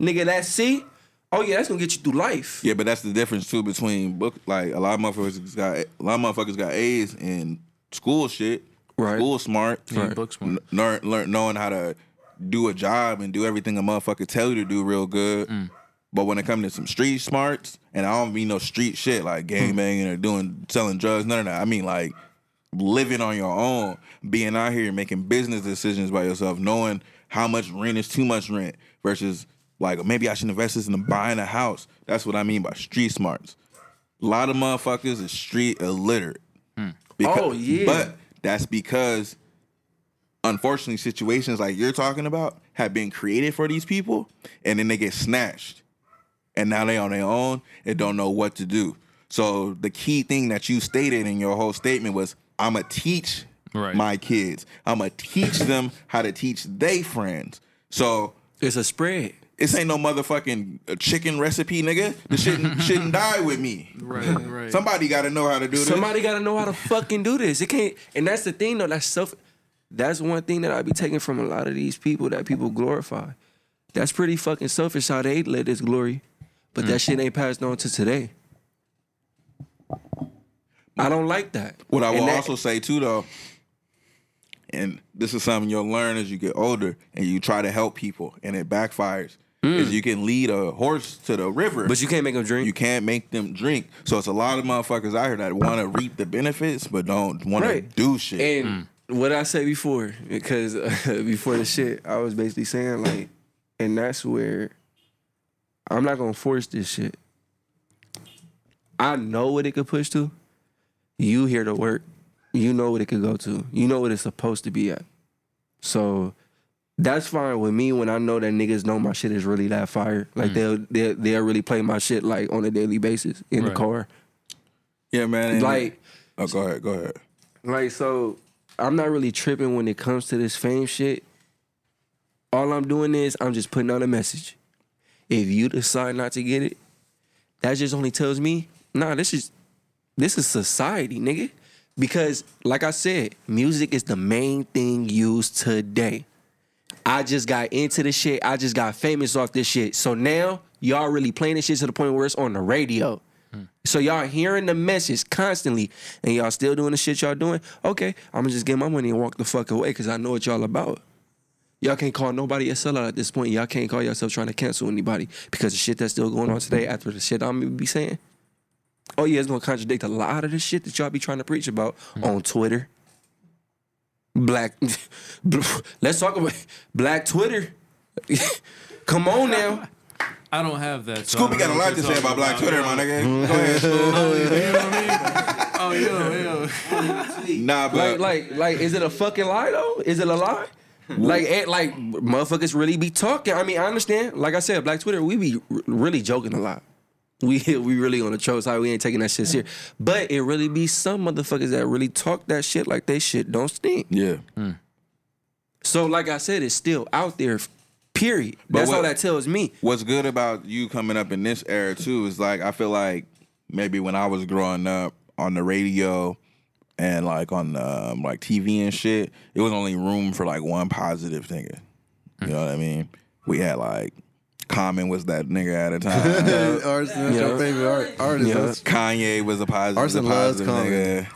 S6: nigga, that C, oh yeah, that's gonna get you through life.
S3: yeah, but that's the difference too between book. Like a lot of motherfuckers got a lot of motherfuckers got A's in school shit.
S6: Right.
S3: School smart.
S5: Right. book smart.
S3: N- learn, learn knowing how to do a job and do everything a motherfucker tell you to do real good.
S5: Mm.
S3: But when it comes to some street smarts, and I don't mean no street shit like gangbanging or doing selling drugs, none of that. I mean like living on your own, being out here making business decisions by yourself, knowing how much rent is too much rent versus like maybe I should invest this in buying a house. That's what I mean by street smarts. A lot of motherfuckers is street illiterate. Because-
S6: Oh, yeah.
S3: But that's because unfortunately situations like you're talking about have been created for these people and then they get snatched and now they on their own and don't know what to do so the key thing that you stated in your whole statement was i'ma teach
S5: Right.
S3: my kids i'ma teach them how to teach they friends so
S6: It's a spread.
S3: this ain't no motherfucking uh, chicken recipe nigga this
S5: <laughs>
S3: shouldn't, shouldn't die with me
S5: Right, right.
S3: somebody gotta know how to do this
S6: Somebody got to know how to fucking do this. It can't, and that's the thing though. That's self. That's one thing that I be taking from a lot of these people that people glorify. That's pretty fucking selfish how they let this glory, but
S3: Mm.
S6: that shit ain't passed on to today. I don't like that.
S3: What I
S6: And
S3: will
S6: that-
S3: also say too, though, and this is something you'll learn as you get older, and you try to help people, and it backfires. Is you can lead a horse to the river,
S6: Mm. but you can't make them drink.
S3: you can't make them drink. So it's a lot of motherfuckers out here that want to reap the benefits, but don't want
S6: Right.
S3: to do shit.
S6: And what I said before, because <laughs> uh, before the shit, I was basically saying like, and that's where I'm not gonna force this shit. I know what it could push to. You here to work. You know what it could go to. You know what it's supposed to be at. So that's fine with me when I know that niggas know my shit is really that fire. Like they'll, they'll they'll really play my shit like on a daily basis in
S5: Right.
S6: the car.
S3: yeah, man. and-
S6: Like
S3: oh, go ahead, go ahead.
S6: like so I'm not really tripping when it comes to this fame shit. All I'm doing is I'm just putting out a message. If you decide not to get it, that just only tells me, nah, this is this is society, nigga. Because like I said, music is the main thing used today. I just got into this shit. I just got famous off this shit. So now y'all really playing this shit to the point where it's on the radio. So y'all hearing the message constantly, and y'all still doing the shit y'all doing. Okay, I'm gonna just get my money and walk the fuck away because I know what y'all about. Y'all can't call nobody a sellout at this point. Y'all can't call yourself trying to cancel anybody because the shit that's still going on today after the shit I'm gonna be saying. Oh yeah, it's gonna contradict a lot of the shit that y'all be trying to preach about on Twitter. Black, <laughs> let's talk about <laughs> Black Twitter. <laughs> Come on now.
S5: I don't have that. so I
S3: Scooby
S5: don't
S3: got a
S5: know
S3: lot
S5: what
S3: to
S5: you're
S3: say about
S5: talking
S3: Black Twitter, my nigga. Go ahead.
S5: Oh, yeah, yeah.
S3: Nah,
S6: Like,
S3: but
S6: like, like, is it a fucking lie though? Is it a lie? Like, it, like, motherfuckers really be talking. I mean, I understand. Like I said, Black Twitter, we be r- really joking a lot. We <laughs> we really on the troll side. We ain't taking that shit serious. But it really be some motherfuckers that really talk that shit like they shit don't stink.
S3: yeah.
S6: So, like I said, it's still out there. Period. That's
S3: what-
S6: all that tells me.
S3: what's good about you coming up in this era too is like I feel like maybe when I was growing up on the radio and like on um, like TV and shit, it was only room for like one positive nigga. You know what I mean? We had like Common was that nigga at a
S4: <laughs>
S3: time.
S8: Arson, that's your favorite art, artist. That's-
S3: Kanye was a positive, was a
S8: Arson loves
S3: positive
S8: Common.
S3: nigga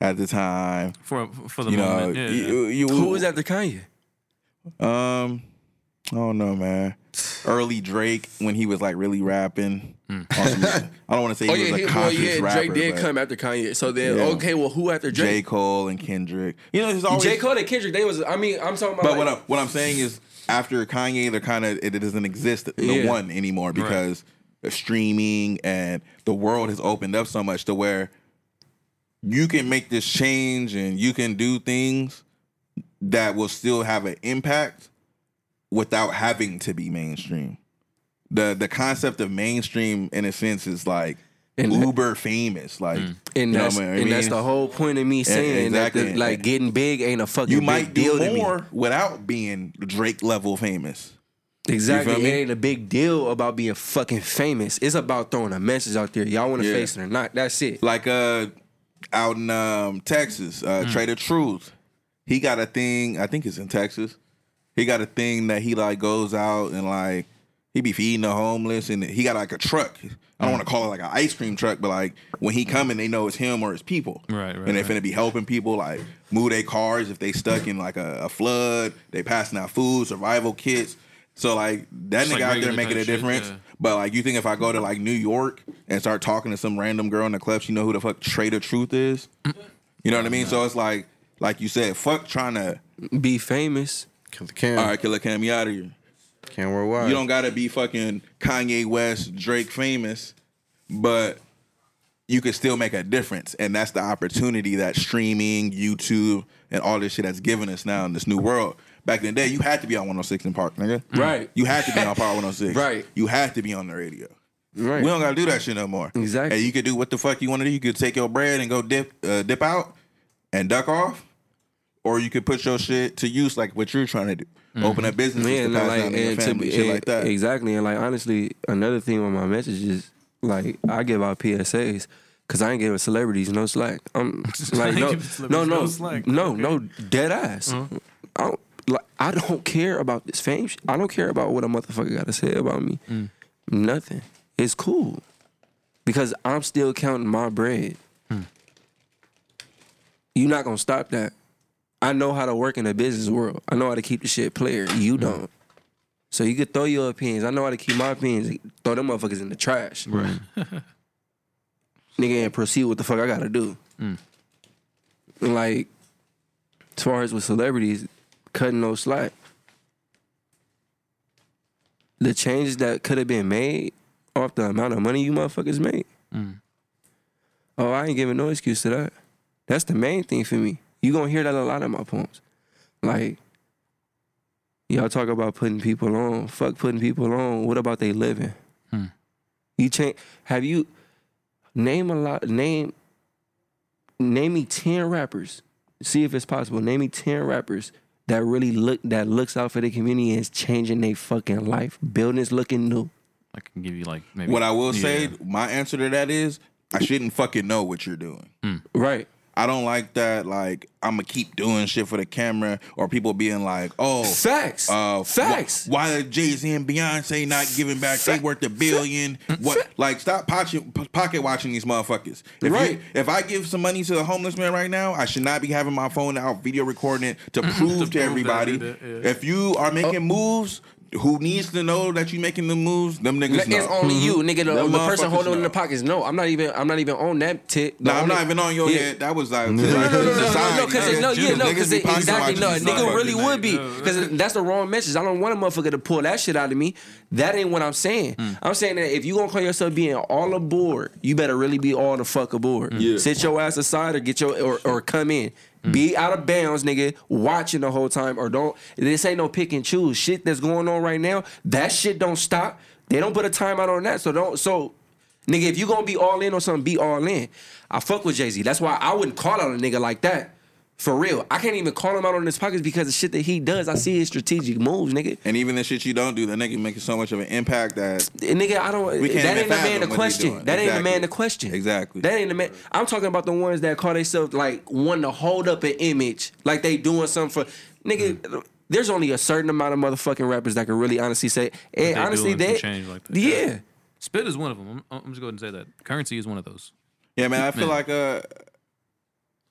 S3: at the time.
S5: For, for the
S3: You know,
S5: moment. Yeah.
S3: you, you,
S6: Who was after Kanye?
S3: Um, I don't know, man. Early Drake when he was like really rapping.
S5: Hmm.
S3: on some- I don't
S6: Oh,
S3: want to say he was a conscious rapper. but
S6: after Kanye. So then,
S3: Yeah.
S6: well, who after
S3: J. Cole and Kendrick. You know, it's always
S6: J. Cole and Kendrick, they was. I mean, I'm talking about.
S3: But
S6: like-
S3: what I'm what I'm saying is after Kanye, they're kind of it, it doesn't exist the
S6: Yeah.
S3: one anymore because the streaming and the world has opened up so much to where you can make this change and you can do things that will still have an impact without having to be mainstream. The the concept of mainstream in a sense is like
S6: And- Mm.
S3: uber famous. Like
S6: And
S3: you know
S6: that's
S3: what I
S6: and that's
S3: mean? E,
S6: the whole point of me saying that
S3: exactly.
S6: the, like getting big ain't a fucking
S3: you
S6: big
S3: might
S6: deal
S3: do
S6: to me.
S3: more without being Drake level famous.
S6: Exactly,
S3: You feel
S6: it
S3: me?
S6: ain't a big deal about being fucking famous. It's about throwing a message out there. Y'all want to
S3: Yeah.
S6: face it or not? That's it.
S3: like uh out in um Texas, uh
S5: Mm.
S3: Trader Truth. He got a thing, I think it's in Texas. He got a thing that he like goes out and like he be feeding the homeless and he got like a truck. I don't want
S5: Mm.
S3: to call it like an ice cream truck, but like when he coming, they know it's him or his people.
S5: Right, right,
S3: And they
S5: right.
S3: finna be helping people like move their cars if they stuck in like a, a flood. They passing out food, survival kits. So like that
S5: Just
S3: nigga
S5: like
S3: out there
S5: regular
S3: making
S5: type
S3: a
S5: shit,
S3: difference.
S5: yeah.
S3: But like, you think if I go to like New York and start talking to some random girl in the club, she know who the fuck Trader Truth is? You know what I mean? So it's like, like you said, fuck trying to.
S6: Be famous.
S8: Can't,
S3: All right, Killer Cam, you out of here.
S8: can't wear wide.
S3: You don't gotta be fucking Kanye West, Drake famous, but you can still make a difference, and that's the opportunity that streaming, YouTube, and all this shit that's given us now in this new world. Back in the day, you had to be on 106 in Park, nigga.
S6: Right.
S3: You had to be on Power
S5: <laughs>
S3: 106.
S6: Right.
S3: You had to be on the radio.
S6: Right.
S3: We don't gotta do that shit no more.
S6: Exactly.
S3: And you could do what the fuck you want to do. You could take your bread and go dip, uh, dip out, and duck off, or you could put your shit to use like what you're trying to do. Open a business
S6: Mm-hmm. Yeah,
S3: to
S6: and
S3: pass
S6: like,
S3: down to your
S6: and to
S3: family,
S6: be,
S3: shit
S6: and-
S3: like that.
S6: Exactly, and like honestly, another thing with my message is like I give out PSAs because I ain't giving celebrities no slack.
S5: <laughs>
S6: I'm like
S5: ain't
S6: no,
S5: giving
S6: no,
S5: celebrities
S6: no,
S5: no slack. Uh-huh.
S6: no, no, dead ass. I don't like I don't care about this fame. Shit. I don't care about what a motherfucker got to say about me.
S5: Mm.
S6: Nothing. It's cool because I'm still counting my bread.
S5: Hmm.
S6: You're not gonna stop that. I know how to work in the business world. I know how to keep the shit player.
S5: Hmm.
S6: You don't. So you could throw your opinions. I know how to keep my opinions. Throw them motherfuckers in the trash. Right. <laughs> Nigga, and proceed with the fuck I gotta do. And like, as far as with celebrities, cutting no slack. The changes that could have been made off the amount of money you motherfuckers made. Oh, I ain't giving no excuse to that. That's the main thing for me. You gonna hear that a lot in my poems. Like, y'all talk about putting people on. Fuck putting people on. What about they living?
S3: Hmm.
S6: You change. Have you name a lot? Name name me ten rappers. See if it's possible. Name me ten rappers that really look that looks out for the community and is changing their fucking life. Buildings looking new.
S5: I can give you like maybe.
S3: What I will
S5: Yeah.
S3: say, my answer to that is, I shouldn't fucking know what you're doing.
S6: Mm. Right.
S3: I don't like that. Like I'm gonna keep doing shit for the camera, or people being like, "Oh,
S6: Facts.
S3: uh, wh-
S6: Facts.
S3: why are Jay Z and Beyonce not giving back? They worth a billion. What? Like, stop pocket, pocket watching these motherfuckers. If you-
S6: Right.
S3: if I give some money to a homeless man right now, I should not be having my phone out, video recording it
S6: <laughs>
S3: to prove to,
S5: that I
S3: everybody.
S5: did that, yeah.
S3: If you are
S6: Oh.
S3: making moves, who needs to know that you making the moves? Them niggas
S6: It's
S3: know.
S6: only you, nigga. The,
S3: Them
S6: the person
S3: Mm-hmm. motherfuckers
S6: holding it in
S3: know.
S6: the pockets. No, I'm not even. I'm not even on that tip.
S3: No, I'm not even on your
S6: Yeah.
S3: head. That was like, no,
S6: No, no, no, no, no, because no, yeah, no, because exactly, no, a nigga really would be, <laughs>
S5: no.
S6: because that's the wrong message. I don't want a motherfucker to pull that shit out of me. That ain't what I'm saying. I'm saying that if you gonna call yourself being all aboard, you better really be all the fuck aboard. Sit your ass aside or get your or, or come in. Be out of bounds, nigga. Watching the whole time, or don't. This ain't no pick and choose. Shit that's going on right now, that shit don't stop. They don't put a timeout on that, so don't. So Nigga, if you gonna be all in on something, be all in. I fuck with Jay Z. That's why I wouldn't call out a nigga like that. For real. I can't even call him out on his pockets because the shit that he does, I see his strategic moves, nigga.
S3: And even the shit you don't do, that nigga making so much of an impact that
S6: And nigga, I don't.
S3: We can't
S6: that
S3: even
S6: ain't the
S3: fathom
S6: man to
S3: what he
S6: question.
S3: doing.
S6: That ain't the
S3: Exactly.
S6: man to question.
S3: Exactly.
S6: That ain't the man. I'm talking about the ones that call themselves like wanting to hold up an image, like they doing something for. Nigga,
S3: Hmm.
S6: there's only a certain amount of motherfucking rappers that can really honestly say, and
S5: they
S6: honestly,
S5: doing some
S6: that.
S5: change like that.
S6: Yeah.
S5: Spit is one of them. I'm, I'm just going to say that. Currency is one of those.
S3: Yeah, man. I feel
S5: Man.
S3: like uh,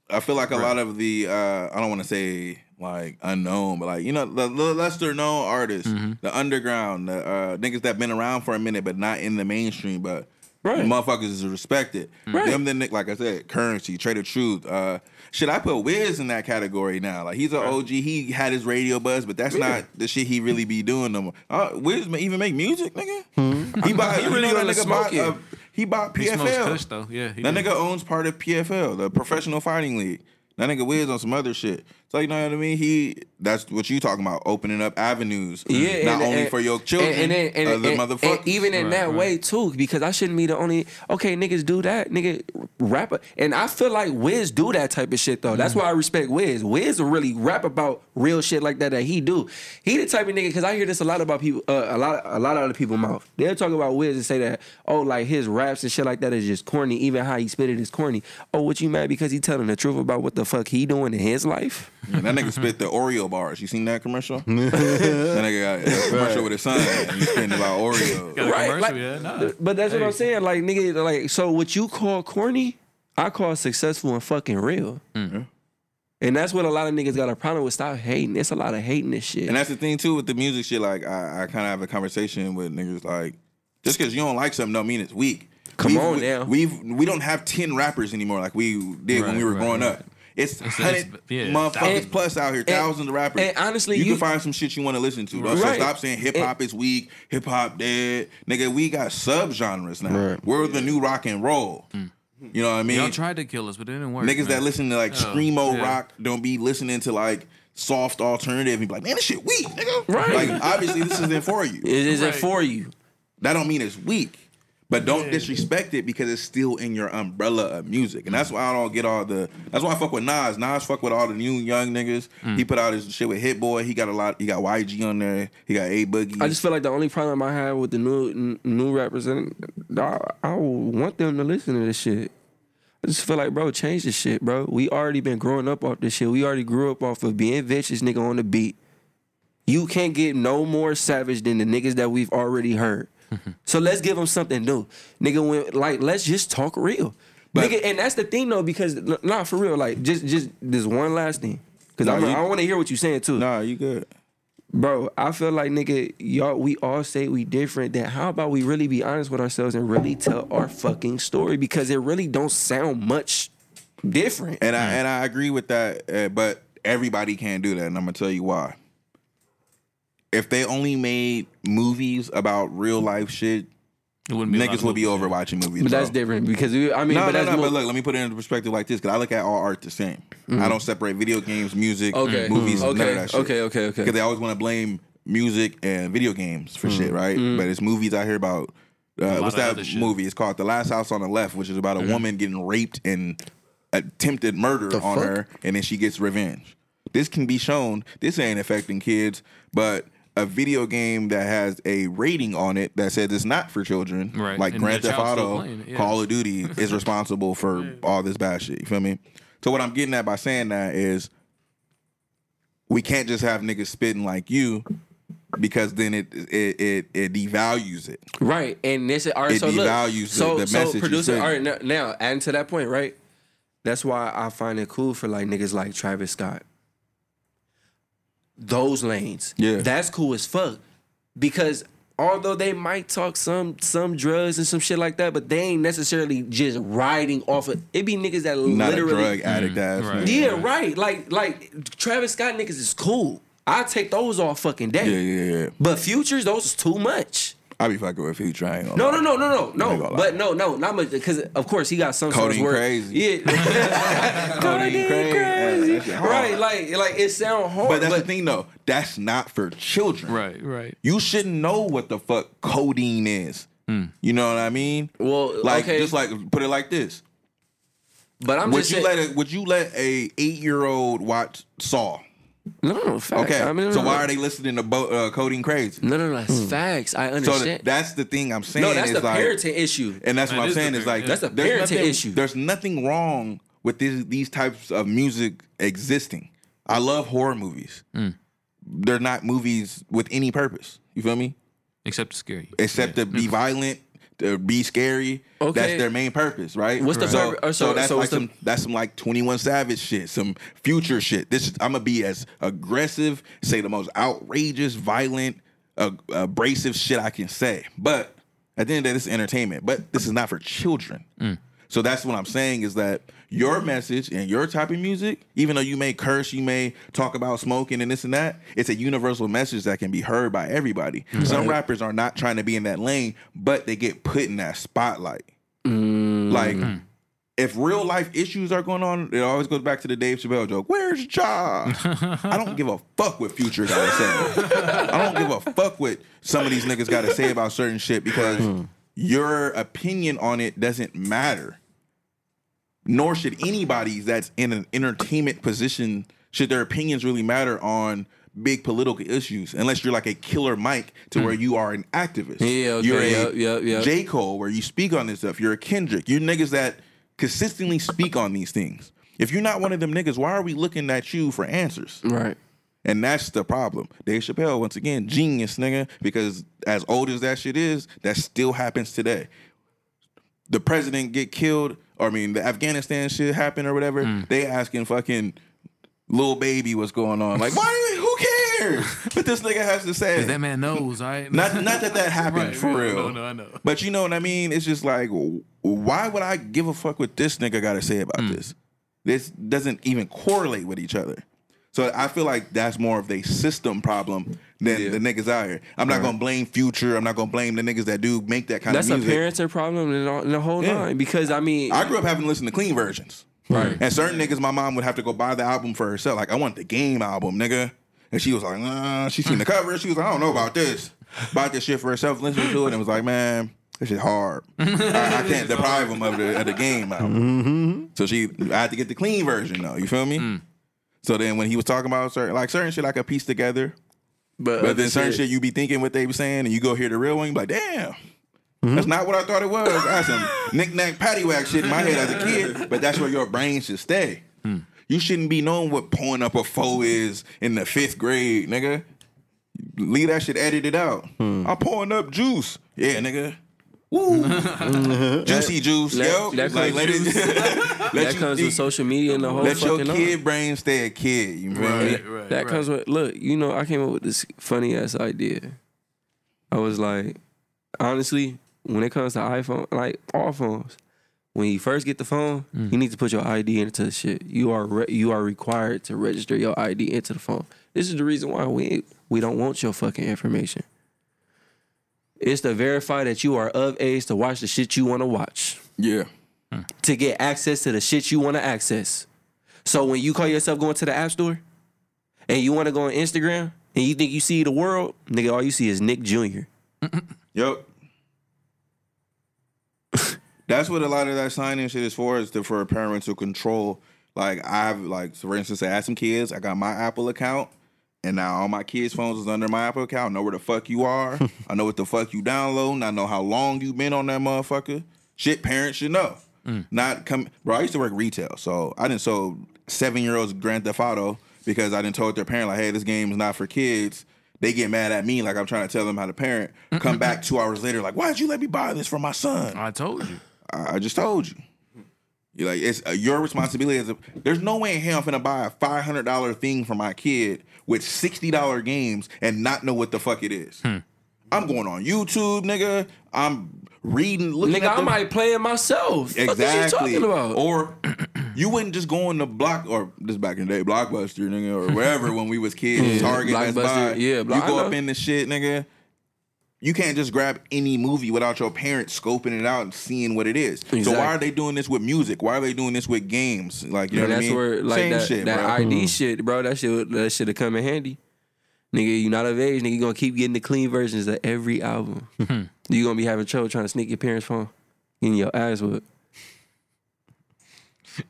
S3: I feel like a lot of the uh, I don't want to say like unknown, but like you know the, the lesser known artists, the underground, the uh, niggas that been around for a minute but not in the mainstream, but
S6: Right.
S3: motherfuckers is respected.
S6: Right.
S3: Them then like I said, currency, Trader Truth. Uh, shit, I put Wiz in that category now. Like he's an OG. He had his radio buzz, but that's not the shit he really be doing no more. Uh, Wiz ma- even make music, nigga. He bought. You
S6: really
S3: really know that
S6: gonna
S3: nigga
S6: smoke
S3: bought.
S6: it.
S3: Uh, he bought PFL.
S5: He smokes kush though. Yeah. he
S3: That
S5: do.
S3: nigga owns part of PFL, the Professional Fighting League. That nigga Wiz on some other shit. So you know what I mean? He that's what you talking about, opening up avenues.
S6: Yeah,
S3: Mm-hmm. not
S6: and-
S3: only
S6: and-
S3: for your children,
S6: and, and, and,
S3: other
S6: and-
S3: motherfuckers.
S6: and even in
S5: Right,
S6: that
S5: right.
S6: way too, because I shouldn't be the only. Okay, niggas do that, nigga rapper, and I feel like Wiz do that type of shit though.
S5: Mm-hmm.
S6: That's why I respect Wiz. Wiz will really rap about real shit like that that he do. He the type of nigga because I hear this a lot about people, uh, a lot, a lot of other people mouth. They'll talk about Wiz and say that oh, like his raps and shit like that is just corny. Even how he spit it is corny. Oh, what you mad because he telling the truth about what the fuck he doing in his life?
S3: And that nigga spit the Oreo bars. You seen that commercial? that nigga got a commercial with his son and he's spitting about Oreos.
S5: Got a
S6: Right,
S5: commercial,
S6: like-
S5: yeah, nah.
S6: But that's what I'm
S5: Hey.
S6: saying. Like, nigga, like, so what you call corny, I call successful and fucking real.
S5: Mm.
S6: And that's what a lot of niggas got a problem with. Stop hating. It's a lot of hating this shit.
S3: And that's the thing too with the music shit. Like I, I kind of have a conversation with niggas like, just because you don't like something don't mean it's weak.
S6: Come
S3: We've-
S6: on
S3: we,
S6: now.
S3: We've we don't have ten rappers anymore like we did when
S5: Right,
S3: we were
S5: right,
S3: growing
S5: right.
S3: up. It's
S5: it's-
S3: hundred
S5: yeah,
S3: motherfuckers
S6: thousands.
S3: plus out here, thousands of rappers.
S6: and honestly,
S3: you,
S6: you-
S3: can find some shit you want to listen to. Bro. So
S6: Right.
S3: stop saying hip hop is weak, hip hop dead, nigga. We got subgenres now.
S8: Right.
S3: We're the new rock and roll. You know what I mean?
S5: Mm. Y'all tried to kill us, but it didn't work.
S3: Niggas
S5: man.
S3: that listen to like screamo
S5: yeah.
S3: rock don't be listening to like soft alternative and be like, man, this shit weak, nigga.
S6: Right.
S3: Like obviously this isn't for
S6: <laughs>
S3: you.
S6: it isn't
S5: Right.
S6: for you.
S3: That don't mean it's weak. But don't disrespect it because it's still in your umbrella of music. And that's why I don't get all the that's why I fuck with Nas. Nas fuck with all the new young niggas. He put out his shit with Hit Boy. He got a lot he got YG on there. He got A Boogie.
S6: I just feel like the only problem I have with the new n- new rappers, and I, I want them to listen to this shit. I just feel like, bro, change this shit, bro. We already been growing up off this shit. We already grew up off of being vicious, nigga, on the beat. You can't get no more savage than the niggas that we've already heard. so let's give them something new, nigga. When like, let's just talk real, nigga. And that's the thing though, because nah, for real, like, just just this one last thing, because
S3: Nah,
S6: I,
S3: you-
S6: I want to hear what you saying too.
S3: nah, you good.
S6: Bro, I feel like nigga, y'all, we all say we different. Then how about we really be honest with ourselves and really tell our fucking story because it really don't sound much different.
S3: And
S5: Hmm.
S3: I and I agree with that, uh, but everybody can't do that, and I'm gonna tell you why. If they only made movies about real life shit,
S5: It wouldn't be a lot
S3: niggas
S5: of
S3: would be
S5: movies,
S3: over
S5: yeah.
S3: watching movies.
S6: But that's
S3: bro.
S6: different because we, I mean,
S3: No,
S6: but
S3: no,
S6: that's
S3: no.
S6: more-
S3: But look, let me put it into perspective like this, because I look at all art the same. I don't separate video games, music,
S6: Mm-hmm. Okay.
S3: movies,
S6: Mm.
S3: none
S6: Okay,
S3: of that shit.
S6: okay, okay, okay.
S3: Because they always want to blame music and video games for shit, right? But it's movies I hear about. Uh, what's
S5: of
S3: that
S5: other shit.
S3: movie? It's called The Last House on the Left, which is about a woman getting raped and attempted murder
S8: The
S3: on
S8: fuck?
S3: her, and then she gets revenge. This can be shown. This ain't affecting kids, but a video game that has a rating on it that says it's not for children,
S5: Right,
S3: like
S5: and
S3: Grand
S5: the
S3: Theft
S5: child's still
S3: Auto,
S5: playing it, yeah.
S3: Call of
S5: <laughs>
S3: Duty, is responsible for all this bad shit. You feel me? So what I'm getting at by saying that is, we can't just have niggas spitting like you, because then it it it, it devalues it.
S6: Right, and this is all right.
S3: It
S6: so look,
S3: devalues the-
S6: so,
S3: the
S6: so
S3: message you
S6: producer,
S3: send.
S6: all right. Now, now, adding to that point, right? That's why I find it cool for like niggas like Travis Scott. Those lanes,
S3: Yeah.
S6: that's cool as fuck. Because although they might talk some some drugs and some shit like that, but they ain't necessarily just riding off of. It be niggas that
S3: Not
S6: literally
S3: a drug addict ass.
S5: Mm, right.
S3: nigga.
S6: yeah, right. Like like Travis Scott niggas is cool. I take those all fucking day.
S3: Yeah, yeah, yeah.
S6: But futures, those is too much.
S3: I be fucking with Future. I ain't gonna
S6: No,
S3: lie.
S6: no, no, no,
S3: I
S6: no,
S3: ain't
S6: no.
S3: gonna lie.
S6: But no, no, not much. Because of course he got some sort of
S3: Codeine
S6: word.
S3: crazy. <laughs>
S6: Yeah. Codeine
S3: crazy. Yeah, that
S6: crazy.
S3: shit hard.
S6: Right. Like like it sound hard.
S3: But that's the thing, though. That's not for children.
S5: Right, right.
S3: You shouldn't know what the fuck codeine is.
S5: Hmm.
S3: You know what I mean?
S6: Well,
S3: like
S6: okay.
S3: just like put it like this.
S6: But I'm
S3: would
S6: just
S3: you
S6: saying,
S3: let a, would you let a eight year old watch Saw?
S6: no facts.
S3: Okay,
S6: I mean, no,
S3: so
S6: no,
S3: why
S6: no.
S3: are they listening to bo- uh, coding crazy?
S6: No, no, no. That's facts. I
S3: so
S6: understand.
S3: th- that's the thing I'm saying.
S6: no, that's
S3: is
S6: the
S3: like,
S6: parenting issue.
S3: And that's what
S5: That
S3: I'm
S5: is the
S3: saying is
S5: parent-
S3: like
S5: That's
S6: a
S3: there's
S6: parenting
S3: nothing-
S6: issue.
S3: There's nothing wrong with these these types of music existing. I love horror movies.
S6: Hmm.
S3: They're not movies with any purpose. You feel me?
S5: Except to scare you.
S3: Except to be violent, to be scary.
S6: Hmm. Okay.
S3: That's their main purpose, right?
S6: What's the
S3: so,
S6: purpose- or
S3: So,
S6: so-
S3: that's
S6: so
S3: like
S6: what's the-
S3: some that's some like Twenty One Savage shit, some future shit. This is, I'm gonna be as aggressive, say the most outrageous, violent, uh, abrasive shit I can say. But at the end of the day, this is entertainment. But this is not for children.
S6: Mm.
S3: So that's what I'm saying is that your message and your type of music, even though you may curse, you may talk about smoking and this and that, it's a universal message that can be heard by everybody.
S6: Mm-hmm.
S3: Some rappers are not trying to be in that lane, but they get put in that spotlight. Like, if real life issues are going on, it always goes back to the Dave Chappelle joke. Where's Ja? I don't give a fuck what Future gotta say. I don't give a fuck what some of these niggas gotta say about certain shit because your opinion on it doesn't matter. Nor should anybody that's in an entertainment position should their opinions really matter on big political issues unless you're like a killer Mike to where you are an activist.
S6: Hmm. Yeah, okay,
S3: You're
S6: yup,
S3: a
S6: yup, yup.
S3: J. Cole where you speak on this stuff. You're a Kendrick. You're niggas that consistently speak on these things. If you're not one of them niggas, why are we looking at you for answers?
S6: right.
S3: And that's the problem. Dave Chappelle, once again, genius nigga, because as old as that shit is, that still happens today. The president get killed, or I mean, the Afghanistan shit happened or whatever. They asking fucking little baby what's going on. Like, why? do you- Who cares? But this nigga has to say
S5: That man knows, all right?
S3: not not that that happened
S5: Right,
S3: for
S5: right.
S3: real.
S5: No, no, I know.
S3: But you know what I mean? It's just like, w- why would I give a fuck what this nigga got to say about this? This doesn't even correlate with each other. So I feel like that's more of a system problem than the niggas out here. I'm not gonna blame Future. I'm not gonna blame the niggas that do make that kind
S6: That's a
S3: of music.
S6: parenting problem and all- and the whole
S3: Yeah.
S6: nine. Because I mean,
S3: I grew up having to listen to clean versions.
S6: Right.
S3: And certain niggas, my mom would have to go buy the album for herself. Like, I want the game album, nigga. And she was like, nah, she seen the cover. She was like, I don't know about this. Bought this shit for herself, listened to it, and was like, man, this shit hard. I, I can't deprive him of the, of the game album. So she, I had to get the clean version, though. You feel me? So then when he was talking about certain, like certain shit I could piece together, but then certain shit you be thinking what they be saying, and you go hear the real one, you be like, damn.
S6: Mm-hmm.
S3: That's not what I thought it was. I had
S6: <laughs>
S3: some knick-knack paddywhack shit in my head as a kid, but that's where your brain should stay.
S6: Hmm.
S3: You shouldn't be knowing what pulling up a foe is in the fifth grade, nigga. Leave that shit edited out.
S6: Hmm.
S3: I'm pouring up juice. Yeah, nigga. Woo. Juicy juice,
S6: <laughs> that-
S3: yo.
S6: that
S3: like,
S6: comes
S3: let <laughs> it, let
S6: that
S3: you
S6: comes
S3: think-
S6: with social media and the whole
S3: Let your
S6: fucking nine.
S3: kid brain stay a kid. You feel me?
S5: Right, right,
S6: that
S5: right.
S6: comes with look you know i came up with this funny ass idea i was like honestly when it comes to iphone like all phones when you first get the phone you need to put your id into the shit you are re- you are required to register your id into the phone this is the reason why we we don't want your fucking information it's to verify that you are of age to watch the shit you want to watch
S3: Yeah.
S6: to get access to the shit you want to access. So when you call yourself going to the app store and you want to go on Instagram and you think you see the world, nigga, all you see is Nick Jr.
S3: Yep. That's what a lot of that signing shit is for, is to, for a parent to control. Like I've like so for instance, I had some kids, I got my Apple account, and now all my kids' phones is under my Apple account. I know where the fuck you are. I know what the fuck you downloading. I know how long you been on that motherfucker. Shit parents should know. Not come bro, I used to work retail, so I didn't so seven year olds Grand Theft Auto because I didn't told their parent like, hey, this game is not for kids. They get mad at me like I'm trying to tell them how to parent. Come back two hours later, like, why'd you let me buy this for my son?
S5: <laughs> I told you.
S3: I I just told you. You like it's uh, your responsibility. As a, there's no way in hell I'm finna buy a five hundred dollar thing for my kid with sixty dollar games and not know what the fuck it is. I'm going on YouTube, nigga. I'm reading, looking at
S6: Nigga, I
S3: the-
S6: might play it myself. What
S3: Exactly. Oh,
S6: you talking about?
S3: Or <clears throat> you wouldn't just go on the block or this back in the day, Blockbuster, nigga, or wherever when we was kids, Target, Best
S6: Blockbuster,
S3: Buy.
S6: yeah, Blo-
S3: you
S6: I
S3: go
S6: know.
S3: up in the shit, nigga. You can't just grab any movie without your parents scoping it out and seeing what it is. So
S6: Exactly.
S3: why are they doing this with music? Why are they doing this with games? Like you know
S6: And
S3: what I
S6: that's
S3: mean?
S6: where like
S3: Same
S6: that,
S3: shit,
S6: that
S3: bro. Mm-hmm.
S6: ID shit, bro. That shit that should have come in handy. Nigga, you not of age, nigga. You gonna keep getting the clean versions of
S3: <laughs>
S6: every album. you gonna be having trouble trying to sneak your parents' phone, getting your ass whipped.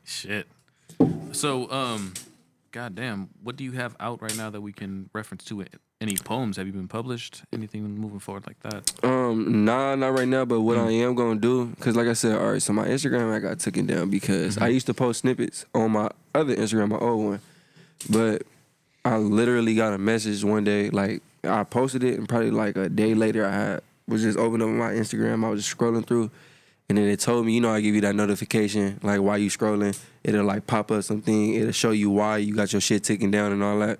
S5: Shit. So, um, goddamn, what do you have out right now that we can reference to it? Any poems? Have you been published? Anything moving forward like that?
S6: Um, nah, not right now. But what I am gonna do, cause like I said, all right. So my Instagram I got taken down because I used to post snippets on my other Instagram, my old one. But I literally got a message one day, like I posted it, and probably like a day later, I had was just opening up my Instagram. I was just scrolling through, and then it told me, you know, I give you that notification, like while you scrolling, it'll like pop up something, it'll show you why you got your shit taken down and all that.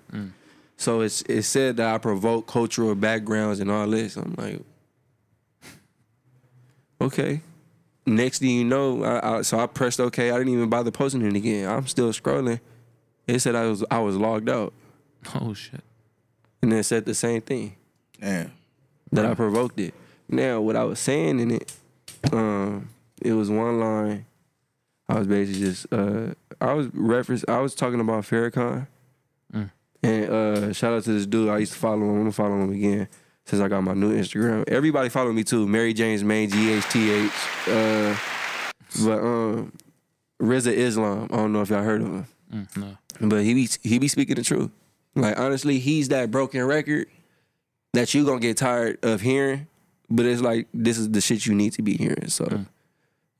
S6: So it's it said that I provoke cultural backgrounds and all this. I'm like, okay. Next thing you know, I, I, so I pressed okay. I didn't even bother posting it again. I'm still scrolling. It said I was I was logged out,
S5: <laughs> Oh shit.
S6: and then it said the same thing
S3: Damn.
S6: that I provoked it. Now, what I was saying in it, um, it was one line. I was basically just uh, I was reference. I was talking about Farrakhan, and uh, shout out to this dude I used to follow him. I'm gonna follow him again since I got my new Instagram. Everybody follow me too. Mary James Main G H T H. Uh, but um, Reza Islam. I don't know if y'all heard of him.
S5: Mm, no.
S6: But he be he be speaking the truth. Like honestly, he's that broken record that you gonna get tired of hearing. But it's like this is the shit you need to be hearing. So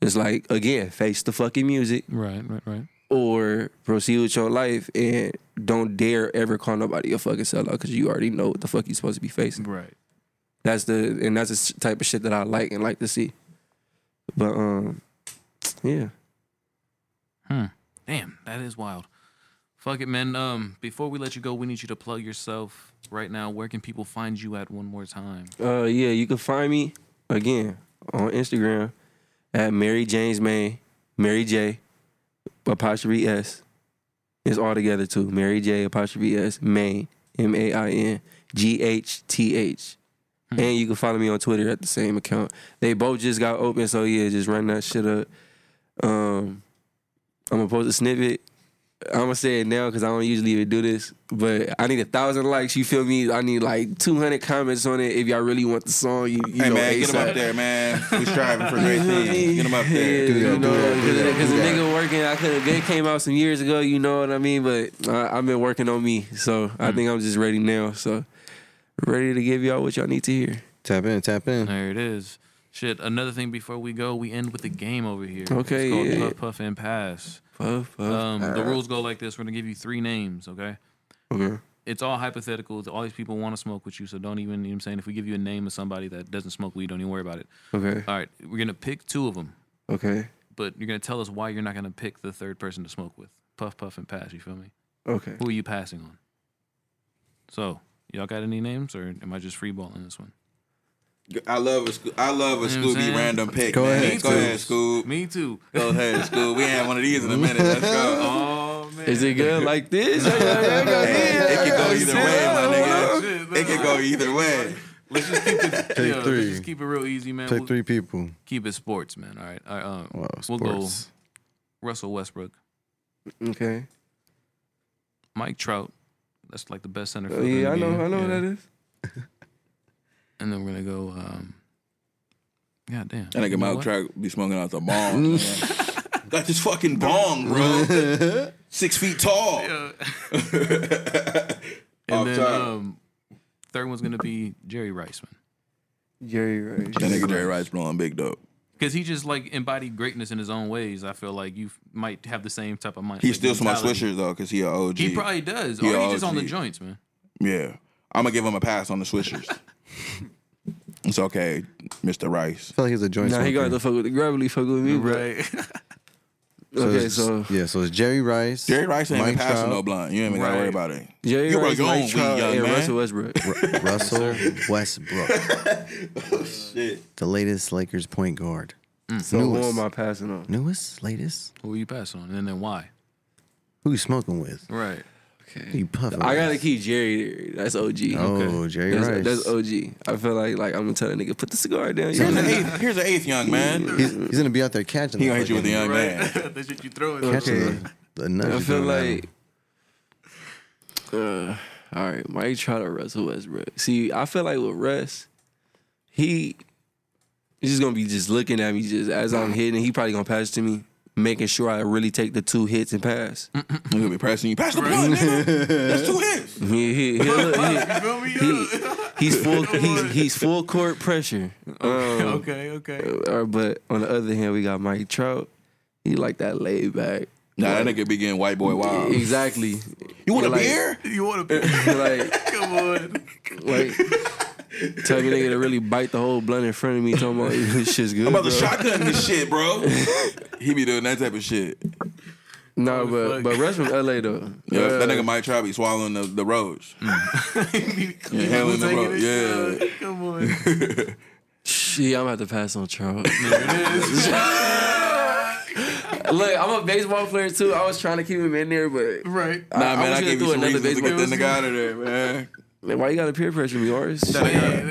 S6: it's like again, face the fucking music
S5: Right, right, right.
S6: or proceed with your life and don't dare ever call nobody a fucking sellout because you already know what the fuck you supposed to be facing.
S5: Right.
S6: That's the and that's the s- type of shit that I like and like to see. But um, yeah.
S5: Hmm. Damn, that is wild. Fuck it, man. Um, before we let you go, we need you to plug yourself right now. Where can people find you at one more time?
S6: Uh, yeah, you can find me again on Instagram at Mary James May, Mary J, apostrophe S. It's all together too. Mary J apostrophe S Main M A I N G H T H. And you can follow me on Twitter at the same account. They both just got open, so yeah, just run that shit up. Um, I'm gonna post a snippet. I'm gonna say it now because I don't usually even do this, but I need a thousand likes. You feel me? I need like 200 comments on it if y'all really want the song. You, you
S3: Hey
S6: know,
S3: man, get
S6: ASAP.
S3: him up there,
S6: <laughs>
S3: man. We striving for great things. Get him up there.
S6: Yeah, you know,
S3: do that,
S6: because the
S3: do that.
S6: nigga working, I could have been came out some years ago. You know what I mean? But I, I've been working on me, so I
S3: Hmm.
S6: think I'm just ready now. So ready to give y'all what y'all need to hear.
S8: Tap in, tap in.
S5: There it is. Shit. Another thing before we go, we end with a game over here.
S6: Okay,
S5: It's called
S6: yeah.
S5: Puff Puff and Pass.
S6: Puff, puff.
S5: Um, the rules go like this. We're gonna give you three names, okay?
S6: okay.
S5: It's all hypothetical. All these people want to smoke with you, so don't even. You know what I'm saying? If we give you a name of somebody that doesn't smoke weed, don't even worry about it.
S6: Okay.
S5: All right, we're gonna pick two of them,
S6: Okay.
S5: but you're gonna tell us why you're not gonna pick the third person to smoke with. Puff, puff, and pass. You feel me?
S6: Okay.
S5: Who are you passing on? So, y'all got any names, or am I just freeballing this one?
S3: I love a Sco- I love a
S5: You know what I'm
S3: Scooby
S5: saying?
S3: random pick.
S8: Go
S3: man.
S8: ahead,
S3: go
S8: Scoob.
S3: ahead, Scoob.
S5: Me too.
S3: Go ahead, school. We had one of these in a minute. Let's <laughs> go.
S5: Oh man.
S6: Is it good like <laughs> this?
S3: Hey, it could go either way,
S5: Shit,
S3: my nigga. It could go either way.
S5: Let's just keep it.
S8: Take
S5: yeah,
S8: three.
S5: Let's just keep it real easy, man.
S8: Pick
S5: We'll
S8: three people.
S5: Keep it sports, man. All right. All right um,
S8: Wow,
S5: we'll go
S8: sports.
S5: Russell Westbrook,
S6: okay.
S5: Mike Trout. That's like the best center
S6: Oh,
S5: fielder. in
S6: yeah,
S5: the
S6: I know.
S5: game.
S6: I know what
S5: Yeah.
S6: that is.
S5: And then we're gonna go um, God damn.
S3: That nigga
S5: <laughs>
S3: Mouth Track be smoking out the <laughs> bong. man. Got this fucking bong, bro. Six feet tall. <laughs>
S5: And then
S3: sorry.
S5: um, third one's gonna be Jerry Riceman
S6: Jerry Rice.
S3: That nigga Jerry Rice blowing big dope.
S5: because he just like embodied greatness in his own ways. I feel like you f- might have the same type of mind.
S3: He
S5: like,
S3: steals some of my
S5: mentality.
S3: swishers though, cause he a OG.
S5: He probably does.
S3: He
S5: or
S3: a
S5: he's just on the
S3: OG.
S5: joints, man.
S3: Yeah, I'm gonna give him a pass on the <laughs> swishers. it's okay, Mr. Rice.
S8: feel like he's a joint
S6: Nah,
S8: smoker.
S6: he got to fuck with the gravelly, fuck with me, bro. Okay,
S8: it's-
S6: so
S8: yeah, so it's Jerry Rice,
S3: Jerry Rice ain't
S8: Mike
S3: been passing
S8: Trout,
S3: no blunt. You ain't even gotta worry about it.
S6: Jerry
S3: you
S6: Rice,
S3: were going
S6: Mike
S3: weed,
S6: Trout,
S3: young
S6: and
S3: man.
S6: Russell Westbrook. <laughs>
S8: Ru- Russell Westbrook. The latest Lakers point guard.
S6: Oh, Mm. So who
S8: Newest.
S6: am I passing on?
S8: Newest, latest.
S5: <laughs> Who you pass on, and then why?
S8: Who you smoking with?
S5: Right.
S8: Who you puffing?
S6: I
S8: with?
S6: gotta keep Jerry. There. That's OG.
S8: Oh, Jerry
S6: That's,
S8: Rice.
S6: that's OG. I feel like like I'm gonna tell that nigga put the cigar down. You
S3: Here's
S6: know?
S3: an
S6: <laughs>
S3: eighth. Here's an eighth, young man.
S8: he's, he's gonna be out there catching.
S3: He
S8: the
S3: gonna hit you with the
S8: fucking-
S3: young man.
S5: That's what you throw
S8: Catching the, the nuts.
S6: I
S8: you
S6: feel
S8: throwing at him.
S6: like. Uh, all right, Mike Trout or Russell Westbrook. See, I feel like with Russ, he he's just gonna be just looking at me just as I'm hitting. He probably gonna pass to me, making sure I really take the two hits and pass.
S3: He gonna be pressing you. Pass the blunt, nigga. <laughs> That's two hits.
S5: <laughs>
S6: He, he, he, he- he- he's full he's, he's full court pressure. Um,
S5: Okay. Okay.
S6: Or, but on the other hand, we got Mike Trout. He like that laid back.
S3: Nah, that nigga be getting white boy wild.
S6: <laughs> Exactly.
S3: You want a
S6: like-
S3: beer?
S5: You want to?
S6: <laughs> like,
S5: <laughs> Come on.
S6: like, tell me nigga to really bite the whole blunt in front of me. Talking about <laughs> this shit's good.
S3: I'm about
S6: bro.
S3: to shotgun this shit, bro. he be doing that type of shit.
S6: No, but but Russ from LA though.
S3: Yeah,
S6: Uh,
S3: that nigga Mike Trout be swallowing the, the roach. Yeah, handling the roach. Yeah.
S5: Come on.
S6: Shit, I'm about to pass on <laughs> Trout. <laughs> Look, I'm a baseball player too. I was trying to keep him in there, but
S5: Right.
S3: Nah,
S6: I,
S3: man,
S6: was
S3: I,
S6: gonna
S3: gave you
S6: throw
S3: some
S6: another
S3: reasons to get
S6: baseball.
S3: that nigga out of there, man.
S6: Man, why you gotta peer pressure me, Oris? Uh,
S3: Get that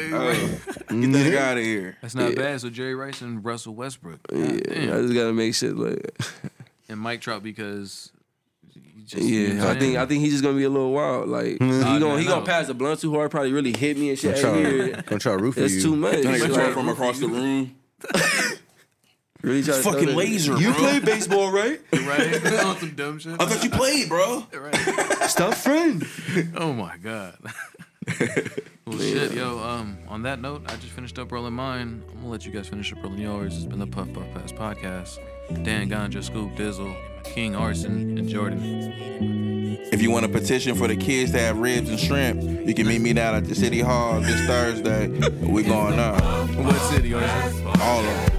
S3: nigga out of here.
S5: That's not bad. So Jerry Rice and Russell Westbrook, God damn.
S6: Yeah, I just gotta make shit like
S5: and Mike Trout because. you Just, you know
S6: yeah.
S5: what
S6: I
S5: I'm
S6: think
S5: saying?
S6: I think he's just gonna be a little wild. Like he gonna
S5: no,
S6: he
S5: no.
S6: gonna pass the blunt too hard. Probably really hit me and shit.
S8: Gonna try-
S6: Hey,
S8: gonna try to root for
S6: That's
S8: you.
S6: too much.
S3: That nigga Trout
S6: Like,
S3: from across the room.
S6: really try to throw
S3: Fucking
S6: that-
S3: laser, You played baseball, right?
S5: <laughs> right on some dumb shit.
S3: I thought you played, bro.
S5: Right.
S6: Stop friend.
S5: Oh my god. <laughs> well, shit, yo. Um, on that note, I just finished up rolling mine. I'm gonna let you guys finish up rolling yours. It's been the Puff Puff Pass podcast. Dan Ganja, Scoop Dizzle, King Arson, and Jordan.
S3: If you want to petition for the kids to have ribs and shrimp, you can meet me down at the city hall this Thursday. We going up.
S5: What city, Arson?
S3: All of them.